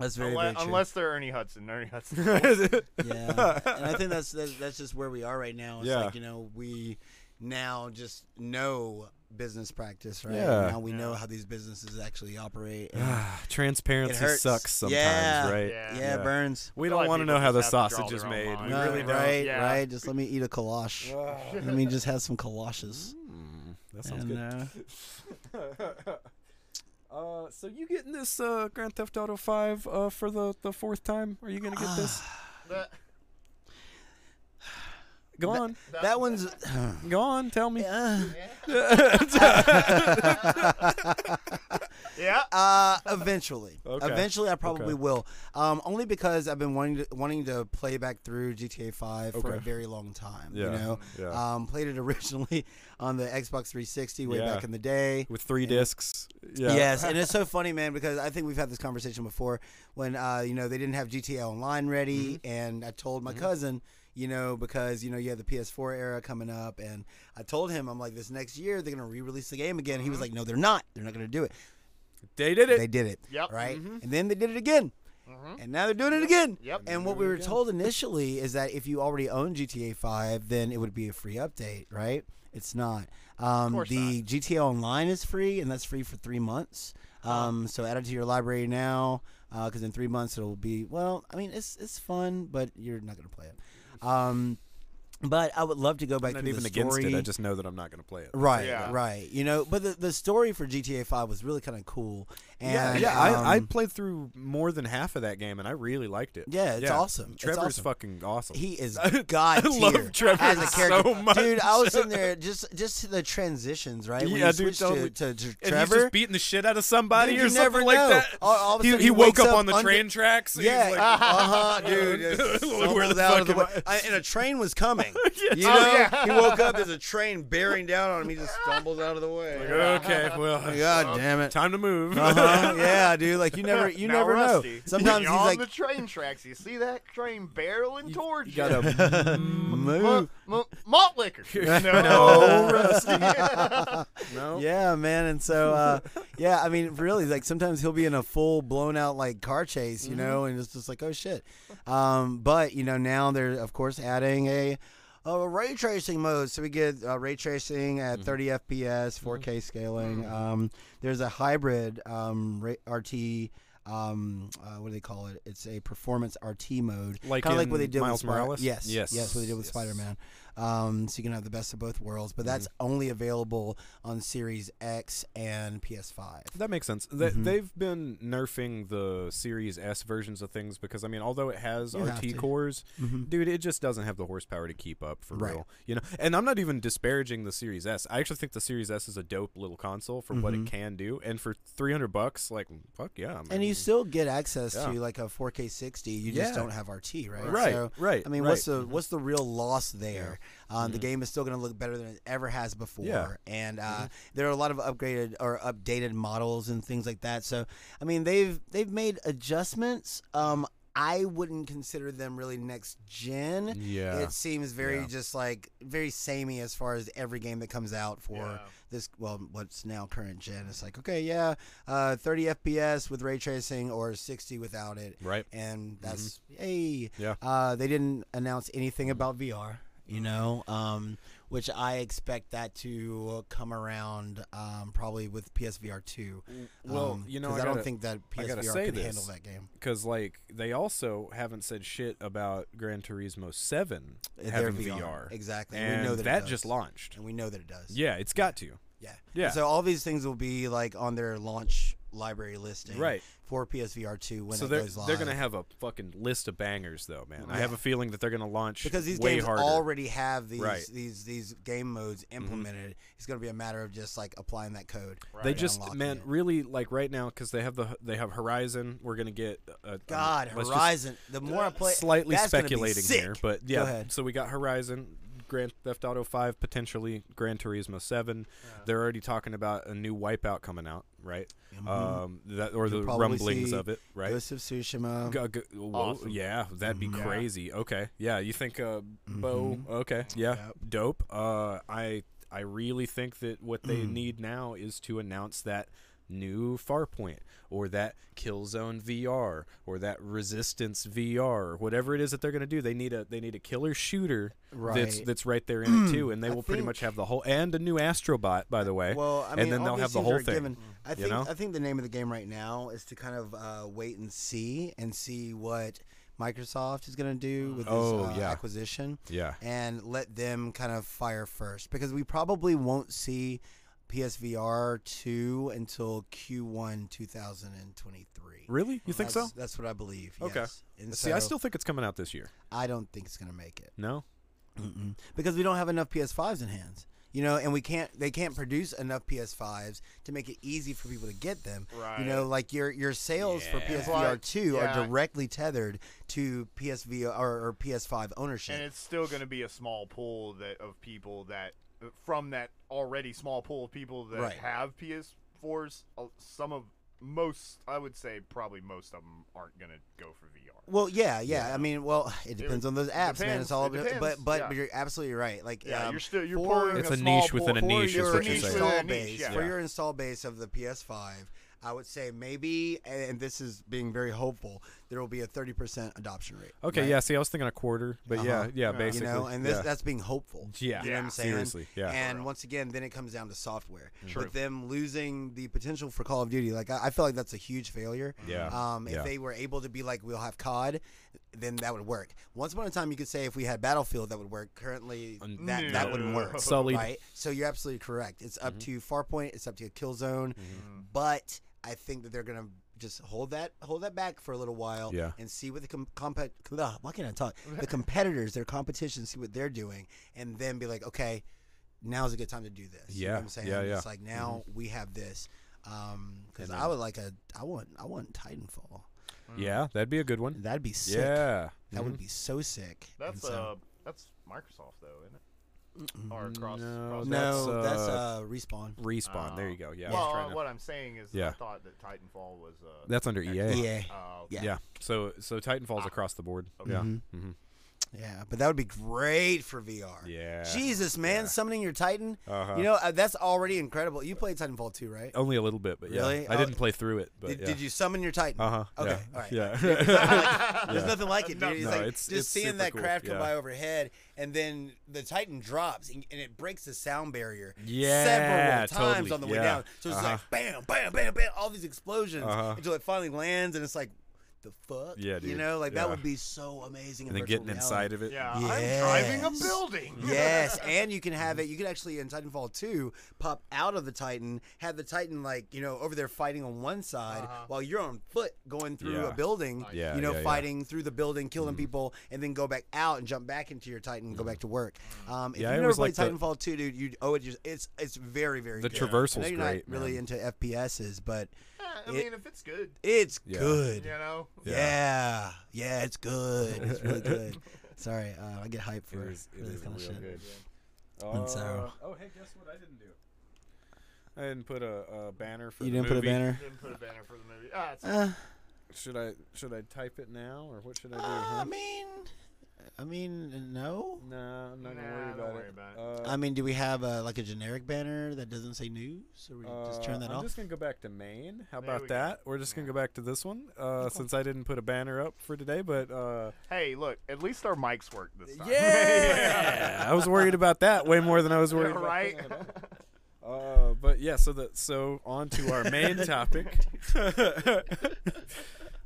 [SPEAKER 3] That's very,
[SPEAKER 5] Unless,
[SPEAKER 3] very true.
[SPEAKER 5] unless they're Ernie Hudson. Ernie Hudson.
[SPEAKER 3] yeah, and I think that's, that's that's just where we are right now. It's
[SPEAKER 1] Yeah.
[SPEAKER 3] like you know we now just know business practice, right?
[SPEAKER 1] Yeah.
[SPEAKER 3] Now we
[SPEAKER 5] Yeah.
[SPEAKER 3] know how these businesses actually operate. and- It
[SPEAKER 1] Transparency
[SPEAKER 3] hurts.
[SPEAKER 1] sucks sometimes,
[SPEAKER 3] Yeah.
[SPEAKER 1] right?
[SPEAKER 5] Yeah.
[SPEAKER 3] yeah, it burns.
[SPEAKER 1] We
[SPEAKER 5] I feel
[SPEAKER 1] don't
[SPEAKER 5] like
[SPEAKER 1] want to
[SPEAKER 5] people
[SPEAKER 1] know how
[SPEAKER 5] just
[SPEAKER 1] the
[SPEAKER 5] have to draw
[SPEAKER 1] sausage is
[SPEAKER 5] their
[SPEAKER 1] made.
[SPEAKER 5] own
[SPEAKER 1] We
[SPEAKER 5] line.
[SPEAKER 3] No,
[SPEAKER 1] really
[SPEAKER 5] No,
[SPEAKER 1] don't.
[SPEAKER 3] right,
[SPEAKER 5] Yeah.
[SPEAKER 3] right. Just let me eat a kalash. let me just have some kalashes.
[SPEAKER 1] Mm, that sounds
[SPEAKER 3] And,
[SPEAKER 1] good.
[SPEAKER 3] uh,
[SPEAKER 1] Uh, so you getting this uh, Grand Theft Auto Five uh, for the, the fourth time? Are you gonna get this?
[SPEAKER 3] Ah,
[SPEAKER 5] That-
[SPEAKER 1] Go on,
[SPEAKER 3] that one's.
[SPEAKER 1] go on. Tell me.
[SPEAKER 3] Uh,
[SPEAKER 5] yeah.
[SPEAKER 3] Uh, eventually.
[SPEAKER 1] Okay.
[SPEAKER 3] Eventually, I probably
[SPEAKER 1] Okay.
[SPEAKER 3] will. Um, only because I've been wanting to, wanting to play back through GTA 5 for a
[SPEAKER 1] Okay.
[SPEAKER 3] very long time. You
[SPEAKER 1] Yeah,
[SPEAKER 3] know,
[SPEAKER 1] yeah.
[SPEAKER 3] um, played it originally on the Xbox 360 way
[SPEAKER 1] Yeah.
[SPEAKER 3] back in the day.
[SPEAKER 1] With three discs. Yeah.
[SPEAKER 3] Yes, and it's so funny, man, because I think we've had this conversation before when uh, you know they didn't have GTA Online ready,
[SPEAKER 1] Mm-hmm.
[SPEAKER 3] and I told my cousin, you know, because you know you had the PS4 era coming up, and I told him, I'm like, this next year they're gonna re-release the game again.
[SPEAKER 1] Mm-hmm.
[SPEAKER 3] He was like, no, they're not. They're not gonna do it.
[SPEAKER 1] They did it.
[SPEAKER 3] They did it.
[SPEAKER 5] Yep.
[SPEAKER 3] Right. And then they did it again.
[SPEAKER 5] Mhm.
[SPEAKER 3] and now they're doing it again.
[SPEAKER 5] Yep.
[SPEAKER 3] And what we were told initially is that if you already own GTA 5, then it would be a free update, right? It's not. Um,
[SPEAKER 5] course
[SPEAKER 3] the GTA Online is free, and that's free for three months.
[SPEAKER 5] Uh-huh.
[SPEAKER 3] Um, so add it to your library now, because in three months it'll be. Well, I mean, it's it's fun, but you're not gonna play it. Um, but I would love to go back
[SPEAKER 1] I'm not
[SPEAKER 3] through
[SPEAKER 1] even
[SPEAKER 3] the
[SPEAKER 1] against
[SPEAKER 3] story.
[SPEAKER 1] it. I just know that I'm not going to play it.
[SPEAKER 3] Right,
[SPEAKER 5] Yeah.
[SPEAKER 3] right. You know, but the, the story for GTA 5 was really kind of cool. And,
[SPEAKER 1] Yeah, yeah. I, I
[SPEAKER 3] um,
[SPEAKER 1] played through more than half of that game, and I really liked it.
[SPEAKER 3] Yeah, it's awesome. It's
[SPEAKER 1] Trevor's
[SPEAKER 3] awesome.
[SPEAKER 1] fucking awesome.
[SPEAKER 3] He is god tier
[SPEAKER 1] love Trevor
[SPEAKER 3] as a character.
[SPEAKER 1] so much.
[SPEAKER 3] Dude, I was in there just just the transitions, right? when
[SPEAKER 1] Yeah,
[SPEAKER 3] you
[SPEAKER 1] dude,
[SPEAKER 3] switch
[SPEAKER 1] totally.
[SPEAKER 3] to, to, to
[SPEAKER 1] and
[SPEAKER 3] Trevor.
[SPEAKER 1] he's just beating the shit out of somebody
[SPEAKER 3] Dude,
[SPEAKER 1] or
[SPEAKER 3] you
[SPEAKER 1] something
[SPEAKER 3] never
[SPEAKER 1] like
[SPEAKER 3] know.
[SPEAKER 1] that.
[SPEAKER 3] All- all of a
[SPEAKER 1] he,
[SPEAKER 3] sudden
[SPEAKER 1] he
[SPEAKER 3] he
[SPEAKER 1] woke
[SPEAKER 3] wakes
[SPEAKER 1] up
[SPEAKER 3] up
[SPEAKER 1] on the
[SPEAKER 3] under-
[SPEAKER 1] train tracks. and he's
[SPEAKER 3] yeah,
[SPEAKER 1] like,
[SPEAKER 3] uh huh, dude. just
[SPEAKER 1] Where the
[SPEAKER 3] stumbles out of
[SPEAKER 1] fuck
[SPEAKER 3] way.
[SPEAKER 1] am
[SPEAKER 3] I- and a train was coming. You
[SPEAKER 5] Oh,
[SPEAKER 3] know,
[SPEAKER 5] yeah.
[SPEAKER 3] he woke up. There's a train bearing down on him. He just stumbles out of the way.
[SPEAKER 1] okay, well,
[SPEAKER 3] God damn it.
[SPEAKER 1] time to move.
[SPEAKER 3] Uh-huh. Yeah, dude. Like you never, you
[SPEAKER 5] Now
[SPEAKER 3] never
[SPEAKER 5] Rusty.
[SPEAKER 3] know. Sometimes he's
[SPEAKER 5] on
[SPEAKER 3] like,
[SPEAKER 5] the train tracks. You see that train barreling towards you.
[SPEAKER 1] gotta
[SPEAKER 3] move.
[SPEAKER 5] Mo- mo- malt liquor. No, Rusty.
[SPEAKER 1] no.
[SPEAKER 3] Yeah, man. And so, uh, yeah, I mean, really, like sometimes he'll be in a full blown out like car chase, you know,
[SPEAKER 1] Mm-hmm.
[SPEAKER 3] and it's just like, oh shit. Um, but you know, now they're of course adding a, a ray tracing mode, so we get uh, ray tracing
[SPEAKER 1] Mm-hmm.
[SPEAKER 3] at 30 FPS, 4K scaling. Um, there's a hybrid um, ra- RT. Um, uh, what do they call it? It's a performance RT mode,
[SPEAKER 1] Like
[SPEAKER 3] kind of like what
[SPEAKER 1] in
[SPEAKER 3] they did
[SPEAKER 1] Miles
[SPEAKER 3] with Spider-
[SPEAKER 1] Morales?
[SPEAKER 3] Yes,
[SPEAKER 1] Yes.
[SPEAKER 3] yes, yes, what they did with
[SPEAKER 1] Yes.
[SPEAKER 3] Spider Man. Um, so you can have the best of both worlds, but that's
[SPEAKER 1] Mm-hmm.
[SPEAKER 3] only available on Series X and PS5.
[SPEAKER 1] That makes sense. They,
[SPEAKER 3] Mm-hmm.
[SPEAKER 1] They've been nerfing the Series S versions of things because I mean, although it has
[SPEAKER 3] You have to. Mm-hmm.
[SPEAKER 1] RT cores, dude, it just doesn't have the horsepower to keep up for
[SPEAKER 3] Right.
[SPEAKER 1] real. You know, and I'm not even disparaging the Series S. I actually think the Series S is a dope little console for
[SPEAKER 3] Mm-hmm.
[SPEAKER 1] what it can do, and for 300 bucks, like fuck yeah. Man.
[SPEAKER 3] And you still get access
[SPEAKER 1] Mm-hmm. Yeah.
[SPEAKER 3] to like a 4K 60. You just
[SPEAKER 1] Yeah.
[SPEAKER 3] don't have RT, right?
[SPEAKER 1] Right,
[SPEAKER 3] So,
[SPEAKER 1] right, Mm-hmm.
[SPEAKER 3] I mean, what's the what's the real loss there? Um, The game is still going to look better than it ever has before.
[SPEAKER 1] Yeah. Mm-hmm.
[SPEAKER 3] And uh, there are a lot of upgraded or updated models and things like that. So I mean, they've they've made adjustments. Um, I wouldn't consider them really next
[SPEAKER 1] Mm-hmm.
[SPEAKER 3] gen.
[SPEAKER 1] Yeah.
[SPEAKER 3] It seems very
[SPEAKER 1] Yeah.
[SPEAKER 3] just like very samey as far as every game that comes out for
[SPEAKER 5] Yeah.
[SPEAKER 3] this well what's now current gen it's like okay yeah uh, 30 fps with ray tracing or 60 without it
[SPEAKER 1] Right.
[SPEAKER 3] and that's hey
[SPEAKER 1] Mm-hmm. Yeah. Mm-hmm.
[SPEAKER 3] uh, they didn't announce anything about vr you know um, which i expect that to come around um, probably with psvr 2
[SPEAKER 1] Well,
[SPEAKER 3] um,
[SPEAKER 1] you know,
[SPEAKER 3] 'cause
[SPEAKER 1] I
[SPEAKER 3] i don't
[SPEAKER 1] gotta-
[SPEAKER 3] think that
[SPEAKER 1] I gotta
[SPEAKER 3] psvr
[SPEAKER 1] say
[SPEAKER 3] can
[SPEAKER 1] this.
[SPEAKER 3] handle that game
[SPEAKER 1] because like they also haven't said shit about Gran Turismo Seven
[SPEAKER 3] Their
[SPEAKER 1] having
[SPEAKER 3] VR.
[SPEAKER 1] VR.
[SPEAKER 3] Exactly, and we
[SPEAKER 1] and
[SPEAKER 3] know that it
[SPEAKER 1] that
[SPEAKER 3] does.
[SPEAKER 1] just launched.
[SPEAKER 3] and we know that it does
[SPEAKER 1] Yeah, it's got to.
[SPEAKER 3] Yeah.
[SPEAKER 1] Yeah.
[SPEAKER 3] So all these things will be like on their launch library listing
[SPEAKER 1] Right.
[SPEAKER 3] for PSVR 2 when
[SPEAKER 1] so
[SPEAKER 3] it
[SPEAKER 1] they're
[SPEAKER 3] goes live.
[SPEAKER 1] they're gonna have a fucking list of bangers though, man. I have
[SPEAKER 3] Yeah.
[SPEAKER 1] a feeling that they're gonna launch
[SPEAKER 3] because these
[SPEAKER 1] way
[SPEAKER 3] games
[SPEAKER 1] harder.
[SPEAKER 3] already have these
[SPEAKER 1] Right. Mm-hmm.
[SPEAKER 3] these these game modes implemented. It's going to be a matter of just like applying that code.
[SPEAKER 1] they
[SPEAKER 3] and
[SPEAKER 1] just
[SPEAKER 3] unlocking
[SPEAKER 1] man
[SPEAKER 3] it.
[SPEAKER 1] really like right now because they have the they have Horizon. We're gonna get uh, um,
[SPEAKER 3] God,
[SPEAKER 1] let's just
[SPEAKER 3] Horizon. The more I play,
[SPEAKER 1] Slightly
[SPEAKER 3] that's gonna be
[SPEAKER 1] speculating
[SPEAKER 3] sick.
[SPEAKER 1] here, but
[SPEAKER 3] Go
[SPEAKER 1] yeah.
[SPEAKER 3] ahead.
[SPEAKER 1] So we got Horizon, Grand Theft Auto Five potentially, Gran Turismo Seven. They're already talking about a new Wipeout coming out, right? Um, that or
[SPEAKER 3] Mm-hmm. You'll
[SPEAKER 1] the
[SPEAKER 3] probably
[SPEAKER 1] rumblings
[SPEAKER 3] see
[SPEAKER 1] of it, right?
[SPEAKER 3] Ghost of Tsushima.
[SPEAKER 1] Go- go- whoa,
[SPEAKER 5] Awesome.
[SPEAKER 1] Yeah, that'd be
[SPEAKER 3] Mm-hmm.
[SPEAKER 5] Mhm. Yeah.
[SPEAKER 1] crazy. Okay, yeah, you think uh, Bo? Okay, yeah, dope. Uh, I I really think that what they
[SPEAKER 3] Mm.
[SPEAKER 1] need now is to announce that new Farpoint or that Killzone VR or that Resistance VR or whatever it is that they're gonna do. They need a they need a killer shooter that's
[SPEAKER 3] Right. Mm.
[SPEAKER 1] that's right there in it too, and they
[SPEAKER 3] I
[SPEAKER 1] will pretty much
[SPEAKER 3] think-
[SPEAKER 1] have the whole and a new Astrobot by the way.
[SPEAKER 3] Well, I mean,
[SPEAKER 1] and then
[SPEAKER 3] all
[SPEAKER 1] they'll
[SPEAKER 3] these
[SPEAKER 1] have the
[SPEAKER 3] things
[SPEAKER 1] whole
[SPEAKER 3] are a
[SPEAKER 1] thing.
[SPEAKER 3] given. I think
[SPEAKER 1] know?
[SPEAKER 3] I think the name of the game right now is to kind of uh, wait and see and see what Microsoft is going to do with this
[SPEAKER 1] Oh,
[SPEAKER 3] uh,
[SPEAKER 1] yeah.
[SPEAKER 3] acquisition.
[SPEAKER 1] Yeah.
[SPEAKER 3] and let them kind of fire first because we probably won't see PSVR two until Q1 2023.
[SPEAKER 1] Really? You think
[SPEAKER 3] that's,
[SPEAKER 1] so?
[SPEAKER 3] That's what I believe.
[SPEAKER 1] Okay.
[SPEAKER 3] yes. And
[SPEAKER 1] See, I
[SPEAKER 3] so
[SPEAKER 1] still think it's coming out this year.
[SPEAKER 3] I don't think it's going to make it
[SPEAKER 1] No.
[SPEAKER 3] because we don't have enough PS5s in hands. You know, and we can't. They can't produce enough PS5s to make it easy for people to get them. You know, like your your sales for
[SPEAKER 5] Well,
[SPEAKER 3] PSVR two
[SPEAKER 5] yeah.
[SPEAKER 3] are directly tethered to PSVR or, or PS5 ownership.
[SPEAKER 5] and it's still going to be a small pool that of people that from that already small pool of people that
[SPEAKER 3] Right.
[SPEAKER 5] have PS4s. uh, Some of most, I would say, probably most of them aren't going to go for VR.
[SPEAKER 3] Well, yeah, yeah. I mean, well, it depends on those apps, man.
[SPEAKER 5] depends,
[SPEAKER 3] It's all
[SPEAKER 5] it
[SPEAKER 3] about,
[SPEAKER 5] depends,
[SPEAKER 3] but but
[SPEAKER 5] yeah.
[SPEAKER 3] you're absolutely right. Like,
[SPEAKER 5] Yeah,
[SPEAKER 3] um,
[SPEAKER 5] you're still you're
[SPEAKER 3] for-
[SPEAKER 5] pouring
[SPEAKER 1] It's
[SPEAKER 5] a,
[SPEAKER 1] a
[SPEAKER 5] small
[SPEAKER 1] niche within
[SPEAKER 5] pool-
[SPEAKER 1] a
[SPEAKER 5] for
[SPEAKER 1] niche is what
[SPEAKER 5] your
[SPEAKER 1] you're
[SPEAKER 5] niche
[SPEAKER 1] saying.
[SPEAKER 5] within a
[SPEAKER 3] install
[SPEAKER 5] niche,
[SPEAKER 3] base
[SPEAKER 5] yeah.
[SPEAKER 3] for your install base of the PS5. I would say maybe, and this is being very hopeful, there will be a 30% adoption rate.
[SPEAKER 1] Okay,
[SPEAKER 3] right?
[SPEAKER 1] yeah. See, I was thinking a quarter, but yeah,
[SPEAKER 3] Uh-huh.
[SPEAKER 1] yeah,
[SPEAKER 5] Yeah.
[SPEAKER 1] basically,
[SPEAKER 3] You know, and this,
[SPEAKER 1] yeah.
[SPEAKER 3] that's being hopeful.
[SPEAKER 1] yeah,
[SPEAKER 3] You know what I'm saying?
[SPEAKER 1] seriously, yeah.
[SPEAKER 3] And once again, then it comes down to software.
[SPEAKER 1] Mm-hmm.
[SPEAKER 5] True.
[SPEAKER 3] With them losing the potential for Call of Duty, like I, I feel like that's a huge failure.
[SPEAKER 1] Yeah.
[SPEAKER 3] Um, if
[SPEAKER 1] Yeah.
[SPEAKER 3] they were able to be like, we'll have COD, then that would work. Once upon a time, you could say if we had Battlefield, that would work. Currently, that that wouldn't work.
[SPEAKER 1] Sullied.
[SPEAKER 3] Right. So you're absolutely correct. It's up
[SPEAKER 1] Mm-hmm.
[SPEAKER 3] to Farpoint. It's up to Killzone.
[SPEAKER 5] Mm.
[SPEAKER 3] But I think that they're gonna just hold that hold that back for a little while
[SPEAKER 1] Yeah.
[SPEAKER 3] and see what the com- compet ugh, why can't I talk the competitors their competition see what they're doing and then be like okay now's a good time to do this you know
[SPEAKER 1] Yeah,
[SPEAKER 3] what I'm saying
[SPEAKER 1] yeah, yeah.
[SPEAKER 3] it's like now we have this um because
[SPEAKER 1] And
[SPEAKER 3] I would like a I want I want Titanfall
[SPEAKER 1] yeah, that'd be a good one.
[SPEAKER 3] that'd be sick
[SPEAKER 1] Yeah,
[SPEAKER 3] that
[SPEAKER 1] Mhm.
[SPEAKER 3] would be so sick
[SPEAKER 5] That's
[SPEAKER 3] And so,
[SPEAKER 5] uh, that's Microsoft though, isn't it? Or cross,
[SPEAKER 1] No,
[SPEAKER 5] cross
[SPEAKER 1] that's,
[SPEAKER 3] no that's
[SPEAKER 1] uh,
[SPEAKER 3] uh, respawn
[SPEAKER 1] respawn. there
[SPEAKER 5] Oh.
[SPEAKER 1] you go. Yeah, I was
[SPEAKER 5] well,
[SPEAKER 1] trying to-
[SPEAKER 5] what I'm saying is, I
[SPEAKER 1] Yeah.
[SPEAKER 5] thought that Titanfall was uh,
[SPEAKER 1] that's under
[SPEAKER 5] Xbox.
[SPEAKER 1] EA.
[SPEAKER 3] Yeah.
[SPEAKER 5] Oh,
[SPEAKER 3] Yeah.
[SPEAKER 1] Yeah. So so Titanfall's
[SPEAKER 5] Ah.
[SPEAKER 1] across the board. Yeah.
[SPEAKER 3] Mhm.
[SPEAKER 1] hmm
[SPEAKER 3] yeah but that would be great for VR
[SPEAKER 1] Yeah.
[SPEAKER 3] Jesus man summoning your Titan
[SPEAKER 1] Uh-huh.
[SPEAKER 3] You know, uh, that's already incredible. You played Titanfall 2 right?
[SPEAKER 1] Only a little bit, but yeah.
[SPEAKER 3] Really?
[SPEAKER 1] I
[SPEAKER 3] Oh,
[SPEAKER 1] didn't play through it, but
[SPEAKER 3] did,
[SPEAKER 1] yeah.
[SPEAKER 3] did you summon your Titan?
[SPEAKER 1] Uh huh.
[SPEAKER 3] Okay,
[SPEAKER 1] Yeah.
[SPEAKER 3] all right.
[SPEAKER 1] Yeah.
[SPEAKER 3] There's nothing like it, dude. It's
[SPEAKER 1] No,
[SPEAKER 3] like
[SPEAKER 1] it's-
[SPEAKER 3] just
[SPEAKER 1] it's
[SPEAKER 3] seeing
[SPEAKER 1] super
[SPEAKER 3] that
[SPEAKER 1] cool,
[SPEAKER 3] craft come
[SPEAKER 1] yeah.
[SPEAKER 3] by overhead, and then the Titan drops, and, and it breaks the sound barrier
[SPEAKER 1] Yeah,
[SPEAKER 3] several times
[SPEAKER 1] totally,
[SPEAKER 3] on the way
[SPEAKER 1] yeah.
[SPEAKER 3] down. So it's
[SPEAKER 1] Uh-huh.
[SPEAKER 3] like bam, bam, bam, bam, all these explosions
[SPEAKER 1] Uh-huh.
[SPEAKER 3] until it finally lands, and it's like, the fuck?
[SPEAKER 1] Yeah,
[SPEAKER 3] You
[SPEAKER 1] dude,
[SPEAKER 3] know, like that
[SPEAKER 1] yeah.
[SPEAKER 3] would be so amazing.
[SPEAKER 1] and then getting inside of it.
[SPEAKER 5] yeah. I'm driving a
[SPEAKER 3] Yes.
[SPEAKER 5] building.
[SPEAKER 3] yes, and you can have it. You can actually in Titanfall 2 pop out of the Titan, have the Titan like you know over there fighting on one side while you're on foot going through
[SPEAKER 1] Yeah.
[SPEAKER 3] a building.
[SPEAKER 1] Yeah,
[SPEAKER 3] you know,
[SPEAKER 1] yeah, Mm-hmm. yeah.
[SPEAKER 3] fighting through the building, killing people, and then go back out and jump back into your Titan and go back to work. Um, if
[SPEAKER 1] Mm-hmm. Yeah, I
[SPEAKER 3] you've never
[SPEAKER 1] always
[SPEAKER 3] played
[SPEAKER 1] liked the-
[SPEAKER 3] Titanfall 2, dude, you owe it. Just, it's it's very very
[SPEAKER 1] The
[SPEAKER 3] good. I know
[SPEAKER 1] traversal's
[SPEAKER 3] you're
[SPEAKER 1] great.
[SPEAKER 3] not really
[SPEAKER 1] man.
[SPEAKER 3] into FPSs, but
[SPEAKER 5] Yeah, I
[SPEAKER 3] It-
[SPEAKER 5] mean, if it's good,
[SPEAKER 3] it's
[SPEAKER 1] Yeah.
[SPEAKER 3] good.
[SPEAKER 5] you know.
[SPEAKER 3] Yeah.
[SPEAKER 1] Yeah.
[SPEAKER 3] yeah, it's good. It's really good. Sorry, uh, I get hyped for
[SPEAKER 1] It is- it
[SPEAKER 3] for this
[SPEAKER 1] is
[SPEAKER 3] kind of
[SPEAKER 1] real
[SPEAKER 3] shit.
[SPEAKER 1] good.
[SPEAKER 3] And so-
[SPEAKER 1] oh, hey, guess what I didn't do? I didn't put a, a banner for
[SPEAKER 3] You
[SPEAKER 1] the
[SPEAKER 3] didn't put a
[SPEAKER 1] movie.
[SPEAKER 3] banner.
[SPEAKER 5] Didn't put a banner for the movie. Ah, it's,
[SPEAKER 3] Uh,
[SPEAKER 1] Should I should I type it now or what should I do?
[SPEAKER 3] I
[SPEAKER 5] Um,
[SPEAKER 1] huh?
[SPEAKER 3] mean, I mean, no.
[SPEAKER 1] No, I'm not gonna
[SPEAKER 5] Nah,
[SPEAKER 1] worry
[SPEAKER 5] don't
[SPEAKER 1] about
[SPEAKER 5] worry
[SPEAKER 1] it.
[SPEAKER 5] about
[SPEAKER 1] Uh,
[SPEAKER 3] I mean, do we have a, like a generic banner that doesn't say news, or we just turn
[SPEAKER 1] uh,
[SPEAKER 3] that
[SPEAKER 1] I'm
[SPEAKER 3] off?
[SPEAKER 1] just gonna go back to Maine. How
[SPEAKER 5] There
[SPEAKER 1] about
[SPEAKER 5] we go.
[SPEAKER 1] that? We're just gonna go back to this one uh, since I didn't put a banner up for today. But uh,
[SPEAKER 5] hey, look, at least our mics work this time.
[SPEAKER 1] yeah, I was worried about that way more than I was worried about
[SPEAKER 5] right.
[SPEAKER 1] that. Uh, but yeah, so the so on to our main topic.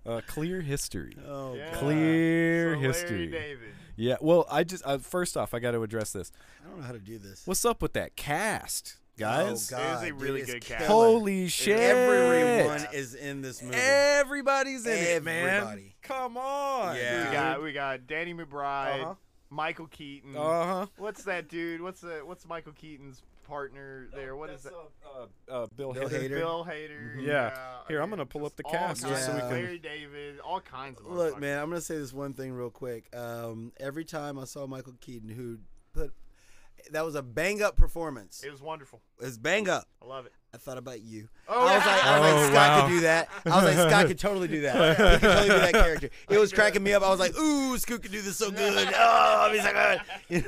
[SPEAKER 1] uh, clear history.
[SPEAKER 3] oh,
[SPEAKER 5] Yeah.
[SPEAKER 1] Clear
[SPEAKER 5] So Larry
[SPEAKER 1] history.
[SPEAKER 5] David.
[SPEAKER 1] Yeah. Well, I just uh, first off, I got to address this.
[SPEAKER 3] I don't know how to do this.
[SPEAKER 1] What's up with that cast, guys?
[SPEAKER 3] Oh,
[SPEAKER 5] It is
[SPEAKER 3] God,
[SPEAKER 5] a
[SPEAKER 3] dude,
[SPEAKER 5] really
[SPEAKER 3] it's
[SPEAKER 5] good
[SPEAKER 3] killer.
[SPEAKER 5] cast.
[SPEAKER 1] Holy shit!
[SPEAKER 3] Everyone is in this movie.
[SPEAKER 1] Everybody's in it, man.
[SPEAKER 3] Everybody.
[SPEAKER 1] Come on.
[SPEAKER 3] Yeah.
[SPEAKER 5] We got we got Danny McBride,
[SPEAKER 1] Uh-huh.
[SPEAKER 5] Michael Keaton.
[SPEAKER 3] Uh-huh.
[SPEAKER 1] Uh huh.
[SPEAKER 5] What's that dude? What's the what's Michael Keaton's partner there? What is that?
[SPEAKER 1] Uh, uh, Bill,
[SPEAKER 3] Bill
[SPEAKER 1] Hader.
[SPEAKER 3] Hader.
[SPEAKER 5] Bill
[SPEAKER 3] Mm-hmm.
[SPEAKER 5] Hader.
[SPEAKER 1] Mhm. Yeah. Here, I'm gonna pull
[SPEAKER 5] just
[SPEAKER 1] up the
[SPEAKER 5] all
[SPEAKER 1] cast
[SPEAKER 3] just so
[SPEAKER 5] kinds-
[SPEAKER 3] we can-
[SPEAKER 5] Larry David, all kinds of.
[SPEAKER 3] Look,
[SPEAKER 5] motherfuckers.
[SPEAKER 3] man, I'm gonna say this one thing real quick. Um, every time I saw Michael Keaton, who put that was a bang up performance.
[SPEAKER 5] it was wonderful.
[SPEAKER 3] It's bang up.
[SPEAKER 5] I love it.
[SPEAKER 3] I thought about you.
[SPEAKER 5] Oh,
[SPEAKER 3] I was like, I was like
[SPEAKER 1] Oh,
[SPEAKER 3] Scott
[SPEAKER 1] wow.
[SPEAKER 3] could do that. I was like, Scott could totally do that. He could totally do that character. It was cracking me up. I was like, ooh, Scoot could do this so good. Oh, he's so good. You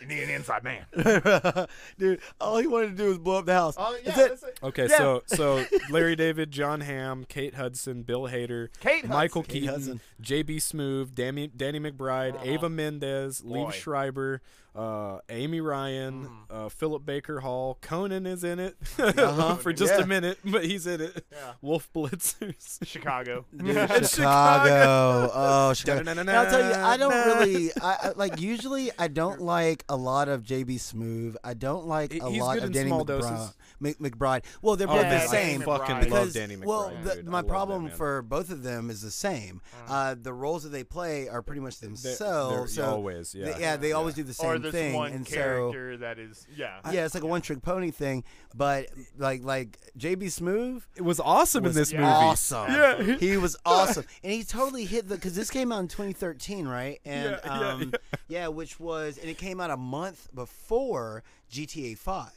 [SPEAKER 5] you need an inside man.
[SPEAKER 3] know? Dude, all he wanted to do was blow up the house.
[SPEAKER 5] Oh yeah,
[SPEAKER 3] That's it.
[SPEAKER 5] that's it.
[SPEAKER 1] Okay,
[SPEAKER 3] Yeah.
[SPEAKER 1] so so Larry David, John Hamm, Kate Hudson, Bill Hader,
[SPEAKER 5] Kate
[SPEAKER 1] Michael
[SPEAKER 3] Kate Hudson.
[SPEAKER 1] Keaton, J.B. Smoove, Danny, Danny McBride, Ava Mendez,
[SPEAKER 5] Uh-huh. Boy. Hmm.
[SPEAKER 1] Lee Schreiber, uh, Amy Ryan, uh, Philip Baker Hall. Conan is in it for just
[SPEAKER 3] Uh-huh. Yeah.
[SPEAKER 1] a minute, but he's in it.
[SPEAKER 5] Yeah.
[SPEAKER 1] Wolf Blitzers.
[SPEAKER 5] Chicago.
[SPEAKER 1] Chicago.
[SPEAKER 3] Chicago. Oh, Chicago.
[SPEAKER 1] Da-da-da-da-da.
[SPEAKER 3] And I'll tell you, I don't really I, I like. Usually, I don't like a lot of JB Smoove. I don't like
[SPEAKER 1] He-
[SPEAKER 3] a
[SPEAKER 1] he's
[SPEAKER 3] lot
[SPEAKER 1] good
[SPEAKER 3] of
[SPEAKER 1] in
[SPEAKER 3] Danny
[SPEAKER 1] small
[SPEAKER 3] McBride.
[SPEAKER 1] doses.
[SPEAKER 3] Mc, McBride. Well, they're both
[SPEAKER 5] man,
[SPEAKER 3] the
[SPEAKER 5] I
[SPEAKER 3] same.
[SPEAKER 1] fucking
[SPEAKER 5] McBride.
[SPEAKER 1] love
[SPEAKER 3] because
[SPEAKER 1] Oh, Danny McBride.
[SPEAKER 3] well, the,
[SPEAKER 1] dude. I
[SPEAKER 3] my
[SPEAKER 1] love that
[SPEAKER 3] problem
[SPEAKER 1] man. Mm.
[SPEAKER 3] for both of them is the same. Uh, the roles that they play are pretty much
[SPEAKER 1] They're-
[SPEAKER 3] themselves.
[SPEAKER 1] they're
[SPEAKER 3] so
[SPEAKER 1] always,
[SPEAKER 3] they-
[SPEAKER 1] yeah.
[SPEAKER 3] yeah, they always do the same
[SPEAKER 5] or this
[SPEAKER 3] thing.
[SPEAKER 5] one
[SPEAKER 3] and so
[SPEAKER 5] character that is yeah.
[SPEAKER 3] yeah, it's like a one-trick pony thing. But like like JB Smoove,
[SPEAKER 1] It was awesome
[SPEAKER 3] was
[SPEAKER 1] in this movie.
[SPEAKER 3] awesome.
[SPEAKER 1] Yeah.
[SPEAKER 3] he was awesome, and he totally hit the because this came out in 2013, right? And
[SPEAKER 1] Yeah, yeah,
[SPEAKER 3] um, yeah, which was and it came out a month before GTA 5,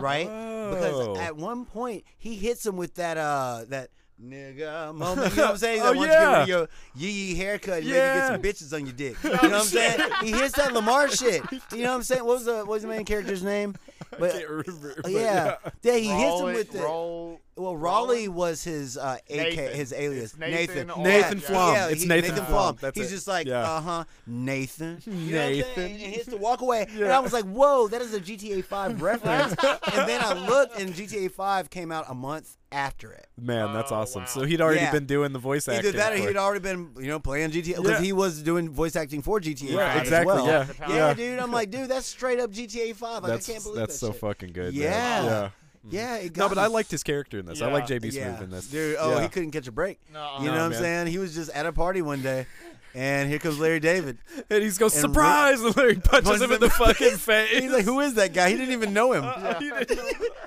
[SPEAKER 3] right? Because
[SPEAKER 1] Oh.
[SPEAKER 3] at one point he hits him with that uh that nigga moment. You know what I'm saying? That
[SPEAKER 1] Oh,
[SPEAKER 3] one
[SPEAKER 1] yeah. Oh,
[SPEAKER 3] you get with your yee yee haircut and maybe get some bitches on your dick. You know what I'm saying? He hits that Lamar shit. You know what I'm saying? What was the what was the main character's name? But,
[SPEAKER 1] can't remember,
[SPEAKER 3] oh,
[SPEAKER 1] but
[SPEAKER 3] yeah.
[SPEAKER 1] yeah.
[SPEAKER 3] yeah, he hits him
[SPEAKER 5] Roll-
[SPEAKER 3] with the
[SPEAKER 5] roll-
[SPEAKER 3] well, Raleigh
[SPEAKER 5] Raleigh?
[SPEAKER 3] was his uh, AK,
[SPEAKER 5] Nathan.
[SPEAKER 3] his alias.
[SPEAKER 5] It's Nathan
[SPEAKER 3] Nathan.
[SPEAKER 5] or-
[SPEAKER 1] Nathan
[SPEAKER 5] Yeah.
[SPEAKER 1] Flom. It's
[SPEAKER 3] he-
[SPEAKER 1] Nathan Flom. That's
[SPEAKER 3] He's
[SPEAKER 1] it.
[SPEAKER 3] just like,
[SPEAKER 1] Yeah.
[SPEAKER 3] uh huh, Nathan. You know what I'm
[SPEAKER 1] Nathan.
[SPEAKER 3] saying? And hits the walk away, and I was like, whoa, that is a GTA 5 reference. and then I looked, and GTA 5 came out a month after it.
[SPEAKER 1] Man, that's
[SPEAKER 5] Oh,
[SPEAKER 1] awesome.
[SPEAKER 5] wow.
[SPEAKER 1] So he'd already
[SPEAKER 3] Yeah.
[SPEAKER 1] been doing the voice acting.
[SPEAKER 3] Either that, or
[SPEAKER 1] for-
[SPEAKER 3] he'd already been, you know, playing GTA because
[SPEAKER 1] Yeah.
[SPEAKER 3] he was doing voice acting for GTA.
[SPEAKER 1] Right,
[SPEAKER 3] 5 as
[SPEAKER 1] exactly,
[SPEAKER 3] well.
[SPEAKER 1] yeah.
[SPEAKER 3] yeah,
[SPEAKER 5] Yeah.
[SPEAKER 3] dude. I'm like, dude, that's straight up GTA 5. Like,
[SPEAKER 1] that's
[SPEAKER 3] I can't believe
[SPEAKER 1] that's
[SPEAKER 3] that
[SPEAKER 1] so
[SPEAKER 3] shit.
[SPEAKER 1] fucking good. man.
[SPEAKER 3] Yeah.
[SPEAKER 1] yeah.
[SPEAKER 3] Yeah, it got
[SPEAKER 1] No, but
[SPEAKER 3] me
[SPEAKER 1] I liked his character in this. I like
[SPEAKER 5] Yeah.
[SPEAKER 1] JB Smooth
[SPEAKER 3] yeah.
[SPEAKER 1] in this.
[SPEAKER 3] Dude, oh,
[SPEAKER 1] Yeah.
[SPEAKER 3] he couldn't catch a break.
[SPEAKER 5] No.
[SPEAKER 3] you know
[SPEAKER 1] Oh, No,
[SPEAKER 3] what I'm
[SPEAKER 1] man.
[SPEAKER 3] saying? He was just at a party one day, and here comes Larry David.
[SPEAKER 1] and he goes
[SPEAKER 3] and
[SPEAKER 1] surprise, and Larry punches,
[SPEAKER 3] punches
[SPEAKER 1] him in the fucking face.
[SPEAKER 3] He's like, "Who is that guy?" He didn't even know him.
[SPEAKER 1] He didn't-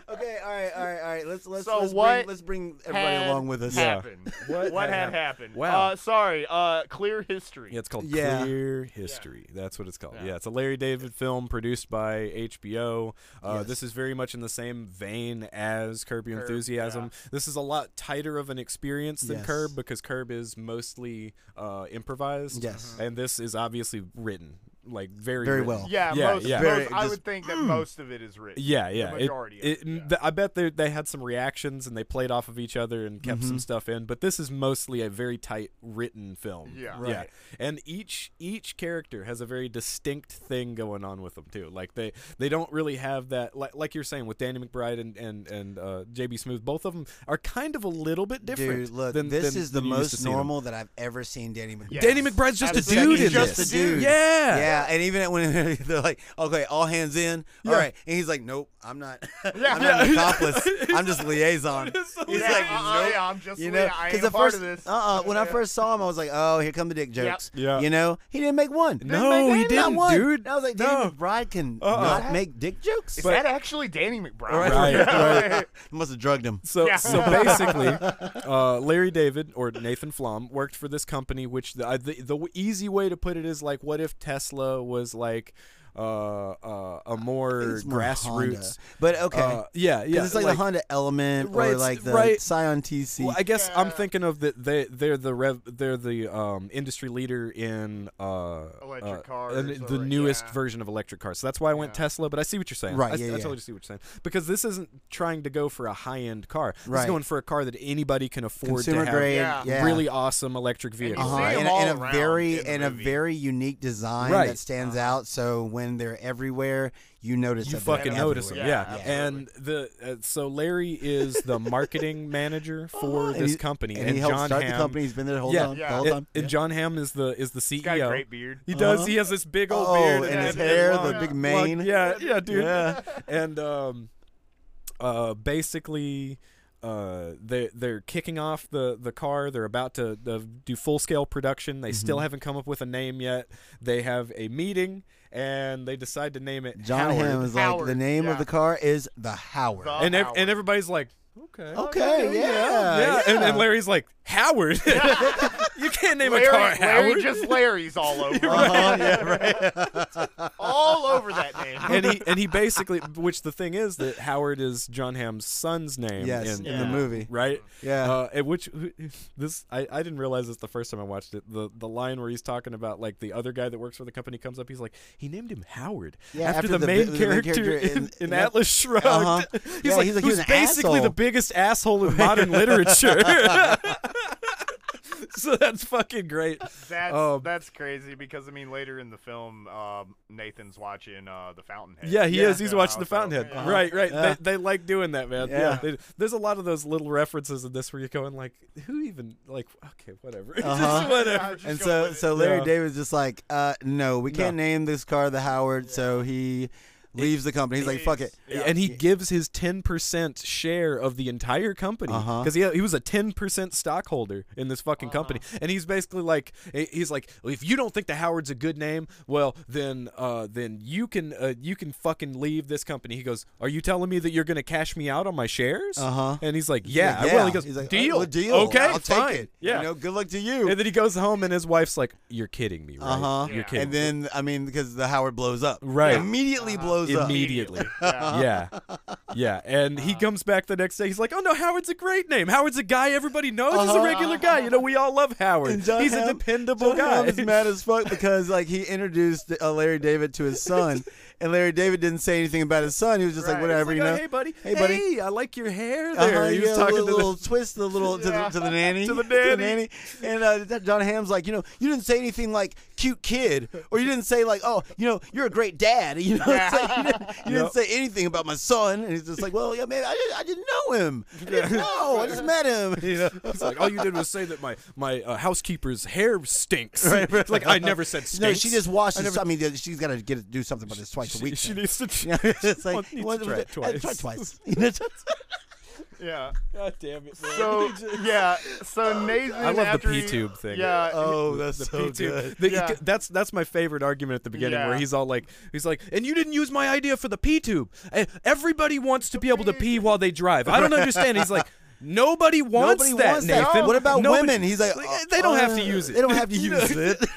[SPEAKER 3] okay, all right, all right, all right. Let's let's
[SPEAKER 5] So
[SPEAKER 3] let's, bring,
[SPEAKER 5] what
[SPEAKER 3] let's bring everybody
[SPEAKER 5] had
[SPEAKER 3] along with us.
[SPEAKER 5] Happened.
[SPEAKER 1] What
[SPEAKER 5] What,
[SPEAKER 1] had
[SPEAKER 5] had,
[SPEAKER 1] happened?
[SPEAKER 5] happened?
[SPEAKER 1] Wow.
[SPEAKER 5] Uh, sorry. Uh, clear history.
[SPEAKER 1] Yeah, it's called
[SPEAKER 3] Yeah.
[SPEAKER 1] Clear History. That's what it's called. Yeah.
[SPEAKER 5] Yeah.
[SPEAKER 1] it's a Larry David film produced by HBO. Uh,
[SPEAKER 3] Yes.
[SPEAKER 1] This is very much in the same vein as Curb Your
[SPEAKER 5] Curb,
[SPEAKER 1] Enthusiasm. This is a lot tighter of an experience than
[SPEAKER 3] Yes.
[SPEAKER 1] Curb because Curb is mostly uh, improvised.
[SPEAKER 3] Yes. Mhm.
[SPEAKER 1] and this is obviously written like very
[SPEAKER 3] Very
[SPEAKER 1] written.
[SPEAKER 3] well.
[SPEAKER 5] Yeah,
[SPEAKER 1] Yeah,
[SPEAKER 5] most,
[SPEAKER 1] yeah.
[SPEAKER 5] most-
[SPEAKER 3] Very-
[SPEAKER 5] I
[SPEAKER 3] just-
[SPEAKER 5] would think that most of it is written.
[SPEAKER 1] Yeah, yeah. it-
[SPEAKER 5] majority of
[SPEAKER 1] it-
[SPEAKER 5] it,
[SPEAKER 1] m-
[SPEAKER 5] yeah.
[SPEAKER 1] th- I bet they they had some reactions and they played off of each other and kept
[SPEAKER 3] Mm-hmm.
[SPEAKER 1] some stuff in. But this is mostly a very tight written film.
[SPEAKER 5] Yeah.
[SPEAKER 1] yeah. And each each character has a very distinct thing going on with them too. Like they they don't really have that like like you're saying with Danny McBride and and and uh, JB Smooth. Both of them are kind of a little bit different.
[SPEAKER 3] Dude, look,
[SPEAKER 1] than-
[SPEAKER 3] this
[SPEAKER 1] than-
[SPEAKER 3] is the
[SPEAKER 1] than you used to
[SPEAKER 3] most
[SPEAKER 1] see them.
[SPEAKER 3] normal that I've ever seen Danny McBride.
[SPEAKER 5] Yeah.
[SPEAKER 1] Danny McBride's just a
[SPEAKER 5] Absolutely.
[SPEAKER 1] dude in
[SPEAKER 3] He's just
[SPEAKER 1] this.
[SPEAKER 3] a dude.
[SPEAKER 1] Yeah.
[SPEAKER 3] Yeah, and even when they're like, okay, all hands in, all
[SPEAKER 1] Yeah.
[SPEAKER 3] right, and he's like, nope, I'm not,
[SPEAKER 5] Yeah.
[SPEAKER 3] I'm not an
[SPEAKER 1] Yeah.
[SPEAKER 3] accomplice, I'm just liaison. Uh-uh, He's
[SPEAKER 5] Yeah,
[SPEAKER 3] like,
[SPEAKER 5] uh,
[SPEAKER 3] nope.
[SPEAKER 5] yeah, I'm just
[SPEAKER 3] You
[SPEAKER 5] you
[SPEAKER 3] know,
[SPEAKER 5] I
[SPEAKER 3] because
[SPEAKER 5] ain't
[SPEAKER 3] the
[SPEAKER 5] a part
[SPEAKER 3] first,
[SPEAKER 5] of this.
[SPEAKER 3] uh, uh when I
[SPEAKER 5] Yeah.
[SPEAKER 3] first saw him, I was like, oh, here come the dick jokes.
[SPEAKER 1] Yeah.
[SPEAKER 3] You know, he didn't make one.
[SPEAKER 1] No, he
[SPEAKER 3] Not
[SPEAKER 1] didn't,
[SPEAKER 3] one.
[SPEAKER 1] dude.
[SPEAKER 3] I was like,
[SPEAKER 1] No.
[SPEAKER 3] Danny McBride can
[SPEAKER 1] Uh-uh.
[SPEAKER 3] not make dick jokes.
[SPEAKER 5] is that actually Danny McBride?
[SPEAKER 1] Right, right.
[SPEAKER 3] must have drugged him.
[SPEAKER 1] So,
[SPEAKER 5] Yeah.
[SPEAKER 1] so basically, uh, Larry David or Nathan Flom worked for this company, which the, I- the the w- easy way to put it is like, what if Tesla was like uh, uh, a more
[SPEAKER 3] It's more
[SPEAKER 1] grassroots?
[SPEAKER 3] Honda. but okay,
[SPEAKER 1] Uh, yeah,
[SPEAKER 3] 'Cause
[SPEAKER 1] yeah.
[SPEAKER 3] it's like, the Honda Element
[SPEAKER 1] Right,
[SPEAKER 3] or like the
[SPEAKER 1] right.
[SPEAKER 3] Scion TC.
[SPEAKER 1] Well, I guess I'm thinking of that they they're the rev they're the um, industry leader in uh,
[SPEAKER 5] Electric
[SPEAKER 1] uh,
[SPEAKER 5] cars
[SPEAKER 1] and the
[SPEAKER 5] or-
[SPEAKER 1] newest
[SPEAKER 5] yeah.
[SPEAKER 1] version of electric cars. So that's why I went Tesla. But I see what you're saying.
[SPEAKER 3] Right,
[SPEAKER 1] I,
[SPEAKER 3] yeah,
[SPEAKER 1] I
[SPEAKER 3] yeah.
[SPEAKER 1] totally see what you're saying because this isn't trying to go for a high end car. This
[SPEAKER 3] Right.
[SPEAKER 1] is going for a car that anybody can afford to
[SPEAKER 3] Consumer
[SPEAKER 1] have.
[SPEAKER 3] grade,
[SPEAKER 5] Yeah.
[SPEAKER 3] yeah.
[SPEAKER 1] really awesome electric
[SPEAKER 5] you
[SPEAKER 1] vehicle.
[SPEAKER 5] see
[SPEAKER 3] uh-huh.
[SPEAKER 5] them
[SPEAKER 3] and, a-
[SPEAKER 5] all
[SPEAKER 3] and a
[SPEAKER 5] around
[SPEAKER 3] very
[SPEAKER 5] in the
[SPEAKER 3] and a
[SPEAKER 5] movie. Uh-huh.
[SPEAKER 3] very unique design
[SPEAKER 1] Right.
[SPEAKER 3] that stands out. So when they're everywhere, you notice
[SPEAKER 1] You
[SPEAKER 3] that they're
[SPEAKER 1] fucking
[SPEAKER 5] Yeah,
[SPEAKER 1] notice them,
[SPEAKER 5] absolutely.
[SPEAKER 1] yeah.
[SPEAKER 5] Yeah,
[SPEAKER 1] And the uh, so Larry is the marketing manager for
[SPEAKER 3] And
[SPEAKER 1] this
[SPEAKER 3] he-
[SPEAKER 1] company,
[SPEAKER 3] and he helped
[SPEAKER 1] John
[SPEAKER 3] start
[SPEAKER 1] Hamm,
[SPEAKER 3] the company. He's been there the whole
[SPEAKER 1] Yeah.
[SPEAKER 3] time.
[SPEAKER 5] Yeah.
[SPEAKER 3] The whole
[SPEAKER 1] and-
[SPEAKER 3] time.
[SPEAKER 1] and John Hamm is the is the E CEO.
[SPEAKER 5] He's got a great beard.
[SPEAKER 1] He does. He has this big old beard
[SPEAKER 3] Oh, and his
[SPEAKER 1] that
[SPEAKER 3] hair,
[SPEAKER 1] long-
[SPEAKER 3] the big
[SPEAKER 1] long-
[SPEAKER 3] mane.
[SPEAKER 1] yeah, yeah, dude. and um, uh, basically, uh, they they're kicking off the the car. They're about to uh, do full scale production. They still
[SPEAKER 3] Mm-hmm.
[SPEAKER 1] haven't come up with a name yet. They have a meeting and they decide to name it
[SPEAKER 3] John
[SPEAKER 1] Howard.
[SPEAKER 3] Hamm is like
[SPEAKER 5] Howard,
[SPEAKER 3] the name of
[SPEAKER 5] yeah.
[SPEAKER 3] the car is the Howard.
[SPEAKER 5] The-
[SPEAKER 1] and ev-
[SPEAKER 5] Howard.
[SPEAKER 1] and everybody's like, okay,
[SPEAKER 3] okay, yeah,
[SPEAKER 1] yeah, And, and Larry's like, Howard, you can't name a car
[SPEAKER 5] Larry,
[SPEAKER 1] Howard.
[SPEAKER 5] Larry just Larry's all over,
[SPEAKER 3] Uh-huh, yeah, right.
[SPEAKER 5] all over that name.
[SPEAKER 1] and he and he basically, which the thing is that Howard is John Hamm's son's name
[SPEAKER 3] Yes,
[SPEAKER 1] in,
[SPEAKER 3] in
[SPEAKER 5] Yeah.
[SPEAKER 3] the movie.
[SPEAKER 1] right?
[SPEAKER 3] Yeah.
[SPEAKER 1] Uh, and which this I, I didn't realize this the first time I watched it. The the line where he's talking about like the other guy that works for the company comes up, he's like, he named him Howard
[SPEAKER 3] Yeah,
[SPEAKER 1] after,
[SPEAKER 3] after
[SPEAKER 1] the,
[SPEAKER 3] the
[SPEAKER 1] main
[SPEAKER 3] vi- the main
[SPEAKER 1] character,
[SPEAKER 3] character
[SPEAKER 1] in,
[SPEAKER 3] in-
[SPEAKER 1] in
[SPEAKER 3] in
[SPEAKER 1] Atlas Shrugged.
[SPEAKER 3] Uh-huh.
[SPEAKER 1] He's,
[SPEAKER 3] Yeah,
[SPEAKER 1] like,
[SPEAKER 3] he's like, he
[SPEAKER 1] who's
[SPEAKER 3] was an
[SPEAKER 1] basically
[SPEAKER 3] asshole."
[SPEAKER 1] the biggest asshole in modern literature. so that's fucking great.
[SPEAKER 5] That's
[SPEAKER 1] Um,
[SPEAKER 5] that's crazy because I mean later in the film, um, Nathan's watching uh, the Fountainhead.
[SPEAKER 1] Yeah, he is. He's
[SPEAKER 5] You know,
[SPEAKER 1] watching the
[SPEAKER 5] so-
[SPEAKER 1] Fountainhead.
[SPEAKER 5] yeah.
[SPEAKER 1] Right, right.
[SPEAKER 3] Oh, Yeah.
[SPEAKER 1] They, they like doing that, man. Yeah.
[SPEAKER 3] Yeah.
[SPEAKER 1] They- there's a lot of those little references in this where you're going like, who even like? Okay, whatever.
[SPEAKER 3] Uh-huh.
[SPEAKER 1] Just whatever.
[SPEAKER 5] Just
[SPEAKER 3] and
[SPEAKER 5] go
[SPEAKER 3] so,
[SPEAKER 5] with it.
[SPEAKER 3] so Larry
[SPEAKER 1] Yeah.
[SPEAKER 3] David's just like, uh, no, we can't name this car the Howard. So he leaves the company. He's like, fuck it.
[SPEAKER 5] Yeah.
[SPEAKER 1] And he gives his 10% share of the entire company
[SPEAKER 3] Uh-huh.
[SPEAKER 1] because he, he was a 10% stockholder in this fucking company. And he's basically like, he- he's like, if you don't think the Howard's a good name, well, then uh, then you can uh, you can fucking leave this company. He goes, are you telling me that you're gonna cash me out on my shares?
[SPEAKER 3] Uh-huh.
[SPEAKER 1] And he's like, yeah. I
[SPEAKER 3] He's like,
[SPEAKER 1] will." He goes,
[SPEAKER 3] He's like,
[SPEAKER 1] deal,
[SPEAKER 3] "Oh, well, deal.
[SPEAKER 1] okay,
[SPEAKER 3] I'll
[SPEAKER 1] fine,
[SPEAKER 3] take it.
[SPEAKER 1] yeah.
[SPEAKER 3] You know, good luck to you.
[SPEAKER 1] and then he goes home, and his wife's like, "You're kidding me, right?
[SPEAKER 3] Uh-huh.
[SPEAKER 1] You're
[SPEAKER 5] Yeah.
[SPEAKER 1] kidding."
[SPEAKER 3] And then, I mean, because the Howard blows up.
[SPEAKER 1] Right.
[SPEAKER 5] Uh-huh.
[SPEAKER 3] Immediately blows blows up. Uh-huh.
[SPEAKER 1] immediately.
[SPEAKER 5] Yeah.
[SPEAKER 1] yeah, yeah, and he comes back the next day. He's like, "Oh no, Howard's a great name. Howard's a guy everybody knows. He's a regular guy. You know, we all love Howard.
[SPEAKER 3] Uh-huh. And John
[SPEAKER 1] He's
[SPEAKER 3] Hamm-
[SPEAKER 1] a dependable
[SPEAKER 3] John Hamm
[SPEAKER 1] guy."
[SPEAKER 3] is mad as fuck because like he introduced uh, Larry David to his son, and Larry David didn't say anything about his son. He was just like,
[SPEAKER 5] Right.
[SPEAKER 3] whatever,
[SPEAKER 1] It's
[SPEAKER 3] you
[SPEAKER 1] like,
[SPEAKER 3] know.
[SPEAKER 1] "Oh, Hey, buddy.
[SPEAKER 3] Hey, buddy.
[SPEAKER 1] I like your hair
[SPEAKER 3] Uh-huh,
[SPEAKER 1] there. he was
[SPEAKER 3] yeah,
[SPEAKER 1] talking
[SPEAKER 3] little,
[SPEAKER 1] to the
[SPEAKER 3] little twist, the little to,
[SPEAKER 5] Yeah.
[SPEAKER 3] the, to the nanny,
[SPEAKER 1] To the nanny.
[SPEAKER 3] and uh, that- John Hamm's like, you know, you didn't say anything like "cute kid," or you didn't say like, "Oh, you know, you're a great dad," you know, it's like, you, didn't, you didn't
[SPEAKER 1] Yep.
[SPEAKER 3] say anything about my son, and he's just like, well, yeah, man, I, didn't- I didn't know him, I didn't know, I just met him, you know.
[SPEAKER 1] It's like all you did was say that my my uh, housekeeper's hair stinks. It's like I never said stinks.
[SPEAKER 3] No, she just washes. I, mean, she's got to get to do something about this twice a
[SPEAKER 1] she,
[SPEAKER 3] week.
[SPEAKER 1] she
[SPEAKER 3] then.
[SPEAKER 1] needs to.
[SPEAKER 3] You know, it's like,
[SPEAKER 1] Well, needs
[SPEAKER 3] what
[SPEAKER 1] to
[SPEAKER 3] was
[SPEAKER 1] try it
[SPEAKER 3] it? Uh, Try
[SPEAKER 1] twice.
[SPEAKER 3] twice. You know, just-
[SPEAKER 5] Yeah.
[SPEAKER 1] God damn it!
[SPEAKER 5] So yeah. So Nathan.
[SPEAKER 1] I love the
[SPEAKER 5] after he-
[SPEAKER 1] P-tube thing.
[SPEAKER 5] Yeah.
[SPEAKER 3] oh, that's so
[SPEAKER 1] P-tube.
[SPEAKER 3] good.
[SPEAKER 1] The-
[SPEAKER 5] Yeah.
[SPEAKER 1] That's that's my favorite argument at the beginning,
[SPEAKER 5] Yeah.
[SPEAKER 1] where he's all like, he's like, and you didn't use my idea for the pee tube. Eh, Everybody wants to be able to pee while they drive. I don't understand. He's like, nobody wants
[SPEAKER 3] Nobody
[SPEAKER 1] that,
[SPEAKER 3] wants
[SPEAKER 1] Nathan.
[SPEAKER 3] What about
[SPEAKER 1] Nobody-
[SPEAKER 3] women? He's like,
[SPEAKER 1] Like, eh,
[SPEAKER 3] uh,
[SPEAKER 1] they don't have
[SPEAKER 3] uh,
[SPEAKER 1] to use it.
[SPEAKER 3] They don't have to
[SPEAKER 1] You know?
[SPEAKER 3] use it.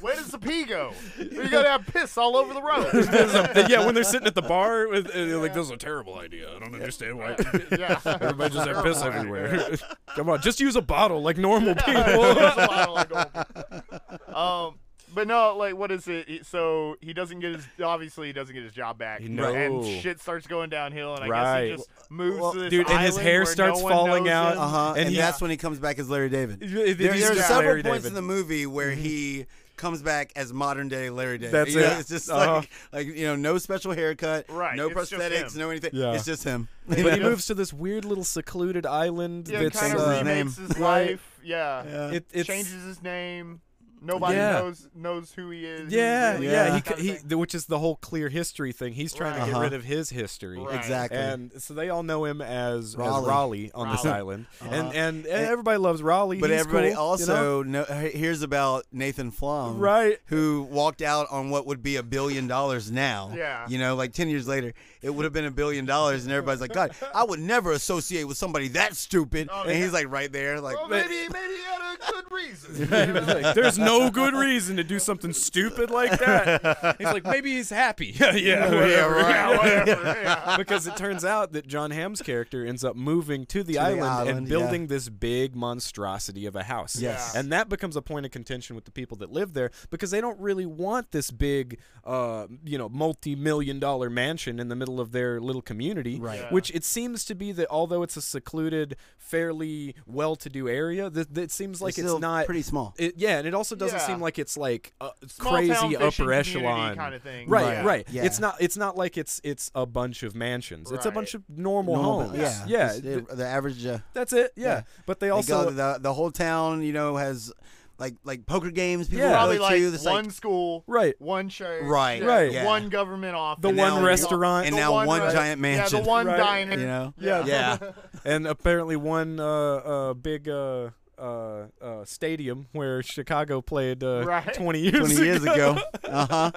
[SPEAKER 5] Where does the pee go? You're gonna have piss all over the road.
[SPEAKER 1] There's a- yeah, when they're sitting at the bar, with, uh, they're like, "This is a terrible idea. I don't understand why
[SPEAKER 5] yeah.
[SPEAKER 1] everybody just have piss
[SPEAKER 5] Terrible idea.
[SPEAKER 1] everywhere." Come on, just use a bottle like normal people.
[SPEAKER 5] There's a lot of, like, old- um, but no, like, what is it? He- So he doesn't get his. Obviously, he doesn't get his job back.
[SPEAKER 1] No.
[SPEAKER 5] And shit starts going downhill, and I
[SPEAKER 1] Right.
[SPEAKER 5] guess he just moves
[SPEAKER 3] Well,
[SPEAKER 5] to this
[SPEAKER 1] dude, and his
[SPEAKER 5] island
[SPEAKER 1] hair
[SPEAKER 5] where
[SPEAKER 1] starts
[SPEAKER 5] no one
[SPEAKER 1] falling
[SPEAKER 5] knows
[SPEAKER 1] out.
[SPEAKER 5] him.
[SPEAKER 3] Uh huh. And,
[SPEAKER 1] And he-
[SPEAKER 3] that's when he comes back as Larry David.
[SPEAKER 1] Yeah, he's
[SPEAKER 3] There, there are
[SPEAKER 1] just
[SPEAKER 3] several
[SPEAKER 1] Larry
[SPEAKER 3] points
[SPEAKER 1] David. Mm-hmm.
[SPEAKER 3] in the movie where he comes back as modern day Larry David.
[SPEAKER 1] That's
[SPEAKER 3] You know,
[SPEAKER 1] it.
[SPEAKER 3] It's just
[SPEAKER 1] Uh-huh.
[SPEAKER 3] like, like you know, no special haircut,
[SPEAKER 5] Right,
[SPEAKER 3] No
[SPEAKER 5] it's just
[SPEAKER 3] prosthetics,
[SPEAKER 5] him.
[SPEAKER 3] no anything.
[SPEAKER 1] Yeah.
[SPEAKER 3] It's just him.
[SPEAKER 1] But he moves to this weird little secluded island
[SPEAKER 5] Yeah,
[SPEAKER 1] that's
[SPEAKER 5] kind
[SPEAKER 3] changes
[SPEAKER 5] of
[SPEAKER 3] his
[SPEAKER 1] uh,
[SPEAKER 5] remakes
[SPEAKER 3] name.
[SPEAKER 5] his
[SPEAKER 1] Right.
[SPEAKER 5] life. Yeah.
[SPEAKER 3] Yeah.
[SPEAKER 1] it, it's
[SPEAKER 5] Changes his name. Nobody
[SPEAKER 1] Yeah.
[SPEAKER 5] knows knows who he is. who he's
[SPEAKER 1] Yeah,
[SPEAKER 5] really
[SPEAKER 1] yeah,
[SPEAKER 5] is,
[SPEAKER 1] He,
[SPEAKER 5] kind
[SPEAKER 1] c-
[SPEAKER 5] of
[SPEAKER 1] he,
[SPEAKER 5] thing.
[SPEAKER 1] th- which is the whole clear history thing. He's trying to get
[SPEAKER 3] Right.
[SPEAKER 1] rid of his history,
[SPEAKER 5] Right.
[SPEAKER 3] exactly.
[SPEAKER 1] and so they all know him as as
[SPEAKER 3] Raleigh.
[SPEAKER 1] Raleigh, on this
[SPEAKER 5] Raleigh.
[SPEAKER 1] island,
[SPEAKER 3] Uh-huh.
[SPEAKER 1] and, and everybody loves Raleigh.
[SPEAKER 3] But
[SPEAKER 1] He's
[SPEAKER 3] everybody
[SPEAKER 1] cool, you know?
[SPEAKER 3] also know? hears about Nathan Flum,
[SPEAKER 1] Right.
[SPEAKER 3] Who walked out on what would be a billion dollars now.
[SPEAKER 5] Yeah.
[SPEAKER 3] you know, like ten years later, it would have been a billion dollars, and everybody's like, "God, I would never associate with somebody that stupid."
[SPEAKER 5] Oh,
[SPEAKER 3] and
[SPEAKER 5] yeah.
[SPEAKER 3] he's like, right there, like,
[SPEAKER 5] Well, maybe maybe he had a good reason.
[SPEAKER 1] He's like, There's no good reason to do something stupid like that. He's like, maybe he's happy. yeah, yeah, whatever.
[SPEAKER 5] Yeah, whatever. Yeah.
[SPEAKER 1] because it turns out that John Hamm's character ends up moving to the,
[SPEAKER 3] the
[SPEAKER 1] island,
[SPEAKER 3] island,
[SPEAKER 1] and building this big monstrosity of a house.
[SPEAKER 3] Yes.
[SPEAKER 1] And that becomes a point of contention with the people that live there because they don't really want this big, uh, you know, multi million dollar mansion in the middle of their little community.
[SPEAKER 3] Right.
[SPEAKER 5] Yeah.
[SPEAKER 1] Which it seems to be that although it's a secluded, fairly well to do area, that it seems like
[SPEAKER 3] it's
[SPEAKER 1] it's,
[SPEAKER 3] still
[SPEAKER 1] not.
[SPEAKER 3] pretty small.
[SPEAKER 1] it, yeah, and it also doesn't
[SPEAKER 5] Yeah.
[SPEAKER 1] seem like it's like uh,
[SPEAKER 5] Small-town
[SPEAKER 1] crazy
[SPEAKER 5] fishing
[SPEAKER 1] upper
[SPEAKER 5] community
[SPEAKER 1] echelon
[SPEAKER 5] kind of thing.
[SPEAKER 1] Right,
[SPEAKER 3] Yeah.
[SPEAKER 1] right.
[SPEAKER 3] Yeah.
[SPEAKER 1] It's not. It's not like it's it's a bunch of mansions. It's a
[SPEAKER 5] Right.
[SPEAKER 1] bunch of normal,
[SPEAKER 3] Normal,
[SPEAKER 1] homes.
[SPEAKER 3] yeah,
[SPEAKER 1] yeah.
[SPEAKER 3] It's-
[SPEAKER 1] th-
[SPEAKER 3] it- the average. Uh,
[SPEAKER 1] that's it. Yeah.
[SPEAKER 3] yeah.
[SPEAKER 1] But they
[SPEAKER 3] they
[SPEAKER 1] also.
[SPEAKER 3] go- the the whole town, you know, has like like poker games. People
[SPEAKER 1] Yeah.
[SPEAKER 5] Probably
[SPEAKER 3] go
[SPEAKER 5] like
[SPEAKER 3] to. That's
[SPEAKER 5] one school,
[SPEAKER 1] Right.
[SPEAKER 5] One church,
[SPEAKER 3] Right,
[SPEAKER 1] Right.
[SPEAKER 3] yeah.
[SPEAKER 5] One government office,
[SPEAKER 1] The
[SPEAKER 5] and
[SPEAKER 1] one
[SPEAKER 5] now we-
[SPEAKER 1] restaurant.
[SPEAKER 3] and
[SPEAKER 5] the
[SPEAKER 3] now one
[SPEAKER 5] res-
[SPEAKER 3] giant
[SPEAKER 5] Yeah,
[SPEAKER 3] mansion.
[SPEAKER 5] the one
[SPEAKER 1] Right.
[SPEAKER 5] diner.
[SPEAKER 3] you know,
[SPEAKER 5] Yeah.
[SPEAKER 3] yeah.
[SPEAKER 1] and apparently one uh, uh, big uh, uh, uh, stadium where Chicago played uh,
[SPEAKER 5] Right.
[SPEAKER 1] 20 years
[SPEAKER 3] 20
[SPEAKER 1] ago.
[SPEAKER 3] years ago. Uh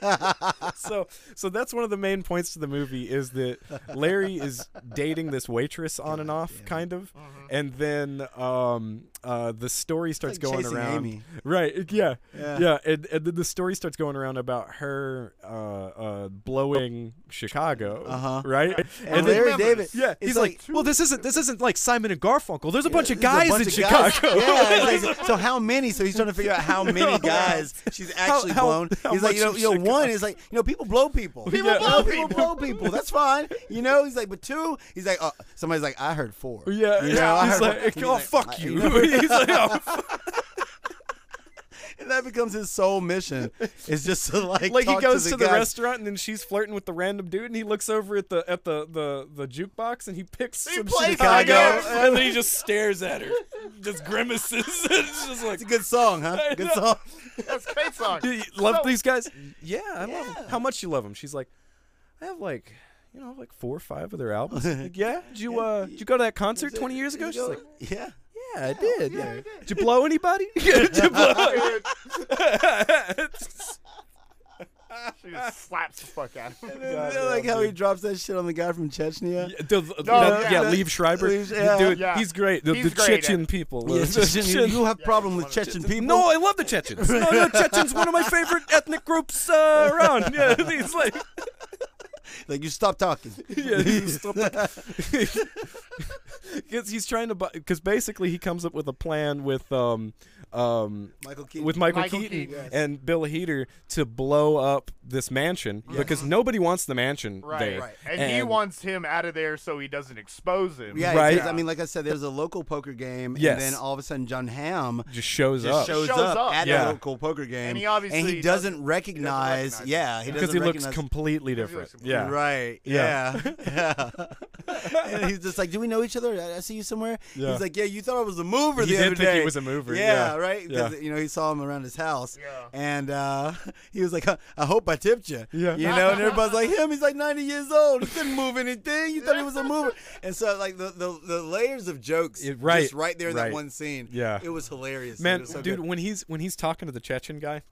[SPEAKER 3] huh.
[SPEAKER 1] so so that's one of the main points to the movie is that Larry is dating this waitress on and off kind of
[SPEAKER 5] Mm-hmm.
[SPEAKER 1] and then um uh the story starts
[SPEAKER 3] like
[SPEAKER 1] going
[SPEAKER 3] chasing
[SPEAKER 1] around
[SPEAKER 3] Amy.
[SPEAKER 1] right it- yeah
[SPEAKER 3] Yeah.
[SPEAKER 1] yeah, and, and then the story starts going around about her uh uh blowing Chicago
[SPEAKER 3] Uh-huh.
[SPEAKER 1] right
[SPEAKER 3] and
[SPEAKER 1] then-
[SPEAKER 3] Larry
[SPEAKER 5] remembers.
[SPEAKER 3] David.
[SPEAKER 1] yeah,
[SPEAKER 3] it's
[SPEAKER 1] he's like, well, this isn't this isn't like Simon and Garfunkel. There's a bunch of
[SPEAKER 3] There's a
[SPEAKER 1] guys
[SPEAKER 3] bunch
[SPEAKER 1] in
[SPEAKER 3] of guys.
[SPEAKER 1] Chicago.
[SPEAKER 3] Yeah, it's like, so how many? So he's trying to figure out how many guys she's actually
[SPEAKER 1] how-
[SPEAKER 3] blown.
[SPEAKER 1] how
[SPEAKER 3] he's like, you know,
[SPEAKER 1] much
[SPEAKER 3] you know,
[SPEAKER 1] in
[SPEAKER 3] one is like, you know, people blow people.
[SPEAKER 5] People
[SPEAKER 1] Yeah.
[SPEAKER 5] blow
[SPEAKER 3] people
[SPEAKER 5] people.
[SPEAKER 3] blow people. That's fine. You know, he's like, but two, he's like, uh, somebody's like, I heard four.
[SPEAKER 1] Yeah,
[SPEAKER 3] You know,
[SPEAKER 1] yeah.
[SPEAKER 3] I
[SPEAKER 1] He's
[SPEAKER 3] heard
[SPEAKER 1] like,
[SPEAKER 3] one. And he's
[SPEAKER 1] oh
[SPEAKER 3] like, I-
[SPEAKER 1] fuck you.
[SPEAKER 3] you know.
[SPEAKER 1] he's like, oh
[SPEAKER 3] And that becomes his sole mission. It's just to like,
[SPEAKER 1] like he
[SPEAKER 3] talk
[SPEAKER 1] goes to
[SPEAKER 3] to
[SPEAKER 1] the,
[SPEAKER 3] guys.
[SPEAKER 1] restaurant and then she's flirting with the random dude and he looks over at the at the the, the jukebox and he picks
[SPEAKER 5] He
[SPEAKER 1] some
[SPEAKER 5] plays
[SPEAKER 1] Chicago
[SPEAKER 5] Chicago.
[SPEAKER 1] and then he just stares at her, just grimaces. it's just like
[SPEAKER 3] It's a good song, huh?
[SPEAKER 1] I
[SPEAKER 3] Good
[SPEAKER 1] know.
[SPEAKER 3] song.
[SPEAKER 5] That's a great song.
[SPEAKER 1] "Do you love
[SPEAKER 5] So-
[SPEAKER 1] these guys? Yeah, I love 'em."
[SPEAKER 3] Yeah.
[SPEAKER 1] How much you love them? She's like, I have like. You know, like four or five of their albums. Like, yeah, did you uh, did you go to that concert twenty years ago? She's like,
[SPEAKER 3] yeah.
[SPEAKER 1] yeah, I did. Yeah, did you blow anybody? did you blow?
[SPEAKER 5] Dude, she just slaps the fuck out of him.
[SPEAKER 3] I like how he drops that shit on the guy from Chechnya.
[SPEAKER 1] Yeah, the- the-
[SPEAKER 5] No,
[SPEAKER 1] that-
[SPEAKER 5] yeah,
[SPEAKER 1] yeah,
[SPEAKER 5] that-
[SPEAKER 1] Leave Schreiber.
[SPEAKER 3] Leave- yeah.
[SPEAKER 1] Dude,
[SPEAKER 5] Yeah.
[SPEAKER 1] he's great. The,
[SPEAKER 5] He's
[SPEAKER 1] the
[SPEAKER 5] great at
[SPEAKER 1] Chechen
[SPEAKER 5] it.
[SPEAKER 1] people.
[SPEAKER 3] Yeah, Chechen, you,
[SPEAKER 1] Chechen-
[SPEAKER 3] you have problem with
[SPEAKER 5] it's one of
[SPEAKER 3] Chechen people.
[SPEAKER 1] No, I love the Chechens. No, no, Chechens, one of my favorite ethnic groups uh, around. Yeah, he's like,
[SPEAKER 3] Like you stop talking.
[SPEAKER 1] yeah, he's, Because he's trying to, because basically he comes up with a plan with, um, um,
[SPEAKER 3] Michael Keaton.
[SPEAKER 1] with Michael,
[SPEAKER 5] Michael
[SPEAKER 1] Keaton,
[SPEAKER 5] Keaton, yes.
[SPEAKER 1] and Bill Heater to blow up this mansion because nobody wants the mansion
[SPEAKER 5] Right.
[SPEAKER 1] there.
[SPEAKER 3] Right.
[SPEAKER 5] And, he wants him out of there so he doesn't expose him.
[SPEAKER 3] yeah,
[SPEAKER 1] Right.
[SPEAKER 3] right. I mean, like I said, there's a local poker game,
[SPEAKER 1] Yes.
[SPEAKER 3] and then all of a sudden John Hamm
[SPEAKER 1] just shows
[SPEAKER 3] just
[SPEAKER 1] up
[SPEAKER 3] shows,
[SPEAKER 5] Shows
[SPEAKER 3] up,
[SPEAKER 5] up.
[SPEAKER 3] at
[SPEAKER 1] Yeah.
[SPEAKER 3] a local poker game,
[SPEAKER 5] he obviously
[SPEAKER 3] and he
[SPEAKER 5] doesn't-
[SPEAKER 3] doesn't,
[SPEAKER 5] he doesn't
[SPEAKER 3] recognize,
[SPEAKER 5] recognize
[SPEAKER 3] Yeah, he
[SPEAKER 1] because
[SPEAKER 3] doesn't
[SPEAKER 1] he looks
[SPEAKER 3] recognize-
[SPEAKER 1] completely different.
[SPEAKER 5] looks
[SPEAKER 1] yeah.
[SPEAKER 3] Right.
[SPEAKER 1] Yeah.
[SPEAKER 3] Yeah. Yeah. and he's just like, "Do we know each other? I, I see you somewhere."
[SPEAKER 1] Yeah.
[SPEAKER 3] He's like, "Yeah, you thought I was a mover
[SPEAKER 1] He
[SPEAKER 3] the
[SPEAKER 1] did
[SPEAKER 3] other
[SPEAKER 1] think he
[SPEAKER 3] day."
[SPEAKER 1] was a mover, yeah.
[SPEAKER 3] Yeah. Right. Because
[SPEAKER 1] Yeah.
[SPEAKER 3] you know he saw him around his house.
[SPEAKER 5] Yeah.
[SPEAKER 3] And uh, he was like, huh, "I hope I tipped you."
[SPEAKER 1] Yeah.
[SPEAKER 3] You know, and everybody's like, "Him? He's like 90 years old. He couldn't move anything. You thought he was a mover." And so like the the, the layers of jokes
[SPEAKER 1] It- right,
[SPEAKER 3] just right there in
[SPEAKER 1] right.
[SPEAKER 3] that one scene.
[SPEAKER 1] Yeah.
[SPEAKER 3] It was hilarious.
[SPEAKER 1] Man,
[SPEAKER 3] It was so
[SPEAKER 1] dude,
[SPEAKER 3] good.
[SPEAKER 1] when he's when he's talking to the Chechen guy,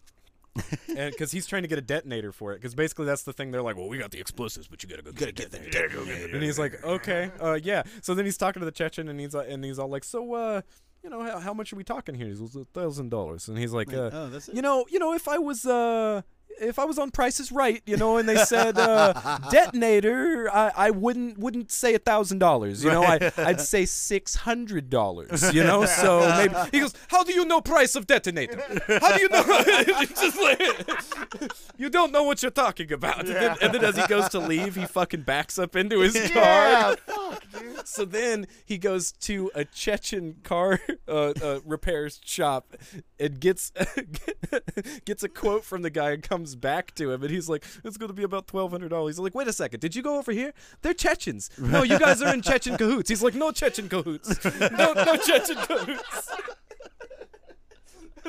[SPEAKER 1] and because he's trying to get a detonator for it, because basically that's the thing. They're like, well, we got the explosives, but you gotta go get, it.
[SPEAKER 3] Get that
[SPEAKER 1] And he's like, okay, uh, yeah. So then he's talking to the Chechen, and he's like, and he's all like, so, uh, you know, how, how much are we talking here? He's like, thousand dollars, and he's like, uh,
[SPEAKER 3] oh, that's it?
[SPEAKER 1] you know, you know, if I was, uh. If I was on Price is Right, you know, and they said uh, detonator, I, I wouldn't wouldn't say a thousand dollars, you know, I I'd say six hundred dollars, you know. So maybe he goes, "How do you know price of detonator? How do you know?" It's just like, you don't know what you're talking about. And, then, and then as he goes to leave, he fucking backs up into his car.
[SPEAKER 5] Yeah, fuck, dude.
[SPEAKER 1] So then he goes to a Chechen car uh, uh, repair shop and gets gets a quote from the guy and comes back to him and he's like, "It's going to be about twelve hundred dollars." He's like, "Wait a second, did you go over here? They're Chechens. No, you guys are in Chechen cahoots." He's like, "No Chechen cahoots. No, no Chechen cahoots."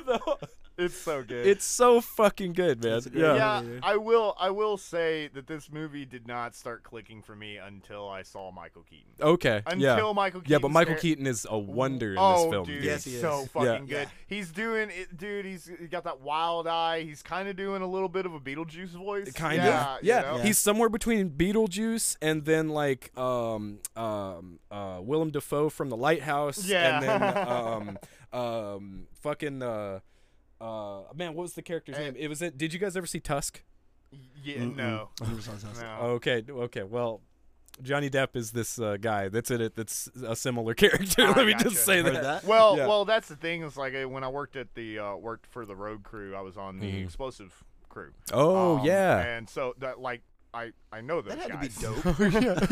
[SPEAKER 1] The-
[SPEAKER 5] It's so good.
[SPEAKER 1] It's uh, so fucking good, man. Yeah.
[SPEAKER 5] yeah, I will. I will say that this movie did not start clicking for me until I saw Michael Keaton.
[SPEAKER 1] Okay.
[SPEAKER 5] Until
[SPEAKER 1] yeah.
[SPEAKER 5] Michael
[SPEAKER 1] Yeah, but
[SPEAKER 5] Keaton's
[SPEAKER 1] Michael
[SPEAKER 5] there-
[SPEAKER 1] Keaton is a wonder in
[SPEAKER 5] oh,
[SPEAKER 1] this film.
[SPEAKER 5] dude,
[SPEAKER 1] dude.
[SPEAKER 3] Yes,
[SPEAKER 5] he's
[SPEAKER 3] he
[SPEAKER 5] so
[SPEAKER 3] is.
[SPEAKER 5] fucking
[SPEAKER 1] Yeah.
[SPEAKER 5] good. He's doing it, dude. He's he got that wild eye. He's kind of doing a little bit of a Beetlejuice voice.
[SPEAKER 1] kind
[SPEAKER 5] yeah,
[SPEAKER 1] of
[SPEAKER 5] you
[SPEAKER 1] yeah.
[SPEAKER 5] know?
[SPEAKER 1] he's somewhere between beetlejuice and then like um um uh willem dafoe from the lighthouse
[SPEAKER 5] Yeah.
[SPEAKER 1] and then um um fucking uh uh man what was the character's
[SPEAKER 5] Hey.
[SPEAKER 1] name it was it did you guys ever see tusk
[SPEAKER 5] Yeah, no, no.
[SPEAKER 1] okay okay well johnny depp is this uh, guy that's in it that's a similar character
[SPEAKER 5] Ah,
[SPEAKER 1] let me
[SPEAKER 5] gotcha.
[SPEAKER 1] just say
[SPEAKER 3] Heard
[SPEAKER 1] that,
[SPEAKER 3] that?
[SPEAKER 5] Well,
[SPEAKER 1] Yeah.
[SPEAKER 5] well, that's the thing. Is like uh, when I worked at the uh, worked for the road crew, I was on the explosive crew.
[SPEAKER 1] Mm-hmm. oh
[SPEAKER 5] Um,
[SPEAKER 1] yeah
[SPEAKER 5] and so that like I I know those
[SPEAKER 3] That had to be
[SPEAKER 5] guys.
[SPEAKER 3] dope.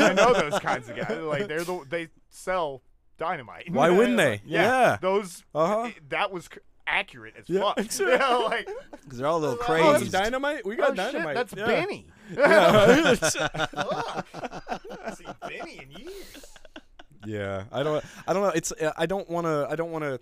[SPEAKER 5] I know those kinds of guys. Like they're the they sell dynamite.
[SPEAKER 1] Why wouldn't they?
[SPEAKER 5] yeah,
[SPEAKER 1] Yeah.
[SPEAKER 5] those.
[SPEAKER 1] Uh-huh.
[SPEAKER 5] it- That was c- accurate as
[SPEAKER 1] Yeah,
[SPEAKER 5] fuck.
[SPEAKER 1] sure.
[SPEAKER 5] Yeah, like
[SPEAKER 3] Because they're all a little
[SPEAKER 5] Oh,
[SPEAKER 1] oh
[SPEAKER 5] that's
[SPEAKER 3] crazy.
[SPEAKER 1] that's dynamite we got
[SPEAKER 5] oh shit,
[SPEAKER 1] dynamite
[SPEAKER 5] that's
[SPEAKER 1] yeah.
[SPEAKER 5] Benny.
[SPEAKER 1] Yeah.
[SPEAKER 5] Fuck. I haven't seen Benny in years.
[SPEAKER 1] Yeah, I don't. I don't know. It's. uh, I don't want to. I don't want to.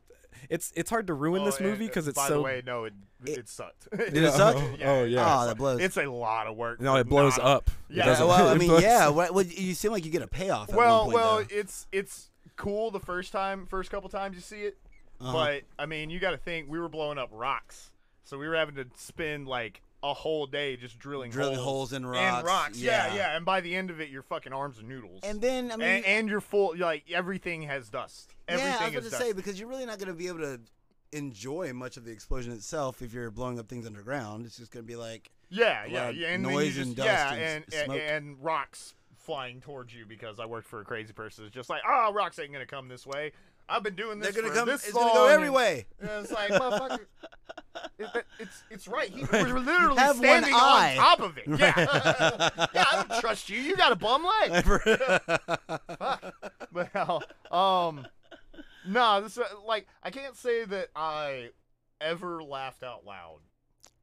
[SPEAKER 1] It's. It's hard to ruin
[SPEAKER 5] Oh,
[SPEAKER 1] this
[SPEAKER 5] and-
[SPEAKER 1] movie because it's
[SPEAKER 5] by
[SPEAKER 1] so.
[SPEAKER 5] the way, no, it it, sucked. Did
[SPEAKER 3] it suck?
[SPEAKER 5] Yeah. Uh,
[SPEAKER 1] Oh yeah.
[SPEAKER 3] Oh, that blows.
[SPEAKER 5] It's a lot of work.
[SPEAKER 1] no,
[SPEAKER 5] for
[SPEAKER 1] it blows
[SPEAKER 5] not-
[SPEAKER 1] up. It
[SPEAKER 5] Yeah,
[SPEAKER 1] doesn't-
[SPEAKER 5] That's-
[SPEAKER 3] well, I
[SPEAKER 1] it
[SPEAKER 3] mean,
[SPEAKER 1] blows-
[SPEAKER 3] yeah. What, what, you seem like you get a payoff. At
[SPEAKER 5] Well,
[SPEAKER 3] one point,
[SPEAKER 5] well,
[SPEAKER 3] though.
[SPEAKER 5] it's it's cool the first time, first couple times you see it, but I mean, you got to think we were blowing up rocks, so we were having to spend like a whole day just drilling
[SPEAKER 3] Drilling
[SPEAKER 5] holes,
[SPEAKER 3] holes in
[SPEAKER 5] And
[SPEAKER 3] rocks,
[SPEAKER 5] rocks. Yeah. yeah,
[SPEAKER 3] yeah.
[SPEAKER 5] And by the end of it, your fucking arms are noodles.
[SPEAKER 3] and then I mean,
[SPEAKER 5] and, and you're full. Like everything has dust. Everything
[SPEAKER 3] yeah, I was
[SPEAKER 5] is
[SPEAKER 3] going to
[SPEAKER 5] dust.
[SPEAKER 3] say because you're really not going to be able to enjoy much of the explosion itself if you're blowing up things underground. It's just going to be like,
[SPEAKER 5] Yeah, yeah,
[SPEAKER 3] loud
[SPEAKER 5] yeah. And then you
[SPEAKER 3] noise
[SPEAKER 5] just,
[SPEAKER 3] and dust
[SPEAKER 5] yeah,
[SPEAKER 3] and s-
[SPEAKER 5] and,
[SPEAKER 3] smoke.
[SPEAKER 5] and rocks flying towards you because I worked for a crazy person. It's just like, oh, rocks ain't gonna come this way. I've been doing
[SPEAKER 3] They're
[SPEAKER 5] this.
[SPEAKER 3] gonna
[SPEAKER 5] for
[SPEAKER 3] come-
[SPEAKER 5] This
[SPEAKER 3] it's gonna go
[SPEAKER 5] long,"
[SPEAKER 3] every way.
[SPEAKER 5] And it's like, motherfucker. It, that- it's it's right. He, We're literally
[SPEAKER 3] have one
[SPEAKER 5] standing on
[SPEAKER 3] eye.
[SPEAKER 5] top of it. Yeah, yeah. I don't trust you. You got a bum leg. Well, um, no, this uh, like I can't say that I ever laughed out loud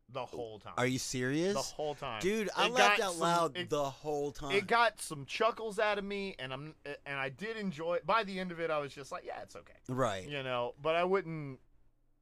[SPEAKER 5] the whole time.
[SPEAKER 3] Oh, "Are you serious,
[SPEAKER 5] the whole time,
[SPEAKER 3] dude?" I
[SPEAKER 5] It
[SPEAKER 3] laughed
[SPEAKER 5] got
[SPEAKER 3] out
[SPEAKER 5] some-
[SPEAKER 3] loud
[SPEAKER 5] It,
[SPEAKER 3] the whole time.
[SPEAKER 5] it got some chuckles out of me, and I'm and I did enjoy. it. By the end of it, I was just like, yeah, it's okay,
[SPEAKER 3] right.
[SPEAKER 5] you know. But I wouldn't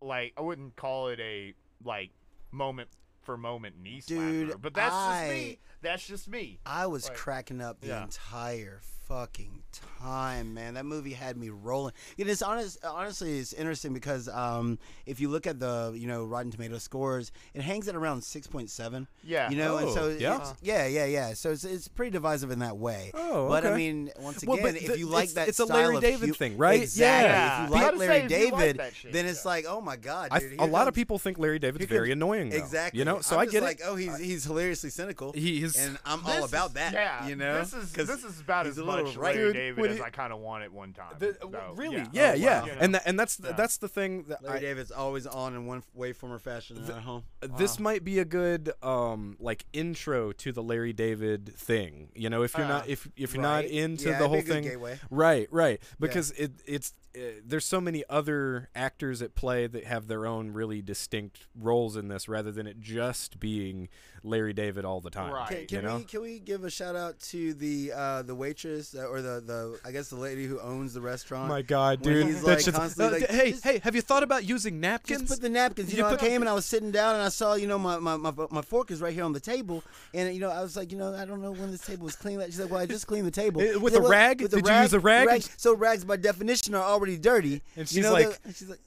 [SPEAKER 5] like I wouldn't call it a like moment for moment knee slapper.
[SPEAKER 3] Dude,
[SPEAKER 5] But that's
[SPEAKER 3] I-
[SPEAKER 5] just me. That's just me.
[SPEAKER 3] I was
[SPEAKER 5] Like,
[SPEAKER 3] cracking up the
[SPEAKER 5] yeah.
[SPEAKER 3] entire fucking time, man. That movie had me rolling. It is honest, honestly, it's interesting because um, if you look at the you know Rotten Tomato scores, it hangs at around six point seven.
[SPEAKER 5] Yeah.
[SPEAKER 3] you know, and so
[SPEAKER 1] Oh, yeah.
[SPEAKER 3] it's- yeah, yeah, yeah. So it's, it's pretty divisive in that way.
[SPEAKER 1] Oh,
[SPEAKER 3] but I
[SPEAKER 1] okay.
[SPEAKER 3] mean, once again,
[SPEAKER 1] Well, but
[SPEAKER 3] if
[SPEAKER 1] the-
[SPEAKER 3] you like
[SPEAKER 1] it's-
[SPEAKER 3] that,
[SPEAKER 1] it's a
[SPEAKER 3] style
[SPEAKER 1] Larry
[SPEAKER 3] of
[SPEAKER 1] David
[SPEAKER 3] hu-
[SPEAKER 1] thing, right?
[SPEAKER 3] Exactly.
[SPEAKER 5] Yeah.
[SPEAKER 3] If
[SPEAKER 5] I
[SPEAKER 3] you like
[SPEAKER 5] gotta
[SPEAKER 3] Larry
[SPEAKER 5] say, if you like
[SPEAKER 3] David,
[SPEAKER 5] that shit,
[SPEAKER 3] then it's
[SPEAKER 5] yeah.
[SPEAKER 3] like, oh my god,
[SPEAKER 1] I,
[SPEAKER 3] dude,
[SPEAKER 1] a
[SPEAKER 3] here
[SPEAKER 1] lot of
[SPEAKER 3] comes-
[SPEAKER 1] people think Larry David's
[SPEAKER 3] here comes-
[SPEAKER 1] very annoying. though,
[SPEAKER 3] Exactly.
[SPEAKER 1] You know, so
[SPEAKER 3] I'm
[SPEAKER 1] I
[SPEAKER 3] just
[SPEAKER 1] get
[SPEAKER 3] like,
[SPEAKER 1] it.
[SPEAKER 3] oh, he's he's hilariously cynical.
[SPEAKER 1] He is.
[SPEAKER 3] and I'm all
[SPEAKER 5] This
[SPEAKER 3] about
[SPEAKER 5] is-
[SPEAKER 3] that.
[SPEAKER 5] Yeah,
[SPEAKER 3] you know,
[SPEAKER 5] this is
[SPEAKER 3] 'Cause
[SPEAKER 5] this is about
[SPEAKER 3] he's
[SPEAKER 5] as
[SPEAKER 3] a little
[SPEAKER 5] much
[SPEAKER 3] right.
[SPEAKER 5] Larry
[SPEAKER 1] Dude,
[SPEAKER 5] David
[SPEAKER 1] when
[SPEAKER 5] as
[SPEAKER 1] he-
[SPEAKER 5] I kind of want at one time.
[SPEAKER 2] The-
[SPEAKER 5] So,
[SPEAKER 2] w- really?
[SPEAKER 1] yeah,
[SPEAKER 5] Oh,
[SPEAKER 1] yeah,
[SPEAKER 5] wow. You know,
[SPEAKER 1] and that, and that's
[SPEAKER 5] Yeah.
[SPEAKER 1] that's the thing that
[SPEAKER 3] Larry
[SPEAKER 1] I-
[SPEAKER 3] David's always on in one way, form, or fashion in our home.
[SPEAKER 1] this might be a good um like intro to the Larry David thing. You know, if you're
[SPEAKER 5] Uh,
[SPEAKER 1] not if if you're not
[SPEAKER 3] right.
[SPEAKER 1] into
[SPEAKER 3] Yeah,
[SPEAKER 1] the
[SPEAKER 3] it'd be
[SPEAKER 1] whole
[SPEAKER 3] a good
[SPEAKER 1] thing,
[SPEAKER 3] gateway.
[SPEAKER 1] right, right, because it it's uh, there's so many other actors at play that have their own really distinct roles in this, rather than it just being Larry David all the time.
[SPEAKER 5] Right.
[SPEAKER 3] Can, can
[SPEAKER 1] you know?
[SPEAKER 3] we can we give a shout out to the uh, the waitress uh, or the, the I guess the lady who owns the restaurant?
[SPEAKER 1] Oh My God,
[SPEAKER 3] when
[SPEAKER 1] dude!
[SPEAKER 3] he's,
[SPEAKER 1] that
[SPEAKER 3] like,
[SPEAKER 1] shit's-
[SPEAKER 3] constantly,
[SPEAKER 1] uh,
[SPEAKER 3] like,
[SPEAKER 1] d- hey,
[SPEAKER 3] just-
[SPEAKER 1] hey, have you thought about using napkins?
[SPEAKER 3] Just put the napkins. You,
[SPEAKER 1] You
[SPEAKER 3] know,
[SPEAKER 1] put-
[SPEAKER 3] I came and I was sitting down and I saw, you know, my, my, my, my fork is right here on the table. And, you know, I was like, you know, I don't know when this table was cleaned. She's like, well, I just cleaned the table.
[SPEAKER 1] Eh, with
[SPEAKER 3] I said,
[SPEAKER 1] a
[SPEAKER 3] "Well,
[SPEAKER 1] rag?
[SPEAKER 3] With a
[SPEAKER 1] Did you
[SPEAKER 3] rag,
[SPEAKER 1] use a rag?"
[SPEAKER 3] So rags, by definition, are already dirty.
[SPEAKER 1] And
[SPEAKER 3] You
[SPEAKER 1] she's
[SPEAKER 3] know,
[SPEAKER 1] like,
[SPEAKER 3] the- she's like,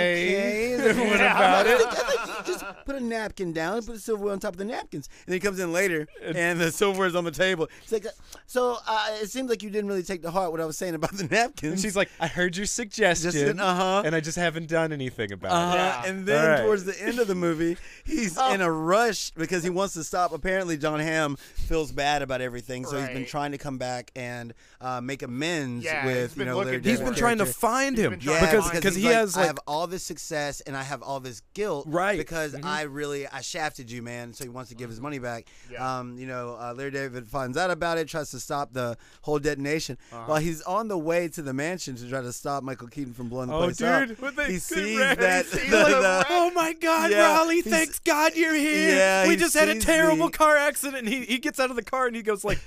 [SPEAKER 1] "Okay,
[SPEAKER 3] okay."
[SPEAKER 1] what about
[SPEAKER 3] I think- I think you just put a napkin down and put the silverware on top of the napkins. And he comes in later and the silverware's on the table. He's like, so uh, it seems like you didn't really take to heart what I was saying about the napkins.
[SPEAKER 1] And she's like, I heard your suggestion,
[SPEAKER 3] uh-huh.
[SPEAKER 1] and I just haven't done anything about
[SPEAKER 3] Uh,
[SPEAKER 1] it.
[SPEAKER 5] Yeah. Oh.
[SPEAKER 3] And then
[SPEAKER 1] All right.
[SPEAKER 3] towards the end of the movie, he's in a rush because he wants to stop. Apparently, John Hamm feels bad about everything, so he's been
[SPEAKER 5] Right.
[SPEAKER 3] trying to come back and uh, make amends
[SPEAKER 5] Yeah,
[SPEAKER 3] with
[SPEAKER 5] he's
[SPEAKER 3] you
[SPEAKER 5] been
[SPEAKER 3] know
[SPEAKER 5] looking
[SPEAKER 3] Larry
[SPEAKER 5] for
[SPEAKER 1] He's
[SPEAKER 3] David's
[SPEAKER 1] been trying to
[SPEAKER 3] character.
[SPEAKER 1] find him
[SPEAKER 5] been trying to
[SPEAKER 1] because
[SPEAKER 5] find him.
[SPEAKER 1] because he
[SPEAKER 3] he's like,
[SPEAKER 1] has
[SPEAKER 3] I
[SPEAKER 1] like
[SPEAKER 3] have all this success and I have all this guilt,
[SPEAKER 1] Right. Mm-hmm.
[SPEAKER 3] Because
[SPEAKER 1] Mhm.
[SPEAKER 3] I really I shafted you, man. So he wants to give his money back.
[SPEAKER 5] Yeah.
[SPEAKER 3] Um, you know, uh, Larry David finds out about it, tries to stop the whole detonation.
[SPEAKER 1] Uh-huh.
[SPEAKER 3] While he's on the way to the mansion to try to stop Michael Keaton from blowing the
[SPEAKER 1] Oh,
[SPEAKER 3] place
[SPEAKER 1] dude,
[SPEAKER 3] up,
[SPEAKER 1] when they-
[SPEAKER 3] he
[SPEAKER 1] they
[SPEAKER 3] sees
[SPEAKER 1] wreck-
[SPEAKER 3] that
[SPEAKER 5] he sees
[SPEAKER 3] the-
[SPEAKER 5] the
[SPEAKER 3] the-
[SPEAKER 1] Oh my God,
[SPEAKER 3] Yeah,
[SPEAKER 1] Raleigh!
[SPEAKER 3] he's-
[SPEAKER 1] Thanks God you're here.
[SPEAKER 3] Yeah,
[SPEAKER 1] we
[SPEAKER 3] he
[SPEAKER 1] just had a
[SPEAKER 3] sees
[SPEAKER 1] terrible
[SPEAKER 3] the-
[SPEAKER 1] car accident. And he he gets out of the car and he goes like,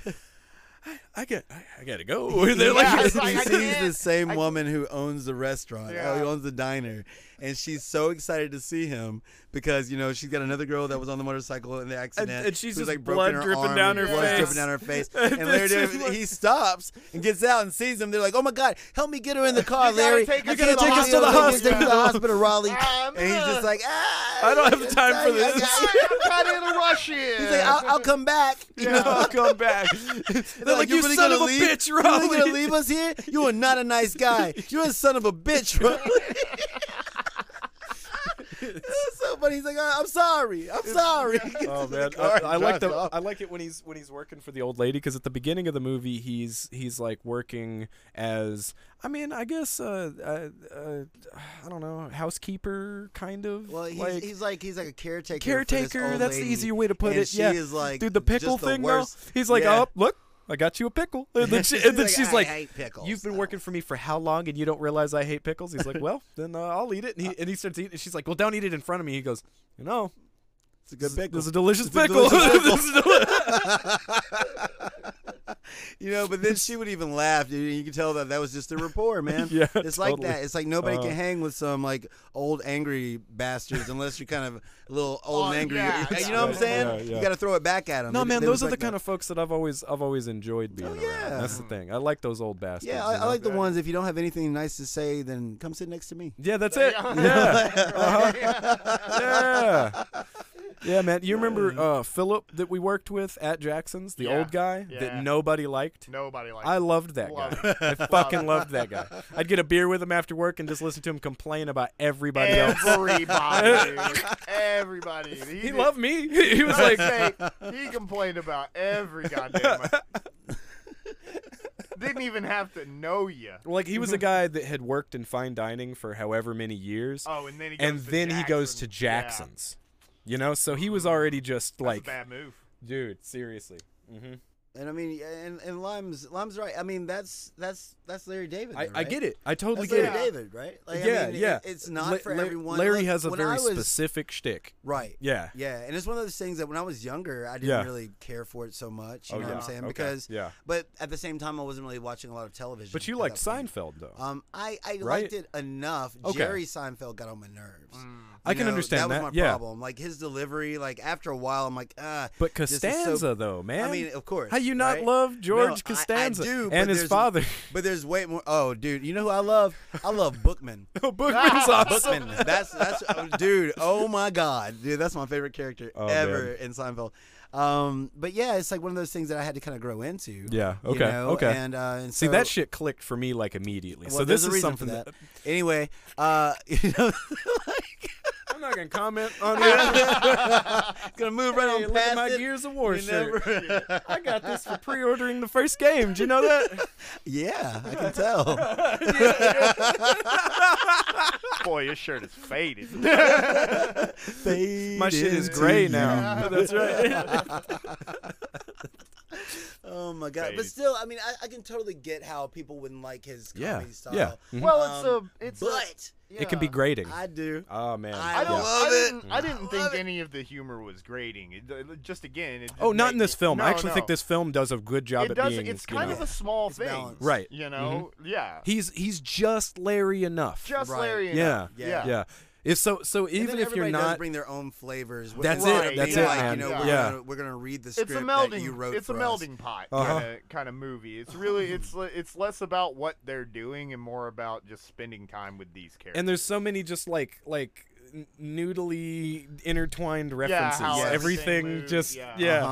[SPEAKER 1] I, I got I, I gotta go. They're
[SPEAKER 5] Yeah,
[SPEAKER 1] like,
[SPEAKER 5] it's like,
[SPEAKER 3] he
[SPEAKER 5] I
[SPEAKER 3] sees
[SPEAKER 5] can't-
[SPEAKER 3] the same
[SPEAKER 5] I-
[SPEAKER 3] woman who owns the restaurant,
[SPEAKER 5] Yeah.
[SPEAKER 3] who owns the diner, and she's so excited to see him because you know she's got another girl that was on the motorcycle in the accident,
[SPEAKER 1] and she's
[SPEAKER 3] who's,
[SPEAKER 1] just
[SPEAKER 3] like broken
[SPEAKER 1] blood
[SPEAKER 3] her
[SPEAKER 1] dripping
[SPEAKER 3] arm
[SPEAKER 1] down
[SPEAKER 3] and
[SPEAKER 1] her
[SPEAKER 3] blood's
[SPEAKER 1] face.
[SPEAKER 3] dripping down her face.
[SPEAKER 1] And
[SPEAKER 3] and Larry,
[SPEAKER 1] it's just
[SPEAKER 3] David,
[SPEAKER 1] like-
[SPEAKER 3] he stops and gets out and sees him. They're like, "Oh my God, help me get her in the car,
[SPEAKER 5] gotta
[SPEAKER 3] Larry!
[SPEAKER 5] take
[SPEAKER 3] I
[SPEAKER 5] us to
[SPEAKER 3] can't
[SPEAKER 5] the
[SPEAKER 3] take us to the
[SPEAKER 5] hospital."
[SPEAKER 3] hospital, to the hospital, Raleigh."
[SPEAKER 5] I'm,
[SPEAKER 3] and he's
[SPEAKER 5] uh,
[SPEAKER 3] just like, "Ah,
[SPEAKER 1] Um, I don't have time for
[SPEAKER 3] I
[SPEAKER 1] this."
[SPEAKER 3] got-
[SPEAKER 5] I'm kind of in a rush here.
[SPEAKER 3] He's like, "I'll, I'll come back." You know?
[SPEAKER 1] I'll come back. They're like,
[SPEAKER 3] "You're
[SPEAKER 1] you
[SPEAKER 3] really
[SPEAKER 1] son of
[SPEAKER 3] gonna
[SPEAKER 1] a
[SPEAKER 3] leave?
[SPEAKER 1] bitch,
[SPEAKER 3] You really
[SPEAKER 1] Raleigh.
[SPEAKER 3] gonna leave us here? You are not a nice guy. You're a son of a bitch, Raleigh. so funny. He's like, "Oh, I'm sorry. I'm sorry.
[SPEAKER 1] Oh man, I, I like the I like it when he's when he's working for the old lady because at the beginning of the movie he's he's like working as I mean I guess uh, uh, uh I don't know housekeeper kind of
[SPEAKER 3] Well, he's
[SPEAKER 1] like
[SPEAKER 3] like, he's like he's like a caretaker. for this
[SPEAKER 1] caretaker.
[SPEAKER 3] old
[SPEAKER 1] That's the
[SPEAKER 3] lady,
[SPEAKER 1] easier way to put
[SPEAKER 3] and
[SPEAKER 1] it.
[SPEAKER 3] She
[SPEAKER 1] yeah,
[SPEAKER 3] is like
[SPEAKER 1] dude, the pickle
[SPEAKER 3] just
[SPEAKER 1] thing
[SPEAKER 3] the
[SPEAKER 1] though.
[SPEAKER 3] worst.
[SPEAKER 1] He's like,
[SPEAKER 3] Yeah.
[SPEAKER 1] oh look, I got you a pickle. And then, she,
[SPEAKER 3] She's
[SPEAKER 1] and then
[SPEAKER 3] like,
[SPEAKER 1] she's
[SPEAKER 3] "I
[SPEAKER 1] like,
[SPEAKER 3] hate pickles."
[SPEAKER 1] You've been
[SPEAKER 3] Oh.
[SPEAKER 1] working for me for how long, and you don't realize I hate pickles? He's like, well, then uh, I'll eat it. And he and he starts eating. And she's like, well, don't eat it in front of me. He goes, you know.
[SPEAKER 3] It's a good pickle.
[SPEAKER 1] This is a delicious
[SPEAKER 3] a
[SPEAKER 1] pickle.
[SPEAKER 3] delicious
[SPEAKER 1] This is deli-
[SPEAKER 3] You know, but then she would even laugh. dude. You can tell that that was just a rapport, man.
[SPEAKER 1] Yeah,
[SPEAKER 3] it's like
[SPEAKER 1] totally.
[SPEAKER 3] that. It's like nobody can
[SPEAKER 1] Uh,
[SPEAKER 3] hang with some like old angry bastards unless you're kind of a little old
[SPEAKER 5] Oh,
[SPEAKER 3] and angry.
[SPEAKER 5] yeah,
[SPEAKER 3] you
[SPEAKER 5] yeah.
[SPEAKER 3] know what I'm
[SPEAKER 1] Yeah,
[SPEAKER 3] saying?
[SPEAKER 1] yeah.
[SPEAKER 3] You got to throw it back at them.
[SPEAKER 1] No man, those are the kind of folks that I've always I've always enjoyed being
[SPEAKER 3] Oh, yeah.
[SPEAKER 1] around. That's the thing. I like those old bastards.
[SPEAKER 3] Yeah, I,
[SPEAKER 1] you
[SPEAKER 3] I
[SPEAKER 1] know?
[SPEAKER 3] like the ones. If you don't have anything nice to say, then come sit next to me.
[SPEAKER 1] Yeah, that's it.
[SPEAKER 5] Yeah.
[SPEAKER 1] Yeah. Uh-huh. yeah. Yeah, man. You remember uh, Philip that we worked with at Jackson's, the
[SPEAKER 5] Yeah.
[SPEAKER 1] old guy
[SPEAKER 5] Yeah.
[SPEAKER 1] that nobody liked?
[SPEAKER 5] Nobody likes.
[SPEAKER 1] I loved that
[SPEAKER 5] Love
[SPEAKER 1] guy. I fucking loved that guy. I'd get a beer with him after work and just listen to him complain about everybody else.
[SPEAKER 5] everybody, dude. everybody. He,
[SPEAKER 1] He
[SPEAKER 5] did-
[SPEAKER 1] loved me. He was
[SPEAKER 5] I
[SPEAKER 1] like,
[SPEAKER 5] say, he complained about every goddamn. mo- Didn't even have to know you.
[SPEAKER 1] like he was a guy that had worked in fine dining for however many years.
[SPEAKER 5] Oh, and then he goes
[SPEAKER 1] and
[SPEAKER 5] to
[SPEAKER 1] then he goes to
[SPEAKER 5] Jackson.
[SPEAKER 1] Jackson's. You know, so he was already just
[SPEAKER 5] Yeah, that's
[SPEAKER 1] like,
[SPEAKER 5] a bad move.
[SPEAKER 1] dude, seriously. hmm
[SPEAKER 3] And I mean, and, and Lime's Lime's right. I mean, that's that's that's Larry David.
[SPEAKER 1] I,
[SPEAKER 3] though,
[SPEAKER 1] I
[SPEAKER 3] right?
[SPEAKER 1] get it. I totally
[SPEAKER 3] That's
[SPEAKER 1] get
[SPEAKER 3] Larry
[SPEAKER 1] it.
[SPEAKER 3] David, right? Like,
[SPEAKER 1] yeah,
[SPEAKER 3] I mean, it-
[SPEAKER 1] yeah.
[SPEAKER 3] it's not
[SPEAKER 1] La-
[SPEAKER 3] for
[SPEAKER 1] La-
[SPEAKER 3] everyone.
[SPEAKER 1] Larry
[SPEAKER 3] Like,
[SPEAKER 1] has a
[SPEAKER 3] when
[SPEAKER 1] very
[SPEAKER 3] I was-
[SPEAKER 1] specific shtick.
[SPEAKER 3] Right.
[SPEAKER 1] Yeah.
[SPEAKER 3] Yeah, and it's one of those things that when I was younger, I didn't
[SPEAKER 1] Yeah.
[SPEAKER 3] really care for it so much. You
[SPEAKER 1] Oh,
[SPEAKER 3] know what
[SPEAKER 1] yeah.
[SPEAKER 3] I'm saying?
[SPEAKER 1] Okay.
[SPEAKER 3] Because,
[SPEAKER 1] Yeah.
[SPEAKER 3] But at the same time, I wasn't really watching a lot of television.
[SPEAKER 1] But you
[SPEAKER 3] at
[SPEAKER 1] liked
[SPEAKER 3] that point.
[SPEAKER 1] Seinfeld though.
[SPEAKER 3] Um, I, I
[SPEAKER 1] Right?
[SPEAKER 3] liked it enough.
[SPEAKER 1] Okay.
[SPEAKER 3] Jerry Seinfeld got on my nerves.
[SPEAKER 1] I
[SPEAKER 3] You
[SPEAKER 1] can
[SPEAKER 3] know,
[SPEAKER 1] understand
[SPEAKER 3] that.
[SPEAKER 1] that,
[SPEAKER 3] was my
[SPEAKER 1] yeah.
[SPEAKER 3] problem. Like his delivery. Like after a while, I'm like, ah.
[SPEAKER 1] but
[SPEAKER 3] this is so-
[SPEAKER 1] Costanza though, man.
[SPEAKER 3] I mean, of course.
[SPEAKER 1] How you you not
[SPEAKER 3] right?
[SPEAKER 1] love George
[SPEAKER 3] No, I- I
[SPEAKER 1] Costanza
[SPEAKER 3] do, but
[SPEAKER 1] and his
[SPEAKER 3] there's-
[SPEAKER 1] father?
[SPEAKER 3] But there's way more. Oh, dude, you know who I love? I love Bookman.
[SPEAKER 1] Oh, Bookman's awesome.
[SPEAKER 3] Bookman. That's that's oh, dude. Oh my god, dude, that's my favorite character
[SPEAKER 1] Oh,
[SPEAKER 3] ever in Seinfeld. Um, but yeah, it's like one of those things that I had to kind of grow into.
[SPEAKER 1] Yeah.
[SPEAKER 3] you
[SPEAKER 1] Okay.
[SPEAKER 3] know,
[SPEAKER 1] okay.
[SPEAKER 3] And, uh, and
[SPEAKER 1] See
[SPEAKER 3] so,
[SPEAKER 1] that shit clicked for me like immediately.
[SPEAKER 3] well,
[SPEAKER 1] so
[SPEAKER 3] there's
[SPEAKER 1] this is
[SPEAKER 3] a reason
[SPEAKER 1] something
[SPEAKER 3] for that. Anyway, uh, you know,
[SPEAKER 1] I'm not gonna comment on it.
[SPEAKER 3] gonna move right
[SPEAKER 1] Hey,
[SPEAKER 3] on
[SPEAKER 1] look at
[SPEAKER 3] past
[SPEAKER 1] my
[SPEAKER 3] it.
[SPEAKER 1] Gears of War
[SPEAKER 3] You
[SPEAKER 1] shirt.
[SPEAKER 3] never-
[SPEAKER 1] I got this for pre-ordering the first game. Do you know that?
[SPEAKER 3] yeah, I can tell.
[SPEAKER 5] Boy, your shirt is faded.
[SPEAKER 1] My shit is gray now. That's right.
[SPEAKER 3] Oh my god! But
[SPEAKER 5] Faded.
[SPEAKER 3] still, I mean, I, I can totally get how people wouldn't like his
[SPEAKER 1] Yeah,
[SPEAKER 3] comedy style.
[SPEAKER 1] yeah.
[SPEAKER 5] well,
[SPEAKER 3] Um,
[SPEAKER 5] it's a it's a-
[SPEAKER 3] But
[SPEAKER 1] It can be
[SPEAKER 5] yeah.
[SPEAKER 1] grating.
[SPEAKER 3] I do.
[SPEAKER 1] Oh man.
[SPEAKER 3] I
[SPEAKER 5] I don't.
[SPEAKER 1] Yeah.
[SPEAKER 3] love
[SPEAKER 5] I
[SPEAKER 3] it.
[SPEAKER 5] didn't, I didn't think
[SPEAKER 3] love it.
[SPEAKER 5] any of the humor was grating. It, it- just again. It
[SPEAKER 1] Oh,
[SPEAKER 5] didn't
[SPEAKER 1] not in
[SPEAKER 5] make
[SPEAKER 1] this
[SPEAKER 5] me-
[SPEAKER 1] film. I
[SPEAKER 5] no,
[SPEAKER 1] actually think
[SPEAKER 5] no.
[SPEAKER 1] this film does a good job
[SPEAKER 5] It
[SPEAKER 1] at
[SPEAKER 5] does.
[SPEAKER 1] being.
[SPEAKER 5] It's
[SPEAKER 1] you
[SPEAKER 5] kind
[SPEAKER 1] know,
[SPEAKER 5] of a small
[SPEAKER 3] It's
[SPEAKER 5] thing,
[SPEAKER 3] balanced.
[SPEAKER 1] Right. Mm-hmm.
[SPEAKER 5] You know. Yeah.
[SPEAKER 1] He's he's just Larry enough.
[SPEAKER 5] Just
[SPEAKER 3] Right.
[SPEAKER 5] Larry.
[SPEAKER 1] yeah.
[SPEAKER 5] enough.
[SPEAKER 1] yeah.
[SPEAKER 3] Yeah.
[SPEAKER 1] If so, so
[SPEAKER 3] And
[SPEAKER 1] even
[SPEAKER 3] then
[SPEAKER 1] if you're
[SPEAKER 3] everybody does
[SPEAKER 1] not,
[SPEAKER 3] bring their own flavors. wh-
[SPEAKER 1] That's
[SPEAKER 3] without
[SPEAKER 5] it,
[SPEAKER 3] being
[SPEAKER 5] that's it,
[SPEAKER 3] like,
[SPEAKER 5] man.
[SPEAKER 3] You know, we're,
[SPEAKER 1] Yeah.
[SPEAKER 3] gonna, we're gonna read the
[SPEAKER 5] It's
[SPEAKER 3] script
[SPEAKER 5] a melding.
[SPEAKER 3] that you wrote
[SPEAKER 5] it's a
[SPEAKER 3] for
[SPEAKER 5] melding
[SPEAKER 3] us.
[SPEAKER 5] pot
[SPEAKER 1] Uh-huh.
[SPEAKER 5] kind of kind of movie. It's really it's le- it's less about what they're doing and more about just spending time with these characters.
[SPEAKER 1] and there's so many just like like n- noodly intertwined references.
[SPEAKER 5] how
[SPEAKER 1] Yeah,
[SPEAKER 5] everything
[SPEAKER 1] everything
[SPEAKER 5] moves,
[SPEAKER 1] just
[SPEAKER 5] yeah.
[SPEAKER 1] yeah yeah.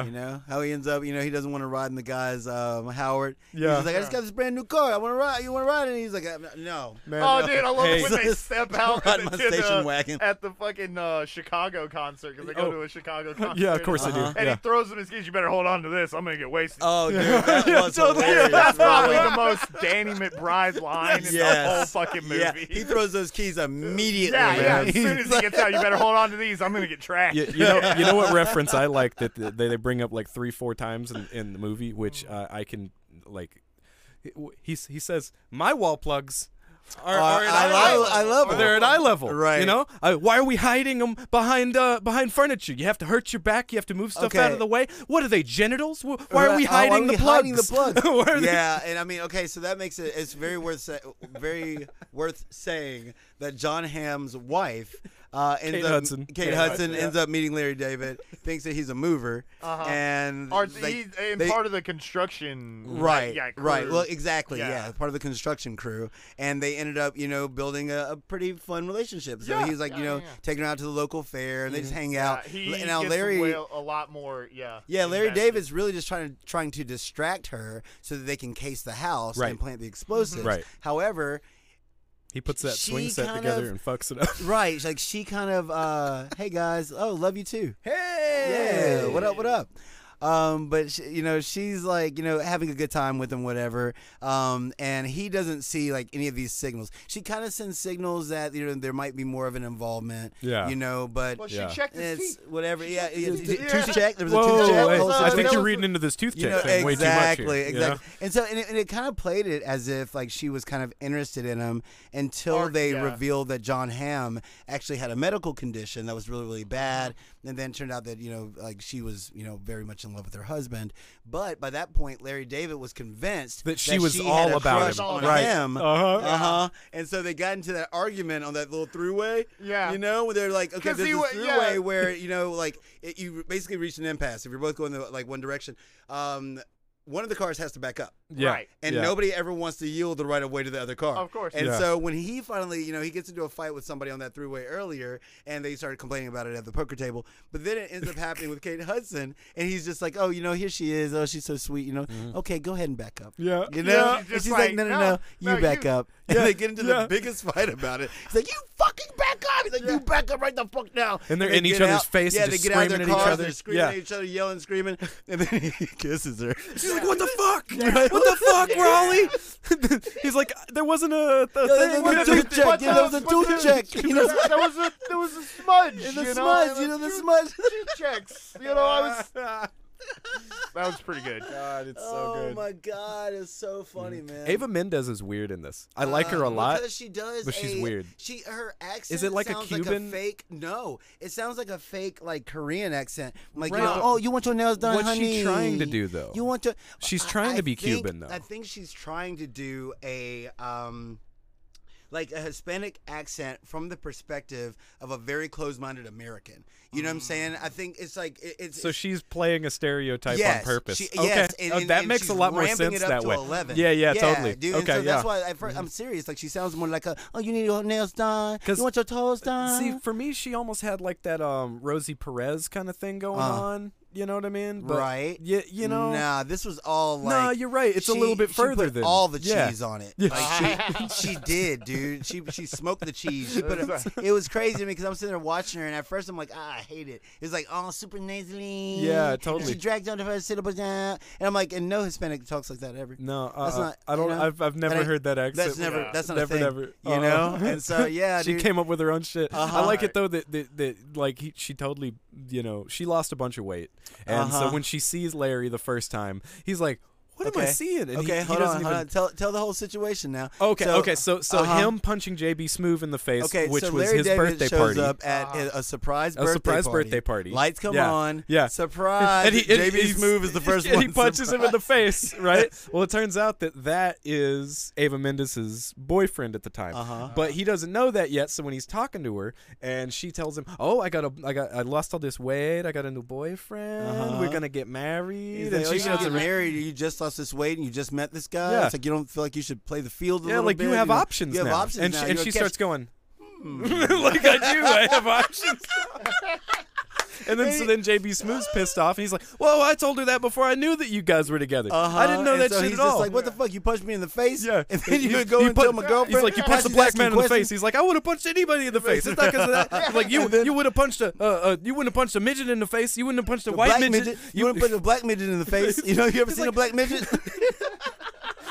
[SPEAKER 3] Uh-huh. You know how he ends up. You know he doesn't want to ride in the guy's um, Howard.
[SPEAKER 1] Yeah.
[SPEAKER 3] He's just like, I just got this brand new car. I want to ride. You want to ride? it?" And he's like, "Uh, No.
[SPEAKER 1] Man,
[SPEAKER 5] Oh, dude, I love
[SPEAKER 1] Hey.
[SPEAKER 5] it when they step out
[SPEAKER 3] Ride
[SPEAKER 5] and
[SPEAKER 3] my
[SPEAKER 5] they did,
[SPEAKER 3] station
[SPEAKER 5] uh,
[SPEAKER 3] wagon.
[SPEAKER 5] at the fucking uh, Chicago concert because they go
[SPEAKER 1] Oh.
[SPEAKER 5] to a Chicago
[SPEAKER 1] Yeah, of
[SPEAKER 5] concert.
[SPEAKER 1] course they do,
[SPEAKER 5] And
[SPEAKER 1] yeah.
[SPEAKER 5] he throws him his keys. You better hold on to this. I'm gonna get wasted.
[SPEAKER 3] Oh, dude, that
[SPEAKER 1] Yeah,
[SPEAKER 3] was
[SPEAKER 1] totally.
[SPEAKER 3] hilarious.
[SPEAKER 5] That's probably
[SPEAKER 3] Right.
[SPEAKER 5] the most Danny McBride line in the whole
[SPEAKER 3] Yes.
[SPEAKER 5] fucking movie.
[SPEAKER 3] Yeah, he Oh, throws those keys immediately.
[SPEAKER 5] yeah, yeah.
[SPEAKER 1] man.
[SPEAKER 5] As soon as he gets out, you better hold on to these. I'm gonna get tracked.
[SPEAKER 1] You, you know, you know what reference I like that th- they, they bring up like three, four times in, in the movie, which uh, I can like. He he says, "My wall plugs are,
[SPEAKER 3] Are-
[SPEAKER 1] are at
[SPEAKER 3] I
[SPEAKER 1] eye
[SPEAKER 3] love-
[SPEAKER 1] level.
[SPEAKER 3] I love
[SPEAKER 1] Or They're at
[SPEAKER 3] them.
[SPEAKER 1] eye level, You
[SPEAKER 3] Right.
[SPEAKER 1] know, uh, why are we hiding them behind uh, behind furniture? You have to hurt your back. You have to move stuff out
[SPEAKER 3] Okay.
[SPEAKER 1] of the way. What are they genitals? Wh- Why are we
[SPEAKER 3] Right. Oh, why
[SPEAKER 1] hiding,
[SPEAKER 3] are we
[SPEAKER 1] the,
[SPEAKER 3] hiding the
[SPEAKER 1] plugs?
[SPEAKER 3] plugs?
[SPEAKER 1] Why are they-
[SPEAKER 3] yeah, and I mean, okay, so that makes it it's very worth sa- very worth saying that John Hamm's wife uh, ends
[SPEAKER 1] Kate
[SPEAKER 3] up
[SPEAKER 1] Hudson.
[SPEAKER 3] Kate,
[SPEAKER 1] Kate
[SPEAKER 3] Hudson,
[SPEAKER 1] Hudson,
[SPEAKER 3] ends up meeting Larry David, thinks that he's a mover,
[SPEAKER 5] Uh-huh.
[SPEAKER 3] and
[SPEAKER 5] Or
[SPEAKER 3] they-
[SPEAKER 5] he, and
[SPEAKER 3] they-
[SPEAKER 5] part of the construction.
[SPEAKER 3] Right,
[SPEAKER 5] Yeah.
[SPEAKER 3] right.
[SPEAKER 5] crew.
[SPEAKER 3] Well, exactly.
[SPEAKER 5] Yeah.
[SPEAKER 3] Yeah. part of the construction crew, and they ended up, you know, building a, a pretty fun relationship. So
[SPEAKER 5] Yeah,
[SPEAKER 3] he's like,
[SPEAKER 5] yeah,
[SPEAKER 3] you know,
[SPEAKER 5] yeah, yeah. Mm-hmm.
[SPEAKER 3] taking her out to the local fair, and they just hang
[SPEAKER 5] Yeah,
[SPEAKER 3] out.
[SPEAKER 5] he
[SPEAKER 3] L- now
[SPEAKER 5] gets
[SPEAKER 3] Larry,
[SPEAKER 5] well- a lot more. Yeah.
[SPEAKER 3] yeah, Larry
[SPEAKER 5] invested.
[SPEAKER 3] David's really just trying to trying to distract her so that they can case the house
[SPEAKER 1] Right.
[SPEAKER 3] and plant the explosives.
[SPEAKER 1] Right.
[SPEAKER 3] However,
[SPEAKER 1] He puts that
[SPEAKER 3] She
[SPEAKER 1] swing set
[SPEAKER 3] kind
[SPEAKER 1] together
[SPEAKER 3] of-
[SPEAKER 1] and fucks it up.
[SPEAKER 3] right, like she kind of, uh, hey guys, oh, love you too.
[SPEAKER 1] Hey,
[SPEAKER 3] Yeah, what up? What up? Um, but sh you know, she's like, you know, having a good time with him, whatever. Um, and he doesn't see like any of these signals. She kind of sends signals that you know there might be more of an involvement.
[SPEAKER 1] Yeah.
[SPEAKER 3] You know, but.
[SPEAKER 5] Well, she
[SPEAKER 1] Yeah.
[SPEAKER 5] checked his
[SPEAKER 3] it's
[SPEAKER 5] teeth.
[SPEAKER 3] whatever. Yeah, yeah,
[SPEAKER 5] his teeth.
[SPEAKER 3] tooth check. There was a
[SPEAKER 1] Whoa,
[SPEAKER 3] tooth check.
[SPEAKER 1] wait,
[SPEAKER 3] Oh,
[SPEAKER 1] I think
[SPEAKER 3] so that
[SPEAKER 1] you're
[SPEAKER 3] was-
[SPEAKER 1] reading into this tooth check
[SPEAKER 3] you know,
[SPEAKER 1] thing way too much
[SPEAKER 3] exactly,
[SPEAKER 1] here. you know?
[SPEAKER 3] exactly. And so, and it, and it kind of played it as if like she was kind of interested in him until
[SPEAKER 5] Or-
[SPEAKER 3] they
[SPEAKER 5] yeah.
[SPEAKER 3] revealed that John Hamm actually had a medical condition that was really, really bad, and then turned out that you know, like she was, you know, very much in love with her husband. But by that point, Larry David was convinced
[SPEAKER 1] That she
[SPEAKER 3] that
[SPEAKER 1] was
[SPEAKER 3] she
[SPEAKER 1] all
[SPEAKER 3] had a
[SPEAKER 1] about
[SPEAKER 3] crush
[SPEAKER 1] him.
[SPEAKER 3] on
[SPEAKER 1] Right.
[SPEAKER 3] him.
[SPEAKER 1] Uh-huh.
[SPEAKER 3] Uh huh. And so they got into that argument on that little throughway.
[SPEAKER 5] Yeah.
[SPEAKER 3] You know, where they're like, okay,
[SPEAKER 5] 'Cause
[SPEAKER 3] there's
[SPEAKER 5] he
[SPEAKER 3] this
[SPEAKER 5] wa-
[SPEAKER 3] throughway
[SPEAKER 5] yeah.
[SPEAKER 3] where you know, like, it, you basically reach an impasse if you're both going the, like one direction. Um, one of the cars has to back up.
[SPEAKER 1] Yeah.
[SPEAKER 5] Right.
[SPEAKER 3] And
[SPEAKER 1] yeah.
[SPEAKER 3] nobody ever wants to yield the right of way to the other car.
[SPEAKER 5] Of course.
[SPEAKER 3] And
[SPEAKER 1] Yeah.
[SPEAKER 3] so when he finally, you know, he gets into a fight with somebody on that throughway earlier, and they started complaining about it at the poker table. But then it ends up happening with Kate Hudson, and he's just like, oh, you know, here she is. Oh, she's so sweet. You know, okay, go ahead and back up.
[SPEAKER 1] Mm-hmm. Yeah.
[SPEAKER 3] You know,
[SPEAKER 5] Yeah,
[SPEAKER 3] and
[SPEAKER 5] just
[SPEAKER 3] she's
[SPEAKER 5] like,
[SPEAKER 3] like, no, no,
[SPEAKER 5] no,
[SPEAKER 3] no,
[SPEAKER 5] no,
[SPEAKER 3] you back
[SPEAKER 5] you-
[SPEAKER 3] up.
[SPEAKER 1] Yeah,
[SPEAKER 3] And they get into
[SPEAKER 1] yeah.
[SPEAKER 3] the biggest fight about it. He's like, you fucking back up. He's like, you back up right the fuck now.
[SPEAKER 1] And they're
[SPEAKER 3] they
[SPEAKER 1] in each
[SPEAKER 3] get
[SPEAKER 1] other's
[SPEAKER 3] out-
[SPEAKER 1] face
[SPEAKER 3] Yeah,
[SPEAKER 1] and
[SPEAKER 3] they
[SPEAKER 1] just
[SPEAKER 3] get out of their
[SPEAKER 1] screaming at each
[SPEAKER 3] cars,
[SPEAKER 1] other.
[SPEAKER 3] They're screaming
[SPEAKER 1] Yeah.
[SPEAKER 3] at each other, yelling, screaming, and then he kisses her.
[SPEAKER 1] She's like, what the fuck? What the fuck, Rolly? He's like, there wasn't a, a
[SPEAKER 3] Yeah,
[SPEAKER 1] thing.
[SPEAKER 3] there was a tooth check. Yeah, there was a tooth check. You know,
[SPEAKER 5] there was a there was a smudge.
[SPEAKER 3] the
[SPEAKER 5] you know,
[SPEAKER 3] smudge.
[SPEAKER 5] and
[SPEAKER 3] You
[SPEAKER 5] a
[SPEAKER 3] know, the
[SPEAKER 5] tooth-
[SPEAKER 3] smudge.
[SPEAKER 5] tooth checks. You know, I was that was pretty good.
[SPEAKER 1] God, it's
[SPEAKER 3] Oh my god, it's so funny, man.
[SPEAKER 1] Ava Mendez is weird in this. I like her a
[SPEAKER 3] Uh,
[SPEAKER 1] lot.
[SPEAKER 3] because she does.
[SPEAKER 1] but she's
[SPEAKER 3] a-
[SPEAKER 1] weird.
[SPEAKER 3] She her accent
[SPEAKER 1] like a
[SPEAKER 3] sounds
[SPEAKER 1] Cuban?
[SPEAKER 3] fake? No, it sounds like a fake like Korean accent. Like
[SPEAKER 1] Right,
[SPEAKER 3] you know,
[SPEAKER 1] but
[SPEAKER 3] oh, you want your nails done,
[SPEAKER 1] what's
[SPEAKER 3] honey?
[SPEAKER 1] she trying to do, though?
[SPEAKER 3] You want to?
[SPEAKER 1] She's trying to be
[SPEAKER 3] think-
[SPEAKER 1] Cuban, though.
[SPEAKER 3] I think she's trying to do a um. like a Hispanic accent from the perspective of a very closed-minded American. You know what I'm saying? I think it's like it, it's
[SPEAKER 1] Mm. So she's playing a stereotype
[SPEAKER 3] yes,
[SPEAKER 1] on purpose.
[SPEAKER 3] She,
[SPEAKER 1] okay,
[SPEAKER 3] yes, and,
[SPEAKER 1] Oh,
[SPEAKER 3] and-
[SPEAKER 1] that
[SPEAKER 3] and
[SPEAKER 1] makes a
[SPEAKER 3] she's
[SPEAKER 1] lot more
[SPEAKER 3] ramping
[SPEAKER 1] sense
[SPEAKER 3] it up
[SPEAKER 1] that
[SPEAKER 3] to
[SPEAKER 1] way.
[SPEAKER 3] 11.
[SPEAKER 1] Yeah, yeah, totally.
[SPEAKER 3] Dude, and
[SPEAKER 1] okay,
[SPEAKER 3] so
[SPEAKER 1] yeah.
[SPEAKER 3] that's why at 1st I'm serious. Like she sounds more like a, oh, you need your nails done, you
[SPEAKER 1] 'Cause- uh,
[SPEAKER 3] want your toes done.
[SPEAKER 1] See, for me, she almost had like that um Rosie Perez kind of thing going
[SPEAKER 3] Uh.
[SPEAKER 1] on. You know what I mean? But
[SPEAKER 3] right?
[SPEAKER 1] You, you know.
[SPEAKER 3] nah, this was all like.
[SPEAKER 1] Nah, you're right. It's a
[SPEAKER 3] she-
[SPEAKER 1] little bit
[SPEAKER 3] she
[SPEAKER 1] further
[SPEAKER 3] put
[SPEAKER 1] than-
[SPEAKER 3] all the
[SPEAKER 1] yeah.
[SPEAKER 3] cheese on it.
[SPEAKER 1] Yeah.
[SPEAKER 3] Like she, she did, dude. She she smoked the cheese. She put it, it was crazy to me because I'm sitting there watching her, and at first I'm like, ah, I hate it. It's like, oh, super nasally.
[SPEAKER 1] Yeah,
[SPEAKER 3] And
[SPEAKER 1] totally.
[SPEAKER 3] She dragged on the first syllable down, and I'm like, and no Hispanic talks like that ever.
[SPEAKER 1] No, uh,
[SPEAKER 3] That's
[SPEAKER 1] uh,
[SPEAKER 3] not-
[SPEAKER 1] I don't.
[SPEAKER 3] you know,
[SPEAKER 1] I've I've never
[SPEAKER 3] I-
[SPEAKER 1] heard that accent.
[SPEAKER 3] That's never.
[SPEAKER 5] Yeah.
[SPEAKER 3] That's not
[SPEAKER 1] never,
[SPEAKER 3] a thing.
[SPEAKER 1] never.
[SPEAKER 3] You know.
[SPEAKER 1] Uh-uh.
[SPEAKER 3] And so yeah,
[SPEAKER 1] she
[SPEAKER 3] dude.
[SPEAKER 1] came up with her own shit. I
[SPEAKER 3] Uh-huh.
[SPEAKER 1] like it though that that, that like he, she totally you know she lost a bunch of weight, and
[SPEAKER 3] Uh-huh.
[SPEAKER 1] so when she sees Larry the first time, he's like, "What am I
[SPEAKER 3] Okay.
[SPEAKER 1] seeing?" And he-
[SPEAKER 3] okay,
[SPEAKER 1] he,
[SPEAKER 3] hold on,
[SPEAKER 1] doesn't
[SPEAKER 3] hold
[SPEAKER 1] even.
[SPEAKER 3] on. Tell tell the whole situation now.
[SPEAKER 1] Okay,
[SPEAKER 3] So-
[SPEAKER 1] okay, so so
[SPEAKER 3] uh-huh.
[SPEAKER 1] him punching JB Smoove in the face,
[SPEAKER 3] Okay,
[SPEAKER 1] which
[SPEAKER 3] so
[SPEAKER 1] was
[SPEAKER 3] Larry
[SPEAKER 1] his
[SPEAKER 3] David
[SPEAKER 1] birthday
[SPEAKER 3] shows
[SPEAKER 1] party.
[SPEAKER 3] up at a- a surprise
[SPEAKER 1] A
[SPEAKER 3] birthday
[SPEAKER 1] surprise
[SPEAKER 3] party.
[SPEAKER 1] birthday party.
[SPEAKER 3] Lights come
[SPEAKER 1] Yeah,
[SPEAKER 3] on.
[SPEAKER 1] yeah.
[SPEAKER 3] Surprise.
[SPEAKER 1] and he and
[SPEAKER 3] JB's
[SPEAKER 1] he's-
[SPEAKER 3] move is the first
[SPEAKER 1] and
[SPEAKER 3] one.
[SPEAKER 1] He punches him in the
[SPEAKER 3] Surprise.
[SPEAKER 1] face, right? well, it turns out that that is Ava Mendes's boyfriend at the time,
[SPEAKER 3] Uh-huh.
[SPEAKER 1] but he doesn't know that yet. So when he's talking to her, and she tells him, "Oh, I got a, I got, I lost all this weight. I got a new boyfriend. We're
[SPEAKER 3] Uh-huh.
[SPEAKER 1] gonna get married."
[SPEAKER 3] He's
[SPEAKER 1] and
[SPEAKER 3] like, oh,
[SPEAKER 1] she
[SPEAKER 3] you gonna
[SPEAKER 1] starts
[SPEAKER 3] get
[SPEAKER 1] to-
[SPEAKER 3] married. You just lost this weight, and you just met this guy.
[SPEAKER 1] Yeah.
[SPEAKER 3] It's like you don't feel like you should play the field a
[SPEAKER 1] Yeah,
[SPEAKER 3] little
[SPEAKER 1] like
[SPEAKER 3] bit.
[SPEAKER 1] you have
[SPEAKER 3] know?
[SPEAKER 1] options
[SPEAKER 3] You have
[SPEAKER 1] now.
[SPEAKER 3] options
[SPEAKER 1] and
[SPEAKER 3] now.
[SPEAKER 1] She,
[SPEAKER 3] You're
[SPEAKER 1] and she
[SPEAKER 3] catch- Hmm.
[SPEAKER 1] starts going, like I do, I have options. and then so then JB Smooth's pissed off, and he's like, "Whoa, I told her that before. I knew that you guys were together.
[SPEAKER 3] Uh-huh.
[SPEAKER 1] I didn't know
[SPEAKER 3] and
[SPEAKER 1] that
[SPEAKER 3] so
[SPEAKER 1] shit
[SPEAKER 3] he's
[SPEAKER 1] at
[SPEAKER 3] just
[SPEAKER 1] all."
[SPEAKER 3] like, what the fuck? You punched me in the face?
[SPEAKER 1] yeah,
[SPEAKER 3] And then
[SPEAKER 1] He-
[SPEAKER 3] you go
[SPEAKER 1] he
[SPEAKER 3] and
[SPEAKER 1] put-
[SPEAKER 3] tell my girlfriend.
[SPEAKER 1] He's like, you punched the
[SPEAKER 3] She's
[SPEAKER 1] black
[SPEAKER 3] asking
[SPEAKER 1] man in the
[SPEAKER 3] questions.
[SPEAKER 1] face. He's like, I would have punched anybody in the face. It's not because of that. Like you, you would have punched a, uh, uh, you wouldn't have punched a midget in the face. You wouldn't have punched a
[SPEAKER 3] The
[SPEAKER 1] white
[SPEAKER 3] black
[SPEAKER 1] midget.
[SPEAKER 3] You want to put a black midget in the face? You know, you ever
[SPEAKER 1] He's
[SPEAKER 3] seen a
[SPEAKER 1] like-
[SPEAKER 3] black midget?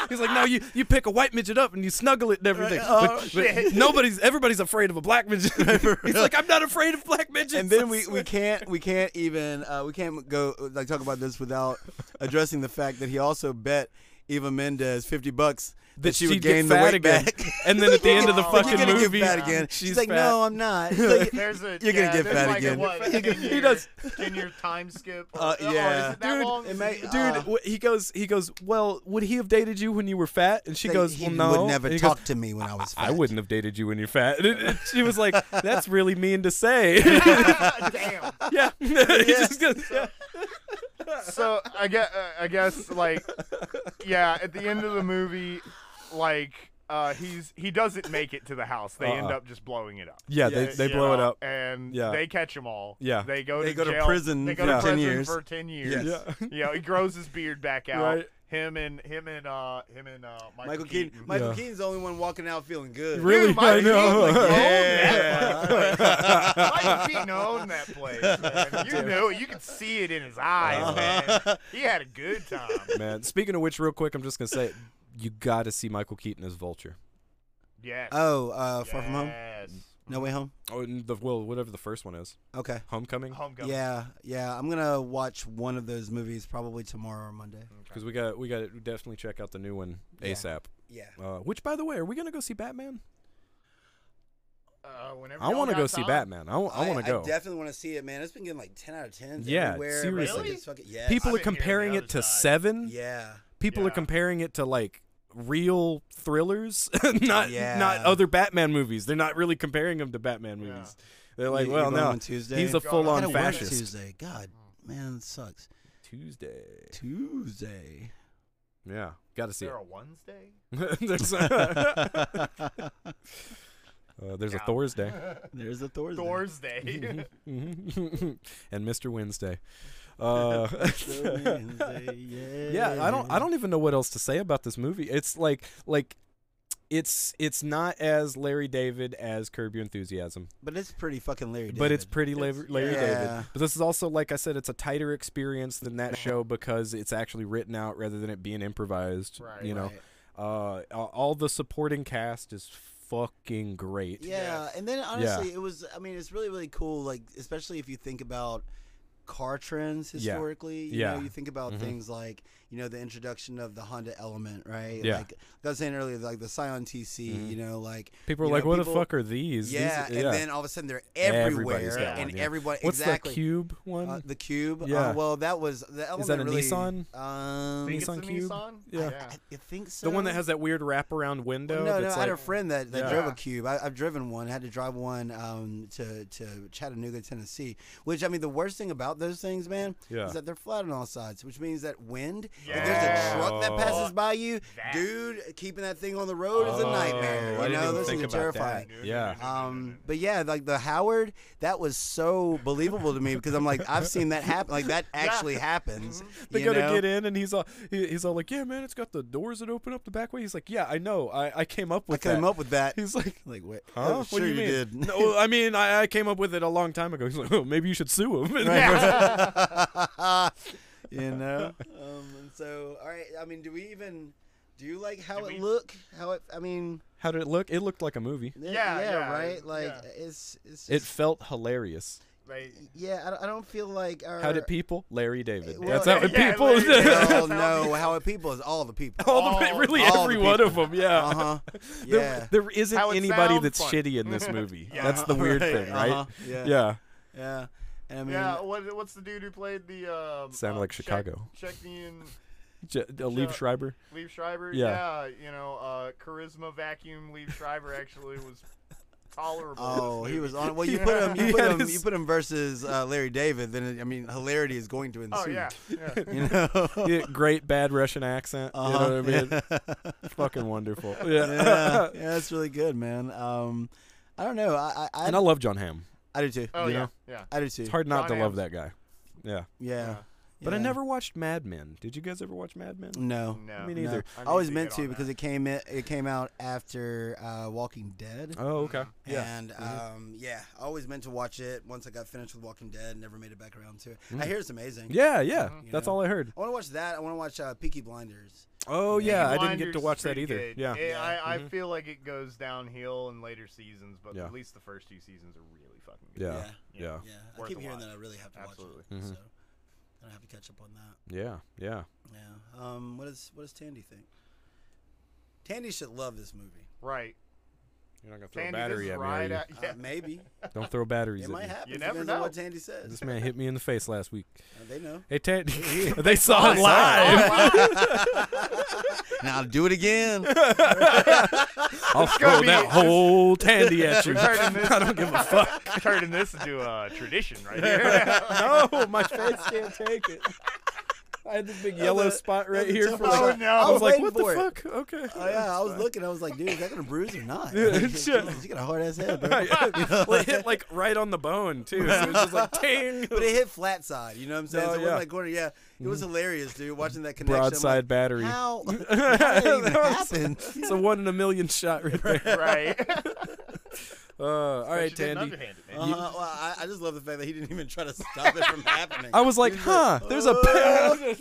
[SPEAKER 1] He's like, no, you, you pick a white midget up and you snuggle it and everything.
[SPEAKER 3] Oh,
[SPEAKER 1] but, but nobody's, everybody's afraid of a black midget. He's like, I'm not afraid of black midgets.
[SPEAKER 3] and then we, we can't we can't even uh, we can't go like talk about this without addressing the fact that he also bet Eva Mendez fifty bucks that, she would
[SPEAKER 1] she'd
[SPEAKER 3] gain
[SPEAKER 1] get
[SPEAKER 3] the
[SPEAKER 1] fat
[SPEAKER 3] weight
[SPEAKER 1] again.
[SPEAKER 3] back.
[SPEAKER 1] And then at the end of the
[SPEAKER 5] Like,
[SPEAKER 3] Like,
[SPEAKER 1] fucking
[SPEAKER 3] you're gonna
[SPEAKER 1] movie,
[SPEAKER 3] get fat again.
[SPEAKER 1] she's
[SPEAKER 3] She's, like,
[SPEAKER 1] fat.
[SPEAKER 3] no, I'm not. It's like-
[SPEAKER 5] There's
[SPEAKER 3] You're
[SPEAKER 5] a
[SPEAKER 3] gonna
[SPEAKER 5] yeah,
[SPEAKER 3] get
[SPEAKER 5] there's
[SPEAKER 3] fat
[SPEAKER 5] like
[SPEAKER 3] again.
[SPEAKER 5] A, what,
[SPEAKER 1] He
[SPEAKER 5] a
[SPEAKER 1] does-
[SPEAKER 5] 10
[SPEAKER 1] he
[SPEAKER 5] year-
[SPEAKER 1] does-
[SPEAKER 5] 10 year time skip.
[SPEAKER 3] Uh,
[SPEAKER 5] Oh, is
[SPEAKER 3] yeah.
[SPEAKER 5] it that
[SPEAKER 1] Dude,
[SPEAKER 5] long?
[SPEAKER 3] it may-
[SPEAKER 1] Dude,
[SPEAKER 3] Uh,
[SPEAKER 1] wh- he goes, he goes. Well, would he have dated you when you were fat? And she
[SPEAKER 3] Like,
[SPEAKER 1] goes,
[SPEAKER 3] he
[SPEAKER 1] well, no.
[SPEAKER 3] would never
[SPEAKER 1] And he
[SPEAKER 3] talk
[SPEAKER 1] goes,
[SPEAKER 3] to me when I was. Fat.
[SPEAKER 1] I wouldn't have dated you when you're fat. And it- it- she was like, that's really mean to say.
[SPEAKER 5] Damn.
[SPEAKER 1] yeah. He just goes, yeah.
[SPEAKER 5] so I guess, uh, I guess like yeah, at the end of the movie, like uh, he's he doesn't make it to the house. They end
[SPEAKER 1] Uh-uh.
[SPEAKER 5] up just blowing it up.
[SPEAKER 1] Yeah, they- they
[SPEAKER 5] you
[SPEAKER 1] blow it
[SPEAKER 5] know,
[SPEAKER 1] up.
[SPEAKER 5] and
[SPEAKER 1] Yeah.
[SPEAKER 5] they catch them all.
[SPEAKER 1] Yeah.
[SPEAKER 5] they go
[SPEAKER 3] They
[SPEAKER 5] to
[SPEAKER 3] go to
[SPEAKER 5] jail.
[SPEAKER 3] prison
[SPEAKER 5] They go
[SPEAKER 1] for
[SPEAKER 5] to
[SPEAKER 1] 10
[SPEAKER 5] prison
[SPEAKER 3] years.
[SPEAKER 5] for ten years.
[SPEAKER 3] Yes.
[SPEAKER 1] Yeah.
[SPEAKER 5] Yeah, he grows his beard back out.
[SPEAKER 1] Right.
[SPEAKER 5] Him and him and uh him and uh Michael,
[SPEAKER 3] Michael Keaton. Michael
[SPEAKER 1] Yeah.
[SPEAKER 3] Keaton's the only one walking out feeling good.
[SPEAKER 1] Really?
[SPEAKER 5] Dude, Michael
[SPEAKER 1] I know.
[SPEAKER 5] Keaton, like,
[SPEAKER 3] Yeah. oh,
[SPEAKER 5] owned that place. Michael Keaton owned that place. Man. You know, it. you could see it in his eyes,
[SPEAKER 1] Uh-huh.
[SPEAKER 5] man. He had a good time.
[SPEAKER 1] Man, speaking of which, real quick, I'm just gonna say, it. you got to see Michael Keaton as Vulture.
[SPEAKER 5] Yes.
[SPEAKER 3] Oh, uh, far from home.
[SPEAKER 5] Yes.
[SPEAKER 3] No way home.
[SPEAKER 1] Oh, and the, well, whatever the first one is,
[SPEAKER 3] Okay.
[SPEAKER 1] Homecoming,
[SPEAKER 5] Homecoming.
[SPEAKER 3] Yeah, yeah. I'm gonna watch one of those movies probably tomorrow or Monday.
[SPEAKER 1] because we got we got to definitely check out the new one
[SPEAKER 3] Yeah.
[SPEAKER 1] ASAP.
[SPEAKER 3] Yeah.
[SPEAKER 1] Uh, which, by the way, are we gonna go see Batman?
[SPEAKER 5] Uh, whenever
[SPEAKER 1] I
[SPEAKER 5] y'all
[SPEAKER 1] want to
[SPEAKER 5] got
[SPEAKER 1] go see
[SPEAKER 5] time.
[SPEAKER 1] Batman. I, w- I want to go.
[SPEAKER 3] I definitely want to see it, man. It's been getting like ten out of ten.
[SPEAKER 1] Yeah,
[SPEAKER 3] everywhere.
[SPEAKER 1] seriously.
[SPEAKER 3] Everybody's like,
[SPEAKER 5] Really?
[SPEAKER 3] it's fucking- yes.
[SPEAKER 1] People
[SPEAKER 5] I've
[SPEAKER 1] are
[SPEAKER 5] been hearing the
[SPEAKER 1] comparing
[SPEAKER 5] other
[SPEAKER 1] it to
[SPEAKER 5] side.
[SPEAKER 1] Seven.
[SPEAKER 3] Yeah.
[SPEAKER 1] People are
[SPEAKER 5] Yeah.
[SPEAKER 1] comparing it to like real thrillers, not
[SPEAKER 3] Yeah.
[SPEAKER 1] not other Batman movies. They're not really comparing them to Batman
[SPEAKER 5] Yeah.
[SPEAKER 1] movies. They're like,
[SPEAKER 3] You- you're
[SPEAKER 1] well,
[SPEAKER 3] going
[SPEAKER 1] no,
[SPEAKER 3] on Tuesday.
[SPEAKER 1] he's a
[SPEAKER 5] Gotta
[SPEAKER 1] full
[SPEAKER 3] I
[SPEAKER 1] on
[SPEAKER 3] gotta work
[SPEAKER 1] fascist.
[SPEAKER 3] Tuesday. God, man, it sucks.
[SPEAKER 1] Tuesday.
[SPEAKER 3] Tuesday.
[SPEAKER 1] Yeah, got to see
[SPEAKER 5] Is
[SPEAKER 1] it.
[SPEAKER 5] there a Wednesday?
[SPEAKER 1] there's a, uh, there's a
[SPEAKER 5] Yeah.
[SPEAKER 1] Thursday
[SPEAKER 3] There's a Thursday.
[SPEAKER 5] Thursday.
[SPEAKER 1] Mhm. and Mr. Wednesday. Uh,
[SPEAKER 3] Thursday, yeah.
[SPEAKER 1] yeah, I don't. I don't even know what else to say about this movie. It's like like. It's it's not as Larry David as Curb Your Enthusiasm,
[SPEAKER 3] But it's pretty fucking Larry.
[SPEAKER 1] but it's
[SPEAKER 3] David.
[SPEAKER 1] pretty Larry, Larry
[SPEAKER 3] Yeah.
[SPEAKER 1] David. But this is also, like I said, it's a tighter experience than that show because it's actually written out rather than it being improvised.
[SPEAKER 5] Right.
[SPEAKER 1] you know,
[SPEAKER 3] Right.
[SPEAKER 1] uh, a- all the supporting cast is fucking great.
[SPEAKER 3] Yeah,
[SPEAKER 5] Yes.
[SPEAKER 3] and then honestly, it was. I mean, it's really really cool. Like especially if you think about car trends
[SPEAKER 1] Yeah.
[SPEAKER 3] historically. You
[SPEAKER 1] Yeah.
[SPEAKER 3] know, you think about
[SPEAKER 1] Mhm.
[SPEAKER 3] things like you know the introduction of the Honda Element, right?
[SPEAKER 1] Yeah. Mm-hmm.
[SPEAKER 3] Like I was saying earlier, like the Scion TC, you know, like
[SPEAKER 1] People are
[SPEAKER 3] you know,
[SPEAKER 1] like, "What
[SPEAKER 3] people-
[SPEAKER 1] the fuck are these?" These-
[SPEAKER 3] Yeah, and then all of a sudden they're everywhere,
[SPEAKER 1] Everybody's got
[SPEAKER 3] and
[SPEAKER 1] one, yeah.
[SPEAKER 3] everybody
[SPEAKER 1] What's
[SPEAKER 3] exactly
[SPEAKER 1] that cube one?
[SPEAKER 3] Uh, the cube. Uh,
[SPEAKER 1] Yeah.
[SPEAKER 3] well, that was the element
[SPEAKER 1] a
[SPEAKER 3] really,
[SPEAKER 1] Nissan?
[SPEAKER 3] Um,
[SPEAKER 5] Think it's
[SPEAKER 1] Nissan
[SPEAKER 5] the
[SPEAKER 1] Cube?
[SPEAKER 5] Nissan?
[SPEAKER 1] Yeah.
[SPEAKER 5] yeah.
[SPEAKER 3] I think so.
[SPEAKER 1] the one that has that weird wraparound window.
[SPEAKER 3] Well, no, no.
[SPEAKER 1] that's
[SPEAKER 3] I had a
[SPEAKER 1] like-
[SPEAKER 3] friend that, that
[SPEAKER 1] Yeah.
[SPEAKER 3] drove a
[SPEAKER 5] Yeah.
[SPEAKER 3] cube. I, I've driven one. I had to drive one um, to to Chattanooga, Tennessee. Which I mean, the worst thing about those things, man,
[SPEAKER 1] Yeah.
[SPEAKER 3] is that they're flat on all sides. Which means that wind. If there's a truck that
[SPEAKER 1] Yeah.
[SPEAKER 3] passes by you,
[SPEAKER 5] That.
[SPEAKER 3] dude, keeping that thing on the road is a nightmare.
[SPEAKER 1] Oh, I
[SPEAKER 3] you
[SPEAKER 1] didn't
[SPEAKER 3] know,
[SPEAKER 1] even
[SPEAKER 3] those
[SPEAKER 1] think
[SPEAKER 3] things are
[SPEAKER 1] about that.
[SPEAKER 3] terrifying.
[SPEAKER 1] Yeah.
[SPEAKER 3] Um, but yeah, like the Howard, that was so believable to me because I'm like, I've seen that happen. Like that actually happens.
[SPEAKER 1] They
[SPEAKER 3] you
[SPEAKER 1] gotta
[SPEAKER 3] know?
[SPEAKER 1] get in, and he's all he, he's all like, "Yeah, man, it's got the doors that open up the back way." He's like, "Yeah, I know. I, I came up
[SPEAKER 3] I
[SPEAKER 1] with
[SPEAKER 3] came
[SPEAKER 1] that."
[SPEAKER 3] up with that.
[SPEAKER 1] He's like,
[SPEAKER 3] Like what?
[SPEAKER 1] "Huh?
[SPEAKER 3] Oh,
[SPEAKER 1] What
[SPEAKER 3] sure
[SPEAKER 1] do you, mean?"
[SPEAKER 3] did.
[SPEAKER 1] no, I mean, I, I came up with it a long time ago. He's like, "Oh, maybe you should sue him."
[SPEAKER 3] you know. Um, and so, all right. I mean, do we even? Do you like how
[SPEAKER 5] Do
[SPEAKER 3] it
[SPEAKER 5] we-
[SPEAKER 3] look? How it? I mean,
[SPEAKER 1] How did it look? It looked like a movie.
[SPEAKER 3] yeah, yeah,
[SPEAKER 5] Yeah, yeah,
[SPEAKER 3] right. Like
[SPEAKER 5] yeah.
[SPEAKER 3] it's it's.
[SPEAKER 1] It
[SPEAKER 3] Just,
[SPEAKER 1] felt hilarious.
[SPEAKER 5] They,
[SPEAKER 3] yeah, I don't- I don't feel like our.
[SPEAKER 1] How did people? Larry David.
[SPEAKER 3] Uh, Well,
[SPEAKER 1] That's how it
[SPEAKER 5] yeah,
[SPEAKER 1] people.
[SPEAKER 5] Larry David.
[SPEAKER 3] Oh no! How it people is all the people.
[SPEAKER 1] all the,
[SPEAKER 5] All-
[SPEAKER 1] really
[SPEAKER 3] all the
[SPEAKER 1] every one of them. Oh, Yeah.
[SPEAKER 3] Uh huh.
[SPEAKER 1] There-
[SPEAKER 3] Yeah.
[SPEAKER 1] there isn't
[SPEAKER 5] How it
[SPEAKER 1] anybody
[SPEAKER 5] sounds
[SPEAKER 1] that's
[SPEAKER 5] fun.
[SPEAKER 1] shitty in this movie.
[SPEAKER 5] Yeah.
[SPEAKER 1] That's the
[SPEAKER 3] Uh-huh,
[SPEAKER 1] weird
[SPEAKER 3] right,
[SPEAKER 1] thing, right?
[SPEAKER 3] uh-huh, yeah.
[SPEAKER 1] Yeah.
[SPEAKER 3] Yeah. And I mean,
[SPEAKER 5] yeah, what, what's the dude who played the. Um,
[SPEAKER 1] Sounded
[SPEAKER 5] uh,
[SPEAKER 1] like
[SPEAKER 5] Czech-
[SPEAKER 1] Chicago.
[SPEAKER 5] Chechnian
[SPEAKER 1] J- uh, Liev
[SPEAKER 5] Yeah.
[SPEAKER 1] Schreiber.
[SPEAKER 5] Leave Schreiber?
[SPEAKER 1] Yeah.
[SPEAKER 5] you know, uh, Charisma Vacuum Leave Schreiber actually was tolerable. in this
[SPEAKER 3] Oh, he
[SPEAKER 5] movie.
[SPEAKER 3] was on. Well, you put him. You
[SPEAKER 1] He
[SPEAKER 3] put
[SPEAKER 1] had
[SPEAKER 3] him.
[SPEAKER 1] his-
[SPEAKER 3] You put him versus uh, Larry David. Then it, I mean, hilarity is going to ensue.
[SPEAKER 5] Oh, yeah. yeah.
[SPEAKER 3] You know.
[SPEAKER 1] Yeah, great bad Russian accent. You know what I mean?
[SPEAKER 3] Uh-huh.
[SPEAKER 1] Fucking wonderful. Yeah.
[SPEAKER 3] yeah, yeah, that's really good, man. Um, I don't know. I I, I,
[SPEAKER 1] and I love John Hamm.
[SPEAKER 3] I do too.
[SPEAKER 5] Oh,
[SPEAKER 1] You
[SPEAKER 5] yeah.
[SPEAKER 1] know?
[SPEAKER 5] Yeah.
[SPEAKER 3] I do too.
[SPEAKER 1] It's hard not
[SPEAKER 5] John
[SPEAKER 1] to love
[SPEAKER 5] Hamm's-
[SPEAKER 1] that guy. Yeah.
[SPEAKER 3] Yeah.
[SPEAKER 5] Yeah.
[SPEAKER 1] But I
[SPEAKER 3] yeah. Mm.
[SPEAKER 1] never watched Mad Men. Did you guys ever watch Mad Men?
[SPEAKER 3] No.
[SPEAKER 5] No.
[SPEAKER 1] Me
[SPEAKER 3] no.
[SPEAKER 1] neither.
[SPEAKER 5] I
[SPEAKER 3] I,
[SPEAKER 5] need
[SPEAKER 3] always
[SPEAKER 5] to
[SPEAKER 3] meant
[SPEAKER 5] get
[SPEAKER 3] to
[SPEAKER 5] on
[SPEAKER 3] because
[SPEAKER 5] that.
[SPEAKER 3] it came in, it came out after uh, Walking Dead.
[SPEAKER 1] Oh, okay. Yeah. Mm-hmm.
[SPEAKER 3] And um, yeah, I always meant to watch it. Once I got finished with Walking Dead, never made it back around to it. I hear it's amazing.
[SPEAKER 1] Mm. Yeah, yeah.
[SPEAKER 5] Mhm.
[SPEAKER 1] That's
[SPEAKER 3] Yeah.
[SPEAKER 1] all I heard.
[SPEAKER 3] I want to watch that. I want to watch uh, Peaky Blinders.
[SPEAKER 1] Oh
[SPEAKER 3] Peaky
[SPEAKER 1] yeah, I didn't get to
[SPEAKER 5] Blinders
[SPEAKER 1] watch
[SPEAKER 5] is
[SPEAKER 1] that
[SPEAKER 5] pretty
[SPEAKER 1] either.
[SPEAKER 5] good.
[SPEAKER 1] Yeah.
[SPEAKER 5] It- I, I
[SPEAKER 1] Mhm.
[SPEAKER 5] feel like it goes downhill in later seasons, but
[SPEAKER 1] Yeah.
[SPEAKER 5] at least the first two seasons are really fucking good.
[SPEAKER 1] Yeah. Oh.
[SPEAKER 3] Yeah.
[SPEAKER 1] Yeah.
[SPEAKER 3] Yeah, I
[SPEAKER 5] Worth
[SPEAKER 3] keep
[SPEAKER 5] a
[SPEAKER 3] hearing
[SPEAKER 5] watch.
[SPEAKER 3] that I really have to
[SPEAKER 5] Absolutely.
[SPEAKER 3] watch it,
[SPEAKER 1] Mhm.
[SPEAKER 3] so I don't have to catch up on that.
[SPEAKER 1] Yeah. Yeah.
[SPEAKER 3] Yeah. Um, what does what does Tandy think? Tandy should love this movie.
[SPEAKER 5] Right.
[SPEAKER 1] You're not gonna throw
[SPEAKER 5] Tandy,
[SPEAKER 1] a battery
[SPEAKER 5] this
[SPEAKER 1] at
[SPEAKER 5] is
[SPEAKER 1] me.
[SPEAKER 5] right
[SPEAKER 1] are
[SPEAKER 5] at,
[SPEAKER 3] Uh,
[SPEAKER 5] yeah.
[SPEAKER 3] maybe
[SPEAKER 1] you? Don't throw batteries
[SPEAKER 3] it
[SPEAKER 1] at
[SPEAKER 3] might
[SPEAKER 1] me.
[SPEAKER 3] happen.
[SPEAKER 5] You never
[SPEAKER 3] depends on what
[SPEAKER 5] know.
[SPEAKER 3] Tandy says.
[SPEAKER 1] This man hit me in the face last week.
[SPEAKER 3] Uh, they know.
[SPEAKER 1] Hey, Ted, they saw it live.
[SPEAKER 3] Now do it again.
[SPEAKER 1] I'll throw
[SPEAKER 5] be-
[SPEAKER 1] that whole tandy at you.
[SPEAKER 5] We're turning this, I don't
[SPEAKER 1] give a fuck.
[SPEAKER 5] Turning this into a tradition right here.
[SPEAKER 1] no, my face can't take it. I had this big yellow spot right
[SPEAKER 3] that's a
[SPEAKER 1] here
[SPEAKER 3] tough
[SPEAKER 1] for like.
[SPEAKER 5] one.
[SPEAKER 1] I
[SPEAKER 5] no. I
[SPEAKER 1] was,
[SPEAKER 5] was
[SPEAKER 1] like,
[SPEAKER 3] waiting
[SPEAKER 1] what the
[SPEAKER 3] for it.
[SPEAKER 1] fuck? Okay.
[SPEAKER 3] Oh yeah, I was looking. I was like, dude, is that gonna bruise or not?
[SPEAKER 1] Yeah,
[SPEAKER 3] Like,
[SPEAKER 1] shit.
[SPEAKER 3] Jesus, you got a hard ass head, bro.
[SPEAKER 1] well, it hit like right on the bone too. So it was just like ting.
[SPEAKER 3] But it hit flat side, you know what I'm saying?
[SPEAKER 1] Oh, yeah.
[SPEAKER 3] so it
[SPEAKER 1] Mm-hmm.
[SPEAKER 3] wasn't like corner. Yeah, it was hilarious, dude. Watching that connection. I'm
[SPEAKER 1] broadside
[SPEAKER 3] like,
[SPEAKER 1] battery.
[SPEAKER 3] How? how did that even happen?
[SPEAKER 1] It's a one in a million shot right there.
[SPEAKER 5] right.
[SPEAKER 1] Uh, all right,
[SPEAKER 5] You didn't
[SPEAKER 1] Tandy.
[SPEAKER 5] underhand it, man.
[SPEAKER 3] Uh, well, I, I just love the fact that he didn't even try to stop it from happening.
[SPEAKER 1] I was like, huh? There's a.
[SPEAKER 3] Oh,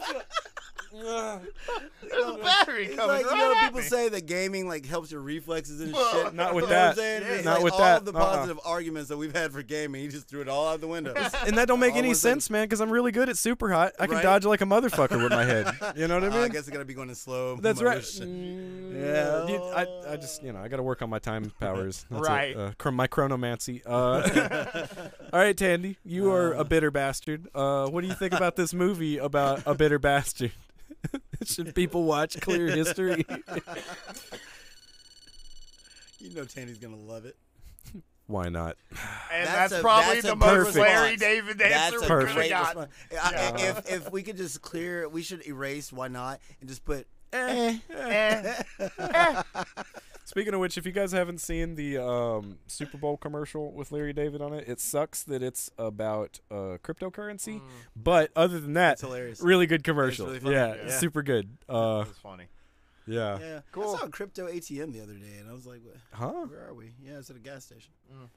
[SPEAKER 5] There's a battery
[SPEAKER 3] It's
[SPEAKER 5] coming
[SPEAKER 3] like, you
[SPEAKER 5] right
[SPEAKER 3] know,
[SPEAKER 5] at
[SPEAKER 3] people
[SPEAKER 5] me.
[SPEAKER 3] say that gaming like helps your reflexes and shit.
[SPEAKER 1] Not with
[SPEAKER 3] You know what
[SPEAKER 1] that.
[SPEAKER 3] I'm saying? It's
[SPEAKER 1] Not
[SPEAKER 3] like
[SPEAKER 1] with
[SPEAKER 3] all
[SPEAKER 1] that.
[SPEAKER 3] of the
[SPEAKER 1] Uh-uh.
[SPEAKER 3] positive arguments that we've had for gaming, he just threw it all out the window.
[SPEAKER 1] And that don't make
[SPEAKER 3] All
[SPEAKER 1] any
[SPEAKER 3] of a sudden-
[SPEAKER 1] sense, man. Because I'm really good at super hot. I can
[SPEAKER 3] Right?
[SPEAKER 1] dodge like a motherfucker with my head. You know what I
[SPEAKER 3] Uh,
[SPEAKER 1] mean?
[SPEAKER 3] I guess I gotta be going in slow.
[SPEAKER 1] That's right. Mm.
[SPEAKER 3] motion.
[SPEAKER 1] Yeah, dude, I, I just you know I got to work on my time powers. That's it.
[SPEAKER 5] Right.
[SPEAKER 1] Uh, cr- my chronomancy. Uh, all right, Tandy, you are a bitter bastard. Uh, what do you think about this movie about a bitter bastard? Should people watch Clear History?
[SPEAKER 3] You know Tandy's gonna love it.
[SPEAKER 1] Why not?
[SPEAKER 5] and
[SPEAKER 3] That's
[SPEAKER 5] that's,
[SPEAKER 3] a-
[SPEAKER 5] probably
[SPEAKER 3] that's a
[SPEAKER 5] the
[SPEAKER 1] perfect
[SPEAKER 5] most Larry
[SPEAKER 3] response.
[SPEAKER 5] David
[SPEAKER 3] That's
[SPEAKER 5] answer
[SPEAKER 3] a
[SPEAKER 5] we
[SPEAKER 1] Perfect.
[SPEAKER 5] could have
[SPEAKER 3] great
[SPEAKER 5] gotten.
[SPEAKER 3] response. I- I-
[SPEAKER 5] Yeah.
[SPEAKER 3] If if we could just clear, we should erase why not and just put.
[SPEAKER 1] Eh.
[SPEAKER 5] Eh.
[SPEAKER 1] Speaking of which, if you guys haven't seen the um, Super Bowl commercial with Larry David on it, it sucks that it's about uh, cryptocurrency. But other than that,
[SPEAKER 3] Mm. It's hilarious.
[SPEAKER 1] really good commercial.
[SPEAKER 3] really funny.
[SPEAKER 1] yeah,
[SPEAKER 5] Yeah.
[SPEAKER 1] super good. Uh,
[SPEAKER 5] That's funny.
[SPEAKER 1] yeah.
[SPEAKER 3] Yeah,
[SPEAKER 5] Cool.
[SPEAKER 3] I saw a crypto ATM the other day, and I was like, "What-
[SPEAKER 1] Huh?
[SPEAKER 3] "Where are we?" Yeah, it's at a gas station.
[SPEAKER 5] Mm.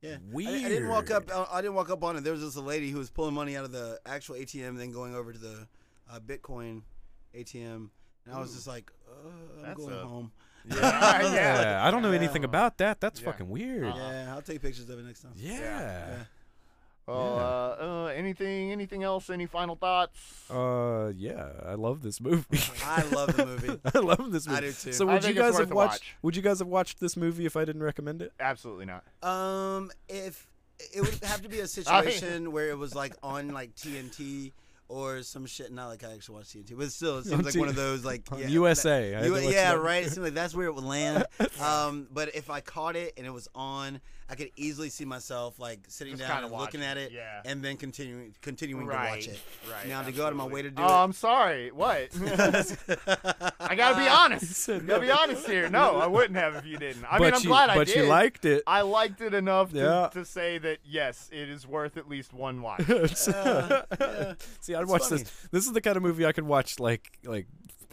[SPEAKER 3] Yeah, I, di- I didn't walk
[SPEAKER 1] Weird.
[SPEAKER 3] up. I, I didn't walk up on it. There was just a lady who was pulling money out of the actual ATM, then going over to the uh, Bitcoin ATM, and I was just like, uh, "I'm
[SPEAKER 5] That's
[SPEAKER 3] going
[SPEAKER 5] a-
[SPEAKER 3] home."
[SPEAKER 5] Yeah, yeah.
[SPEAKER 1] Yeah, I don't know anything
[SPEAKER 5] Yeah.
[SPEAKER 1] about that. That's
[SPEAKER 5] Yeah.
[SPEAKER 1] fucking weird.
[SPEAKER 5] Uh-uh.
[SPEAKER 3] Uh, Yeah, I'll take pictures of it next time.
[SPEAKER 1] Yeah.
[SPEAKER 3] Yeah.
[SPEAKER 5] Well, uh, uh, anything, anything else? Any final thoughts?
[SPEAKER 1] Uh, yeah, I love this movie.
[SPEAKER 3] I love the movie.
[SPEAKER 1] I love this
[SPEAKER 3] I
[SPEAKER 1] movie.
[SPEAKER 3] do too.
[SPEAKER 1] So
[SPEAKER 5] I
[SPEAKER 1] would you
[SPEAKER 5] think it's
[SPEAKER 1] guys
[SPEAKER 5] worth
[SPEAKER 1] have
[SPEAKER 5] a
[SPEAKER 1] watched?
[SPEAKER 5] watch.
[SPEAKER 1] Would you guys have watched this movie if I didn't recommend it?
[SPEAKER 5] Absolutely not.
[SPEAKER 3] Um, if it would have to be a situation where it was like on like TNT or some shit. Not like I actually watch TNT, but still, it seems like one of those like
[SPEAKER 1] On
[SPEAKER 3] yeah,
[SPEAKER 1] USA. I
[SPEAKER 3] that-
[SPEAKER 1] had to
[SPEAKER 3] U-
[SPEAKER 1] look
[SPEAKER 3] yeah,
[SPEAKER 1] it up.
[SPEAKER 3] right. It seemed like that's where it would land. Um, but if I caught it and it was on, I could easily see myself like sitting
[SPEAKER 5] Just
[SPEAKER 3] down
[SPEAKER 5] kinda
[SPEAKER 3] and
[SPEAKER 5] watch
[SPEAKER 3] looking
[SPEAKER 5] it,
[SPEAKER 3] at it,
[SPEAKER 5] yeah.
[SPEAKER 3] and then continuing continuing to watch
[SPEAKER 5] Right,
[SPEAKER 3] it.
[SPEAKER 5] right,
[SPEAKER 3] Now to go out of my
[SPEAKER 5] absolutely.
[SPEAKER 3] way to do
[SPEAKER 5] Oh, I'm sorry. What?
[SPEAKER 3] it.
[SPEAKER 5] I gotta be honest. I gotta be honest here. No, I wouldn't have if you didn't. I mean,
[SPEAKER 1] but
[SPEAKER 5] I'm
[SPEAKER 1] you,
[SPEAKER 5] glad I
[SPEAKER 1] but
[SPEAKER 5] did.
[SPEAKER 1] you liked it.
[SPEAKER 5] I liked it enough to,
[SPEAKER 1] Yeah.
[SPEAKER 5] to say that yes, it is worth at least one watch.
[SPEAKER 3] Uh, yeah.
[SPEAKER 1] See, I'd
[SPEAKER 3] It's
[SPEAKER 1] watch
[SPEAKER 3] funny.
[SPEAKER 1] this. This is the kind of movie I could watch like like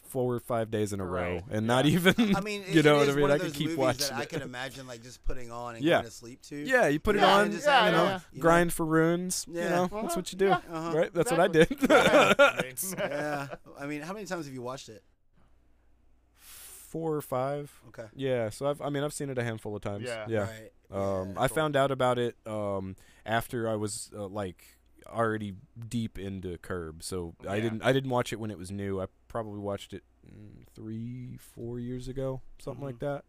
[SPEAKER 1] four or five days in a row
[SPEAKER 5] Right,
[SPEAKER 1] and not even.
[SPEAKER 3] I mean, it,
[SPEAKER 1] you know what
[SPEAKER 3] it
[SPEAKER 1] I
[SPEAKER 3] is
[SPEAKER 1] mean?
[SPEAKER 3] One
[SPEAKER 1] I
[SPEAKER 3] of
[SPEAKER 1] could
[SPEAKER 3] those
[SPEAKER 1] keep
[SPEAKER 3] movies
[SPEAKER 1] watching.
[SPEAKER 3] that I
[SPEAKER 1] it.
[SPEAKER 3] can imagine like just putting on and
[SPEAKER 1] Yeah.
[SPEAKER 3] going to sleep to.
[SPEAKER 1] Yeah, you put it
[SPEAKER 5] Yeah,
[SPEAKER 1] on.
[SPEAKER 5] and just
[SPEAKER 1] you
[SPEAKER 5] having
[SPEAKER 1] know,
[SPEAKER 5] it on.
[SPEAKER 1] grind for runes. You
[SPEAKER 3] Yeah.
[SPEAKER 1] know,
[SPEAKER 5] Uh-huh,
[SPEAKER 1] that's what you do,
[SPEAKER 5] yeah,
[SPEAKER 3] uh-huh,
[SPEAKER 1] right? That's
[SPEAKER 5] exactly.
[SPEAKER 1] what I did.
[SPEAKER 3] Yeah. I mean, how many times have you watched it?
[SPEAKER 1] Four or five.
[SPEAKER 3] Okay.
[SPEAKER 1] Yeah, so I've I mean I've seen it a handful of times.
[SPEAKER 5] Yeah.
[SPEAKER 1] yeah.
[SPEAKER 3] Right.
[SPEAKER 1] Um,
[SPEAKER 3] Yeah,
[SPEAKER 1] I
[SPEAKER 3] cool.
[SPEAKER 1] found out about it um, after I was uh, like already deep into Curb, so I
[SPEAKER 5] Yeah.
[SPEAKER 1] didn't I didn't watch it when it was new. I probably watched it mm, three four years ago, something like
[SPEAKER 5] Mm-hmm.
[SPEAKER 1] that.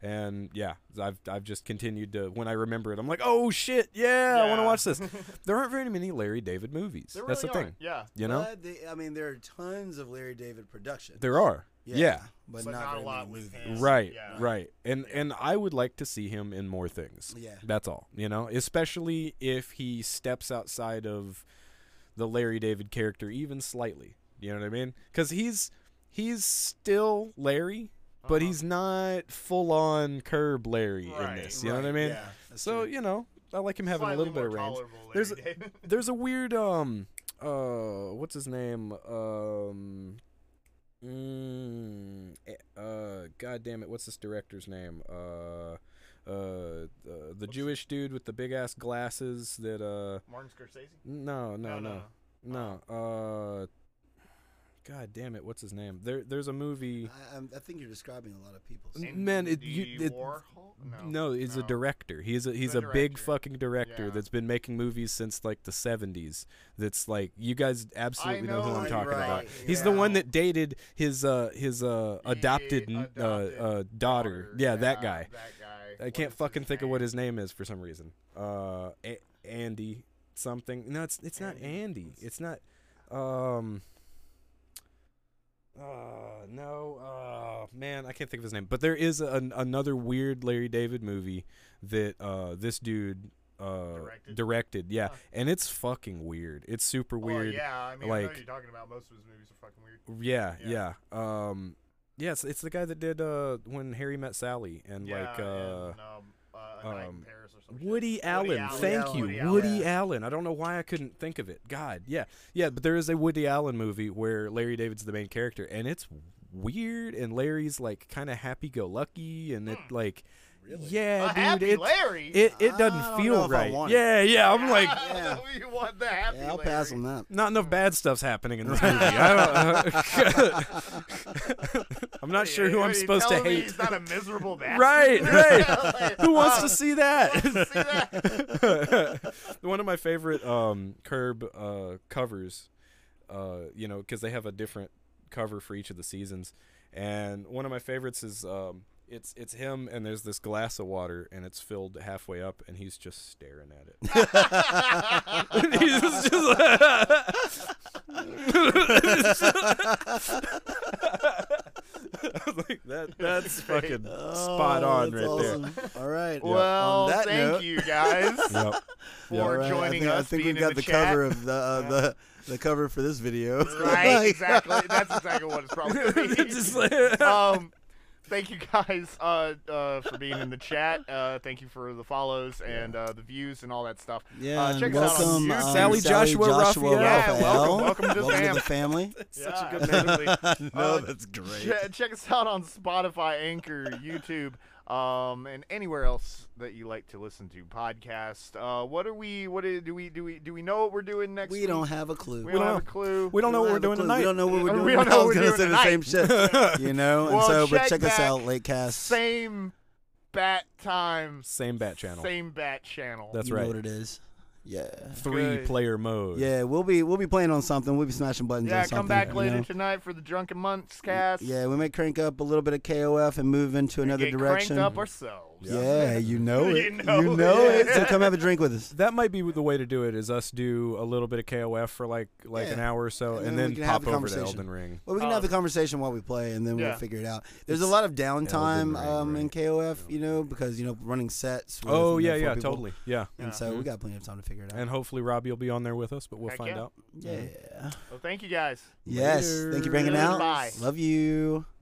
[SPEAKER 1] And yeah, I've I've just continued to when I remember it, I'm like, oh shit, yeah, I want to
[SPEAKER 5] Yeah.
[SPEAKER 1] watch this. there aren't very many Larry David movies.
[SPEAKER 5] There
[SPEAKER 1] That's
[SPEAKER 5] really
[SPEAKER 1] the
[SPEAKER 5] aren't.
[SPEAKER 1] thing,
[SPEAKER 5] Yeah.
[SPEAKER 1] you know.
[SPEAKER 3] But the- I mean, there are tons of Larry David productions.
[SPEAKER 1] There are, yeah.
[SPEAKER 3] But,
[SPEAKER 5] But
[SPEAKER 3] not,
[SPEAKER 5] not a
[SPEAKER 3] very
[SPEAKER 5] lot
[SPEAKER 3] many
[SPEAKER 5] with
[SPEAKER 3] movies.
[SPEAKER 5] him.
[SPEAKER 1] Right,
[SPEAKER 5] Yeah.
[SPEAKER 1] right. And and I would like to see him in more things.
[SPEAKER 3] Yeah.
[SPEAKER 1] That's all. You know, especially if he steps outside of the Larry David character even slightly. You know what I mean? Cuz he's he's still Larry, but
[SPEAKER 5] Uh-huh.
[SPEAKER 1] he's not full on curb Larry
[SPEAKER 5] Right,
[SPEAKER 1] in this. You know what I
[SPEAKER 3] Right,
[SPEAKER 1] mean?
[SPEAKER 3] Yeah. that's
[SPEAKER 1] so,
[SPEAKER 3] true.
[SPEAKER 1] you know, I like him having
[SPEAKER 5] Slightly
[SPEAKER 1] a little bit
[SPEAKER 5] more
[SPEAKER 1] of range.
[SPEAKER 5] tolerable
[SPEAKER 1] There's
[SPEAKER 5] every day.
[SPEAKER 1] There's a weird um uh what's his name? Um mm, eh, uh god damn it, what's this director's name? Uh uh, uh the Jewish dude with the big ass glasses that uh
[SPEAKER 5] Martin Scorsese.
[SPEAKER 1] no no no no, uh god damn it what's his name there there's a movie
[SPEAKER 3] I, I'm- I think you're describing a lot of people.
[SPEAKER 1] Mm. Man, it- you-
[SPEAKER 5] Andy
[SPEAKER 1] it-
[SPEAKER 5] Warhol?
[SPEAKER 1] no, he's a
[SPEAKER 5] no.
[SPEAKER 1] director. He's a he's
[SPEAKER 5] a
[SPEAKER 1] a, big
[SPEAKER 5] director.
[SPEAKER 1] fucking director
[SPEAKER 5] Yeah.
[SPEAKER 1] that's been making movies since like the '70s. That's like you guys absolutely know,
[SPEAKER 5] know
[SPEAKER 1] who
[SPEAKER 5] who
[SPEAKER 1] I'm
[SPEAKER 5] you-
[SPEAKER 1] talking about.
[SPEAKER 3] right,
[SPEAKER 1] He's the
[SPEAKER 5] yeah.
[SPEAKER 1] one that dated his uh his uh
[SPEAKER 5] He
[SPEAKER 1] adopted, n- uh,
[SPEAKER 5] adopted
[SPEAKER 1] uh daughter. Yeah, that guy.
[SPEAKER 5] That guy.
[SPEAKER 1] I
[SPEAKER 5] What
[SPEAKER 1] can't
[SPEAKER 5] is his
[SPEAKER 1] fucking think of what
[SPEAKER 5] name?
[SPEAKER 1] his name is for some reason. Uh, a- Andy something. No, it's it's not Andy. It's not. Um. Uh no uh man I can't think of his name but there is an, another weird Larry David movie that uh this dude uh
[SPEAKER 5] Directed?
[SPEAKER 1] yeah
[SPEAKER 5] Huh. Oh,
[SPEAKER 1] and it's fucking weird it's super weird
[SPEAKER 5] Well, yeah, I mean, I know
[SPEAKER 1] like-
[SPEAKER 5] what you're talking about. Most of his movies are fucking weird.
[SPEAKER 1] yeah, yeah.
[SPEAKER 5] Yeah.
[SPEAKER 1] Um yeah, it's, it's the guy that did uh when Harry met Sally and
[SPEAKER 5] yeah,
[SPEAKER 1] like uh
[SPEAKER 5] and, um, uh, A Night in
[SPEAKER 1] um,
[SPEAKER 5] Paris or some shit.
[SPEAKER 1] Woody Allen,
[SPEAKER 5] Allen.
[SPEAKER 1] thank
[SPEAKER 3] Woody
[SPEAKER 1] you,
[SPEAKER 5] Allen.
[SPEAKER 1] Woody,
[SPEAKER 5] Woody
[SPEAKER 1] Allen. I don't know why I couldn't think of it. God, yeah, yeah. But there is a Woody Allen movie where Larry David's the main character, and it's weird. And Larry's like kind of happy-go-lucky, and it like, yeah,
[SPEAKER 5] Hmm. A
[SPEAKER 1] dude,
[SPEAKER 5] happy
[SPEAKER 1] it,
[SPEAKER 5] Larry.
[SPEAKER 1] it it
[SPEAKER 3] I
[SPEAKER 1] doesn't
[SPEAKER 3] don't
[SPEAKER 1] feel
[SPEAKER 3] know if I
[SPEAKER 1] right.
[SPEAKER 3] want it.
[SPEAKER 1] Yeah, yeah. I'm like,
[SPEAKER 5] yeah. you want the happy
[SPEAKER 3] Yeah, I'll pass
[SPEAKER 5] Larry.
[SPEAKER 3] on that.
[SPEAKER 1] not enough bad stuff's happening in this movie. I don't, I'm not sure who
[SPEAKER 5] What
[SPEAKER 1] I'm
[SPEAKER 5] are you
[SPEAKER 1] supposed to
[SPEAKER 5] telling me
[SPEAKER 1] hate.
[SPEAKER 5] He's not a miserable bastard.
[SPEAKER 1] Right, right.
[SPEAKER 5] Like,
[SPEAKER 1] Who wants
[SPEAKER 3] Oh.
[SPEAKER 5] uh,
[SPEAKER 1] to see that?
[SPEAKER 5] see that?
[SPEAKER 1] One of my favorite um, Curb uh, covers, uh, you know, because they have a different cover for each of the seasons, and one of my favorites is um, it's it's him and there's this glass of water and it's filled halfway up and he's just staring at it. he's just I was like that. That's fucking spot
[SPEAKER 3] Oh,
[SPEAKER 1] on
[SPEAKER 3] that's
[SPEAKER 1] right there.
[SPEAKER 3] awesome. All right.
[SPEAKER 5] Well,
[SPEAKER 3] on that
[SPEAKER 5] thank
[SPEAKER 3] note-
[SPEAKER 5] you guys
[SPEAKER 1] Yep.
[SPEAKER 5] for
[SPEAKER 3] All right,
[SPEAKER 5] joining
[SPEAKER 3] I think,
[SPEAKER 5] us.
[SPEAKER 3] I think
[SPEAKER 5] being
[SPEAKER 3] we've got
[SPEAKER 5] in
[SPEAKER 3] the,
[SPEAKER 5] the,
[SPEAKER 3] cover
[SPEAKER 5] chat.
[SPEAKER 3] of the uh, the the cover for this video.
[SPEAKER 5] Right, exactly. That's exactly what it's probably. gonna be.
[SPEAKER 1] Just like-
[SPEAKER 5] um, thank you guys uh, uh, for being in the chat. Uh, thank you for the follows and uh, the views and all that stuff.
[SPEAKER 3] Yeah,
[SPEAKER 5] uh, check
[SPEAKER 3] and
[SPEAKER 5] us out on
[SPEAKER 3] welcome,
[SPEAKER 5] YouTube.
[SPEAKER 3] um,
[SPEAKER 1] Sally Joshua Raphael.
[SPEAKER 5] Yeah, welcome,
[SPEAKER 3] Raphael.
[SPEAKER 5] welcome to the fam.
[SPEAKER 3] family.
[SPEAKER 5] Yeah, absolutely.
[SPEAKER 3] no, that's great.
[SPEAKER 5] Che- check us out on Spotify, Anchor, YouTube, um, and anywhere else that you like to listen to podcasts. Uh, what are we? What do do we do? We do we know what we're doing next?
[SPEAKER 3] We
[SPEAKER 5] week?
[SPEAKER 3] don't have a clue.
[SPEAKER 1] We
[SPEAKER 5] We don't have a
[SPEAKER 1] don't-
[SPEAKER 5] clue.
[SPEAKER 1] We don't know what we're
[SPEAKER 3] have a
[SPEAKER 1] doing
[SPEAKER 3] clue.
[SPEAKER 1] tonight.
[SPEAKER 3] We don't know what we're
[SPEAKER 5] We
[SPEAKER 3] doing.
[SPEAKER 5] don't know
[SPEAKER 3] I
[SPEAKER 5] what
[SPEAKER 3] was
[SPEAKER 5] we're
[SPEAKER 3] gonna say
[SPEAKER 5] doing
[SPEAKER 3] the same shit, you know. And
[SPEAKER 5] Well,
[SPEAKER 3] so, but
[SPEAKER 5] check
[SPEAKER 3] check us
[SPEAKER 5] back.
[SPEAKER 3] out, Lakecast.
[SPEAKER 5] Same bat time.
[SPEAKER 1] Same bat channel.
[SPEAKER 5] Same bat channel.
[SPEAKER 1] That's
[SPEAKER 3] you
[SPEAKER 1] right.
[SPEAKER 3] know what it is. Yeah.
[SPEAKER 1] Three
[SPEAKER 5] Good.
[SPEAKER 1] player mode.
[SPEAKER 3] Yeah, we'll be we'll be playing on something. We'll be smashing buttons. on
[SPEAKER 5] Yeah,
[SPEAKER 3] something,
[SPEAKER 5] come back
[SPEAKER 3] you
[SPEAKER 5] later
[SPEAKER 3] know?
[SPEAKER 5] tonight for the Drunken Months cast.
[SPEAKER 3] Yeah, we may cranked up a little bit of KOF and move into another
[SPEAKER 5] Get
[SPEAKER 3] direction.
[SPEAKER 5] cranked up ourselves.
[SPEAKER 3] yeah, you know
[SPEAKER 5] You
[SPEAKER 3] it.
[SPEAKER 5] know
[SPEAKER 3] you
[SPEAKER 5] it.
[SPEAKER 3] know it. So come have a drink with us.
[SPEAKER 1] That might be the way to do it. Is us do a little bit of KOF for like like
[SPEAKER 3] Yeah.
[SPEAKER 1] an hour or so,
[SPEAKER 3] And
[SPEAKER 1] and,
[SPEAKER 3] then
[SPEAKER 1] then,
[SPEAKER 3] we can have
[SPEAKER 1] pop
[SPEAKER 3] the
[SPEAKER 1] over to
[SPEAKER 3] conversation.
[SPEAKER 1] Elden Ring.
[SPEAKER 3] Well, we can
[SPEAKER 5] Um,
[SPEAKER 3] have the conversation while we play, and then we'll
[SPEAKER 5] yeah.
[SPEAKER 3] figure it out. There's a lot of
[SPEAKER 1] Elden
[SPEAKER 3] downtime
[SPEAKER 1] Ring,
[SPEAKER 3] um, in
[SPEAKER 1] right.
[SPEAKER 3] KOF, you know, because you know running sets. With,
[SPEAKER 1] Oh
[SPEAKER 3] you know,
[SPEAKER 1] yeah,
[SPEAKER 3] four
[SPEAKER 1] yeah,
[SPEAKER 3] people.
[SPEAKER 1] totally, yeah.
[SPEAKER 3] And
[SPEAKER 5] Yeah.
[SPEAKER 3] so we got plenty of time to figure it out.
[SPEAKER 1] And hopefully Robbie will be on there with us, but we'll
[SPEAKER 5] Heck
[SPEAKER 1] find
[SPEAKER 5] yeah.
[SPEAKER 1] out.
[SPEAKER 3] yeah.
[SPEAKER 1] Mm-hmm.
[SPEAKER 5] Well, thank you guys.
[SPEAKER 3] Yes. Thank you for hanging out.
[SPEAKER 5] Bye.
[SPEAKER 3] Love you.